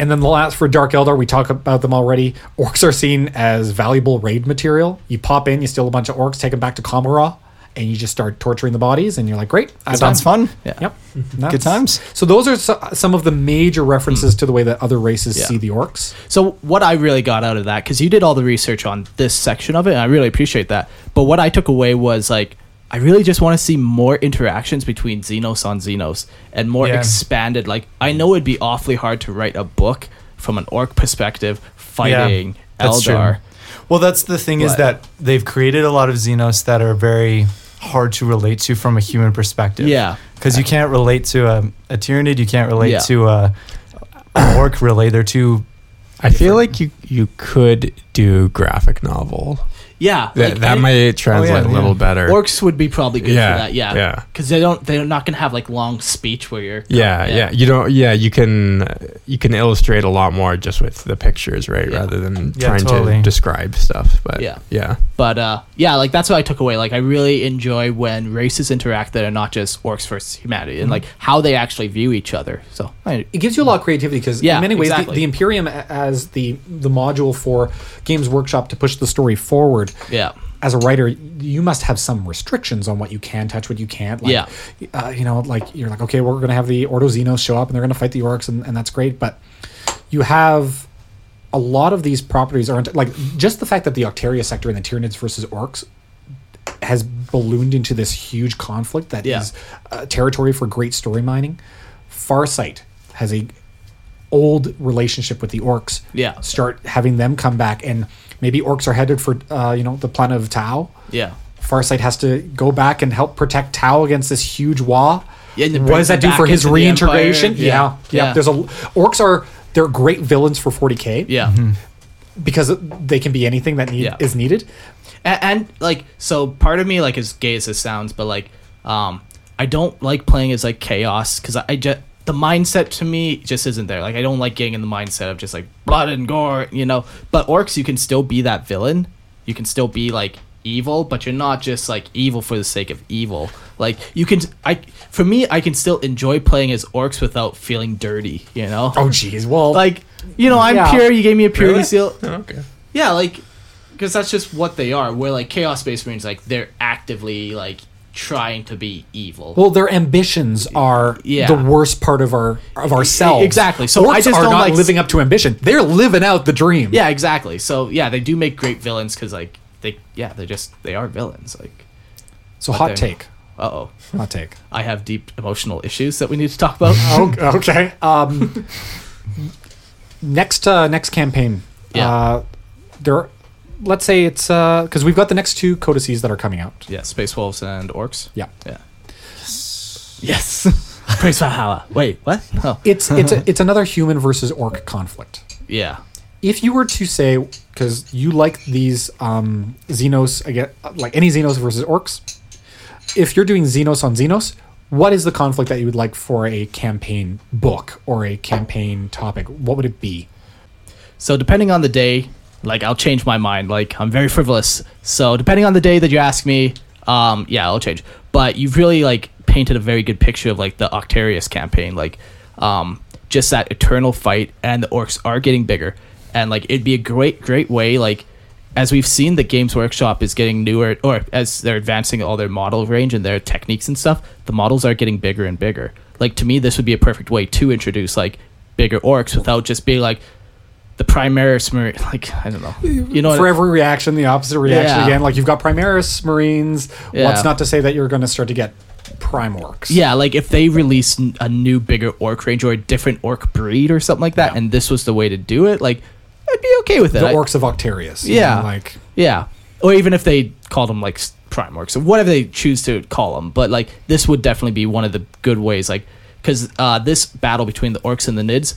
Speaker 4: and then the last for Dark Eldar, we talk about them already. Orcs are seen as valuable raid material. You pop in, you steal a bunch of orcs, take them back to Kamara, and you just start torturing the bodies. And you're like, great, I
Speaker 6: Sounds
Speaker 4: won.
Speaker 6: fun.
Speaker 3: Yeah.
Speaker 4: Yep. That's-
Speaker 6: Good times.
Speaker 4: So those are so, some of the major references
Speaker 3: Hmm.
Speaker 4: to the way that other races see the orcs.
Speaker 3: So what I really got out of that, because you did all the research on this section of it, and I really appreciate that. But what I took away was like, I really just want to see more interactions between Xenos on Xenos and more
Speaker 5: Yeah.
Speaker 3: expanded. Like I know it'd be awfully hard to write a book from an orc perspective fighting
Speaker 5: that's true.
Speaker 3: Eldar.
Speaker 5: Well, that's the thing is
Speaker 3: But-
Speaker 5: that they've created a lot of Xenos that are very hard to relate to from a human perspective.
Speaker 3: Yeah.
Speaker 5: Because you can't relate to a, a Tyranid, you can't relate
Speaker 3: Yeah.
Speaker 5: to a, an orc relay. They're too.
Speaker 2: I feel like you you could do graphic novel.
Speaker 3: Yeah,
Speaker 2: That,
Speaker 3: like, Oh,
Speaker 2: that
Speaker 3: and-
Speaker 2: might translate a
Speaker 5: yeah.
Speaker 2: little better.
Speaker 3: orcs would be probably good
Speaker 2: Yeah,
Speaker 3: for that. Yeah,
Speaker 2: yeah.
Speaker 3: because they don't they're not gonna have like long speech where you're
Speaker 2: yeah,
Speaker 3: yeah.
Speaker 2: yeah, You don't. Yeah, you can uh, you can illustrate a lot more just with the pictures, right?
Speaker 3: Yeah.
Speaker 2: Rather than
Speaker 5: Yeah,
Speaker 2: trying
Speaker 5: totally.
Speaker 2: to describe stuff. But
Speaker 3: Yeah.
Speaker 2: yeah, yeah.
Speaker 3: But uh, yeah, like that's what I took away. Like I really enjoy when races interact that are not just orcs versus humanity,
Speaker 2: Mm-hmm.
Speaker 3: and like how they actually view each other. So I,
Speaker 4: It gives you a lot of creativity because
Speaker 3: Hmm. Yeah,
Speaker 4: in many ways
Speaker 3: exactly.
Speaker 4: the, the Imperium a- as the the module for Games Workshop to push the story forward.
Speaker 3: Yeah.
Speaker 4: As a writer, you must have some restrictions on what you can touch, what you can't. Like,
Speaker 3: Yeah.
Speaker 4: Uh, you know, like you're like, okay, we're going to have the Ordo Xenos show up and they're going to fight the orcs, and, and that's great. But you have a lot of these properties aren't like just the fact that the Octaria sector and the Tyranids versus orcs has ballooned into this huge conflict that is
Speaker 3: Yeah.
Speaker 4: uh, territory for great story mining. Farsight has a old relationship with the orcs.
Speaker 3: Yeah.
Speaker 4: Start having them come back and maybe orcs are headed for uh, you know the planet of Tau.
Speaker 3: yeah,
Speaker 4: Farsight has to go back and help protect Tau against this huge Wa.
Speaker 3: Yeah, and it
Speaker 4: what
Speaker 3: brings
Speaker 4: does that
Speaker 3: them
Speaker 4: do for
Speaker 3: back
Speaker 4: his
Speaker 3: into the
Speaker 4: reintegration?
Speaker 3: Empire.
Speaker 4: Yeah.
Speaker 3: Yeah.
Speaker 4: Yeah.
Speaker 3: Yeah.
Speaker 4: There's a orcs are they're great villains for 40k.
Speaker 3: yeah,
Speaker 2: Mm-hmm.
Speaker 4: Because they can be anything that need,
Speaker 3: Yeah.
Speaker 4: is needed.
Speaker 3: and, and like so, part of me like as gay as this sounds, but like um, I don't like playing as like chaos because I, I just the mindset to me just isn't there. Like I don't like getting in the mindset of just like blood and gore, you know. But orcs, you can still be that villain. You can still be like evil, but you're not just like evil for the sake of evil. Like you can, I for me, I can still enjoy playing as orcs without feeling dirty. You know,
Speaker 4: Oh geez. Well
Speaker 3: like you know, I'm
Speaker 4: Yeah.
Speaker 3: pure. You gave me a purity seal.
Speaker 2: Oh, Okay.
Speaker 3: Yeah, like because that's just what they are. Where like Chaos Space Marines, like they're actively like trying to be evil.
Speaker 4: Well, their ambitions are
Speaker 3: Yeah.
Speaker 4: the worst part of our of ourselves.
Speaker 3: exactly. So
Speaker 4: Orcs
Speaker 3: I just
Speaker 4: are
Speaker 3: don't
Speaker 4: not
Speaker 3: like-
Speaker 4: living up to ambition. They're living out the dream.
Speaker 3: yeah, exactly. So yeah, they do make great villains because like they yeah they're just they are villains. Like
Speaker 4: So hot
Speaker 3: they're-
Speaker 4: take.
Speaker 3: uh oh,
Speaker 4: Hot take.
Speaker 3: I have deep emotional issues that we need to talk about.
Speaker 4: Oh, okay. Um, next uh, next campaign.
Speaker 3: Yeah.
Speaker 4: Uh, there. Let's say it's because we've got the next two codices that are coming out.
Speaker 3: yeah, Space Wolves and Orcs.
Speaker 4: Yeah.
Speaker 3: Yeah. Yes. [LAUGHS] Praise for power. Wait, what? Oh,
Speaker 4: It's it's a, it's another human versus orc conflict.
Speaker 3: yeah.
Speaker 4: if you were to say because you like these um xenos again like any xenos versus orcs if you're doing xenos on xenos what is the conflict that you would like for a campaign book or a campaign topic what would it be
Speaker 3: So depending on the day, Like I'll change my mind. Like I'm very frivolous. So depending on the day that you ask me, um, yeah, I'll change. But you've really like painted a very good picture of like the Octarius campaign. Like, um, just that eternal fight, and the orcs are getting bigger, and like it'd be a great, great way like as we've seen, the Games Workshop is getting newer, or as they're advancing all their model range and their techniques and stuff, the models are getting bigger and bigger. Like to me, this would be a perfect way to introduce like bigger orcs without just being like the Primaris Marine. Like I don't know, you know, what
Speaker 4: for
Speaker 3: I-
Speaker 4: every reaction, the opposite reaction
Speaker 3: Yeah.
Speaker 4: again. Like you've got Primaris Marines.
Speaker 3: Yeah.
Speaker 4: What's not to say that you're going to start to get Primorcs?
Speaker 3: yeah, like if they release n- a new bigger orc range or a different orc breed or something like that, and this was the way to do it, like I'd be okay with it.
Speaker 4: the
Speaker 3: I-
Speaker 4: Orcs of Octarius. you
Speaker 3: Yeah.
Speaker 4: know, like
Speaker 3: Yeah. Or even if they called them like s- prime orcs or whatever they choose to call them. But like this would definitely be one of the good ways. Like, because uh, this battle between the orcs and the nids,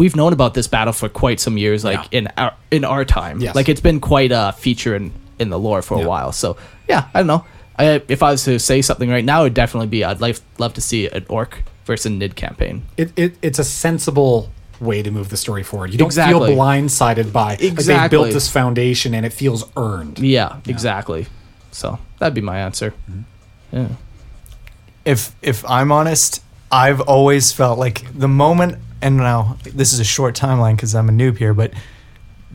Speaker 3: we've known about this battle for quite some years, like in our in our time.
Speaker 4: Yes.
Speaker 3: Like it's been quite a feature in, in the lore for a while. So yeah, I don't know. I, if I was to say something right now, it would definitely be I'd like, love to see an orc versus a nid campaign.
Speaker 4: it, it, it's a sensible way to move the story forward. You don't
Speaker 3: Exactly.
Speaker 4: feel blindsided by like they
Speaker 3: Exactly.
Speaker 4: built this foundation and it feels earned.
Speaker 3: Yeah, exactly. So that'd be my answer. Yeah.
Speaker 5: if if I'm honest, I've always felt like the moment, and now this is a short timeline because I'm a noob here, but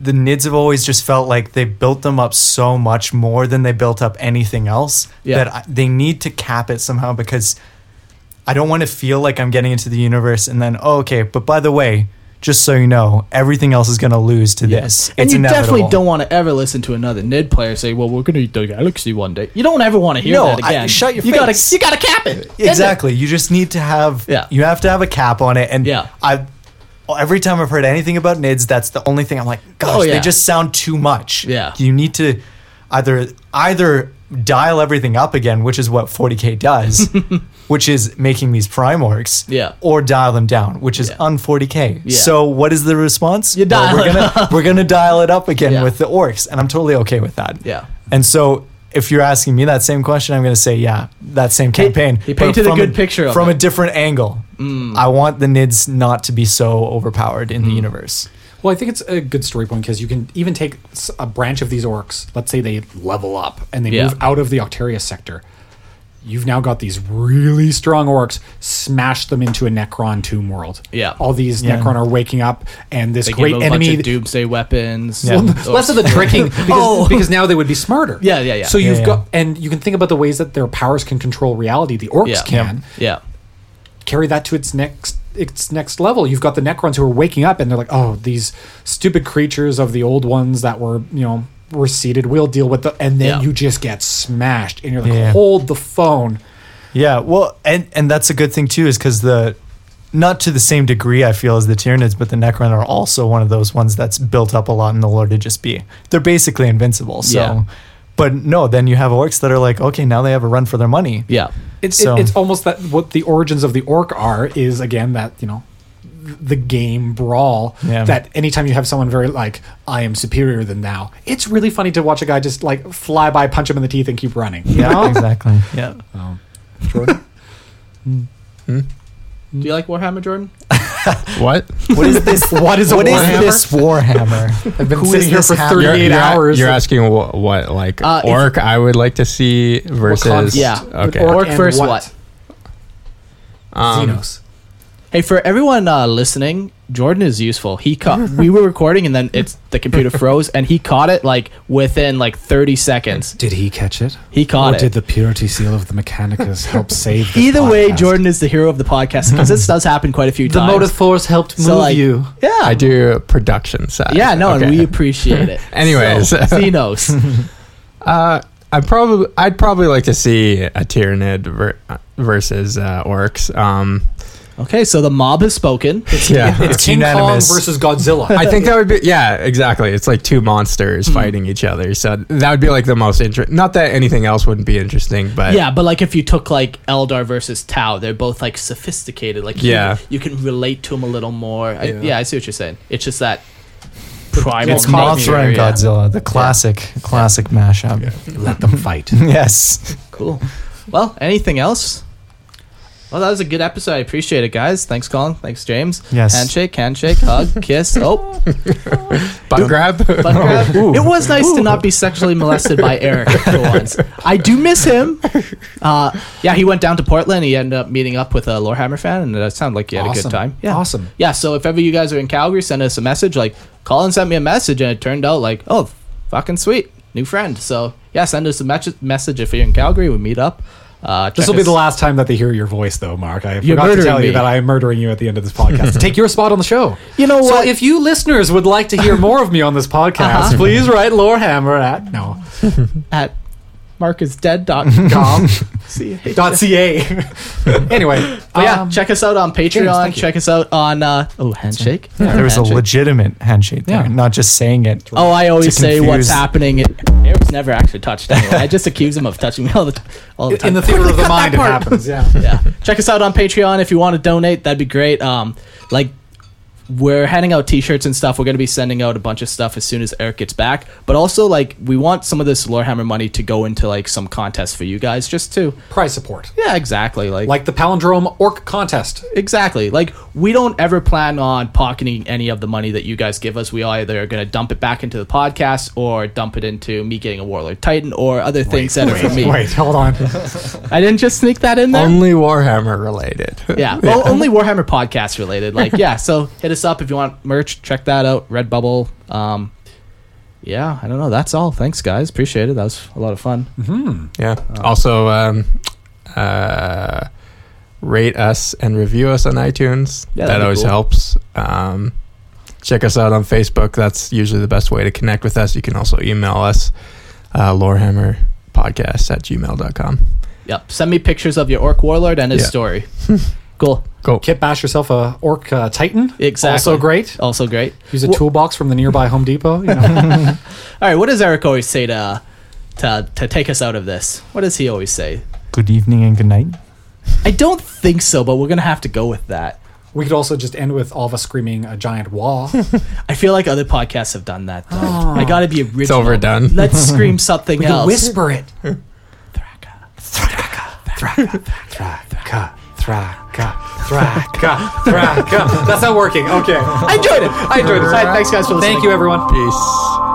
Speaker 5: the Nids have always just felt like they built them up so much more than they built up anything else
Speaker 3: Yeah.
Speaker 5: that I, they need to cap it somehow because I don't want to feel like I'm getting into the universe and then oh, okay, but by the way, just so you know, everything else is going to lose to this.
Speaker 3: And
Speaker 5: it's
Speaker 3: you
Speaker 5: inevitable.
Speaker 3: definitely don't want to ever listen to another Nid player say, "Well, we're going to eat the galaxy one day." You don't ever want to hear
Speaker 5: No,
Speaker 3: that
Speaker 5: I-
Speaker 3: again.
Speaker 5: shut your
Speaker 3: you
Speaker 5: face.
Speaker 3: Gotta, you gotta cap it. End it.
Speaker 5: Exactly. You just need to have
Speaker 3: Yeah.
Speaker 5: you have to have a cap on it and
Speaker 3: Yeah.
Speaker 5: I every time I've heard anything about NIDS, that's the only thing I'm like, gosh,
Speaker 3: Oh, yeah.
Speaker 5: they just sound too much.
Speaker 3: Yeah.
Speaker 5: You need to either either dial everything up again, which is what 40K
Speaker 3: [LAUGHS]
Speaker 5: does, which is making these primorgs.
Speaker 3: Yeah.
Speaker 5: Or dial them down, which is
Speaker 3: Yeah.
Speaker 5: un 40K.
Speaker 3: Yeah.
Speaker 5: So what is the response?
Speaker 3: You dial
Speaker 5: we're
Speaker 3: it
Speaker 5: gonna we're gonna dial it up again
Speaker 3: Yeah.
Speaker 5: with the orcs. And I'm totally okay with that.
Speaker 3: Yeah.
Speaker 5: And so if you're asking me that same question, I'm going to say, yeah, that same campaign.
Speaker 3: he
Speaker 5: but
Speaker 3: painted a
Speaker 5: from
Speaker 3: good picture of
Speaker 5: from
Speaker 3: it. Mm.
Speaker 5: a different angle. I want the Nids not to be so overpowered in the universe.
Speaker 4: Well, I think it's a good story point because you can even take s- a branch of these orcs. Let's say they level up and they
Speaker 3: Yeah.
Speaker 4: move out of the Octarius sector. You've now got these really strong orcs. Smash them into a Necron tomb world.
Speaker 3: Yeah.
Speaker 4: all these Necron are waking up, and this
Speaker 3: They
Speaker 4: great
Speaker 3: gave him a
Speaker 4: enemy.
Speaker 3: bunch of doomsday weapons.
Speaker 5: Yeah. Well,
Speaker 3: Or- [LAUGHS]
Speaker 4: Less of the tricking because,
Speaker 3: Oh.
Speaker 4: because now they would be smarter.
Speaker 3: Yeah, yeah, yeah.
Speaker 4: So
Speaker 5: Yeah,
Speaker 4: you've
Speaker 5: yeah.
Speaker 4: got, and you can think about the ways that their powers can control reality. The orcs
Speaker 3: yeah,
Speaker 4: can
Speaker 3: yeah,
Speaker 4: carry that to its next its next level. You've got the Necrons who are waking up and they're like, "Oh, these stupid creatures of the old ones that were, you know, receded. We'll deal with the." And then
Speaker 3: Yeah.
Speaker 4: you just get smashed, and you're like,
Speaker 5: Yeah.
Speaker 4: "Hold the phone."
Speaker 5: Yeah, well, and and that's a good thing too, is because the not to the same degree I feel as the Tyranids, but the Necron are also one of those ones that's built up a lot in the lore to just be. They're basically invincible. So,
Speaker 3: Yeah.
Speaker 5: but no, then you have orcs that are like, okay, now they have a run for their money.
Speaker 3: yeah,
Speaker 4: It, it-
Speaker 5: So-
Speaker 4: it's almost that what the origins of the orc are is again that you know the game brawl
Speaker 5: Yeah.
Speaker 4: that anytime you have someone very like i am superior than thou it's really funny to watch a guy just like fly by punch him in the teeth and keep running you
Speaker 5: Yeah, [LAUGHS]
Speaker 4: know?
Speaker 5: exactly. Yeah.
Speaker 4: Jordan?
Speaker 3: Do you like Warhammer, Jordan?
Speaker 2: What?
Speaker 5: What [LAUGHS] is this?
Speaker 4: what is a
Speaker 5: What is
Speaker 4: warhammer
Speaker 5: this [LAUGHS] Warhammer?
Speaker 4: i've been
Speaker 5: who is
Speaker 4: sitting here
Speaker 5: this
Speaker 4: for
Speaker 5: hammer?
Speaker 4: 38
Speaker 5: You're-
Speaker 2: you're, a-
Speaker 4: hours
Speaker 2: You're asking what, what like
Speaker 3: Uh, if-
Speaker 2: orc I would like to see versus
Speaker 4: concept?
Speaker 3: Yeah.
Speaker 2: okay.
Speaker 4: Orc
Speaker 3: Orc
Speaker 4: and
Speaker 3: versus
Speaker 4: what?
Speaker 3: what?
Speaker 2: Um,
Speaker 4: Xenos.
Speaker 3: Hey, for everyone uh, listening, Jordan is useful. He caught. we were recording, and then it's the computer froze, and he caught it like within like thirty seconds.
Speaker 4: Did he catch it?
Speaker 3: He caught
Speaker 4: or
Speaker 3: it.
Speaker 4: did the purity seal of the Mechanicus [LAUGHS] help save this
Speaker 3: Either way,
Speaker 4: podcast?
Speaker 3: [LAUGHS] Jordan is the hero of the podcast because this does happen quite a few
Speaker 6: The
Speaker 3: times.
Speaker 6: motive force helped move
Speaker 3: So, like-
Speaker 6: you.
Speaker 3: yeah,
Speaker 2: I do production side.
Speaker 3: Yeah, no,
Speaker 2: Okay.
Speaker 3: and we appreciate it.
Speaker 2: Anyways.
Speaker 3: so, Xenos.
Speaker 2: Uh, I probably I'd probably like to see a Tyranid ver- versus uh, orcs. Um,
Speaker 3: okay, so the mob has spoken.
Speaker 2: yeah,
Speaker 4: It's King
Speaker 5: unanimous.
Speaker 4: Kong versus Godzilla.
Speaker 2: I think that would be yeah, exactly. It's like two monsters fighting each other. So that would be like the most interesting. Not that anything else wouldn't be interesting, but
Speaker 3: yeah, but like if you took like Eldar versus Tau, they're both like sophisticated. Like you-
Speaker 2: Yeah.
Speaker 3: you, can relate to them a little more. I, yeah.
Speaker 2: Yeah.
Speaker 3: I see what you're saying. It's just that primal.
Speaker 5: It's Mothra and
Speaker 3: nature, yeah.
Speaker 5: Godzilla, the classic, classic mashup.
Speaker 4: Let them fight.
Speaker 5: [LAUGHS] Yes.
Speaker 3: Cool. Well, anything else? Well, that was a good episode. I appreciate it, guys. Thanks, Colin. Thanks, James.
Speaker 5: Yes.
Speaker 3: Handshake, handshake, hug, [LAUGHS] kiss. Oh,
Speaker 2: Butt grab.
Speaker 3: butt grab. It was nice to not be sexually molested by Eric for once. I do miss him. Uh, yeah, he went down to Portland. He ended up meeting up with a Lorehammer fan, and it sounded like he had a
Speaker 4: Awesome.
Speaker 3: good time. Yeah,
Speaker 4: Awesome.
Speaker 3: Yeah, so if ever you guys are in Calgary, send us a message. Like Colin sent me a message, and it turned out like, oh, fucking sweet, new friend. So yeah, send us a mes- message if you're in Calgary. We meet up. Uh,
Speaker 4: This
Speaker 3: check
Speaker 4: will be
Speaker 3: us-
Speaker 4: the last time that they hear your voice, though, Mark. I
Speaker 3: You're
Speaker 4: forgot to
Speaker 3: murdering
Speaker 4: tell
Speaker 3: me.
Speaker 4: you that I am murdering you at the end of this podcast.
Speaker 3: [LAUGHS]
Speaker 4: to Take your spot on the show.
Speaker 3: You know
Speaker 4: So
Speaker 3: what?
Speaker 4: if you Uh-huh. listeners would like to hear more of me [LAUGHS] on this podcast, please write Lorehammer at no
Speaker 3: at markisdead.com.
Speaker 4: com
Speaker 3: See you.
Speaker 4: dot ca. [LAUGHS] anyway,
Speaker 3: But yeah,
Speaker 4: um,
Speaker 3: check us out on Patreon.
Speaker 4: thank you.
Speaker 3: check us out on uh, oh handshake.
Speaker 5: Yeah, there was a
Speaker 3: Handshake.
Speaker 5: legitimate handshake there,
Speaker 4: Yeah.
Speaker 5: not just saying it.
Speaker 3: Oh, I always
Speaker 5: to
Speaker 3: say what's
Speaker 5: confuse-
Speaker 3: happening. Eric's never actually touched anyone. I just accuse him of touching me all the t- all the time.
Speaker 4: in the theater of the mind, it happens. [LAUGHS] Yeah.
Speaker 3: yeah. Check us out on Patreon if you want to donate. That'd be great. Um, like we're handing out T-shirts and stuff. We're gonna be sending out a bunch of stuff as soon as Eric gets back. But also, like, we want some of this Lorehammer money to go into like some contest for you guys, just to
Speaker 4: Prize support,
Speaker 3: yeah, exactly. Like,
Speaker 4: like the palindrome orc contest.
Speaker 3: Exactly. Like we don't ever plan on pocketing any of the money that you guys give us. We either are going to dump it back into the podcast or dump it into me getting a Warlord Titan or other things that are for me.
Speaker 4: Wait, hold on.
Speaker 3: I didn't just sneak that in
Speaker 2: [LAUGHS]
Speaker 3: there.
Speaker 2: Only Warhammer related. [LAUGHS]
Speaker 3: yeah. Well, only Warhammer podcast related. Like yeah. So hit us up if you want merch. Check that out. Redbubble. Um, yeah. I don't know. That's all. Thanks, guys. Appreciate it. That was a lot of fun.
Speaker 2: Yeah.
Speaker 3: Oh.
Speaker 2: also, um, uh, rate us and review us on iTunes.
Speaker 3: Yeah, that'd
Speaker 2: that
Speaker 3: be
Speaker 2: always
Speaker 3: cool.
Speaker 2: helps. Um, check us out on Facebook. That's usually the best way to connect with us. You can also email us, uh, lorehammerpodcast at gmail.com.
Speaker 3: Yep. Send me pictures of your orc warlord and his
Speaker 2: Yeah.
Speaker 3: story. cool.
Speaker 2: Cool.
Speaker 4: [LAUGHS] Kit bash yourself a orc uh, titan.
Speaker 3: Exactly.
Speaker 4: Also great.
Speaker 3: Also great.
Speaker 4: Use a toolbox from the nearby Home Depot. You know?
Speaker 3: All right, what does Eric always say to to to take us out of this? What does he always say?
Speaker 5: Good evening and good night.
Speaker 3: I don't think so, but we're gonna have to go with that.
Speaker 4: we could also just end with all of us screaming a giant wall.
Speaker 3: I feel like other podcasts have done that. Though. I gotta be original. It's
Speaker 2: overdone.
Speaker 3: Let's scream something else.
Speaker 4: Whisper it.
Speaker 6: Thraka,
Speaker 4: [LAUGHS]
Speaker 6: thraka.
Speaker 4: Thraka, thraka. That's not working. Okay.
Speaker 3: I enjoyed it. I enjoyed it. All right, Thanks, guys, for listening.
Speaker 4: Thank you, everyone.
Speaker 2: Peace.